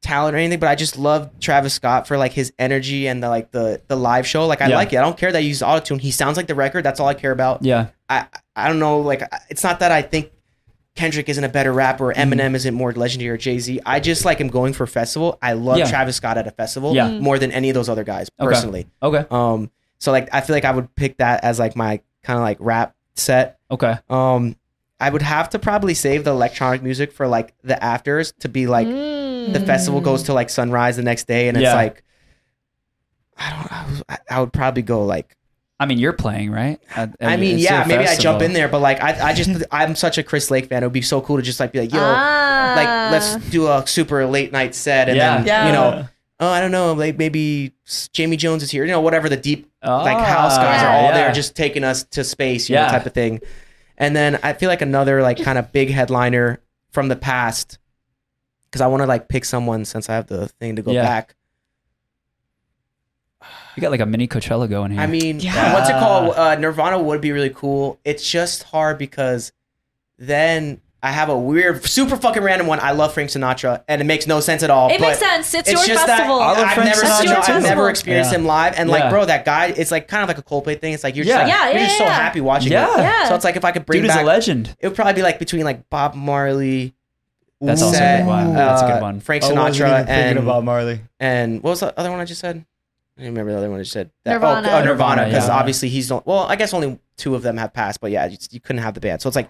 [SPEAKER 4] talent or anything, but I just love Travis Scott for like his energy and the like the the live show. Like I
[SPEAKER 2] Yeah.
[SPEAKER 4] like it. I don't care that he uses auto tune. He sounds like the record. That's all I care about.
[SPEAKER 2] Yeah.
[SPEAKER 4] I I don't know. Like I- it's not that I think Kendrick isn't a better rapper, or
[SPEAKER 2] Mm.
[SPEAKER 4] Eminem isn't more legendary, or Jay Z. I just like am going for festival. I love
[SPEAKER 2] Yeah.
[SPEAKER 4] Travis Scott at a festival
[SPEAKER 2] Yeah.
[SPEAKER 4] more than any of those other guys
[SPEAKER 2] Okay.
[SPEAKER 4] personally.
[SPEAKER 2] Okay.
[SPEAKER 4] Um, so like I feel like I would pick that as like my kind of like rap set.
[SPEAKER 2] Okay.
[SPEAKER 4] Um, I would have to probably save the electronic music for like the afters to be like
[SPEAKER 1] Hmm.
[SPEAKER 4] the festival goes to like sunrise the next day, and it's
[SPEAKER 2] Yeah.
[SPEAKER 4] like I don't. I, was, I- I would probably go like
[SPEAKER 2] I mean, you're playing, right? At-
[SPEAKER 4] I
[SPEAKER 2] at-
[SPEAKER 4] mean
[SPEAKER 2] it's
[SPEAKER 4] yeah
[SPEAKER 2] your
[SPEAKER 4] maybe I jump
[SPEAKER 2] festival.
[SPEAKER 4] in there, but like I I just I'm such a Chris Lake fan. It would be so cool to just like be like yo
[SPEAKER 1] Ah.
[SPEAKER 4] like let's do a super late night set and
[SPEAKER 2] Yeah.
[SPEAKER 4] then
[SPEAKER 3] Yeah.
[SPEAKER 4] you know oh I don't know like maybe s- Jamie Jones is here you know whatever the deep like
[SPEAKER 2] Ah,
[SPEAKER 4] house guys are all
[SPEAKER 2] yeah.
[SPEAKER 4] there just taking us to space you
[SPEAKER 2] Yeah.
[SPEAKER 4] know type of thing and then I feel like another like kind of big headliner from the past because I want to like pick someone since I have the thing to go
[SPEAKER 2] Yeah.
[SPEAKER 4] back
[SPEAKER 2] You got like a mini Coachella going here.
[SPEAKER 4] I mean,
[SPEAKER 3] Yeah.
[SPEAKER 4] what's it called? Uh, Nirvana would be really cool. It's just hard because then I have a weird, super fucking random one. I love Frank Sinatra, and it makes no sense at all.
[SPEAKER 1] It
[SPEAKER 4] but
[SPEAKER 1] makes sense. It's,
[SPEAKER 4] It's
[SPEAKER 1] your
[SPEAKER 4] just
[SPEAKER 1] festival.
[SPEAKER 4] that
[SPEAKER 2] love
[SPEAKER 4] I've
[SPEAKER 2] Frank
[SPEAKER 4] never,
[SPEAKER 1] Sinatra
[SPEAKER 4] seen
[SPEAKER 1] too.
[SPEAKER 4] him- I've never
[SPEAKER 1] Yeah.
[SPEAKER 4] experienced him live, and
[SPEAKER 2] Yeah.
[SPEAKER 4] like, bro, that guy. It's like kind of like a Coldplay thing. It's like you're just,
[SPEAKER 2] Yeah.
[SPEAKER 4] like,
[SPEAKER 1] Yeah,
[SPEAKER 4] you're
[SPEAKER 1] yeah,
[SPEAKER 4] just so
[SPEAKER 1] yeah.
[SPEAKER 4] happy watching.
[SPEAKER 2] Yeah.
[SPEAKER 4] it.
[SPEAKER 1] Yeah.
[SPEAKER 4] So it's like if I could bring
[SPEAKER 2] dude is
[SPEAKER 4] back,
[SPEAKER 2] a legend.
[SPEAKER 4] it would probably be like between like Bob Marley.
[SPEAKER 2] That's also a
[SPEAKER 4] Ouzette,
[SPEAKER 2] good one. That's a good one.
[SPEAKER 4] Uh, Frank
[SPEAKER 5] Oh, I wasn't
[SPEAKER 4] Sinatra
[SPEAKER 5] even
[SPEAKER 4] and
[SPEAKER 5] thinking about Marley.
[SPEAKER 4] and what was the other one I just said? I don't remember the other one I just said.
[SPEAKER 1] Nirvana.
[SPEAKER 4] Oh, oh, Nirvana, because
[SPEAKER 2] yeah.
[SPEAKER 4] obviously he's not. Well, I guess only two of them have passed, but yeah, you, you couldn't have the band. So it's like,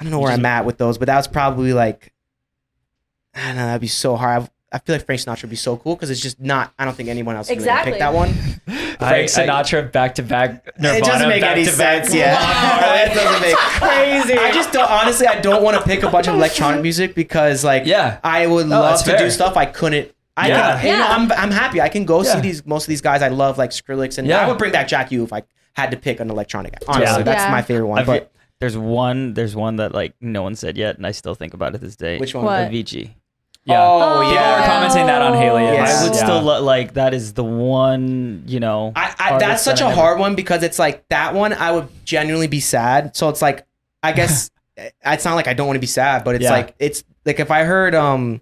[SPEAKER 4] I don't know where I'm at with those, but that was probably like, I don't know, that'd be so hard. I've, I feel like Frank Sinatra would be so cool because it's just not. I don't think anyone else would
[SPEAKER 1] Exactly.
[SPEAKER 4] pick that one. I- I-
[SPEAKER 2] Frank Sinatra back to back.
[SPEAKER 4] it doesn't make any sense. Yeah, it doesn't make crazy. I just don't. Honestly, I don't want to pick a bunch of electronic music because, like,
[SPEAKER 2] Yeah.
[SPEAKER 4] I would
[SPEAKER 2] that's
[SPEAKER 4] love to
[SPEAKER 2] fair.
[SPEAKER 4] do stuff I couldn't. I
[SPEAKER 2] Yeah.
[SPEAKER 4] can, you know,
[SPEAKER 1] Yeah.
[SPEAKER 4] I'm, I'm happy. I can go
[SPEAKER 2] Yeah.
[SPEAKER 4] see these most of these guys I love, like Skrillex, and
[SPEAKER 2] Yeah.
[SPEAKER 4] I would bring back Jack U if I had to pick an electronic. Honestly,
[SPEAKER 5] Yeah.
[SPEAKER 4] that's
[SPEAKER 1] Yeah.
[SPEAKER 4] my favorite one.
[SPEAKER 5] I've-
[SPEAKER 4] But
[SPEAKER 5] there's one. There's one that like no one said yet, and I still think about it this day.
[SPEAKER 4] which one?
[SPEAKER 1] What?
[SPEAKER 5] Avicii.
[SPEAKER 2] Yeah.
[SPEAKER 4] Oh,
[SPEAKER 1] Oh,
[SPEAKER 2] People
[SPEAKER 4] yeah.
[SPEAKER 2] were commenting that on Haley.
[SPEAKER 4] Yes.
[SPEAKER 5] I would
[SPEAKER 2] Yeah.
[SPEAKER 5] still lo- like that is the one you know.
[SPEAKER 4] I, I, that's
[SPEAKER 5] artist that
[SPEAKER 4] such
[SPEAKER 5] I
[SPEAKER 4] a
[SPEAKER 5] never-
[SPEAKER 4] hard one because it's like that one I would genuinely be sad. So it's like I guess eh, it's not like I don't want to be sad, but it's
[SPEAKER 2] Yeah.
[SPEAKER 4] like it's like if I heard um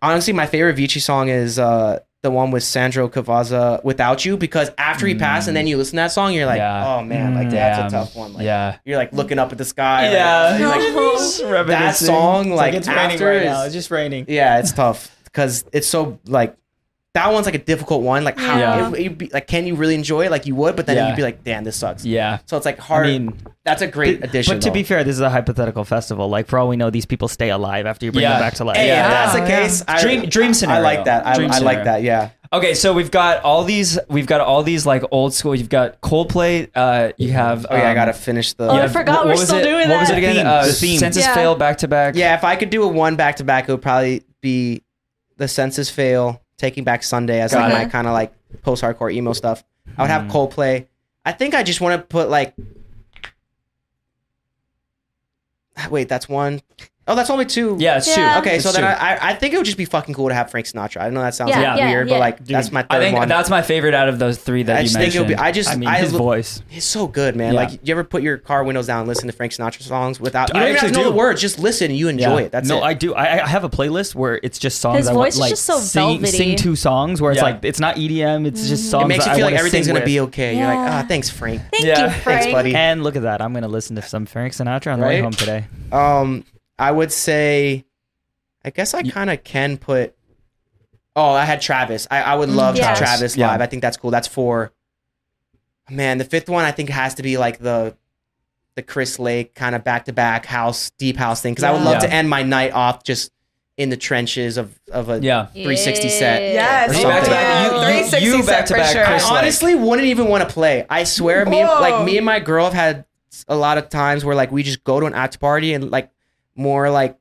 [SPEAKER 4] honestly my favorite Vici song is uh the one with Sandro Cavaza without you because after he passed and then you listen to that song you're like
[SPEAKER 2] Mm. Yeah.
[SPEAKER 4] oh man like that's a tough one like
[SPEAKER 2] yeah.
[SPEAKER 4] you're like looking up at the sky like, you're like,
[SPEAKER 5] Reminiscing.
[SPEAKER 4] that song
[SPEAKER 5] It's
[SPEAKER 4] like,
[SPEAKER 5] it's raining
[SPEAKER 4] after
[SPEAKER 5] right
[SPEAKER 4] is-
[SPEAKER 5] now. It's just raining.
[SPEAKER 4] yeah, it's tough because it's so like that one's like a difficult one. Like how
[SPEAKER 1] Yeah.
[SPEAKER 4] it, would be, like can you really enjoy it? Like you would, but then
[SPEAKER 2] Yeah.
[SPEAKER 4] you'd be like, damn, this sucks.
[SPEAKER 2] Yeah.
[SPEAKER 4] So it's like hard.
[SPEAKER 5] I mean,
[SPEAKER 4] that's a great addition.
[SPEAKER 5] but to
[SPEAKER 4] though.
[SPEAKER 5] be fair, this is a hypothetical festival. Like for all we know, these people stay alive after you bring
[SPEAKER 2] Yeah.
[SPEAKER 5] them back to life.
[SPEAKER 4] Hey,
[SPEAKER 2] Yeah.
[SPEAKER 4] if that's the
[SPEAKER 1] Yeah.
[SPEAKER 4] case, I,
[SPEAKER 2] Dream- dream
[SPEAKER 4] I
[SPEAKER 2] scenario.
[SPEAKER 4] like that. I,
[SPEAKER 2] Dream
[SPEAKER 4] I
[SPEAKER 2] scenario.
[SPEAKER 4] like that. Yeah.
[SPEAKER 2] Okay, so we've got all these. We've got all these like old school. You've got Coldplay. Uh, you have.
[SPEAKER 4] Oh yeah, I
[SPEAKER 2] um,
[SPEAKER 4] gotta finish the.
[SPEAKER 1] Oh, I
[SPEAKER 2] yeah,
[SPEAKER 1] forgot
[SPEAKER 2] wh-
[SPEAKER 1] we're
[SPEAKER 2] what was
[SPEAKER 1] still
[SPEAKER 2] it-
[SPEAKER 1] doing
[SPEAKER 2] What was
[SPEAKER 1] that.
[SPEAKER 2] it again?
[SPEAKER 5] Theme.
[SPEAKER 2] Uh,
[SPEAKER 5] The theme.
[SPEAKER 2] Census
[SPEAKER 1] Yeah.
[SPEAKER 2] fail back to back.
[SPEAKER 4] Yeah, if I could do a one back to back, it would probably be the Census Fail, Taking Back Sunday as like
[SPEAKER 1] Got
[SPEAKER 4] my
[SPEAKER 1] it.
[SPEAKER 4] kind of like post hardcore emo stuff. I would have
[SPEAKER 2] Mm.
[SPEAKER 4] Coldplay. I think I just want to put like. Wait, that's one. Oh Oh, that's only two.
[SPEAKER 2] Yeah, it's
[SPEAKER 1] Yeah.
[SPEAKER 2] two.
[SPEAKER 4] Okay,
[SPEAKER 2] It's
[SPEAKER 4] so then
[SPEAKER 2] two.
[SPEAKER 4] I, I- I think it would just be fucking cool to have Frank Sinatra. I know that sounds
[SPEAKER 1] Yeah,
[SPEAKER 4] like
[SPEAKER 1] yeah,
[SPEAKER 4] weird,
[SPEAKER 1] yeah.
[SPEAKER 4] but like
[SPEAKER 5] Dude,
[SPEAKER 4] that's my third
[SPEAKER 2] I think
[SPEAKER 4] one.
[SPEAKER 2] that's my favorite out of those three that
[SPEAKER 4] I
[SPEAKER 2] you
[SPEAKER 4] just think
[SPEAKER 2] mentioned.
[SPEAKER 4] it'll be. I just.
[SPEAKER 5] I
[SPEAKER 4] I
[SPEAKER 5] mean, his
[SPEAKER 4] lo-
[SPEAKER 5] voice.
[SPEAKER 4] It's so good, man.
[SPEAKER 5] Yeah.
[SPEAKER 4] Like, you ever put your car windows down, and listen to Frank Sinatra songs without? You
[SPEAKER 5] I
[SPEAKER 4] don't even have to
[SPEAKER 5] actually
[SPEAKER 4] know the
[SPEAKER 5] do.
[SPEAKER 4] words. Just listen. You enjoy it. That's
[SPEAKER 5] no,
[SPEAKER 4] it.
[SPEAKER 5] I do. I, I have a playlist where it's just songs.
[SPEAKER 1] His
[SPEAKER 5] I
[SPEAKER 1] voice
[SPEAKER 5] want,
[SPEAKER 1] is
[SPEAKER 5] like,
[SPEAKER 1] just so
[SPEAKER 5] sing,
[SPEAKER 1] velvety.
[SPEAKER 5] sing two songs where it's
[SPEAKER 2] Yeah.
[SPEAKER 5] like it's not EDM. It's just songs.
[SPEAKER 4] it makes you
[SPEAKER 5] that I
[SPEAKER 4] feel like
[SPEAKER 5] wanna
[SPEAKER 4] everything's
[SPEAKER 5] sing
[SPEAKER 4] gonna be
[SPEAKER 5] with.
[SPEAKER 4] okay. You're like,
[SPEAKER 1] Yeah.
[SPEAKER 4] ah, thanks, Frank.
[SPEAKER 1] Thank
[SPEAKER 2] Yeah.
[SPEAKER 1] you,
[SPEAKER 2] Thanks,
[SPEAKER 1] Frank.
[SPEAKER 4] buddy.
[SPEAKER 5] And look at that. I'm gonna listen to some Frank Sinatra on the way
[SPEAKER 4] Right?
[SPEAKER 5] home today.
[SPEAKER 4] Um, I would say, I guess I kind of can put. Oh, I had Travis. I, I would love
[SPEAKER 1] Yeah.
[SPEAKER 4] Travis
[SPEAKER 2] Yeah.
[SPEAKER 4] live. I think that's cool. That's four. Man, the fifth one I think has to be like the, the Chris Lake kind of back to back house deep house thing because I would
[SPEAKER 1] Yeah.
[SPEAKER 4] love to
[SPEAKER 2] Yeah.
[SPEAKER 4] end my night off just in the trenches of of a
[SPEAKER 2] Yeah.
[SPEAKER 4] 360 set.
[SPEAKER 3] Yes.
[SPEAKER 4] Or
[SPEAKER 2] You
[SPEAKER 4] something.
[SPEAKER 2] back to
[SPEAKER 3] Yeah,
[SPEAKER 2] back. You- You,
[SPEAKER 3] 360
[SPEAKER 2] you,
[SPEAKER 3] set
[SPEAKER 2] back to
[SPEAKER 3] for
[SPEAKER 2] back.
[SPEAKER 3] sure.
[SPEAKER 2] Chris
[SPEAKER 4] I
[SPEAKER 2] Lake.
[SPEAKER 4] honestly wouldn't even want to play. I swear, me and,
[SPEAKER 3] Whoa.
[SPEAKER 4] like me and my girl have had a lot of times where like we just go to an after party and like more like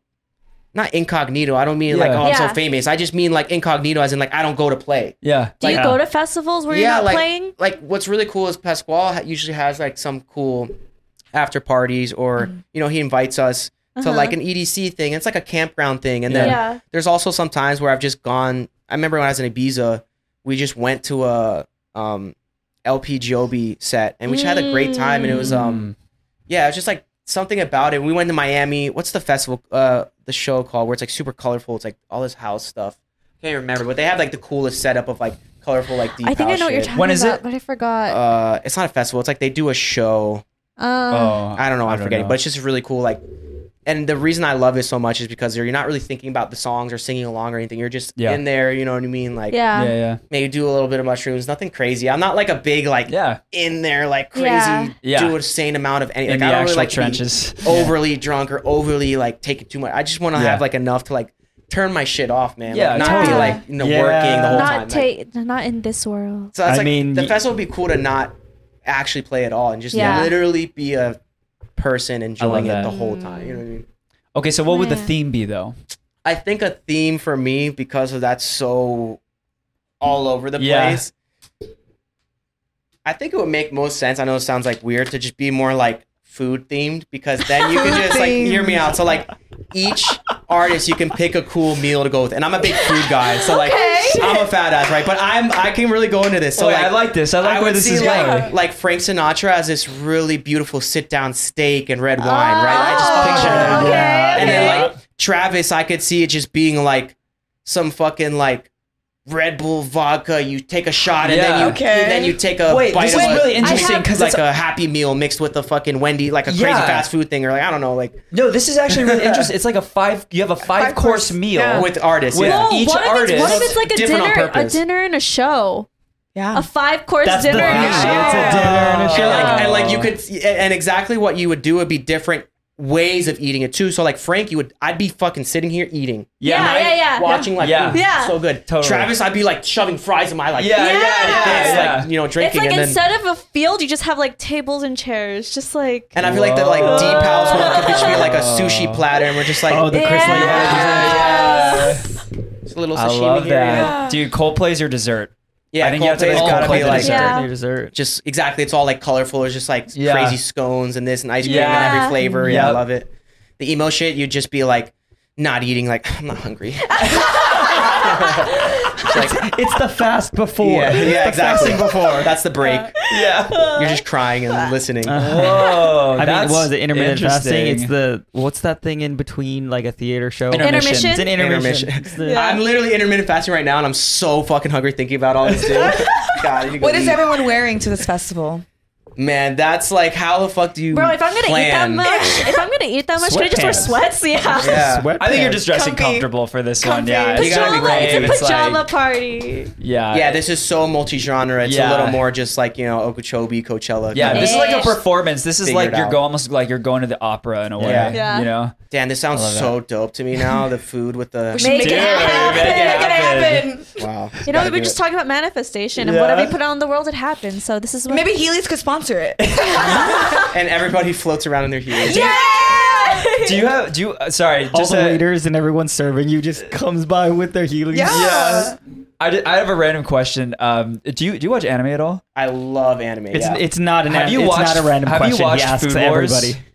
[SPEAKER 4] not incognito. I don't mean like
[SPEAKER 2] Yeah.
[SPEAKER 4] oh I'm
[SPEAKER 1] Yeah.
[SPEAKER 4] so famous. I just mean like incognito as in like I don't go to play.
[SPEAKER 2] yeah.
[SPEAKER 1] Do you
[SPEAKER 5] Like,
[SPEAKER 1] go
[SPEAKER 5] uh,
[SPEAKER 1] to festivals where you're not
[SPEAKER 4] like
[SPEAKER 1] playing?
[SPEAKER 4] like what's really cool is Pasquale ha- usually has like some cool after parties or
[SPEAKER 1] Mm.
[SPEAKER 4] you know he invites us to like an EDC thing. It's like a campground thing, and then
[SPEAKER 1] Uh-huh. Yeah.
[SPEAKER 4] there's also some times where I've just gone. I remember when I was in Ibiza, we just went to a um, LP Joby set, and we just had a great time. And it was
[SPEAKER 2] Mm.
[SPEAKER 4] um, yeah, it was just like something about it. We went to Miami. What's the festival? Uh, the show called where it's like super colorful. It's like all this house stuff. Can't remember, but they have like the coolest setup of like colorful like deep
[SPEAKER 1] I think I
[SPEAKER 4] house
[SPEAKER 1] know what you're
[SPEAKER 4] shit.
[SPEAKER 1] talking
[SPEAKER 2] When is
[SPEAKER 1] about,
[SPEAKER 2] it?
[SPEAKER 1] but I forgot.
[SPEAKER 4] Uh, it's not a festival. It's like they do a show.
[SPEAKER 1] Uh,
[SPEAKER 2] Oh,
[SPEAKER 4] I don't know. I'm forgetting,
[SPEAKER 2] know.
[SPEAKER 4] but it's just really cool. Like, and the reason I love it so much is because you're you're not really thinking about the songs or singing along or anything. You're just
[SPEAKER 2] Yeah.
[SPEAKER 4] in there. You know what I mean? Like,
[SPEAKER 2] yeah,
[SPEAKER 1] yeah.
[SPEAKER 2] yeah,
[SPEAKER 4] maybe do a little bit of mushrooms. Nothing crazy. I'm not like a big like
[SPEAKER 2] yeah.
[SPEAKER 4] in there like crazy.
[SPEAKER 1] Yeah.
[SPEAKER 2] Yeah.
[SPEAKER 4] Do a sane amount of anything.
[SPEAKER 2] In
[SPEAKER 4] Like,
[SPEAKER 2] the
[SPEAKER 4] I don't
[SPEAKER 2] actual
[SPEAKER 4] really like to be
[SPEAKER 2] trenches.
[SPEAKER 4] Overly drunk or overly like taking too much. I just want to
[SPEAKER 2] Yeah.
[SPEAKER 4] have like enough to like turn my shit off, man.
[SPEAKER 2] Yeah,
[SPEAKER 4] like, not be
[SPEAKER 2] totally.
[SPEAKER 4] like you know
[SPEAKER 5] Yeah.
[SPEAKER 4] working the whole time.
[SPEAKER 1] Not
[SPEAKER 4] like-
[SPEAKER 1] take, not in this world.
[SPEAKER 4] so it's
[SPEAKER 5] I
[SPEAKER 4] like
[SPEAKER 5] mean,
[SPEAKER 4] the
[SPEAKER 5] y-
[SPEAKER 4] festival would be cool to not actually play at all and just
[SPEAKER 1] Yeah.
[SPEAKER 4] literally be a person enjoying it
[SPEAKER 2] that.
[SPEAKER 4] the whole time. You know what I mean?
[SPEAKER 2] Okay, so what would the
[SPEAKER 1] Man.
[SPEAKER 2] theme be though?
[SPEAKER 4] I think a theme for me because of that's so all over the
[SPEAKER 2] Yeah.
[SPEAKER 4] place. I think it would make most sense. I know it sounds like weird to just be more like food themed because then you can just like hear me out. So like each artist you can pick a cool meal to go with. And I'm a big food guy. So like I'm a fat ass, right? But I'm I can really go into this. So
[SPEAKER 2] So
[SPEAKER 4] like
[SPEAKER 2] I like this. I like
[SPEAKER 4] Oh, I
[SPEAKER 2] where
[SPEAKER 4] would
[SPEAKER 2] this
[SPEAKER 4] see
[SPEAKER 2] is
[SPEAKER 4] like,
[SPEAKER 2] going.
[SPEAKER 4] like Frank Sinatra has this really beautiful sit down steak and red wine, right? I
[SPEAKER 2] Oh.
[SPEAKER 4] just picture that.
[SPEAKER 1] Oh, okay,
[SPEAKER 4] And then like Travis, I could see it just being like some fucking like Red Bull vodka. You take a shot and
[SPEAKER 2] Yeah.
[SPEAKER 4] then you
[SPEAKER 3] Okay.
[SPEAKER 4] then you take a
[SPEAKER 2] Wait,
[SPEAKER 4] bite
[SPEAKER 2] this
[SPEAKER 4] of
[SPEAKER 2] is
[SPEAKER 4] a-
[SPEAKER 2] really
[SPEAKER 1] I
[SPEAKER 2] interesting
[SPEAKER 1] have-
[SPEAKER 2] because
[SPEAKER 4] like a Happy Meal mixed with a fucking Wendy, like a crazy
[SPEAKER 2] Yeah.
[SPEAKER 4] fast food thing, or like I don't know, like
[SPEAKER 2] no, this is actually really interesting. It's like a five. You have a five, course,
[SPEAKER 3] course,
[SPEAKER 2] meal
[SPEAKER 3] yeah.
[SPEAKER 4] with artists.
[SPEAKER 2] With-
[SPEAKER 4] yeah.
[SPEAKER 1] Whoa,
[SPEAKER 2] each
[SPEAKER 1] what If Oh, it's, what
[SPEAKER 2] artist-
[SPEAKER 1] if it's like a
[SPEAKER 4] Different on
[SPEAKER 1] dinner, a
[SPEAKER 4] purpose.
[SPEAKER 1] dinner and a show,
[SPEAKER 3] Yeah.
[SPEAKER 1] a five course
[SPEAKER 2] That's the
[SPEAKER 1] dinner and a
[SPEAKER 2] thing.
[SPEAKER 1] show?
[SPEAKER 2] It's a dinner and a
[SPEAKER 4] and like,
[SPEAKER 2] show.
[SPEAKER 4] and like you could and exactly what you would do would be different ways of eating it too. So like Frank, you would I'd be fucking sitting here eating.
[SPEAKER 2] Yeah.
[SPEAKER 1] Yeah,
[SPEAKER 4] Right?
[SPEAKER 1] yeah, yeah.
[SPEAKER 4] Watching like
[SPEAKER 2] Yeah.
[SPEAKER 4] ooh,
[SPEAKER 1] Yeah.
[SPEAKER 4] so good.
[SPEAKER 2] Totally.
[SPEAKER 4] Travis, I'd be like shoving fries in my like
[SPEAKER 2] Yeah, yeah,
[SPEAKER 1] yeah,
[SPEAKER 4] this,
[SPEAKER 2] yeah.
[SPEAKER 4] like you know
[SPEAKER 1] It's
[SPEAKER 4] drinking
[SPEAKER 1] like
[SPEAKER 4] and then
[SPEAKER 1] instead of a field, you just have like tables and chairs, just like.
[SPEAKER 4] and I feel like the like
[SPEAKER 2] Whoa.
[SPEAKER 4] deep house one could just be like a sushi platter and we're just like
[SPEAKER 5] Oh, the Chris Lake.
[SPEAKER 4] just a little
[SPEAKER 2] I
[SPEAKER 4] sashimi
[SPEAKER 2] love
[SPEAKER 4] here.
[SPEAKER 2] that, dude. Coldplay's your dessert.
[SPEAKER 4] Yeah,
[SPEAKER 2] I think you have to
[SPEAKER 4] Coldplay's
[SPEAKER 2] make
[SPEAKER 4] gotta
[SPEAKER 2] Coldplay
[SPEAKER 4] be like
[SPEAKER 2] dessert.
[SPEAKER 1] Yeah.
[SPEAKER 5] Your dessert.
[SPEAKER 4] just exactly it's all like colorful. It's just like
[SPEAKER 2] Yeah.
[SPEAKER 4] crazy scones and this and ice cream
[SPEAKER 2] Yeah.
[SPEAKER 4] and every flavor. Yeah, I
[SPEAKER 2] Yep.
[SPEAKER 4] love it. The emo shit, you'd just be like not eating like I'm not hungry.
[SPEAKER 5] It's the fast before.
[SPEAKER 4] Yeah, yeah,
[SPEAKER 5] The fast
[SPEAKER 4] exactly. Before that's the break.
[SPEAKER 2] Yeah.
[SPEAKER 4] You're just crying and listening.
[SPEAKER 2] Uh, Whoa.
[SPEAKER 5] I mean,
[SPEAKER 2] that's
[SPEAKER 5] it was the intermittent fasting. It's
[SPEAKER 2] interesting.
[SPEAKER 5] the what's that thing in between like a theater show?
[SPEAKER 2] Intermittent.
[SPEAKER 1] Intermission.
[SPEAKER 5] It's an intermission. It's the-
[SPEAKER 4] I'm literally intermittent fasting right now, and I'm so fucking hungry thinking about all this. Dude. God, you
[SPEAKER 3] What
[SPEAKER 4] go
[SPEAKER 3] is
[SPEAKER 4] eat.
[SPEAKER 3] everyone wearing to this festival?
[SPEAKER 4] Man, that's like how the fuck do you,
[SPEAKER 1] Bro, if I'm gonna
[SPEAKER 4] plan?
[SPEAKER 1] eat that much, if I'm gonna eat that much, can I just wear
[SPEAKER 2] Sweatpants.
[SPEAKER 1] sweats? Yeah.
[SPEAKER 4] Yeah.
[SPEAKER 2] I think you're just dressing
[SPEAKER 3] Comfy.
[SPEAKER 2] comfortable for this one. Yeah.
[SPEAKER 3] Comfy.
[SPEAKER 2] You gotta be
[SPEAKER 1] Pajama,
[SPEAKER 2] brave.
[SPEAKER 1] it's a
[SPEAKER 2] like-
[SPEAKER 1] pajama party.
[SPEAKER 2] yeah.
[SPEAKER 4] Yeah, this is so multi-genre. It's
[SPEAKER 2] Yeah.
[SPEAKER 4] a little more just like you know Okeechobee, Coachella.
[SPEAKER 2] Yeah,
[SPEAKER 4] kind of-
[SPEAKER 2] this is like a
[SPEAKER 1] Yeah.
[SPEAKER 2] performance. This is
[SPEAKER 4] Figure
[SPEAKER 2] like
[SPEAKER 4] it
[SPEAKER 2] you're
[SPEAKER 4] out.
[SPEAKER 2] go, almost like you're going to the opera in a way.
[SPEAKER 4] Yeah.
[SPEAKER 1] Yeah.
[SPEAKER 2] You know?
[SPEAKER 4] Damn, this sounds so dope to me now. The food with the
[SPEAKER 3] should Make it happen.
[SPEAKER 2] make it happen.
[SPEAKER 4] wow.
[SPEAKER 1] You know,
[SPEAKER 4] Gotta
[SPEAKER 1] we were
[SPEAKER 4] do
[SPEAKER 1] just
[SPEAKER 4] it.
[SPEAKER 1] talking about manifestation and
[SPEAKER 2] Yeah.
[SPEAKER 1] whatever you put out in the world, it happens. So this is what
[SPEAKER 3] Maybe Healy's could sponsor it.
[SPEAKER 4] and everybody floats around in their heels. Yeah.
[SPEAKER 2] Do you have? Do you? uh, sorry,
[SPEAKER 5] All
[SPEAKER 2] just
[SPEAKER 5] the
[SPEAKER 2] a-
[SPEAKER 5] waiters and everyone serving you just comes by with their healing.
[SPEAKER 3] Yeah.
[SPEAKER 2] Yes. I, di- I have a random question. Um, do you do you watch anime at all?
[SPEAKER 4] I love anime.
[SPEAKER 5] It's
[SPEAKER 4] yeah.
[SPEAKER 5] it's not an.
[SPEAKER 2] Have you
[SPEAKER 5] it's
[SPEAKER 2] watched-
[SPEAKER 5] not a random
[SPEAKER 2] have you
[SPEAKER 5] question.
[SPEAKER 2] watched
[SPEAKER 5] he asks
[SPEAKER 2] Food Wars?
[SPEAKER 5] everybody.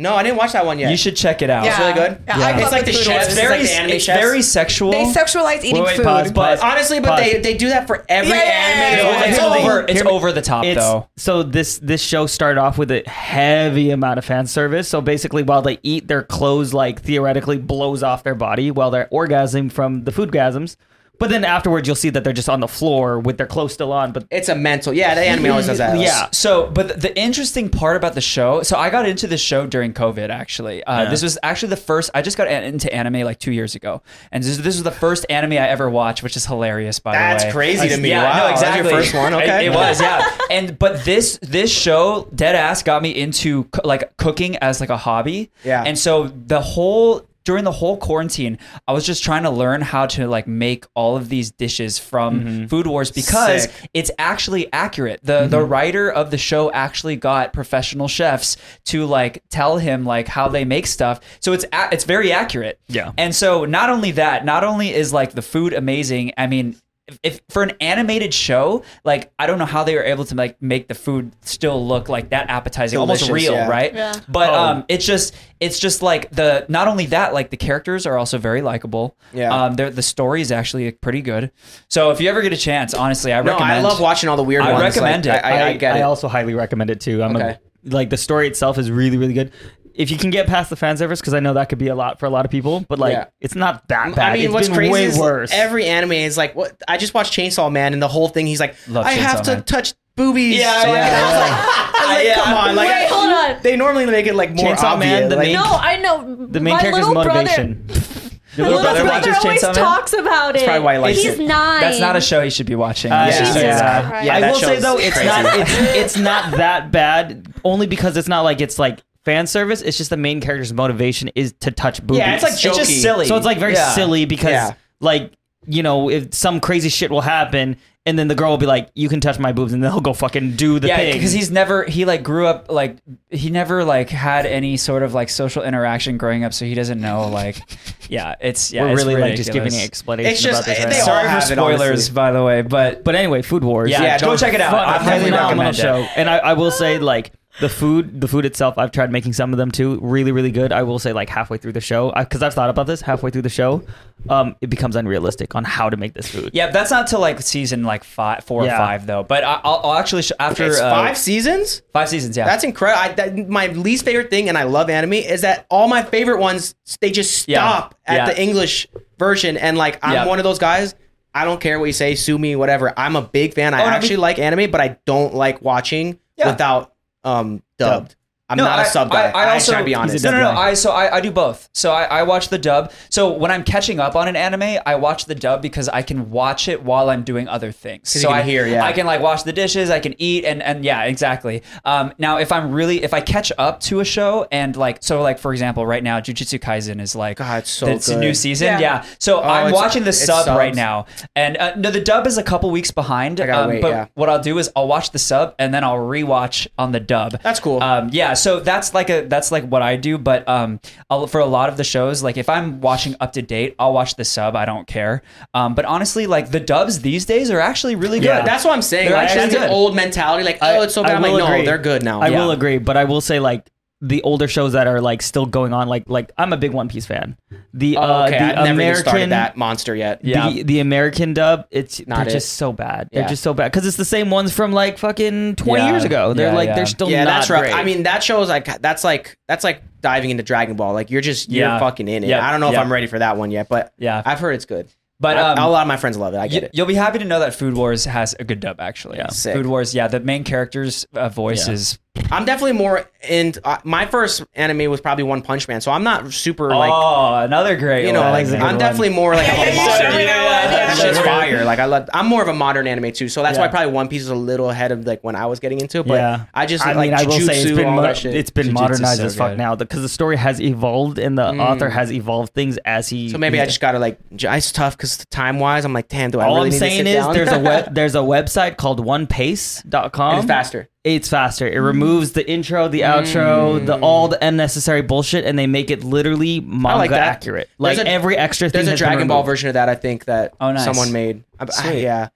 [SPEAKER 4] No, I didn't watch that one yet.
[SPEAKER 2] You should check it out.
[SPEAKER 4] It's really good.
[SPEAKER 3] Yeah, I
[SPEAKER 2] Yeah.
[SPEAKER 3] love
[SPEAKER 4] It's like the
[SPEAKER 3] food ones.
[SPEAKER 4] chefs.
[SPEAKER 2] It's very,
[SPEAKER 4] It's like the anime
[SPEAKER 2] it's
[SPEAKER 4] chefs.
[SPEAKER 2] very sexual.
[SPEAKER 3] They sexualize eating
[SPEAKER 5] wait,
[SPEAKER 3] food.
[SPEAKER 5] pause,
[SPEAKER 4] But
[SPEAKER 5] pause.
[SPEAKER 4] honestly, but
[SPEAKER 5] Pause.
[SPEAKER 4] they they do that for every
[SPEAKER 3] Yeah, yeah, yeah,
[SPEAKER 4] anime.
[SPEAKER 3] yeah, yeah.
[SPEAKER 4] Like,
[SPEAKER 2] it's
[SPEAKER 4] it's
[SPEAKER 5] Hear me-
[SPEAKER 2] over. It's
[SPEAKER 5] hear me.
[SPEAKER 2] over the top
[SPEAKER 5] It's-
[SPEAKER 2] though.
[SPEAKER 5] So this this show started off with a heavy amount of fan service. So basically, while they eat, their clothes like theoretically blows off their body while they're orgasming from the food gasms. But then afterwards, you'll see that they're just on the floor with their clothes still on. But
[SPEAKER 4] It's a mental. Yeah, the anime always does that.
[SPEAKER 5] Yeah.
[SPEAKER 2] So, but the interesting part about the show, so I got into this show during COVID. Actually, uh, this was actually the first. I just got an- into anime like two years ago, and this, this was the first anime I ever watched, which is hilarious. By
[SPEAKER 4] That's
[SPEAKER 2] the way,
[SPEAKER 4] crazy to me.
[SPEAKER 2] Yeah,
[SPEAKER 4] Wow,
[SPEAKER 2] no,
[SPEAKER 4] that's your
[SPEAKER 2] exactly.
[SPEAKER 4] first one?
[SPEAKER 2] It-
[SPEAKER 4] Okay.
[SPEAKER 2] it, was. Yeah. And but this this show, dead ass, got me into co- like cooking as like a hobby.
[SPEAKER 4] Yeah.
[SPEAKER 2] And so the whole during the whole quarantine, I was just trying to learn how to like make all of these dishes from Food Wars because
[SPEAKER 4] Mm-hmm. Sick.
[SPEAKER 2] it's actually accurate. The the
[SPEAKER 4] Mm-hmm.
[SPEAKER 2] writer of the show actually got professional chefs to like tell him like how they make stuff. So it's a- it's very accurate.
[SPEAKER 5] Yeah.
[SPEAKER 2] And so not only that, not only is like the food amazing, I mean if, if for an animated show, like I don't know how they were able to like make the food still look like that appetizing, almost
[SPEAKER 4] Delicious,
[SPEAKER 2] real,
[SPEAKER 4] yeah.
[SPEAKER 2] right?
[SPEAKER 1] Yeah.
[SPEAKER 2] But
[SPEAKER 5] Oh.
[SPEAKER 2] um, it's just it's just like the not only that, like the characters are also very likable.
[SPEAKER 4] Yeah.
[SPEAKER 2] Um, they're, the story is actually pretty good. So if you ever get a chance, honestly, I
[SPEAKER 4] No,
[SPEAKER 2] recommend.
[SPEAKER 4] I love watching all the weird
[SPEAKER 2] I
[SPEAKER 4] ones.
[SPEAKER 2] recommend
[SPEAKER 4] Like,
[SPEAKER 2] it.
[SPEAKER 4] I, I, I get it.
[SPEAKER 5] also highly recommend it too. I'm a-
[SPEAKER 4] Okay.
[SPEAKER 5] like the story itself is really really good. If you can get past the fan service, because I know that could be a lot for a lot of people, but like
[SPEAKER 4] Yeah.
[SPEAKER 5] it's not that bad.
[SPEAKER 4] I mean,
[SPEAKER 5] It's
[SPEAKER 4] what's
[SPEAKER 5] been
[SPEAKER 4] crazy
[SPEAKER 5] way
[SPEAKER 4] is
[SPEAKER 5] worse.
[SPEAKER 4] every anime is like, what? I just watched Chainsaw Man, and the whole thing, he's like,
[SPEAKER 2] Love
[SPEAKER 4] I have
[SPEAKER 2] Chainsaw
[SPEAKER 4] to
[SPEAKER 2] Man.
[SPEAKER 4] touch boobies.
[SPEAKER 2] Yeah,
[SPEAKER 4] So, like,
[SPEAKER 2] yeah,
[SPEAKER 4] I was like, I was like,
[SPEAKER 2] Yeah.
[SPEAKER 4] come on, like,
[SPEAKER 1] Wait, hold on.
[SPEAKER 4] They normally make it like more
[SPEAKER 5] Chainsaw Man,
[SPEAKER 4] obvious.
[SPEAKER 5] the
[SPEAKER 4] like-
[SPEAKER 5] main-
[SPEAKER 1] No, I know.
[SPEAKER 5] the main
[SPEAKER 1] My
[SPEAKER 5] character's
[SPEAKER 1] little
[SPEAKER 5] motivation.
[SPEAKER 1] Brother,
[SPEAKER 2] Your
[SPEAKER 1] little brother, always
[SPEAKER 2] Chainsaw Man?
[SPEAKER 1] talks about it.
[SPEAKER 4] probably why he likes
[SPEAKER 1] He's
[SPEAKER 4] it.
[SPEAKER 1] nine.
[SPEAKER 2] That's not a show you should be watching.
[SPEAKER 5] Uh,
[SPEAKER 2] You should
[SPEAKER 4] Jesus
[SPEAKER 2] say that.
[SPEAKER 1] Christ.
[SPEAKER 4] Yeah,
[SPEAKER 5] I
[SPEAKER 4] that
[SPEAKER 5] will say
[SPEAKER 4] show's
[SPEAKER 5] though, it's
[SPEAKER 4] crazy.
[SPEAKER 5] not it's, it's not that bad. Only because it's not like it's like fan service. It's just the main character's motivation is to touch boobies.
[SPEAKER 4] Yeah, it's like
[SPEAKER 2] It's
[SPEAKER 4] jokey.
[SPEAKER 2] just silly.
[SPEAKER 5] so it's like very
[SPEAKER 2] Yeah.
[SPEAKER 5] silly because
[SPEAKER 4] Yeah.
[SPEAKER 5] like you know if some crazy shit will happen and then the girl will be like, "You can touch my boobs," and then he'll go fucking do the
[SPEAKER 2] Yeah,
[SPEAKER 5] thing
[SPEAKER 2] because he's never he like grew up like he never like had any sort of like social interaction growing up, so he doesn't know like yeah, it's yeah,
[SPEAKER 5] We're
[SPEAKER 2] it's
[SPEAKER 5] really like just
[SPEAKER 2] ridiculous.
[SPEAKER 5] giving an explanation.
[SPEAKER 4] It's just-
[SPEAKER 5] about this
[SPEAKER 4] they all
[SPEAKER 5] right now.
[SPEAKER 2] Sorry for
[SPEAKER 4] have it,
[SPEAKER 2] spoilers,
[SPEAKER 4] honestly.
[SPEAKER 2] by the way, but
[SPEAKER 5] But anyway, Food Wars.
[SPEAKER 2] yeah,
[SPEAKER 4] Yeah,
[SPEAKER 2] go
[SPEAKER 4] don't-
[SPEAKER 2] check it out.
[SPEAKER 5] Fun,
[SPEAKER 2] I highly
[SPEAKER 5] phenomenal
[SPEAKER 2] recommend
[SPEAKER 5] show.
[SPEAKER 2] it.
[SPEAKER 5] And I, I will say, like the food, the food itself. I've tried making some of them too. Really, really good. I will say, like halfway through the show, because I've thought about this. Halfway through the show, um, it becomes unrealistic on how to make this food.
[SPEAKER 2] Yeah, that's not till like season like five, four
[SPEAKER 5] Yeah.
[SPEAKER 2] or five though. But I, I'll, I'll actually sh- after
[SPEAKER 4] It's
[SPEAKER 2] uh,
[SPEAKER 4] five seasons.
[SPEAKER 2] five seasons. Yeah,
[SPEAKER 4] That's incredible. I, that, my least favorite thing, and I love anime, is that all my favorite ones they just
[SPEAKER 2] Yeah.
[SPEAKER 4] stop at
[SPEAKER 2] Yeah.
[SPEAKER 4] the English version, and like I'm
[SPEAKER 2] Yeah.
[SPEAKER 4] one of those guys. I don't care what you say, sue me, whatever. I'm a big fan. I
[SPEAKER 2] Oh, no,
[SPEAKER 4] actually
[SPEAKER 2] we-
[SPEAKER 4] like anime, but I don't like watching
[SPEAKER 2] Yeah.
[SPEAKER 4] without um dubbed. I'm not
[SPEAKER 2] a
[SPEAKER 4] a sub guy. I, also try to be honest.
[SPEAKER 2] No, no, no. I so I, I do both. So I, I watch the dub. So when I'm catching up on an anime, I watch the dub because I can watch it while I'm doing other things. So
[SPEAKER 4] you can
[SPEAKER 2] I
[SPEAKER 4] hear, yeah.
[SPEAKER 2] I can like wash the dishes. I can eat, and and yeah, exactly. Um, now if I'm really if I catch up to a show and like so like for example right now Jujutsu Kaisen is like
[SPEAKER 4] God, it's so
[SPEAKER 2] it's a
[SPEAKER 4] good. Oh,
[SPEAKER 2] new season.
[SPEAKER 3] Yeah.
[SPEAKER 2] Yeah. So I'm
[SPEAKER 4] it's-
[SPEAKER 2] watching the
[SPEAKER 4] it's
[SPEAKER 2] sub right
[SPEAKER 4] subs.
[SPEAKER 2] now, and uh, no, the dub is a couple weeks behind. um,
[SPEAKER 4] gotta wait,
[SPEAKER 2] but
[SPEAKER 4] yeah.
[SPEAKER 2] what I'll do is I'll watch the sub and then I'll rewatch on the dub.
[SPEAKER 4] That's cool.
[SPEAKER 2] Um, yeah, so that's like a that's like what I do. But um, I'll, for a lot of the shows, like if I'm watching up to date, I'll watch the sub. I don't care. Um, but honestly, like the dubs these days are actually really good.
[SPEAKER 5] Yeah.
[SPEAKER 4] That's what I'm saying.
[SPEAKER 2] They're
[SPEAKER 4] Like,
[SPEAKER 2] actually
[SPEAKER 4] that's an
[SPEAKER 2] good.
[SPEAKER 4] old mentality. Like, oh, it's so bad.
[SPEAKER 5] I
[SPEAKER 4] I'm like,
[SPEAKER 5] will
[SPEAKER 4] no,
[SPEAKER 5] agree.
[SPEAKER 4] they're good now.
[SPEAKER 5] I
[SPEAKER 4] Yeah.
[SPEAKER 5] will agree, but I will say like the older shows that are like still going on. Like like I'm a big One Piece fan. The
[SPEAKER 4] Oh,
[SPEAKER 5] uh,
[SPEAKER 4] okay,
[SPEAKER 5] the
[SPEAKER 4] I've never even
[SPEAKER 5] American
[SPEAKER 4] started that monster yet.
[SPEAKER 5] The, the American dub, it's
[SPEAKER 4] Not
[SPEAKER 5] they're
[SPEAKER 4] it.
[SPEAKER 5] just so bad. They're
[SPEAKER 4] Yeah.
[SPEAKER 5] just so bad because it's the same ones from like fucking twenty
[SPEAKER 2] Yeah.
[SPEAKER 5] years ago. They're
[SPEAKER 2] Yeah,
[SPEAKER 5] like
[SPEAKER 2] yeah.
[SPEAKER 5] they're still
[SPEAKER 4] yeah,
[SPEAKER 5] not
[SPEAKER 4] that's right.
[SPEAKER 5] great.
[SPEAKER 4] I mean, that shows like that's like that's like diving into Dragon Ball. Like you're just you're
[SPEAKER 2] Yeah.
[SPEAKER 4] fucking in it.
[SPEAKER 2] Yeah.
[SPEAKER 4] I don't know
[SPEAKER 2] Yeah.
[SPEAKER 4] if I'm ready for that one yet, but
[SPEAKER 2] Yeah.
[SPEAKER 4] I've heard it's good.
[SPEAKER 2] But,
[SPEAKER 4] I- uh,
[SPEAKER 2] um,
[SPEAKER 4] a lot of my friends love it. I get
[SPEAKER 2] You,
[SPEAKER 4] it.
[SPEAKER 2] you'll be happy to know that Food Wars has a good dub actually. Yeah.
[SPEAKER 4] Sick.
[SPEAKER 2] Food Wars, yeah, the main character's uh, voice is
[SPEAKER 4] I'm definitely more in. Uh, my first anime was probably One Punch Man, so I'm not super like
[SPEAKER 2] oh another great.
[SPEAKER 4] you know
[SPEAKER 2] one.
[SPEAKER 4] like
[SPEAKER 2] Another
[SPEAKER 4] I'm
[SPEAKER 2] one.
[SPEAKER 4] definitely more like of a modern. That
[SPEAKER 2] Yeah.
[SPEAKER 4] shit's fire. Like I love. I'm more of a modern anime too, so that's
[SPEAKER 5] Yeah.
[SPEAKER 4] why probably One Piece is a little ahead of like when I was getting into. it, But
[SPEAKER 5] yeah,
[SPEAKER 4] I just
[SPEAKER 5] I
[SPEAKER 4] like
[SPEAKER 5] mean, I will say it's
[SPEAKER 4] Jujutsu,
[SPEAKER 5] been
[SPEAKER 4] all
[SPEAKER 5] mo-
[SPEAKER 4] that shit.
[SPEAKER 5] it's been
[SPEAKER 2] Jujutsu's
[SPEAKER 5] modernized
[SPEAKER 2] so
[SPEAKER 5] as fuck
[SPEAKER 2] good.
[SPEAKER 5] now because the story has evolved and the author has evolved things as he.
[SPEAKER 4] Mm. So maybe I just gotta like, j- it's tough because time wise, I'm like, damn, do I
[SPEAKER 5] all
[SPEAKER 4] really
[SPEAKER 5] I'm
[SPEAKER 4] need to
[SPEAKER 5] saying
[SPEAKER 4] sit
[SPEAKER 5] is
[SPEAKER 4] down?
[SPEAKER 5] there's a web there's a website called onepace.com.
[SPEAKER 4] It's faster. Mm.
[SPEAKER 5] It's faster. It removes the intro, the outro, the all the unnecessary bullshit, and they make it literally manga
[SPEAKER 4] that.
[SPEAKER 5] accurate. Like
[SPEAKER 4] There's a-
[SPEAKER 5] every extra thing.
[SPEAKER 4] There's a
[SPEAKER 5] has been
[SPEAKER 4] Dragon Ball
[SPEAKER 5] removed.
[SPEAKER 4] version of that. I think that
[SPEAKER 2] Oh, nice.
[SPEAKER 4] someone made. I, I,
[SPEAKER 2] Sweet.
[SPEAKER 4] yeah,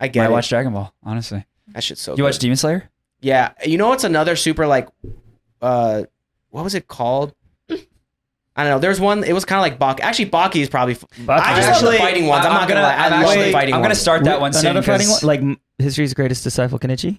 [SPEAKER 4] I get
[SPEAKER 2] I
[SPEAKER 4] it.
[SPEAKER 2] watch Dragon Ball, honestly.
[SPEAKER 4] that shit's so.
[SPEAKER 2] You watch
[SPEAKER 4] good.
[SPEAKER 2] Demon Slayer?
[SPEAKER 4] yeah, you know what's another super like, uh, what was it called? I don't know. There's one. It was kind of like Baki. Actually, Baki is probably. I just love the fighting ones. I'm, not gonna, lie. I love the fighting
[SPEAKER 2] I'm
[SPEAKER 4] ones.
[SPEAKER 2] gonna start that one soon.
[SPEAKER 5] Another fighting one,
[SPEAKER 2] 'cause-
[SPEAKER 5] like m- history's greatest disciple Kenichi.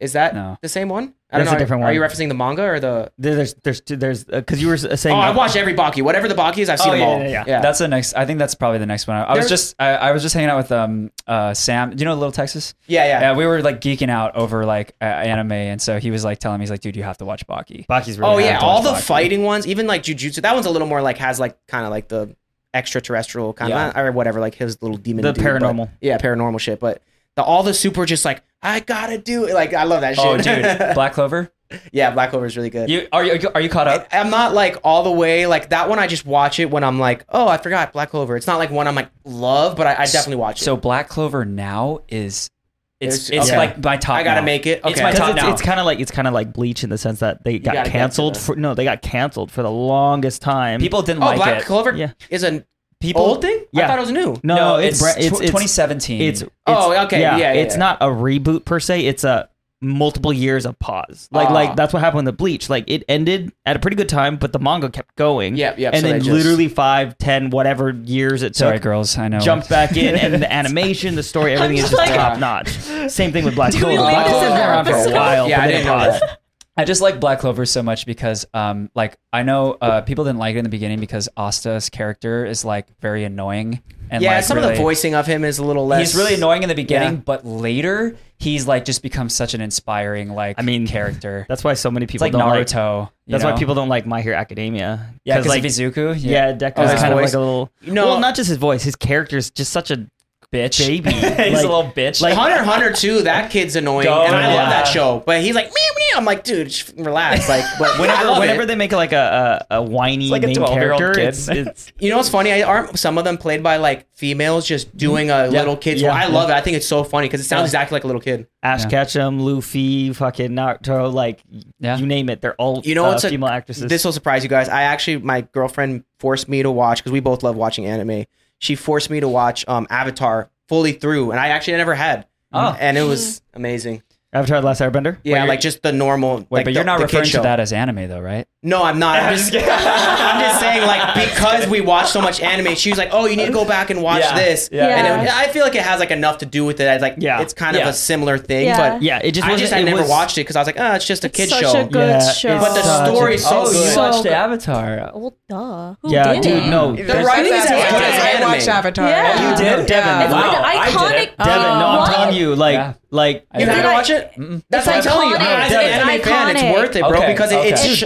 [SPEAKER 4] Is that
[SPEAKER 2] No.
[SPEAKER 4] the same one?
[SPEAKER 5] That's a different
[SPEAKER 4] Are you
[SPEAKER 5] one.
[SPEAKER 4] referencing the manga or the?
[SPEAKER 5] There- There's there's two- there's because you were s-
[SPEAKER 4] Oh,
[SPEAKER 5] saying
[SPEAKER 4] I
[SPEAKER 5] about-
[SPEAKER 4] watch every Baki. Whatever the Baki is, I've seen
[SPEAKER 5] Oh,
[SPEAKER 4] them
[SPEAKER 5] yeah,
[SPEAKER 4] all.
[SPEAKER 5] yeah, yeah.
[SPEAKER 2] That's the next. I think that's probably the next one. I, I was
[SPEAKER 4] There-
[SPEAKER 2] just I, I was just hanging out with um uh Sam. Do you know Little Texas?
[SPEAKER 4] Yeah, yeah.
[SPEAKER 2] we were like geeking out over like uh, anime, and so he was like telling me, he's like, dude, you have to watch Baki.
[SPEAKER 5] Baki's really
[SPEAKER 4] Oh
[SPEAKER 5] hard
[SPEAKER 4] yeah,
[SPEAKER 5] to
[SPEAKER 4] all
[SPEAKER 5] watch
[SPEAKER 4] the
[SPEAKER 5] Baki.
[SPEAKER 4] fighting ones, even like Jujutsu. That one's a little more like has like kind of like the extraterrestrial kind of or whatever, like his little demon.
[SPEAKER 5] The
[SPEAKER 4] dude, but-
[SPEAKER 5] paranormal.
[SPEAKER 4] yeah, paranormal shit. But the all the super just like I gotta do it. Like I love that shit.
[SPEAKER 2] Oh, dude, Black Clover.
[SPEAKER 4] yeah, Black Clover is really good.
[SPEAKER 2] You are you are you caught
[SPEAKER 4] I-
[SPEAKER 2] up?
[SPEAKER 4] I'm not like all the way like that one. I just watch it when I'm like, oh, I forgot Black Clover. It's not like one I'm like love, but I, I definitely watch it.
[SPEAKER 2] So Black Clover now is it's
[SPEAKER 4] It's-
[SPEAKER 2] it's
[SPEAKER 4] okay.
[SPEAKER 2] like my top.
[SPEAKER 4] I gotta
[SPEAKER 2] now.
[SPEAKER 4] make it. Okay.
[SPEAKER 2] It's my
[SPEAKER 5] Because
[SPEAKER 2] top
[SPEAKER 5] it's,
[SPEAKER 2] now.
[SPEAKER 5] it's kind of like it's kind of like Bleach in the sense that they got
[SPEAKER 4] gotta get to
[SPEAKER 5] canceled
[SPEAKER 4] the-
[SPEAKER 5] for no, they got canceled for the longest time.
[SPEAKER 2] People didn't
[SPEAKER 4] oh,
[SPEAKER 2] like
[SPEAKER 4] Black
[SPEAKER 2] it.
[SPEAKER 4] Clover
[SPEAKER 5] Yeah.
[SPEAKER 4] is an
[SPEAKER 2] People
[SPEAKER 4] old thing. I
[SPEAKER 5] Yeah.
[SPEAKER 4] thought Oh, it was new.
[SPEAKER 5] no,
[SPEAKER 2] No, it's,
[SPEAKER 5] it's, bra- it's,
[SPEAKER 2] tw-
[SPEAKER 5] it's
[SPEAKER 2] 2017.
[SPEAKER 5] It's, it's-
[SPEAKER 4] Oh, okay, yeah, yeah,
[SPEAKER 5] it's
[SPEAKER 4] yeah.
[SPEAKER 5] not a reboot per se. It's a multiple years of pause. Like
[SPEAKER 4] Ah.
[SPEAKER 5] like that's what happened with Bleach. Like it ended at a pretty good time, but the manga kept going.
[SPEAKER 4] Yep, yep,
[SPEAKER 5] And
[SPEAKER 4] so
[SPEAKER 5] then
[SPEAKER 4] they just-
[SPEAKER 5] literally five, ten, whatever years it took.
[SPEAKER 2] sorry, girls. I know.
[SPEAKER 5] Jumped back in, and the animation, the story, everything is
[SPEAKER 1] just
[SPEAKER 5] just
[SPEAKER 1] like-
[SPEAKER 5] top notch. Same thing with Black
[SPEAKER 1] we
[SPEAKER 5] Clover.
[SPEAKER 1] leave
[SPEAKER 5] Black
[SPEAKER 1] this
[SPEAKER 5] Clover's
[SPEAKER 1] in
[SPEAKER 5] been
[SPEAKER 1] the
[SPEAKER 5] around for a
[SPEAKER 1] episode?
[SPEAKER 5] while,
[SPEAKER 4] Yeah,
[SPEAKER 5] but
[SPEAKER 4] I
[SPEAKER 5] then it
[SPEAKER 4] didn't know
[SPEAKER 5] paused.
[SPEAKER 4] that.
[SPEAKER 2] I just like Black Clover so much because, um, like I know uh, people didn't like it in the beginning because Asta's character is like very annoying and
[SPEAKER 4] Yeah,
[SPEAKER 2] like,
[SPEAKER 4] some
[SPEAKER 2] really,
[SPEAKER 4] of the voicing of him is a little less.
[SPEAKER 2] He's really annoying in the beginning,
[SPEAKER 4] Yeah.
[SPEAKER 2] but later he's like just becomes such an inspiring like
[SPEAKER 5] I mean,
[SPEAKER 2] character.
[SPEAKER 5] That's why so many
[SPEAKER 2] it's
[SPEAKER 5] people
[SPEAKER 2] like
[SPEAKER 5] don't like
[SPEAKER 2] Naruto. you
[SPEAKER 5] That's
[SPEAKER 2] know?
[SPEAKER 5] why people don't like My Hero Academia.
[SPEAKER 2] Yeah, because
[SPEAKER 5] like
[SPEAKER 2] like, Izuku.
[SPEAKER 5] yeah, Deku
[SPEAKER 4] Oh,
[SPEAKER 5] is
[SPEAKER 4] his
[SPEAKER 5] kind of
[SPEAKER 4] voice.
[SPEAKER 5] like a little.
[SPEAKER 4] No.
[SPEAKER 5] well, not just his voice. His character is just such a
[SPEAKER 2] bitch.
[SPEAKER 5] baby.
[SPEAKER 2] he's
[SPEAKER 5] Like-
[SPEAKER 2] a little bitch.
[SPEAKER 4] Like Hunter x Hunter too, that kid's annoying,
[SPEAKER 2] Go,
[SPEAKER 4] and
[SPEAKER 2] yeah.
[SPEAKER 4] I love that show. But he's like, meow, meow. I'm like, dude, sh- relax. Like, but whenever, I
[SPEAKER 5] whenever,
[SPEAKER 4] love
[SPEAKER 5] whenever
[SPEAKER 4] it.
[SPEAKER 5] they make like a a, a whiny
[SPEAKER 2] like a
[SPEAKER 5] main
[SPEAKER 2] 12-year-old
[SPEAKER 5] character,
[SPEAKER 2] kid.
[SPEAKER 5] it's, it's
[SPEAKER 4] you know what's funny? I, aren't some of them played by like females just doing a little kid's?
[SPEAKER 5] yeah,
[SPEAKER 4] I
[SPEAKER 5] yeah.
[SPEAKER 4] love it. I think it's so funny because it sounds exactly like a little kid.
[SPEAKER 5] Ash
[SPEAKER 2] Yeah.
[SPEAKER 5] Ketchum, Luffy, fucking Naruto, like
[SPEAKER 2] Yeah.
[SPEAKER 5] you name it. They're all
[SPEAKER 4] You know
[SPEAKER 5] uh,
[SPEAKER 4] what's a-
[SPEAKER 5] female actresses.
[SPEAKER 4] This will surprise you guys. I actually, my girlfriend forced me to watch because we both love watching anime. She forced me to watch um, Avatar fully through, and I actually never had.
[SPEAKER 2] Oh.
[SPEAKER 4] and it was amazing.
[SPEAKER 5] Avatar: The Last Airbender.
[SPEAKER 4] Yeah, like just the normal.
[SPEAKER 2] Wait, but
[SPEAKER 4] like the-
[SPEAKER 2] you're not
[SPEAKER 4] the kid
[SPEAKER 2] referring to
[SPEAKER 4] show.
[SPEAKER 2] that as anime though, right?
[SPEAKER 4] No, I'm not. I'm just, I'm just saying, like, because we watch so much anime, she was like, "Oh, you need to go back and watch
[SPEAKER 2] Yeah.
[SPEAKER 4] this."
[SPEAKER 2] Yeah.
[SPEAKER 4] And it, I feel like it has like enough to do with it. I was like,
[SPEAKER 5] Yeah.
[SPEAKER 4] it's kind of
[SPEAKER 2] Yeah.
[SPEAKER 4] a similar thing,
[SPEAKER 1] Yeah.
[SPEAKER 4] but
[SPEAKER 5] Yeah, it just
[SPEAKER 4] I just
[SPEAKER 5] wasn't-
[SPEAKER 4] I
[SPEAKER 5] it
[SPEAKER 4] never
[SPEAKER 5] was-
[SPEAKER 4] watched it because I was like, "Ah, it's just a kid
[SPEAKER 1] such
[SPEAKER 4] show."
[SPEAKER 1] a good
[SPEAKER 5] Yeah,
[SPEAKER 1] show.
[SPEAKER 5] it's
[SPEAKER 4] But the
[SPEAKER 5] such a-
[SPEAKER 4] story's so
[SPEAKER 2] oh, you
[SPEAKER 4] good.
[SPEAKER 2] watched
[SPEAKER 1] So-
[SPEAKER 2] Avatar.
[SPEAKER 1] Well, duh. Who
[SPEAKER 5] Yeah,
[SPEAKER 1] did
[SPEAKER 5] dude,
[SPEAKER 1] it?
[SPEAKER 5] no.
[SPEAKER 4] The writing is
[SPEAKER 1] as good as
[SPEAKER 4] anime.
[SPEAKER 10] I watched Avatar.
[SPEAKER 1] Yeah. You
[SPEAKER 2] did?
[SPEAKER 10] Yeah.
[SPEAKER 1] It's
[SPEAKER 2] Wow, I
[SPEAKER 1] like
[SPEAKER 2] did
[SPEAKER 1] an iconic.
[SPEAKER 2] it.
[SPEAKER 5] Devin, no, I'm
[SPEAKER 1] what?
[SPEAKER 5] telling you, like,
[SPEAKER 2] Yeah.
[SPEAKER 5] like
[SPEAKER 2] I
[SPEAKER 4] You
[SPEAKER 2] did.
[SPEAKER 4] haven't
[SPEAKER 1] I-
[SPEAKER 4] watched it?
[SPEAKER 2] Mm-mm.
[SPEAKER 1] It's
[SPEAKER 4] That's what I'm telling you.
[SPEAKER 1] iconic.
[SPEAKER 4] As an
[SPEAKER 1] It's
[SPEAKER 4] anime fan,
[SPEAKER 1] iconic.
[SPEAKER 4] it's worth it, bro,
[SPEAKER 2] Okay,
[SPEAKER 4] because it, it's
[SPEAKER 2] okay.
[SPEAKER 4] sh-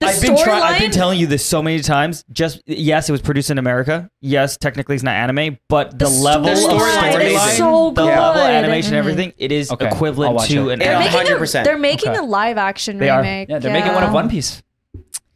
[SPEAKER 1] The
[SPEAKER 5] I've been trying. I've been
[SPEAKER 1] storyline-
[SPEAKER 5] telling you this so many times. Just yes, it was produced in America. Yes, technically it's not anime, but the,
[SPEAKER 1] The
[SPEAKER 5] level
[SPEAKER 1] storyline
[SPEAKER 5] of
[SPEAKER 4] is
[SPEAKER 5] storyline,
[SPEAKER 1] so
[SPEAKER 5] the level of
[SPEAKER 1] good.
[SPEAKER 5] animation, everything, it is
[SPEAKER 2] Okay, I'll
[SPEAKER 5] equivalent
[SPEAKER 2] watch
[SPEAKER 5] to
[SPEAKER 2] it.
[SPEAKER 5] an
[SPEAKER 4] They're
[SPEAKER 1] They're
[SPEAKER 5] anime.
[SPEAKER 1] making, a,
[SPEAKER 4] 100%.
[SPEAKER 1] they're making
[SPEAKER 2] Okay.
[SPEAKER 1] a live action
[SPEAKER 5] They are.
[SPEAKER 1] remake.
[SPEAKER 2] Yeah, they're making one of One Piece.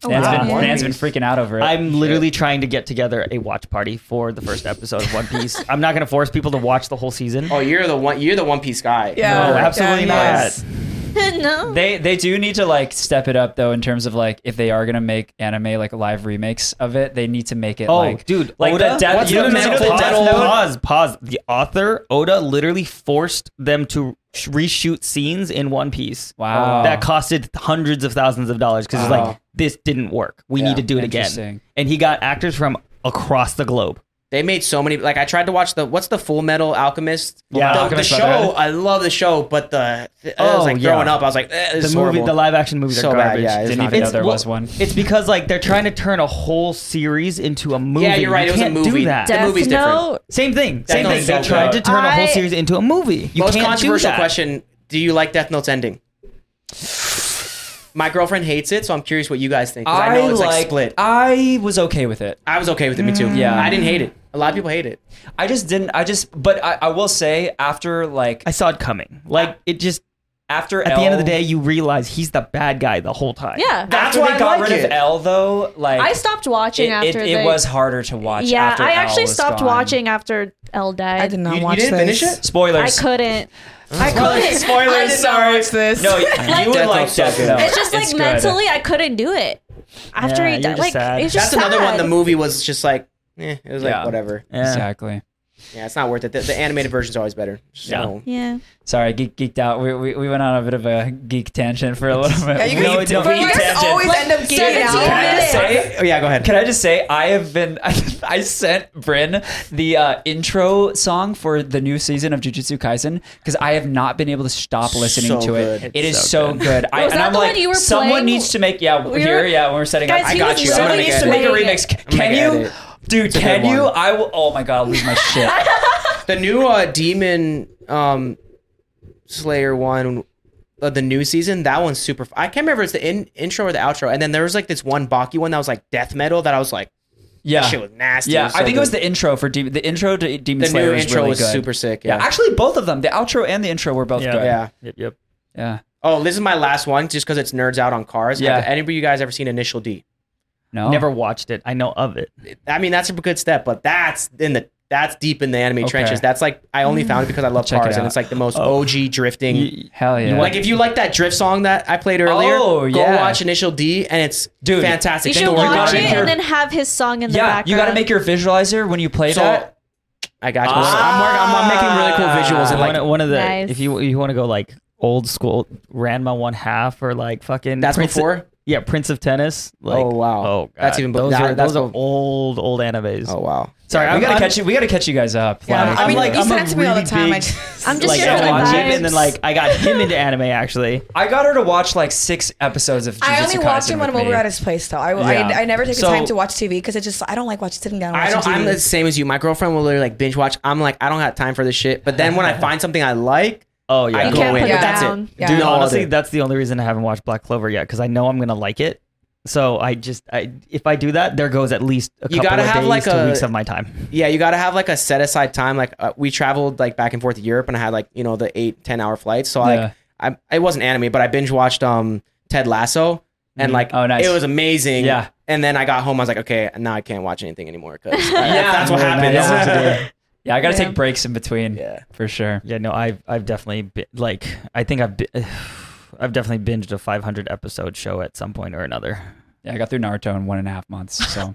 [SPEAKER 1] Oh,
[SPEAKER 2] Dan's
[SPEAKER 1] wow.
[SPEAKER 2] been,
[SPEAKER 1] Yeah.
[SPEAKER 2] Dan's been freaking out over it.
[SPEAKER 5] I'm literally trying to get together a watch party for the first episode of One Piece. I'm not going to force people to watch the whole season.
[SPEAKER 4] oh, you're the one. You're the One Piece guy.
[SPEAKER 10] Yeah.
[SPEAKER 5] no, absolutely
[SPEAKER 10] Yeah,
[SPEAKER 5] not.
[SPEAKER 10] yes.
[SPEAKER 1] no.
[SPEAKER 2] they they do need to like step it up though in terms of like if they are gonna make anime like live remakes of it, they need to make it
[SPEAKER 5] Oh,
[SPEAKER 2] like
[SPEAKER 5] dude,
[SPEAKER 2] like
[SPEAKER 5] Oda,
[SPEAKER 2] the death.
[SPEAKER 4] What's
[SPEAKER 2] you know
[SPEAKER 4] the
[SPEAKER 2] the
[SPEAKER 4] name of
[SPEAKER 2] death
[SPEAKER 4] the
[SPEAKER 5] pause,
[SPEAKER 4] Death
[SPEAKER 2] note?
[SPEAKER 4] Note?
[SPEAKER 5] pause, pause. The author Oda literally forced them to sh- reshoot scenes in One Piece.
[SPEAKER 2] Wow.
[SPEAKER 5] that costed hundreds of thousands of dollars because it's
[SPEAKER 4] Wow.
[SPEAKER 5] like this didn't work. We need to do it
[SPEAKER 2] Interesting.
[SPEAKER 5] again. And he got actors from across the globe.
[SPEAKER 4] They made so many. Like I tried to watch the what's the Full Metal Alchemist?
[SPEAKER 5] Yeah,
[SPEAKER 4] the,
[SPEAKER 5] Alchemist
[SPEAKER 4] the show.
[SPEAKER 5] Brotherhood.
[SPEAKER 4] I love the show, but the I
[SPEAKER 5] Oh,
[SPEAKER 4] was like
[SPEAKER 5] yeah.
[SPEAKER 4] growing up, I was like, eh,
[SPEAKER 5] The
[SPEAKER 4] this is
[SPEAKER 5] movie,
[SPEAKER 4] horrible.
[SPEAKER 5] the live action movies
[SPEAKER 4] So
[SPEAKER 5] are
[SPEAKER 4] bad,
[SPEAKER 5] garbage.
[SPEAKER 4] yeah, it's
[SPEAKER 2] Didn't
[SPEAKER 4] not
[SPEAKER 2] even
[SPEAKER 4] good.
[SPEAKER 2] know there
[SPEAKER 5] well,
[SPEAKER 2] was one.
[SPEAKER 5] It's because like they're trying to turn a whole series into a movie.
[SPEAKER 4] Yeah, you're right. It
[SPEAKER 5] You
[SPEAKER 4] was a
[SPEAKER 5] can't
[SPEAKER 4] movie.
[SPEAKER 5] Do that.
[SPEAKER 4] The
[SPEAKER 1] Death
[SPEAKER 4] movie's different.
[SPEAKER 1] Note.
[SPEAKER 5] Same thing. Same
[SPEAKER 4] Note
[SPEAKER 5] thing.
[SPEAKER 4] is
[SPEAKER 5] They
[SPEAKER 4] so
[SPEAKER 5] tried to
[SPEAKER 4] good.
[SPEAKER 5] turn a whole
[SPEAKER 1] I-
[SPEAKER 5] series into a movie. You
[SPEAKER 4] Most
[SPEAKER 5] can't
[SPEAKER 4] controversial
[SPEAKER 5] do that.
[SPEAKER 4] question: Do you like Death Note's ending? My girlfriend hates it, so I'm curious what you guys think. 'cause I, know it's like, split. I,
[SPEAKER 2] I was okay with it.
[SPEAKER 4] was okay with it, me too.
[SPEAKER 2] Yeah.
[SPEAKER 4] I didn't hate it. A lot of people hate it.
[SPEAKER 2] I just didn't. I just. But I, I will say after like
[SPEAKER 5] I saw it coming. Like it just
[SPEAKER 2] after
[SPEAKER 5] at the end of the
[SPEAKER 2] L-
[SPEAKER 5] day, you realize he's the bad guy the whole time.
[SPEAKER 1] Yeah.
[SPEAKER 2] After
[SPEAKER 4] That's
[SPEAKER 2] they
[SPEAKER 4] why I
[SPEAKER 2] got
[SPEAKER 4] like
[SPEAKER 2] rid
[SPEAKER 4] it.
[SPEAKER 2] of L though, like
[SPEAKER 1] I stopped
[SPEAKER 2] It,
[SPEAKER 1] watching
[SPEAKER 2] it,
[SPEAKER 1] after
[SPEAKER 2] it
[SPEAKER 1] they-
[SPEAKER 2] was harder to watch.
[SPEAKER 1] Yeah,
[SPEAKER 2] after
[SPEAKER 1] I
[SPEAKER 2] L
[SPEAKER 1] actually
[SPEAKER 2] was
[SPEAKER 1] stopped
[SPEAKER 2] gone.
[SPEAKER 1] watching after Elle died.
[SPEAKER 10] I did not
[SPEAKER 4] You, you
[SPEAKER 10] watch
[SPEAKER 4] didn't
[SPEAKER 10] this.
[SPEAKER 4] finish it?
[SPEAKER 1] I
[SPEAKER 2] Spoilers.
[SPEAKER 1] couldn't. I
[SPEAKER 2] Spoilers.
[SPEAKER 1] couldn't.
[SPEAKER 2] Spoilers.
[SPEAKER 10] I did not
[SPEAKER 2] sorry.
[SPEAKER 10] watch this.
[SPEAKER 2] No, you
[SPEAKER 1] Like-
[SPEAKER 2] would
[SPEAKER 4] Death
[SPEAKER 2] like
[SPEAKER 4] Note's so
[SPEAKER 2] Death
[SPEAKER 4] good.
[SPEAKER 2] Note.
[SPEAKER 1] It's just like
[SPEAKER 2] good.
[SPEAKER 1] mentally, I couldn't do it after
[SPEAKER 5] Yeah,
[SPEAKER 1] he died.
[SPEAKER 5] you're just
[SPEAKER 1] Like
[SPEAKER 5] sad.
[SPEAKER 1] it's
[SPEAKER 4] That's
[SPEAKER 1] just
[SPEAKER 4] another one.
[SPEAKER 1] sad.
[SPEAKER 4] The movie was just like, eh, it was like
[SPEAKER 2] Yeah.
[SPEAKER 4] whatever.
[SPEAKER 5] Yeah.
[SPEAKER 2] Exactly.
[SPEAKER 4] Yeah, it's not worth it. The, the animated version's always better. So-
[SPEAKER 1] Yeah.
[SPEAKER 2] Sorry, geek geeked out. We, we, we went on a bit of a geek tangent for a little bit.
[SPEAKER 3] Yeah, you
[SPEAKER 2] No,
[SPEAKER 3] guys,
[SPEAKER 2] don't
[SPEAKER 3] but
[SPEAKER 2] be
[SPEAKER 3] you guys
[SPEAKER 2] tangent.
[SPEAKER 3] always end up getting
[SPEAKER 1] 17
[SPEAKER 2] Can I
[SPEAKER 3] out.
[SPEAKER 2] just say?
[SPEAKER 4] Oh, yeah, go ahead.
[SPEAKER 2] Can I just say I have been I sent Bryn the uh, intro song for the new season of Jujutsu Kaisen because I have not been able to stop listening
[SPEAKER 4] So
[SPEAKER 2] to
[SPEAKER 4] good.
[SPEAKER 2] it. It is so good. I,
[SPEAKER 1] Was
[SPEAKER 2] and
[SPEAKER 1] that
[SPEAKER 2] I'm
[SPEAKER 1] the
[SPEAKER 2] like,
[SPEAKER 1] one you were
[SPEAKER 2] someone
[SPEAKER 1] playing?
[SPEAKER 2] needs to make yeah
[SPEAKER 1] We
[SPEAKER 2] here
[SPEAKER 1] were-
[SPEAKER 2] yeah when we're setting
[SPEAKER 1] Guys,
[SPEAKER 2] up. I
[SPEAKER 1] he
[SPEAKER 2] got
[SPEAKER 1] was
[SPEAKER 2] you.
[SPEAKER 1] literally
[SPEAKER 2] Someone needs to make a
[SPEAKER 1] playing it.
[SPEAKER 2] remix.
[SPEAKER 4] I'm gonna
[SPEAKER 2] Can
[SPEAKER 4] get
[SPEAKER 2] you,
[SPEAKER 4] it.
[SPEAKER 2] dude?
[SPEAKER 4] a good
[SPEAKER 2] Can you?
[SPEAKER 4] one.
[SPEAKER 2] I will. Oh my god, I'll lose my shit.
[SPEAKER 4] The new uh, Demon um, Slayer one, uh, the new season, that one's super. I can't remember if it's the in- intro or the outro. And then there was like this one Baki one that was like death metal that I was like,
[SPEAKER 2] Yeah.
[SPEAKER 4] that shit was nasty.
[SPEAKER 2] Yeah,
[SPEAKER 4] so
[SPEAKER 2] I think it was
[SPEAKER 4] good.
[SPEAKER 2] the intro for Demon. The intro to Demon
[SPEAKER 4] The
[SPEAKER 2] Slayer
[SPEAKER 4] new
[SPEAKER 2] was
[SPEAKER 4] intro
[SPEAKER 2] really
[SPEAKER 4] was
[SPEAKER 2] good.
[SPEAKER 4] super sick.
[SPEAKER 2] Yeah.
[SPEAKER 4] Yeah.
[SPEAKER 2] actually, both of them, the outro and the intro, were both
[SPEAKER 5] Yeah.
[SPEAKER 2] good.
[SPEAKER 4] yeah.
[SPEAKER 5] Yep, yep.
[SPEAKER 2] yeah.
[SPEAKER 4] Oh, this is my last one just because it's nerds out on cars.
[SPEAKER 2] Yeah.
[SPEAKER 4] Yeah. Have anybody you guys ever seen Initial D?
[SPEAKER 2] No,
[SPEAKER 5] Never watched it. I know of it.
[SPEAKER 4] I mean, that's a good step, but that's in the that's deep in the anime
[SPEAKER 2] Okay.
[SPEAKER 4] trenches. That's like I only found it because I love
[SPEAKER 2] Check it
[SPEAKER 4] cars,
[SPEAKER 2] out.
[SPEAKER 4] and it's like the most OG drifting.
[SPEAKER 2] Hell yeah.
[SPEAKER 4] like if you like that drift song that I played earlier,
[SPEAKER 2] Oh,
[SPEAKER 4] go
[SPEAKER 2] yeah.
[SPEAKER 4] watch Initial D, and it's
[SPEAKER 2] Dude,
[SPEAKER 4] fantastic.
[SPEAKER 1] You
[SPEAKER 4] Then
[SPEAKER 1] should
[SPEAKER 4] go
[SPEAKER 2] gotta
[SPEAKER 1] watch it
[SPEAKER 2] make your-
[SPEAKER 1] and then have his song in the
[SPEAKER 2] yeah,
[SPEAKER 1] background.
[SPEAKER 2] you got to make your visualizer when you play
[SPEAKER 4] So-
[SPEAKER 2] that.
[SPEAKER 4] I got you.
[SPEAKER 2] Ah.
[SPEAKER 4] I'm, working, I'm, I'm making really cool visuals and
[SPEAKER 5] one,
[SPEAKER 4] like.
[SPEAKER 5] one of the
[SPEAKER 1] Nice.
[SPEAKER 5] if you you want to go like old school Ranma one half or like fucking
[SPEAKER 4] That's
[SPEAKER 5] Prince
[SPEAKER 4] before?
[SPEAKER 5] yeah Prince of Tennis like
[SPEAKER 4] Oh, wow.
[SPEAKER 5] oh God.
[SPEAKER 4] That's even-
[SPEAKER 5] those
[SPEAKER 4] that-
[SPEAKER 5] are
[SPEAKER 4] that's
[SPEAKER 5] those are
[SPEAKER 4] bef-
[SPEAKER 5] old old animes
[SPEAKER 4] Oh wow!
[SPEAKER 5] sorry
[SPEAKER 2] we
[SPEAKER 5] I'm,
[SPEAKER 2] gotta
[SPEAKER 5] I'm,
[SPEAKER 2] catch you. We gotta catch you guys up.
[SPEAKER 5] Yeah,
[SPEAKER 2] like,
[SPEAKER 5] I'm
[SPEAKER 3] I mean,
[SPEAKER 5] like-
[SPEAKER 3] you
[SPEAKER 5] I'm
[SPEAKER 3] send
[SPEAKER 5] a
[SPEAKER 3] it to me all the
[SPEAKER 5] really
[SPEAKER 3] time. I
[SPEAKER 5] big-
[SPEAKER 3] just,
[SPEAKER 1] I'm just
[SPEAKER 5] like
[SPEAKER 1] here
[SPEAKER 5] I
[SPEAKER 1] for the
[SPEAKER 5] watch
[SPEAKER 1] vibes.
[SPEAKER 5] it and then like I got him into anime actually
[SPEAKER 2] I got her to watch like six episodes of. Jujutsu
[SPEAKER 3] I only watch
[SPEAKER 2] Kaisen
[SPEAKER 3] him when I'm
[SPEAKER 2] with
[SPEAKER 3] over
[SPEAKER 2] me.
[SPEAKER 3] at his place, though. I, I-
[SPEAKER 5] Yeah.
[SPEAKER 3] I, never take
[SPEAKER 5] So-
[SPEAKER 3] the time to watch TV because it just I don't like watching sitting down. And
[SPEAKER 4] I don't.
[SPEAKER 3] watching
[SPEAKER 4] I'm
[SPEAKER 3] TV.
[SPEAKER 4] the same as you. My girlfriend will literally like binge watch. I'm like, I don't have time for this shit. But then when I find something I like,
[SPEAKER 5] oh yeah
[SPEAKER 4] I
[SPEAKER 1] You
[SPEAKER 4] go
[SPEAKER 1] can't
[SPEAKER 4] in.
[SPEAKER 1] put it
[SPEAKER 4] But that's
[SPEAKER 1] down.
[SPEAKER 4] it.
[SPEAKER 3] Yeah.
[SPEAKER 5] dude
[SPEAKER 4] No
[SPEAKER 5] honestly
[SPEAKER 4] other.
[SPEAKER 5] that's the only reason I haven't watched Black Clover yet because I know I'm gonna like it so I just I if I do that there goes at least a
[SPEAKER 4] You
[SPEAKER 5] couple
[SPEAKER 4] gotta
[SPEAKER 5] of
[SPEAKER 4] have,
[SPEAKER 5] days
[SPEAKER 4] like,
[SPEAKER 5] to
[SPEAKER 4] a-
[SPEAKER 5] weeks of my time
[SPEAKER 4] Yeah, you got to have like a set aside time. Like uh, we traveled like back and forth to Europe, and I had like you know the eight ten hour flights. So
[SPEAKER 2] Yeah.
[SPEAKER 4] like I it wasn't anime, but I binge watched um Ted Lasso, and
[SPEAKER 2] Mhm.
[SPEAKER 4] like
[SPEAKER 2] Oh, nice.
[SPEAKER 4] it was amazing.
[SPEAKER 2] Yeah.
[SPEAKER 4] And then I got home, I was like, okay, now I can't watch anything anymore because
[SPEAKER 2] Yeah,
[SPEAKER 4] that's what
[SPEAKER 2] yeah,
[SPEAKER 4] happened.
[SPEAKER 2] that's what
[SPEAKER 4] Yeah.
[SPEAKER 2] Yeah, I gotta
[SPEAKER 1] Yeah.
[SPEAKER 2] take breaks in between. Yeah, for sure.
[SPEAKER 5] Yeah, no, I've I've definitely bi- like I think I've bi- I've definitely binged a 500 episode show at some point or another.
[SPEAKER 2] Yeah, I got through Naruto in one and a half months. So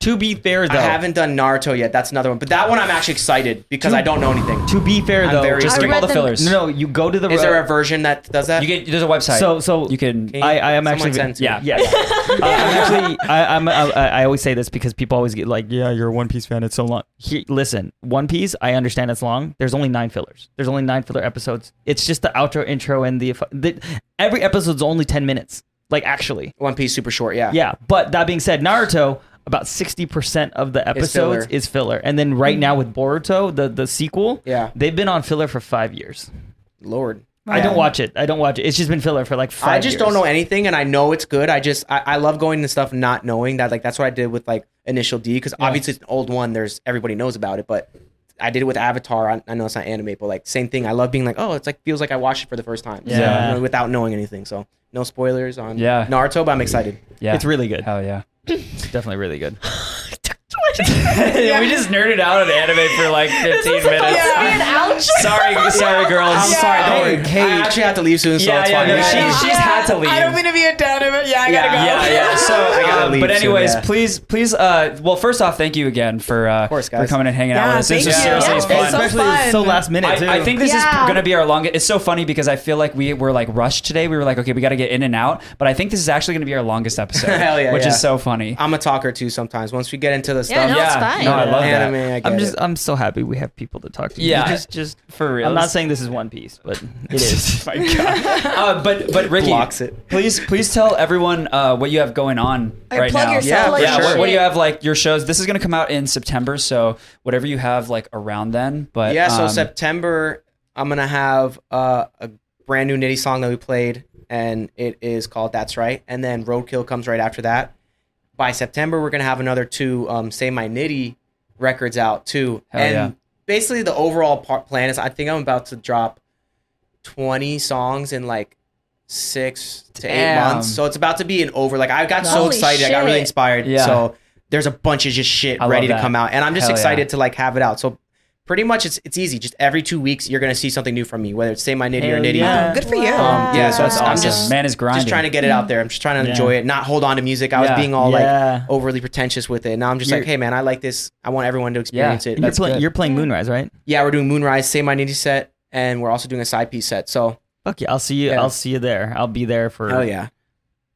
[SPEAKER 5] To be fair though,
[SPEAKER 4] I haven't done Naruto yet. That's another one, but that one I'm actually excited because I don't know anything.
[SPEAKER 5] to be fair
[SPEAKER 4] I'm
[SPEAKER 5] though,
[SPEAKER 4] very
[SPEAKER 5] just
[SPEAKER 2] skip
[SPEAKER 1] read
[SPEAKER 2] all the
[SPEAKER 1] them-
[SPEAKER 2] fillers.
[SPEAKER 5] no, no, you go to the
[SPEAKER 4] Is
[SPEAKER 5] ro-
[SPEAKER 4] there a version that does that?
[SPEAKER 2] you get there's a website.
[SPEAKER 5] so so
[SPEAKER 2] you can.
[SPEAKER 4] Can you-
[SPEAKER 5] I, I am
[SPEAKER 4] someone
[SPEAKER 5] actually
[SPEAKER 4] send to
[SPEAKER 2] yeah.
[SPEAKER 4] me?
[SPEAKER 5] yeah. Uh, I'm actually I, I'm I, I always say this because people always get like yeah you're a One Piece fan it's so long. He, listen, One Piece I understand it's long. There's only nine fillers. There's only nine filler episodes. It's just the outro, intro, and the, the every episode's only ten minutes. Like actually,
[SPEAKER 4] One Piece super short. Yeah.
[SPEAKER 5] Yeah, but that being said, Naruto about 60% of the episodes
[SPEAKER 4] filler.
[SPEAKER 5] is filler. And then right now with Boruto, the the sequel,
[SPEAKER 4] Yeah.
[SPEAKER 5] they've been on filler for 5 years.
[SPEAKER 4] Lord.
[SPEAKER 5] I don't watch it. I don't watch it. It's just been filler for like 5
[SPEAKER 4] I just don't
[SPEAKER 5] years.
[SPEAKER 4] know anything, and I know it's good. I just I, I love going to stuff not knowing that. Like that's what I did with like Initial D because obviously it's an old one. There's everybody knows about it, but I did it with Avatar. I, I know it's not anime, but like same thing. I love being like, oh, it's like feels like I watched it for the first time. So,
[SPEAKER 5] Yeah.
[SPEAKER 4] you know, without knowing anything. So no spoilers on
[SPEAKER 2] Yeah.
[SPEAKER 4] Naruto, but I'm excited.
[SPEAKER 2] Yeah,
[SPEAKER 5] It's really good.
[SPEAKER 2] Hell yeah.
[SPEAKER 5] It's definitely really good.
[SPEAKER 2] we just nerded out on anime for like 15 minutes.
[SPEAKER 1] An ouch.
[SPEAKER 2] Sorry, sorry, girls.
[SPEAKER 4] I'm sorry. Don't
[SPEAKER 2] Hey,
[SPEAKER 4] worry.
[SPEAKER 2] Kate.
[SPEAKER 4] I actually have to leave soon, so
[SPEAKER 2] Yeah,
[SPEAKER 4] it's
[SPEAKER 2] yeah,
[SPEAKER 4] fine.
[SPEAKER 2] no,
[SPEAKER 4] Yeah,
[SPEAKER 2] she-
[SPEAKER 4] yeah.
[SPEAKER 2] she's had to leave.
[SPEAKER 3] I don't mean to be a downer, but yeah, I gotta go.
[SPEAKER 2] Yeah, yeah. So,
[SPEAKER 4] I gotta
[SPEAKER 2] um,
[SPEAKER 4] leave
[SPEAKER 2] but
[SPEAKER 4] soon,
[SPEAKER 2] anyways,
[SPEAKER 4] yeah.
[SPEAKER 2] please, please. Uh, well, first off, thank you again for uh,
[SPEAKER 4] course,
[SPEAKER 2] for
[SPEAKER 4] guys.
[SPEAKER 2] coming and hanging out with
[SPEAKER 3] Yeah,
[SPEAKER 2] us. This
[SPEAKER 3] thank
[SPEAKER 2] was
[SPEAKER 3] you.
[SPEAKER 2] seriously
[SPEAKER 3] Yeah,
[SPEAKER 2] it's fun.
[SPEAKER 3] so
[SPEAKER 5] Especially it's so
[SPEAKER 3] fun.
[SPEAKER 5] last minute too.
[SPEAKER 2] I, I think this
[SPEAKER 1] Yeah.
[SPEAKER 2] is going to be our longest. It's so funny because I feel like we were like rushed today. We were like, okay, we got to get in and out. But I think this is actually going to be our longest episode,
[SPEAKER 4] Hell yeah,
[SPEAKER 2] which
[SPEAKER 4] yeah.
[SPEAKER 2] is so funny.
[SPEAKER 4] I'm a talker too sometimes. Once we get into the
[SPEAKER 1] Yeah,
[SPEAKER 4] stuff,
[SPEAKER 1] no, it's fine.
[SPEAKER 2] no, I love
[SPEAKER 4] anime,
[SPEAKER 2] that.
[SPEAKER 4] I get
[SPEAKER 5] I'm
[SPEAKER 4] it.
[SPEAKER 5] just I'm so happy we have people to talk to. You
[SPEAKER 2] Yeah.
[SPEAKER 5] Just just Oh
[SPEAKER 2] For real,
[SPEAKER 5] I'm not saying this is One Piece, but it is.
[SPEAKER 2] My God. Uh, but but Ricky,
[SPEAKER 4] Blocks it.
[SPEAKER 2] please please tell everyone uh, what you have going on
[SPEAKER 3] Okay,
[SPEAKER 2] right
[SPEAKER 3] plug
[SPEAKER 2] now.
[SPEAKER 3] yourself. Yeah,
[SPEAKER 2] yeah,
[SPEAKER 3] Plug
[SPEAKER 2] yeah.
[SPEAKER 4] your
[SPEAKER 2] What,
[SPEAKER 4] shit.
[SPEAKER 2] what do you have like your shows? This is gonna come out in September, so whatever you have like around then. But
[SPEAKER 4] yeah so
[SPEAKER 2] um,
[SPEAKER 4] september i'm gonna have uh, a brand new nitty song that we played and it is called that's right and then roadkill comes right after that by september we're gonna have another two um, say my nitty records out too
[SPEAKER 2] Hell
[SPEAKER 4] and
[SPEAKER 2] yeah.
[SPEAKER 4] basically the overall part plan is i think i'm about to drop 20 songs in like six to eight
[SPEAKER 2] Damn.
[SPEAKER 4] months so it's about to be an over like i got so
[SPEAKER 1] Holy
[SPEAKER 4] excited i got
[SPEAKER 1] shit.
[SPEAKER 4] really inspired
[SPEAKER 2] Yeah.
[SPEAKER 4] so there's a bunch of just shit
[SPEAKER 2] I love
[SPEAKER 4] ready to
[SPEAKER 2] that.
[SPEAKER 4] come out and i'm just
[SPEAKER 2] Hell yeah.
[SPEAKER 4] excited to like have it out so pretty much it's it's easy. Just every two weeks, you're gonna see something new from me, whether it's say my nitty or
[SPEAKER 5] Hell
[SPEAKER 4] nitty.
[SPEAKER 5] yeah.
[SPEAKER 3] Oh, Good for you.
[SPEAKER 4] Um, yeah, so
[SPEAKER 2] That's
[SPEAKER 4] it's, I'm
[SPEAKER 2] awesome.
[SPEAKER 4] just
[SPEAKER 2] Man is grinding.
[SPEAKER 4] Just trying to get it out there. I'm just trying to
[SPEAKER 5] Yeah.
[SPEAKER 4] enjoy it, not hold on to music. I was
[SPEAKER 2] Yeah.
[SPEAKER 4] being all
[SPEAKER 5] Yeah.
[SPEAKER 4] like overly pretentious with it. Now I'm just like,
[SPEAKER 2] You're-
[SPEAKER 4] hey man, I like this. I want everyone to experience it.
[SPEAKER 5] And you're,
[SPEAKER 4] That's
[SPEAKER 5] play,
[SPEAKER 2] good.
[SPEAKER 5] you're playing Moonrise, right?
[SPEAKER 4] yeah, we're doing Moonrise, say my nitty set, and we're also doing a side piece set. So
[SPEAKER 5] Fuck yeah! I'll see you.
[SPEAKER 4] Yeah.
[SPEAKER 5] I'll see you there. I'll be there for
[SPEAKER 4] hell yeah.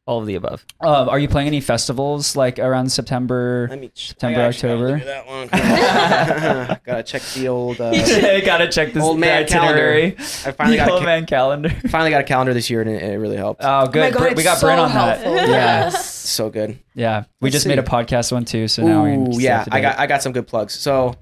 [SPEAKER 5] all of the above.
[SPEAKER 2] Uh, are you playing any festivals like around September?
[SPEAKER 4] Let me
[SPEAKER 2] September,
[SPEAKER 4] I actually
[SPEAKER 2] October.
[SPEAKER 4] gotta look at that one. gotta check the old. Uh,
[SPEAKER 2] gotta check this
[SPEAKER 4] Old man
[SPEAKER 2] itinerary.
[SPEAKER 4] I finally
[SPEAKER 2] The
[SPEAKER 4] got a
[SPEAKER 2] old
[SPEAKER 4] ca-
[SPEAKER 2] man calendar.
[SPEAKER 4] finally got a calendar this year, and it, it really helped.
[SPEAKER 2] Oh, good.
[SPEAKER 3] my God,
[SPEAKER 2] Brit- we
[SPEAKER 3] it's
[SPEAKER 2] got
[SPEAKER 3] so
[SPEAKER 2] Brent on that.
[SPEAKER 3] helpful.
[SPEAKER 2] Yeah,
[SPEAKER 4] It's so good.
[SPEAKER 2] yeah. We
[SPEAKER 4] Let's
[SPEAKER 2] just made
[SPEAKER 4] see.
[SPEAKER 2] a podcast one too, so now we
[SPEAKER 4] Ooh,
[SPEAKER 2] can stay
[SPEAKER 4] yeah,
[SPEAKER 2] up to
[SPEAKER 4] I
[SPEAKER 2] date.
[SPEAKER 4] got I got some good plugs. So,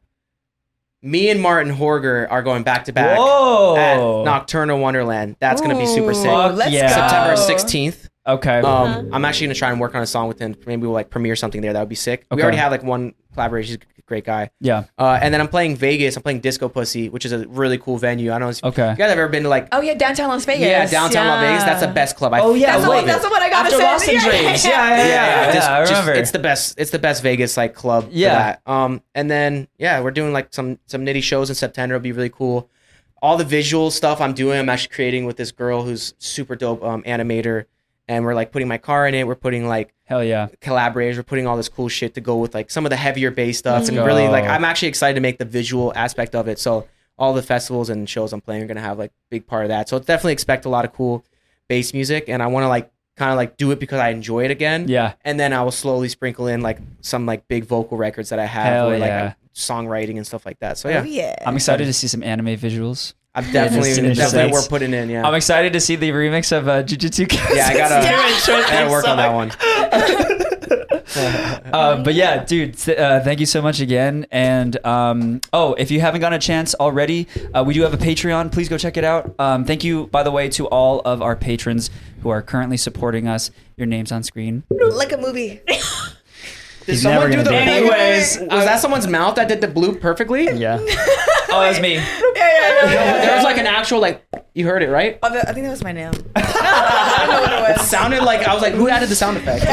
[SPEAKER 4] me and Martin Horger are going back to back at
[SPEAKER 2] Whoa.
[SPEAKER 4] Nocturnal Wonderland. That's gonna be super
[SPEAKER 3] Ooh,
[SPEAKER 4] sick.
[SPEAKER 2] Fuck
[SPEAKER 3] Let's
[SPEAKER 2] yeah. Uh-huh.
[SPEAKER 3] go.
[SPEAKER 4] September sixteenth.
[SPEAKER 2] okay.
[SPEAKER 4] Um, I'm actually gonna try and work on a song with him. Maybe we'll like premiere something there. That would be sick.
[SPEAKER 2] Okay.
[SPEAKER 4] We already have like one collaboration. He's a great guy.
[SPEAKER 2] yeah.
[SPEAKER 4] Uh, and then I'm playing Vegas. I'm playing Disco Pussy, which is a really cool venue. I don't know if
[SPEAKER 2] Okay.
[SPEAKER 4] you guys have ever been to like
[SPEAKER 3] Oh yeah, downtown Las Vegas.
[SPEAKER 4] yeah downtown Las Vegas. That's the best club. I
[SPEAKER 2] Oh, yeah,
[SPEAKER 4] I
[SPEAKER 3] That's, the,
[SPEAKER 2] wait.
[SPEAKER 4] love
[SPEAKER 3] one,
[SPEAKER 4] it.
[SPEAKER 3] that's the one I gotta
[SPEAKER 2] After
[SPEAKER 3] say.
[SPEAKER 2] Lost and
[SPEAKER 3] Yeah,
[SPEAKER 2] Dreams.
[SPEAKER 3] yeah,
[SPEAKER 2] Yeah, yeah, yeah. yeah,
[SPEAKER 4] just-
[SPEAKER 2] I
[SPEAKER 4] just-
[SPEAKER 2] remember.
[SPEAKER 4] it's the best. It's the best Vegas like club.
[SPEAKER 2] Yeah.
[SPEAKER 4] Yeah. Um, and then yeah, we're doing like some some nitty shows in September. It'll be really cool. All the visual stuff I'm doing, I'm actually creating with this girl who's super dope um, animator, and we're like putting my car in it. We're putting like
[SPEAKER 2] Hell yeah.
[SPEAKER 4] collaborators. We're putting all this cool shit to go with like some of the heavier bass stuff, and
[SPEAKER 2] go.
[SPEAKER 4] really like I'm actually excited to make the visual aspect of it. So all the festivals and shows I'm playing are gonna have like big part of that. So definitely expect a lot of cool bass music, and I want to like kind of like do it because I enjoy it again
[SPEAKER 2] Yeah.
[SPEAKER 4] and then I will slowly sprinkle in like some like big vocal records that I have,
[SPEAKER 2] Hell
[SPEAKER 4] or like
[SPEAKER 2] yeah.
[SPEAKER 4] I- songwriting and stuff like that. So
[SPEAKER 3] Oh
[SPEAKER 4] yeah,
[SPEAKER 3] yeah.
[SPEAKER 2] I'm excited to see some anime visuals.
[SPEAKER 4] I'm definitely
[SPEAKER 2] Just in the
[SPEAKER 4] definitely
[SPEAKER 2] sense.
[SPEAKER 4] we're putting in. Yeah,
[SPEAKER 2] I'm excited to see the remix of uh, Jujutsu Kaisen.
[SPEAKER 4] yeah, I gotta, I gotta work on that one.
[SPEAKER 2] Uh, but yeah, dude, th- uh, thank you so much again. And um, oh, if you haven't gotten a chance already, uh, we do have a Patreon. Please go check it out. Um, thank you, by the way, to all of our patrons who are currently supporting us. Your name's on screen.
[SPEAKER 3] like a movie.
[SPEAKER 4] Did
[SPEAKER 5] never
[SPEAKER 4] someone do
[SPEAKER 5] gonna
[SPEAKER 4] the
[SPEAKER 5] do that.
[SPEAKER 4] anyways? Was
[SPEAKER 3] uh,
[SPEAKER 4] that someone's mouth that did the bloop perfectly?
[SPEAKER 5] Yeah.
[SPEAKER 2] Oh, that's me.
[SPEAKER 4] There was like an actual like you heard it right?
[SPEAKER 3] Oh, that- I think that was my name. I don't know what it
[SPEAKER 4] It
[SPEAKER 3] was.
[SPEAKER 4] sounded like I was like, who added the sound effect?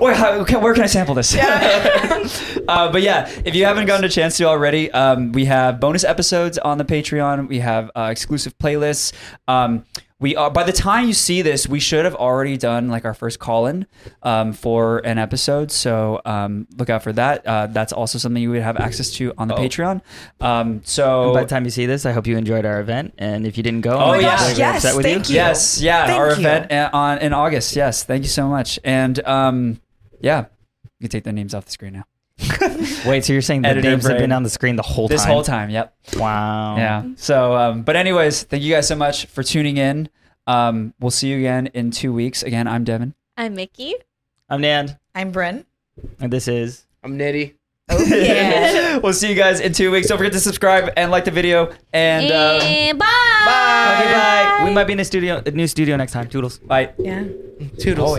[SPEAKER 2] Where, how, okay, where can I sample this? uh, but yeah, if you haven't gotten a chance to already, um, we have bonus episodes on the Patreon. We have uh, exclusive playlists. Um, we are by the time you see this, we should have already done like our first call-in um, for an episode. So um, look out for that. Uh, that's also something you would have access to on the Patreon. Um, so
[SPEAKER 5] Oh. By the time you see this, I hope you enjoyed our event. And if you didn't go,
[SPEAKER 2] Oh,
[SPEAKER 5] I'm
[SPEAKER 2] yeah.
[SPEAKER 5] very
[SPEAKER 3] Yes,
[SPEAKER 5] upset with
[SPEAKER 3] thank
[SPEAKER 5] you.
[SPEAKER 3] you.
[SPEAKER 2] Yes, yeah,
[SPEAKER 3] Thank
[SPEAKER 2] our
[SPEAKER 3] you.
[SPEAKER 2] event a- on in August. Yes, thank you so much. And um, yeah, you can take their names off the screen now.
[SPEAKER 5] Wait, so you're saying the
[SPEAKER 2] Editor
[SPEAKER 5] names have
[SPEAKER 2] brain.
[SPEAKER 5] been on the screen the whole
[SPEAKER 2] This
[SPEAKER 5] time?
[SPEAKER 2] whole time, yep.
[SPEAKER 5] Wow.
[SPEAKER 2] Yeah. So, um, but anyways, thank you guys so much for tuning in. Um, we'll see you again in two weeks. Again, I'm Devin.
[SPEAKER 1] I'm Mickey.
[SPEAKER 5] I'm Nan,
[SPEAKER 3] I'm Bryn.
[SPEAKER 5] and this is.
[SPEAKER 4] I'm nitty.
[SPEAKER 3] Yeah.
[SPEAKER 2] we'll see you guys in two weeks. Don't forget to subscribe and like the video. And uh,
[SPEAKER 1] And bye.
[SPEAKER 5] Okay, bye. We might be in a studio, a new studio next time. Toodles.
[SPEAKER 2] bye.
[SPEAKER 3] yeah.
[SPEAKER 2] Toodles.